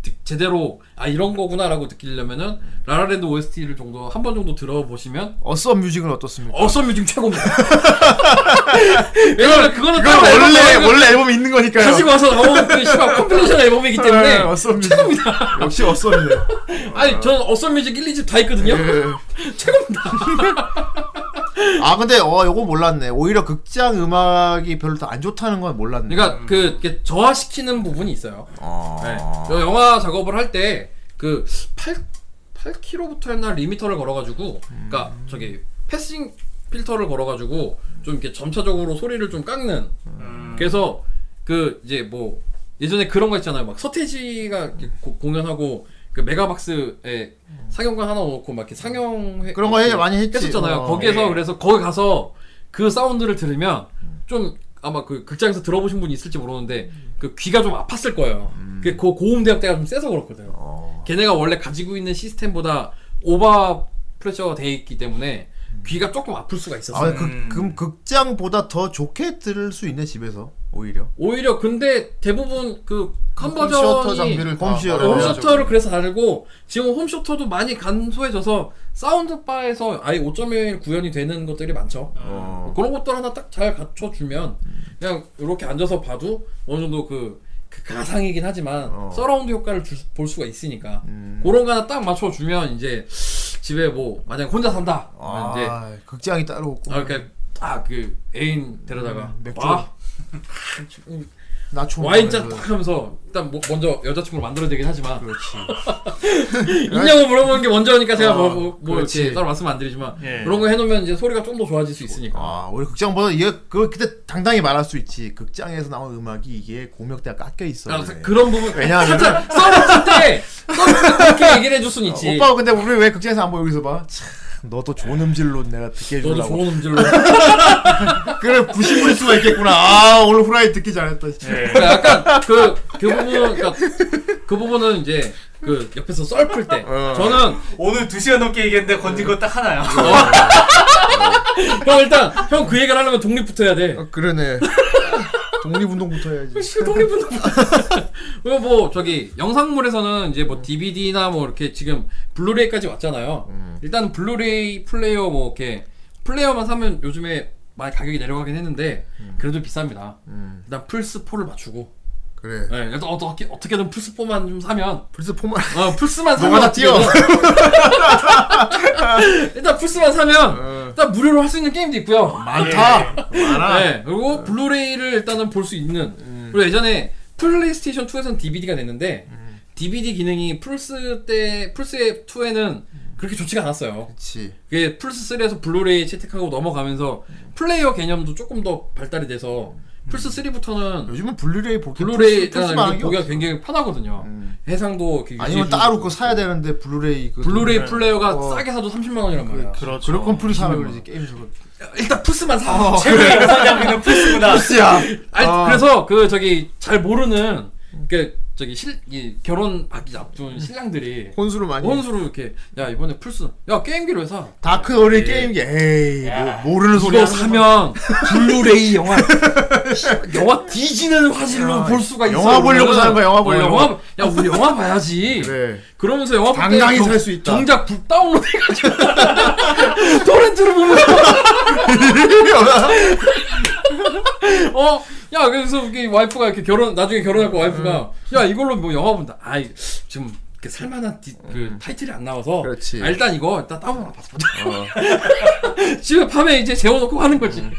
Speaker 9: 느- 제대로 아 이런 거구나라고 느끼려면은 라라랜드 OST를 정도 한 번 정도 들어보시면
Speaker 3: 어썸 뮤직은 어떻습니까?
Speaker 9: 어썸 뮤직 최고입니다. 왜냐면 그거는
Speaker 3: 그건
Speaker 9: 따로 앨범
Speaker 3: 원래
Speaker 9: 나오는 거-
Speaker 3: 원래 앨범이 있는 거니까요.
Speaker 9: 가지고 와서 나온 그 시발 컴필레이션 앨범이기 때문에
Speaker 3: 예, 어썸 뮤직. 최고입니다. 역시 어썸이네.
Speaker 9: 아니 저는 어썸 뮤직 1, 2집 다 있거든요.
Speaker 3: 예. 아 근데 어 요거 몰랐네. 오히려 극장 음악이 별로 더 안 좋다는 건 몰랐네.
Speaker 9: 그러니까 그 이렇게 저하시키는 부분이 있어요.
Speaker 3: 어.
Speaker 9: 네. 저 영화 작업을 할 때 그 8 8km부터 했나 리미터를 걸어가지고, 그러니까 저기 패싱 필터를 걸어가지고 좀 이렇게 점차적으로 소리를 좀 깎는. 그래서 그 이제 뭐 예전에 그런 거 있잖아요. 막 서태지가 이렇게 고- 공연하고 그 메가박스에 상영관 하나 놓고 막 이렇게 상영
Speaker 3: 그런 거 해- 많이 했지.
Speaker 9: 했었잖아요.
Speaker 3: 어.
Speaker 9: 거기에서
Speaker 1: 예.
Speaker 9: 그래서 거기 가서 그 사운드를 들으면 좀 아마 그 극장에서 들어보신 분이 있을지 모르는데 그 귀가 좀 아팠을 거예요. 그 고- 고음 대역대가 좀 세서 그렇거든요.
Speaker 3: 어.
Speaker 9: 걔네가 원래 가지고 있는 시스템보다 오버 프레셔가 돼 있기 때문에 귀가 조금 아플 수가 있었어요.
Speaker 3: 음. 아, 그, 그럼 극장보다 더 좋게 들을 수 있네 집에서 오히려.
Speaker 9: 오히려 근데 대부분 그
Speaker 4: 컴퓨터
Speaker 9: 컨버전이
Speaker 4: 장비를 다
Speaker 3: 홈시어터.
Speaker 4: 마련해가지고.
Speaker 9: 홈쇼터를 그래서 다르고 지금 홈쇼터도 많이 간소해져서 사운드바에서 아예 5.1 구현이 되는 것들이 많죠.
Speaker 3: 어.
Speaker 9: 그런 것들 하나 딱 잘 갖춰주면 그냥 이렇게 앉아서 봐도 어느 정도 그, 그 가상이긴 하지만
Speaker 3: 어.
Speaker 9: 서라운드 효과를 줄 수- 볼 수가 있으니까
Speaker 3: 음.
Speaker 9: 그런 거 하나 딱 맞춰주면 이제 집에 뭐 만약 혼자 산다 그러면 이제
Speaker 3: 아 극장이 따로 없고.
Speaker 9: 그 아, 그러니까 딱그 애인 데려다가
Speaker 3: 음, 맥주.
Speaker 9: 와
Speaker 3: 나 좋은
Speaker 9: 와인잔
Speaker 3: 거야,
Speaker 9: 탁 하면서 일단 뭐, 먼저 여자친구를 만들어야 되긴 하지만
Speaker 1: 네.
Speaker 9: 있냐고 물어보는 게 먼저니까
Speaker 1: 아,
Speaker 9: 제가
Speaker 3: 어,
Speaker 9: 뭐, 뭐, 뭐 이렇게
Speaker 3: 그렇지.
Speaker 9: 따로 말씀 안 드리지만
Speaker 3: 예.
Speaker 9: 그런 거 해놓으면 이제 소리가 좀 더 좋아질 수 있으니까
Speaker 1: 어,
Speaker 3: 아, 우리 극장보다 이게 그 그때 당당히 말할 수 있지. 극장에서 나온 음악이 이게 고명대가 깎여 있어.
Speaker 1: 네.
Speaker 9: 아,
Speaker 3: 원래.
Speaker 9: 그런 부분
Speaker 3: 왜냐하면
Speaker 9: 살짝 서비스 때 서비스 때 그렇게 얘기를 해줄 순 있지
Speaker 3: 오빠 근데 우리 왜 극장에서 안 보고 여기서 봐? 참, 너도 좋은 음질로 내가 듣게 해주려고.
Speaker 9: 너도 좋은 음질로
Speaker 3: 그래 부심을 수가 있겠구나. 아 오늘 후라이 듣기 잘했다.
Speaker 9: 그러니까 약간 그, 그 부분은 그러니까 그 부분은 이제 그 옆에서 썰풀 때 저는
Speaker 1: 어. 오늘 2시간 넘게 얘기했는데 건진 건 딱 하나야.
Speaker 9: 형 일단 형 그 얘기를 하려면 독립부터 해야 돼
Speaker 3: 그러네. 독립운동부터 해야지.
Speaker 9: 그리고 뭐 저기 영상물에서는 이제 뭐 DVD나 뭐 이렇게 지금 블루레이까지 왔잖아요.
Speaker 3: 음.
Speaker 9: 일단 블루레이 플레이어 뭐 이렇게 플레이어만 사면 요즘에 많이 가격이 내려가긴 했는데 그래도 비쌉니다.
Speaker 3: 음.
Speaker 9: 일단 플스 4를 맞추고.
Speaker 3: 그래.
Speaker 9: 네, 그래서 어떻게 어떻게든 플스 4만 좀 사면
Speaker 3: 플스 4만
Speaker 9: 어 플스만 사면
Speaker 3: 너가 다 뛰어.
Speaker 9: 어떻게든. 일단 플스만
Speaker 3: 어.
Speaker 9: 사면 일단 무료로 할 수 있는 게임도 있고요.
Speaker 3: 아, 네. 많다. 많아. 음.
Speaker 9: 네, 그리고 블루레이를 일단은 볼 수 있는. 그리고 예전에 플레이스테이션 2에서는 DVD가 냈는데
Speaker 3: 음.
Speaker 9: DVD 기능이 플스 때 플스 2에는 그렇게 좋지가 않았어요.
Speaker 3: 그렇지.
Speaker 9: 그게 플스 3에서 블루레이 채택하고 넘어가면서 플레이어 개념도 조금 더 발달이 돼서 플스 3부터는
Speaker 3: 음. 요즘은 블루레이 보기
Speaker 9: 블루레이 아,
Speaker 3: 플스 많은 게
Speaker 9: 보기가
Speaker 3: 없어.
Speaker 9: 굉장히 편하거든요. 해상도 이렇게
Speaker 3: 아니면
Speaker 9: 유지해주고.
Speaker 3: 따로 그거 사야 되는데 블루레이 그
Speaker 9: 블루레이 플레이어가 싸게 사도 30만 원이란 말이야.
Speaker 3: 그렇죠. 그럴 건 플스 사라
Speaker 9: 20만
Speaker 3: 그러지 게임에서.
Speaker 9: 일단 플스만 사.
Speaker 3: 어.
Speaker 1: 최고의 영상 장비는 플스구나.
Speaker 3: 플스야.
Speaker 9: 아니,
Speaker 3: 아.
Speaker 9: 그래서 그 저기 잘 모르는 그 저기 실 이, 결혼 앞-
Speaker 3: 음.
Speaker 9: 앞둔 신랑들이
Speaker 3: 혼수를 많이.
Speaker 9: 혼수로 이렇게 야 이번에 플스 야 게임기로 해서
Speaker 3: 어? 다크 어리 게임기. 에이 뭐, 모르는 소리. 하는
Speaker 9: 이거
Speaker 3: 거.
Speaker 9: 사면 블루레이 영화 영화 뒤지는 화질로
Speaker 3: 야,
Speaker 9: 볼 수가 있어.
Speaker 3: 아, 영화 보려고
Speaker 9: 그러면은.
Speaker 3: 사는 거야, 영화 보려고.
Speaker 9: 어, 영화, 야 우리 영화 봐야지.
Speaker 3: 그래.
Speaker 9: 그러면서 영화 볼 때
Speaker 3: 당당히
Speaker 9: 정-
Speaker 3: 살수 있다.
Speaker 9: 정작 북 다운로드 해가지고 토렌트를 보면서 어, 야, 그래서 이게 와이프가 이렇게 결혼, 나중에 결혼할 거
Speaker 3: 음,
Speaker 9: 와이프가, 야, 이걸로 뭐 영화 본다. 아이, 지금 이렇게 살만한 디, 그 타이틀이 안 나와서.
Speaker 3: 음. 그렇지.
Speaker 9: 아, 일단 이거, 일단 다운로드 받아서 보자.
Speaker 3: 어.
Speaker 9: 집에 밤에 이제 재워놓고 하는 거지.
Speaker 3: 음.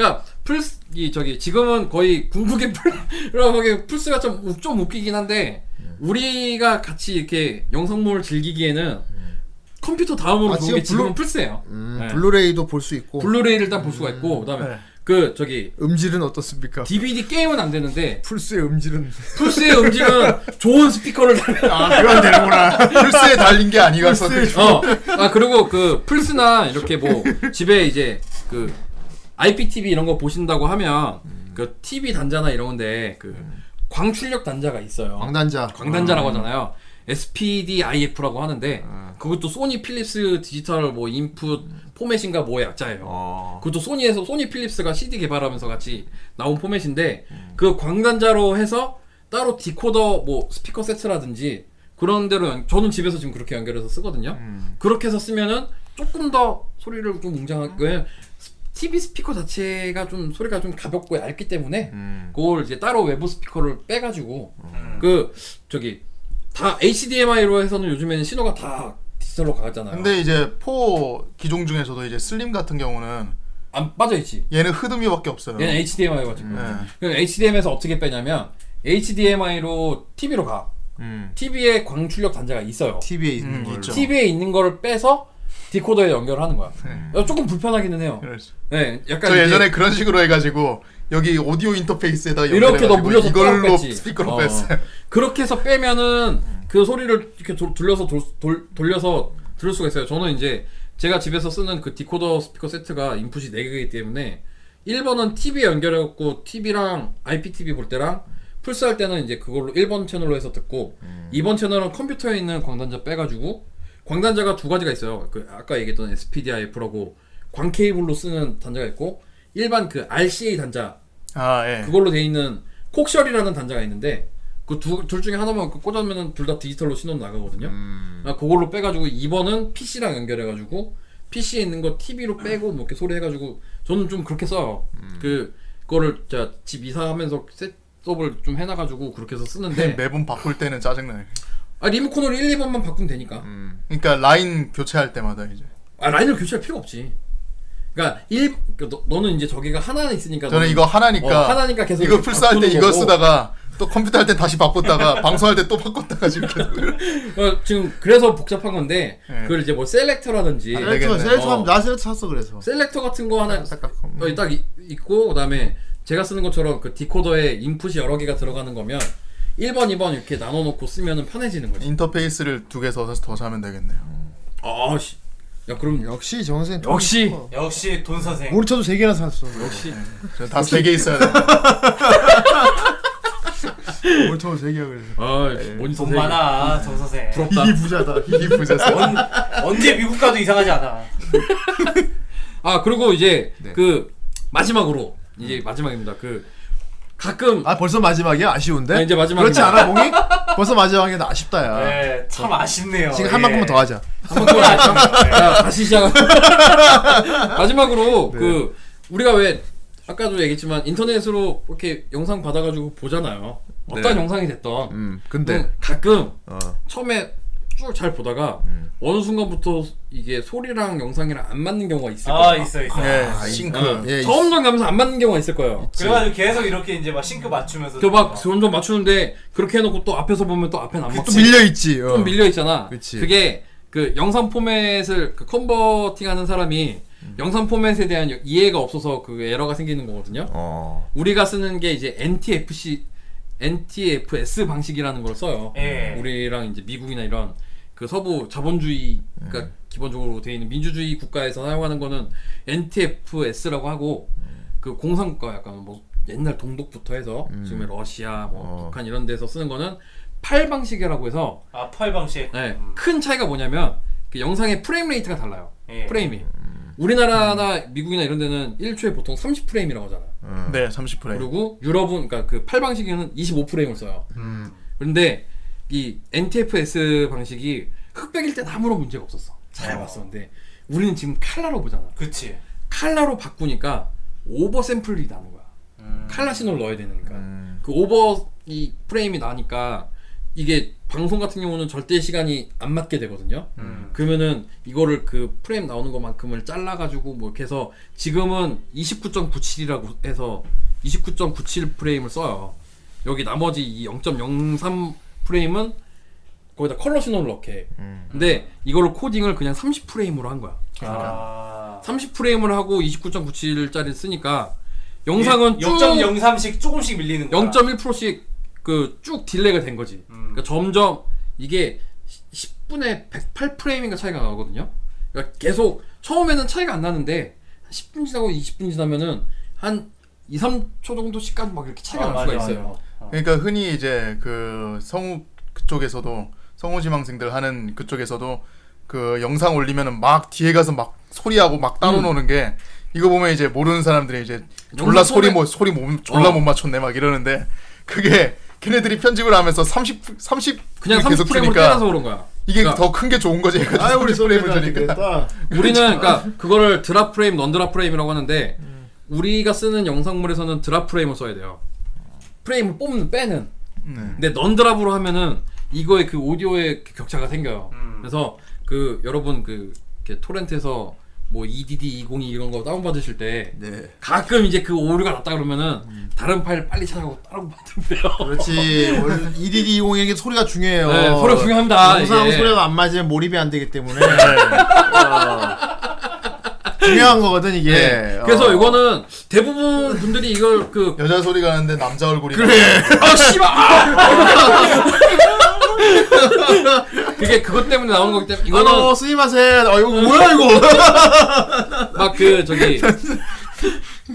Speaker 9: 야, 플스, 이, 저기, 지금은 거의 궁극의 플스, 플스가 좀, 웃- 좀 웃기긴 한데,
Speaker 3: 음.
Speaker 9: 우리가 같이 이렇게 영상물을 즐기기에는 컴퓨터 다음으로
Speaker 3: 음. 아,
Speaker 9: 좋은
Speaker 3: 지금
Speaker 9: 게
Speaker 3: 블루-
Speaker 9: 지금은 플스예요.
Speaker 3: 음,
Speaker 9: 네.
Speaker 3: 블루레이도 볼 수 있고.
Speaker 9: 블루레이를 일단 볼 수가 있고, 그
Speaker 3: 네.
Speaker 9: 다음에, 그, 저기,
Speaker 3: 음질은 어떻습니까?
Speaker 9: DVD 게임은 안 되는데
Speaker 3: 플스의 음질은
Speaker 9: 플스의 음질은 좋은 스피커를 달면
Speaker 3: 아 그건 되는구나.
Speaker 4: 플스에 달린 게 아니라서
Speaker 9: 어. 아 그리고 그 플스나 이렇게 뭐 집에 이제 그 IPTV 이런 거 보신다고 하면 그 TV 단자나 이런 건데 그 광출력 단자가 있어요.
Speaker 3: 광단자.
Speaker 9: 광단자라고 하잖아요. SPDIF라고 하는데
Speaker 3: 아.
Speaker 9: 그것도 소니 필립스 디지털 뭐 인풋 포맷인가 뭐의 약자예요.
Speaker 3: 어.
Speaker 9: 그것도 소니에서 소니 필립스가 CD 개발하면서 같이 나온 포맷인데 그 광단자로 해서 따로 디코더 뭐 스피커 세트라든지 그런 데로 연, 저는 집에서 지금 그렇게 연결해서 쓰거든요.
Speaker 4: 음.
Speaker 9: 그렇게 해서 쓰면은 조금 더 소리를 좀 웅장하게 스- TV 스피커 자체가 좀 소리가 좀 가볍고 얇기 때문에
Speaker 3: 음.
Speaker 9: 그걸 이제 따로 외부 스피커를 빼가지고
Speaker 4: 음.
Speaker 9: 그 저기 다 HDMI로 해서는 요즘에는 신호가 다 디지털로 가잖아요.
Speaker 4: 근데 이제 포 기종 중에서도 이제 슬림 같은 경우는
Speaker 9: 안 빠져있지.
Speaker 4: 얘는 흐름이밖에 없어요. 예.
Speaker 9: 얘는 음. HDMI 같은 거.
Speaker 4: 네.
Speaker 9: 그럼 HDM에서 어떻게 빼냐면 HDMI로 TV로 가.
Speaker 3: 음.
Speaker 9: TV에 광출력 단자가 있어요.
Speaker 3: TV에 있는
Speaker 4: 음,
Speaker 3: 걸로.
Speaker 4: 있죠.
Speaker 9: TV에 있는 거를 빼서 디코더에 연결하는 거야. 어, 조금 불편하기는 해요.
Speaker 4: 네. 그래서
Speaker 9: 네, 약간
Speaker 4: 저
Speaker 9: 이제
Speaker 4: 예전에 그런 식으로 해가지고 여기 오디오 인터페이스에다
Speaker 9: 이렇게 너
Speaker 4: 연결해가지고
Speaker 9: 물려서
Speaker 4: 이걸로
Speaker 9: 뺐지
Speaker 4: 스피커로 뺐어요.
Speaker 9: 그렇게 해서 빼면은 그 소리를 이렇게 돌, 돌려서 돌, 돌, 돌려서 들을 수가 있어요. 저는 이제 제가 집에서 쓰는 그 디코더 스피커 세트가 인풋이 4개이기 때문에 1번은 TV에 연결해갖고 TV랑 IPTV 볼 때랑 플스 할 때는 이제 그걸로 1번 채널로 해서 듣고
Speaker 4: 음.
Speaker 9: 2번 채널은 컴퓨터에 있는 광단자 빼가지고 광단자가 두 가지가 있어요. 그 아까 얘기했던 SPDIF라고 광 케이블로 쓰는 단자가 있고 일반 그 RCA 단자
Speaker 4: 아 예.
Speaker 9: 그걸로 돼 있는 콕셜이라는 단자가 있는데 그 둘 중에 하나만 그 꽂으면은 둘 다 디지털로 신호 나가거든요.
Speaker 4: 음.
Speaker 3: 음.
Speaker 9: 아, 그걸로 빼가지고 2번은 PC랑 연결해가지고 PC에 있는 거 TV로 빼고 뭐 이렇게 소리 해가지고 저는 좀 그렇게 써요.
Speaker 4: 음.
Speaker 9: 그 그거를 자, 집 이사하면서 셋업을 좀 해놔가지고 그렇게 해서 쓰는데
Speaker 4: 매번 바꿀 때는 짜증나요.
Speaker 9: 아, 리모컨으로 1, 2번만
Speaker 4: 음.
Speaker 9: 바꾸면 되니까
Speaker 4: 그러니까 라인 교체할 때마다 이제
Speaker 9: 아, 라인을 교체할 필요 없지. 그러니까 일 그러니까 너, 너는 이제 저기가 하나 있으니까
Speaker 4: 저는
Speaker 9: 너는-
Speaker 4: 이거 하나니까,
Speaker 9: 어, 하나니까 계속
Speaker 4: 이거
Speaker 9: 이렇게
Speaker 4: 풀스할 때
Speaker 9: 바꾸는
Speaker 4: 이거
Speaker 9: 거고.
Speaker 4: 쓰다가 또 컴퓨터 할 때 다시 바꿨다가 방송할 때 또 바꿨다가 지금 계속
Speaker 9: 어, 지금 그래서 복잡한 건데 그걸 이제 뭐 셀렉터라든지
Speaker 3: 네. 아, 셀렉터, 셀렉터 하면
Speaker 9: 어.
Speaker 3: 나 셀렉터 샀어 그래서.
Speaker 9: 셀렉터 같은 거 하나 어, 딱 이- 있고 그다음에 제가 쓰는 것처럼 그 디코더에 인풋이 여러 개가 들어가는 거면 1번, 2번 이렇게 나눠 놓고 쓰면은 편해지는
Speaker 3: 음.
Speaker 9: 거지.
Speaker 4: 인터페이스를 두 개 더 사서 더 사면 되겠네요.
Speaker 9: 아 씨. 야, 그럼
Speaker 3: 역시 정 선생.
Speaker 9: 역시
Speaker 10: 역시 돈 선생.
Speaker 3: 우리 저도 세 개나 샀어.
Speaker 9: 역시
Speaker 4: 저는 다세개 있어야 돼.
Speaker 3: 우리 저도 세 개야 그래서. 네.
Speaker 9: 아뭔돈
Speaker 10: 돈 많아 정 선생.
Speaker 9: 부럽다.
Speaker 3: 이 부자다.
Speaker 4: 이 부자세.
Speaker 10: 언, 언제 미국 가도 이상하지 않아.
Speaker 9: 아, 그리고 이제
Speaker 3: 네.
Speaker 9: 그 마지막으로 이제 마지막입니다. 그 가끔
Speaker 3: 아 벌써 마지막이야? 아쉬운데?
Speaker 9: 아, 이제 마지막이다.
Speaker 3: 그렇지 않아 봉이? 벌써 마지막이야 나 아쉽다야.
Speaker 10: 네, 참 아쉽네요.
Speaker 3: 지금 한
Speaker 1: 예.
Speaker 3: 만큼만 더 하자.
Speaker 9: 한번
Speaker 3: 네.
Speaker 9: 야, 다시 시작. 마지막으로
Speaker 3: 네.
Speaker 9: 그 우리가 왜 아까도 얘기했지만 인터넷으로 이렇게 영상 받아가지고 보잖아요. 어떤
Speaker 3: 네.
Speaker 9: 영상이 됐던.
Speaker 3: 음 근데
Speaker 9: 가끔
Speaker 3: 어.
Speaker 9: 처음에 쭉 잘 보다가
Speaker 3: 음.
Speaker 9: 어느 순간부터 이게 소리랑 영상이랑 안 맞는 경우가 있을
Speaker 10: 아
Speaker 9: 거예요.
Speaker 10: 있어 있어.
Speaker 3: 네,
Speaker 9: 어,
Speaker 3: 예,
Speaker 9: 점점 가면서 안 맞는 경우가 있을 거예요.
Speaker 10: 그래가지고 계속 이렇게 이제 막 싱크 맞추면서.
Speaker 1: 어,
Speaker 9: 그막 점점 맞추는데 그렇게 해놓고 또 앞에서 보면 또 앞에 안 맞고
Speaker 3: 또 밀려 있지. 어.
Speaker 9: 좀 밀려 있잖아.
Speaker 3: 그치.
Speaker 9: 게그 영상 포맷을 그 컨버팅하는 사람이
Speaker 3: 음.
Speaker 9: 영상 포맷에 대한 여- 이해가 없어서 그 에러가 생기는 거거든요.
Speaker 3: 어.
Speaker 9: 우리가 쓰는 게 이제 NTFC, NTFS 방식이라는 걸 써요.
Speaker 10: 예.
Speaker 9: 우리랑 이제 미국이나 이런 그 서부 자본주의가
Speaker 3: 음.
Speaker 9: 기본적으로 되어 있는 민주주의 국가에서 사용하는 거는 NTFS라고 하고
Speaker 3: 음.
Speaker 9: 그 공산국가 약간 뭐 옛날 동독부터 해서 지금의 러시아, 뭐
Speaker 3: 어.
Speaker 9: 북한 이런 데서 쓰는 거는 팔 방식이라고 해서
Speaker 10: 아팔 방식.
Speaker 9: 네, 큰 차이가 뭐냐면 그 영상의 프레임 레이트가 달라요.
Speaker 10: 예.
Speaker 9: 프레임이. 우리나라나 미국이나 이런 데는 1초에 보통 30프레임이라고 하잖아. 요
Speaker 4: 네, 30프레임.
Speaker 9: 그리고 유럽은 그러니까 그 8방식에는 25프레임을 써요. 그런데 이 NTFS 방식이 흑백일 때 아무런 문제가 없었어. 잘 봤었는데 우리는 지금 칼라로 보잖아.
Speaker 10: 그치.
Speaker 9: 칼라로 바꾸니까 오버 샘플이 나는 거야.
Speaker 10: 음.
Speaker 9: 칼라 신호를 넣어야 되니까.
Speaker 3: 음.
Speaker 9: 그 오버 이 프레임이 나니까 이게 방송 같은 경우는 절대 시간이 안 맞게 되거든요. 그러면은 이거를 그 프레임 나오는 것만큼을 잘라가지고 뭐 이렇게 해서 지금은 29.97이라고 해서 29.97 프레임을 써요. 여기 나머지 이 0.03 프레임은 거기다 컬러 신호를 넣게. 근데 이거를 코딩을 그냥 30 프레임으로 한 거야.
Speaker 10: 아.
Speaker 9: 30 프레임을 하고 29.97짜리 쓰니까 영상은
Speaker 1: 예,
Speaker 9: 쭉
Speaker 10: 0.03씩 조금씩 밀리는 거야.
Speaker 1: 아,
Speaker 9: 0.1%씩 그 쭉 딜레이가 된 거지.
Speaker 10: 음.
Speaker 9: 그러니까 점점 이게 10분에 108 프레임인가 차이가 나거든요. 그러니까 계속 처음에는 차이가 안 나는데 한 10분 지나고 20분 지나면은 한 2, 3초 정도씩까지 막 이렇게 차이가
Speaker 10: 아,
Speaker 9: 날 수가
Speaker 10: 맞아,
Speaker 9: 있어요.
Speaker 10: 맞아.
Speaker 4: 그러니까 흔히 이제 그 성우 그쪽에서도 성우 지망생들 하는 그쪽에서도 그 영상 올리면은 막 뒤에 가서 막 소리하고 막 따로
Speaker 9: 음.
Speaker 4: 노는 게 이거 보면 이제 모르는 사람들이 이제 졸라
Speaker 9: 영상
Speaker 4: 소리
Speaker 9: 소리-
Speaker 4: 못 소리 못 졸라
Speaker 9: 어.
Speaker 4: 못 맞췄네 막 이러는데 그게 걔네들이 편집을 하면서 30 30
Speaker 9: 그냥
Speaker 4: 계속
Speaker 9: 30 프레임으로
Speaker 4: 주니까
Speaker 9: 떼놔서 그런 거야.
Speaker 4: 이게
Speaker 9: 그러니까
Speaker 4: 더 큰 게 좋은 거지.
Speaker 3: 아 우리 소리가 안 되겠다.
Speaker 9: 우리는
Speaker 3: 그렇죠.
Speaker 9: 그러니까 그거를 드랍 프레임, 넌 드랍 프레임이라고 하는데
Speaker 3: 음.
Speaker 9: 우리가 쓰는 영상물에서는 드랍 프레임을 써야 돼요. 프레임을 뽑는 빼는.
Speaker 3: 네.
Speaker 9: 근데 넌 드랍으로 하면은 이거의 그 오디오의 그 격차가 생겨요. 그래서 그 여러분 그 이렇게 토렌트에서 뭐 EDD 202 이런 거 다운 받으실 때
Speaker 3: 네. 음.
Speaker 9: 가끔 이제 그 오류가 났다 그러면은 다른 파일 빨리 찾아가고 따로 만들면
Speaker 3: 그렇죠. 그렇지. 원래 EDD 20에게 소리가 중요해요.
Speaker 9: 네, 소리가 중요합니다. 네.
Speaker 3: 영상
Speaker 9: 예.
Speaker 3: 소리가 안 맞으면 몰입이 안 되기 때문에. 어. 중요한 거거든 이게. 어.
Speaker 4: 네.
Speaker 9: 그래서 이거는 대부분 분들이 이걸 그
Speaker 4: 여자 소리가 나는데 남자 얼굴이
Speaker 9: 아 씨발 아! 그게 그것 때문에 나오는 거기 때문에
Speaker 3: 이거는
Speaker 9: 이거는
Speaker 3: 스미마셍. 어 이거 아, 뭐야 이거.
Speaker 9: 막 그 저기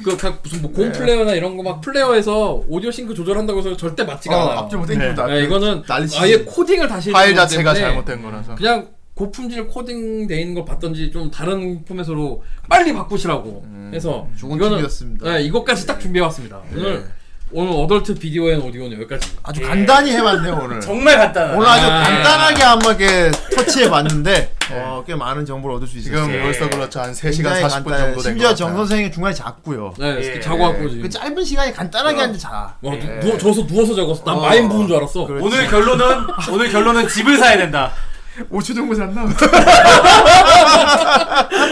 Speaker 9: 그각 무슨 뭐
Speaker 3: 네.
Speaker 9: 곰플레어나 이런 거 막 플레어에서 오디오 싱크 조절한다고 해서 절대 맞지가 않아요.
Speaker 3: 앞뒤 못 당기고
Speaker 9: 어. 네, 이거는
Speaker 3: 난리치지.
Speaker 9: 아예 코딩을 다시 해주는
Speaker 4: 파일
Speaker 9: 거기
Speaker 4: 자체가
Speaker 9: 음, 때문에
Speaker 4: 잘못된 거라서.
Speaker 9: 그냥 고품질 코딩돼 있는 걸 봤던지 좀 다른 포맷으로 빨리 바꾸시라고 해서
Speaker 3: 음, 좋은
Speaker 9: 이거는-
Speaker 3: 팁이었습니다. 네.
Speaker 9: 네, 이것까지 딱 준비해왔습니다. 오늘 오늘 어덜트 비디오 앤 오디오는 여기까지.
Speaker 3: 아주 간단히 해봤네요 오늘.
Speaker 10: 정말 간단하다.
Speaker 3: 오늘 아주
Speaker 9: 예. 아. 네.
Speaker 3: 간단하게 한번 이렇게 터치해봤는데 어, 꽤 많은 정보를 얻을 수 있었어요.
Speaker 4: 지금 벌써 그렇죠. 한 3시간
Speaker 3: 굉장히
Speaker 4: 40분
Speaker 3: 간단해요.
Speaker 4: 정도 된거
Speaker 3: 심지어 정 선생이 중간에 잤고요.
Speaker 9: 네,
Speaker 10: 예.
Speaker 9: 자고 왔고 지금. 어.
Speaker 3: 그 짧은 시간에 간단하게 한데 자.
Speaker 9: 와, 누, 누워, 저서 누워서 적었어. 난 마인 부은 줄 알았어.
Speaker 3: 예. 어. 그래.
Speaker 10: 오늘 결론은 오늘 결론은 집을 사야 된다.
Speaker 9: 그
Speaker 3: 5초 정보지 않나?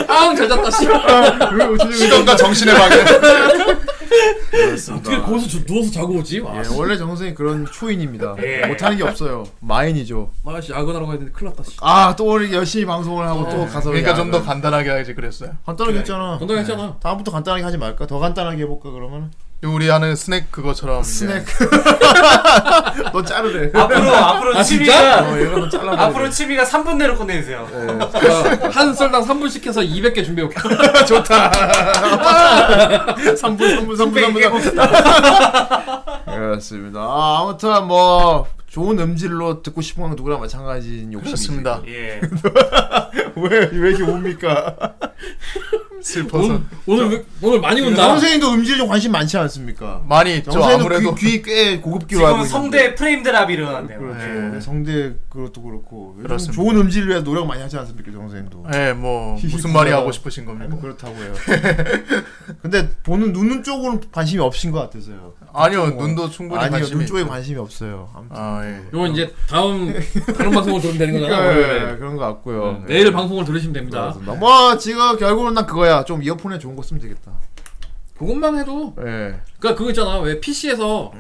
Speaker 9: 아잘 잤다
Speaker 3: 어.
Speaker 9: 씨발
Speaker 3: 왜 5초 정보
Speaker 4: 시간과 정신의 방해. 그러니까
Speaker 9: 어떻게 거기서 저- 누워서 자고 오지? 아,
Speaker 3: 예,
Speaker 9: 씨.
Speaker 3: 원래 정선이 그런 초인입니다.
Speaker 1: 예.
Speaker 3: 못하는 게 없어요. 마인이죠.
Speaker 9: 아씨 야근하러 가야 되는데 큰일 났다 씨
Speaker 3: 아, 또 오늘 열심히 방송을 하고 또 가서
Speaker 4: 그러니까 좀 더
Speaker 3: 야근.
Speaker 4: 간단하게 하지 그랬어요.
Speaker 3: 간단하게 했잖아.
Speaker 9: 건강 했잖아
Speaker 3: 다음부터 간단하게 하지 말까? 더 간단하게 해볼까 그러면?
Speaker 4: 우리 하는 스낵 그거처럼 이제
Speaker 3: 스낵. 너 자르래.
Speaker 1: 앞으로 앞으로
Speaker 9: 아, 진짜?
Speaker 1: 취미가
Speaker 3: 어, 얘가 너 잘라.
Speaker 1: 앞으로 취미가 3분 내로 끝내주세요.
Speaker 3: 예.
Speaker 9: 한 썰당 3분씩 해서 200개 준비해볼게
Speaker 3: 좋다. 3분, 3분, 3분, 3분, 3분. 그렇습니다. 아, 아무튼 뭐 좋은 음질로 듣고 싶은 건 누구나 마찬가지인 욕심이
Speaker 4: 그렇습니다.
Speaker 1: 예.
Speaker 3: 왜왜 이렇게 웁니까?
Speaker 4: 슬퍼서
Speaker 9: 오늘
Speaker 3: 음.
Speaker 9: 오늘, 왜- 오늘 많이 운다
Speaker 3: 선생님도 음질 좀 관심 많지 않습니까?
Speaker 4: 많이 저 아무래도
Speaker 3: 정선이도 그 귀꽤 고급기로 알고
Speaker 1: 지금
Speaker 3: 있는데.
Speaker 1: 성대 프레임 드랍이 일어났네요. 예.
Speaker 3: 그렇죠. 성대 그것도 그렇고 요즘
Speaker 4: 그렇습니다.
Speaker 3: 좋은 음질 위해 노력 많이 하지 않습니까, 정선생도.
Speaker 4: 예, 뭐 무슨
Speaker 3: 히히구나.
Speaker 4: 말이 하고 싶으신 겁니까?
Speaker 3: 뭐 그렇다고요. 근데 보는 눈 쪽은 관심이 없으신 것 같아서요.
Speaker 4: 아니요,
Speaker 3: 뭐,
Speaker 4: 눈도 충분히
Speaker 3: 아니요,
Speaker 4: 관심이
Speaker 3: 눈 쪽에
Speaker 4: 있고.
Speaker 3: 관심이 없어요. 아무튼.
Speaker 4: 아, 예.
Speaker 9: 이건 이제 다음 다른 방송을 들으면 되는 거잖아
Speaker 3: 예,
Speaker 9: 월요일에.
Speaker 3: 그런 것 같고요. 예.
Speaker 9: 내일 방송을 들으시면 됩니다
Speaker 3: 그렇습니다. 뭐 지금 결국은 난 그거야. 좀 이어폰에 좋은 거 쓰면 되겠다.
Speaker 9: 그것만 해도
Speaker 3: 예.
Speaker 9: 그러니까 그거 있잖아 왜 PC에서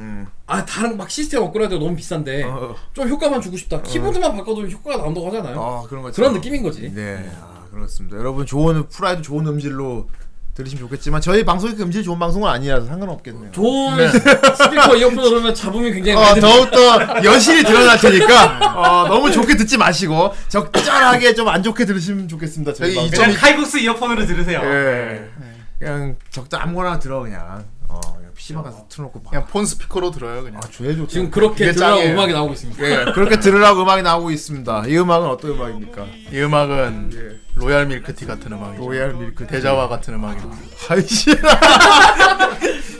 Speaker 9: 아 다른 막 시스템 업그레이드 너무 비싼데
Speaker 3: 음. 어.
Speaker 9: 좀 효과만 주고 싶다 키보드만 바꿔도 효과가 나온다고 하잖아요
Speaker 3: 아 그런 거.
Speaker 9: 그런 느낌인 거지
Speaker 3: 네, 아, 그렇습니다. 여러분 좋은 프라이드 좋은 음질로 들으시면 좋겠지만 저희 방송이 그 음질 좋은 방송은 아니라서 상관없겠네요.
Speaker 9: 좋은 스피커 이어폰으로 하면 잡음이 굉장히 많이
Speaker 3: 어, 더욱더 여실히 드러날 테니까 어, 너무 좋게 듣지 마시고 적절하게 좀 안 좋게 들으시면 좋겠습니다. 저희
Speaker 4: 저희
Speaker 3: 방송.
Speaker 1: 그냥 칼국수 이어폰으로 들으세요.
Speaker 3: 예. 그냥 적당 아무거나 들어 그냥. 어, 그냥 PC방 가서 틀어놓고 막.
Speaker 4: 그냥 폰 스피커로 들어요, 그냥.
Speaker 3: 아, 죄 좋다.
Speaker 9: 지금 그렇게
Speaker 4: 이게
Speaker 9: 들어간
Speaker 4: 짱이에요.
Speaker 9: 음악이 나오고 있습니다
Speaker 3: 예, 그렇게 들으라고 음악이 나오고 있습니다. 이 음악은 어떤 음악입니까?
Speaker 4: 이 음악은
Speaker 3: 예.
Speaker 4: 로얄 밀크티 같은 음악이죠.
Speaker 3: 로얄 밀크
Speaker 4: 대자와 같은 음악이고.
Speaker 3: 아이씨. 예.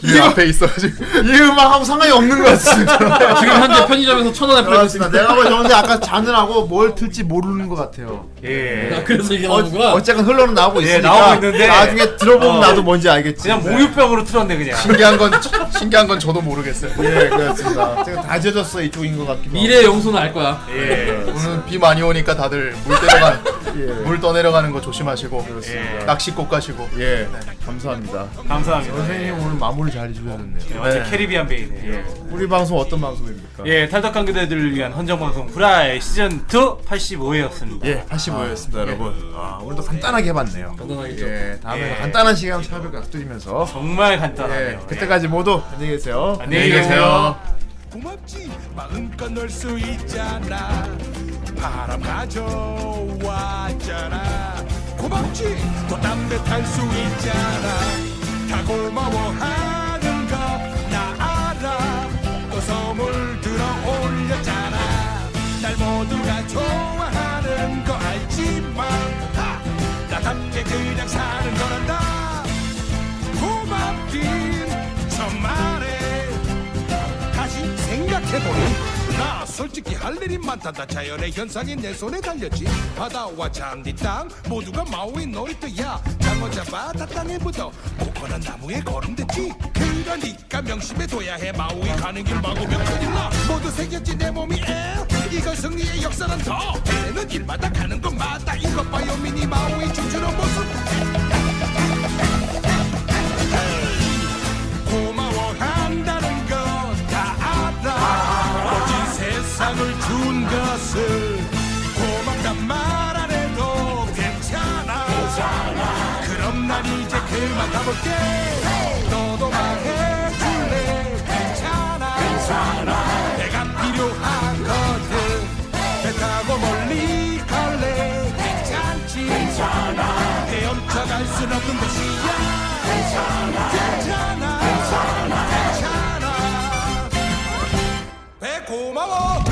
Speaker 4: 이 앞에 있어 가지고.
Speaker 3: 이 음악하고 상관이 없는 것 같습니다.
Speaker 9: 지금 현재 편의점에서 천 원에 팔고 있습니다
Speaker 3: 그렇습니다. 내가 볼 정세 아까 자느라고 뭘 틀지 모르는 것 같아요.
Speaker 1: 예.
Speaker 9: 아, 그래서 이게 나오는구나
Speaker 3: 어쨌건 흘러는 나오고
Speaker 1: 예,
Speaker 3: 있으니까
Speaker 1: 나오고 있는데.
Speaker 3: 나중에 들어보면
Speaker 1: 어.
Speaker 3: 나도 뭔지 알겠지.
Speaker 1: 그냥 목유병으로 틀었네 그냥.
Speaker 4: 신기한 건 신기한 건 저도 모르겠어요.
Speaker 3: 예, 그렇습니다. 제가 다 젖었어 이쪽인 것 같기도 하고.
Speaker 9: 미래의 영수는 알 거야
Speaker 1: 예.
Speaker 4: 오늘 비 많이 오니까 다들 물 때려가 물 떠내려가는 거 조심하시고
Speaker 1: 그렇습니다.
Speaker 4: 낚시꽃 가시고
Speaker 3: 예, 감사합니다.
Speaker 1: 감사합니다.
Speaker 3: 선생님 오늘 마무리 잘 해주셨네요.
Speaker 1: 예, 완전 캐리비안 베이네. 예.
Speaker 3: 우리 방송 어떤 방송입니까?
Speaker 1: 예, 탈덕한 그대들을 위한 헌정방송 브라이 시즌 2 85회였습니다.
Speaker 3: 예, 85였습니다, 여러분. 아, 오늘도 간단하게 해봤네요.
Speaker 9: 간단하게
Speaker 3: 예, 다음에
Speaker 1: 예.
Speaker 3: 간단한 시간 차별 부탁드리면서
Speaker 1: 정말
Speaker 3: 예,
Speaker 1: 간단하네요.
Speaker 3: 그때까지 모두 안녕히 계세요.
Speaker 1: 안녕히 계세요.
Speaker 7: 고맙지 마음껏 놀 수 있잖아 바람 가져왔잖아 고맙지 또 담배 탈 수 있잖아 다 고마워하는 거 나 알아 또 선물 들어 올렸잖아 날 모두가 좋아하는 거 알지만 하! 나답게 그냥 사는 거란다 고맙긴 정말에 다시 생각해보니 나 솔직히 할 일이 많단다 자연의 현상이 내 손에 달렸지 바다와 잔디 땅 모두가 마우이 놀이터야 장어자 바다 땅에 묻어 코코넛 나무에 거름됐지 그러니까 명심해둬야 해 마우이 가는 길 막으면 큰일 나 모두 새겨진 내 몸이 에 이건 승리의 역사는 더 때는 길마다 가는 곳마다 이것 봐요 미니 마우이 춤추는 모습 고마워한다는 것 다 알아 어진 세상을 준 것을 고맙단 말 안 해도 괜찮아 그럼 난 이제 그만 가볼게 너도 말해줄래 괜찮아 내가 필요한 거든 배 타고 멀리 갈래 괜찮지 헤엄쳐갈 순 없는 것이야 괜찮아 괜찮아 배 고마워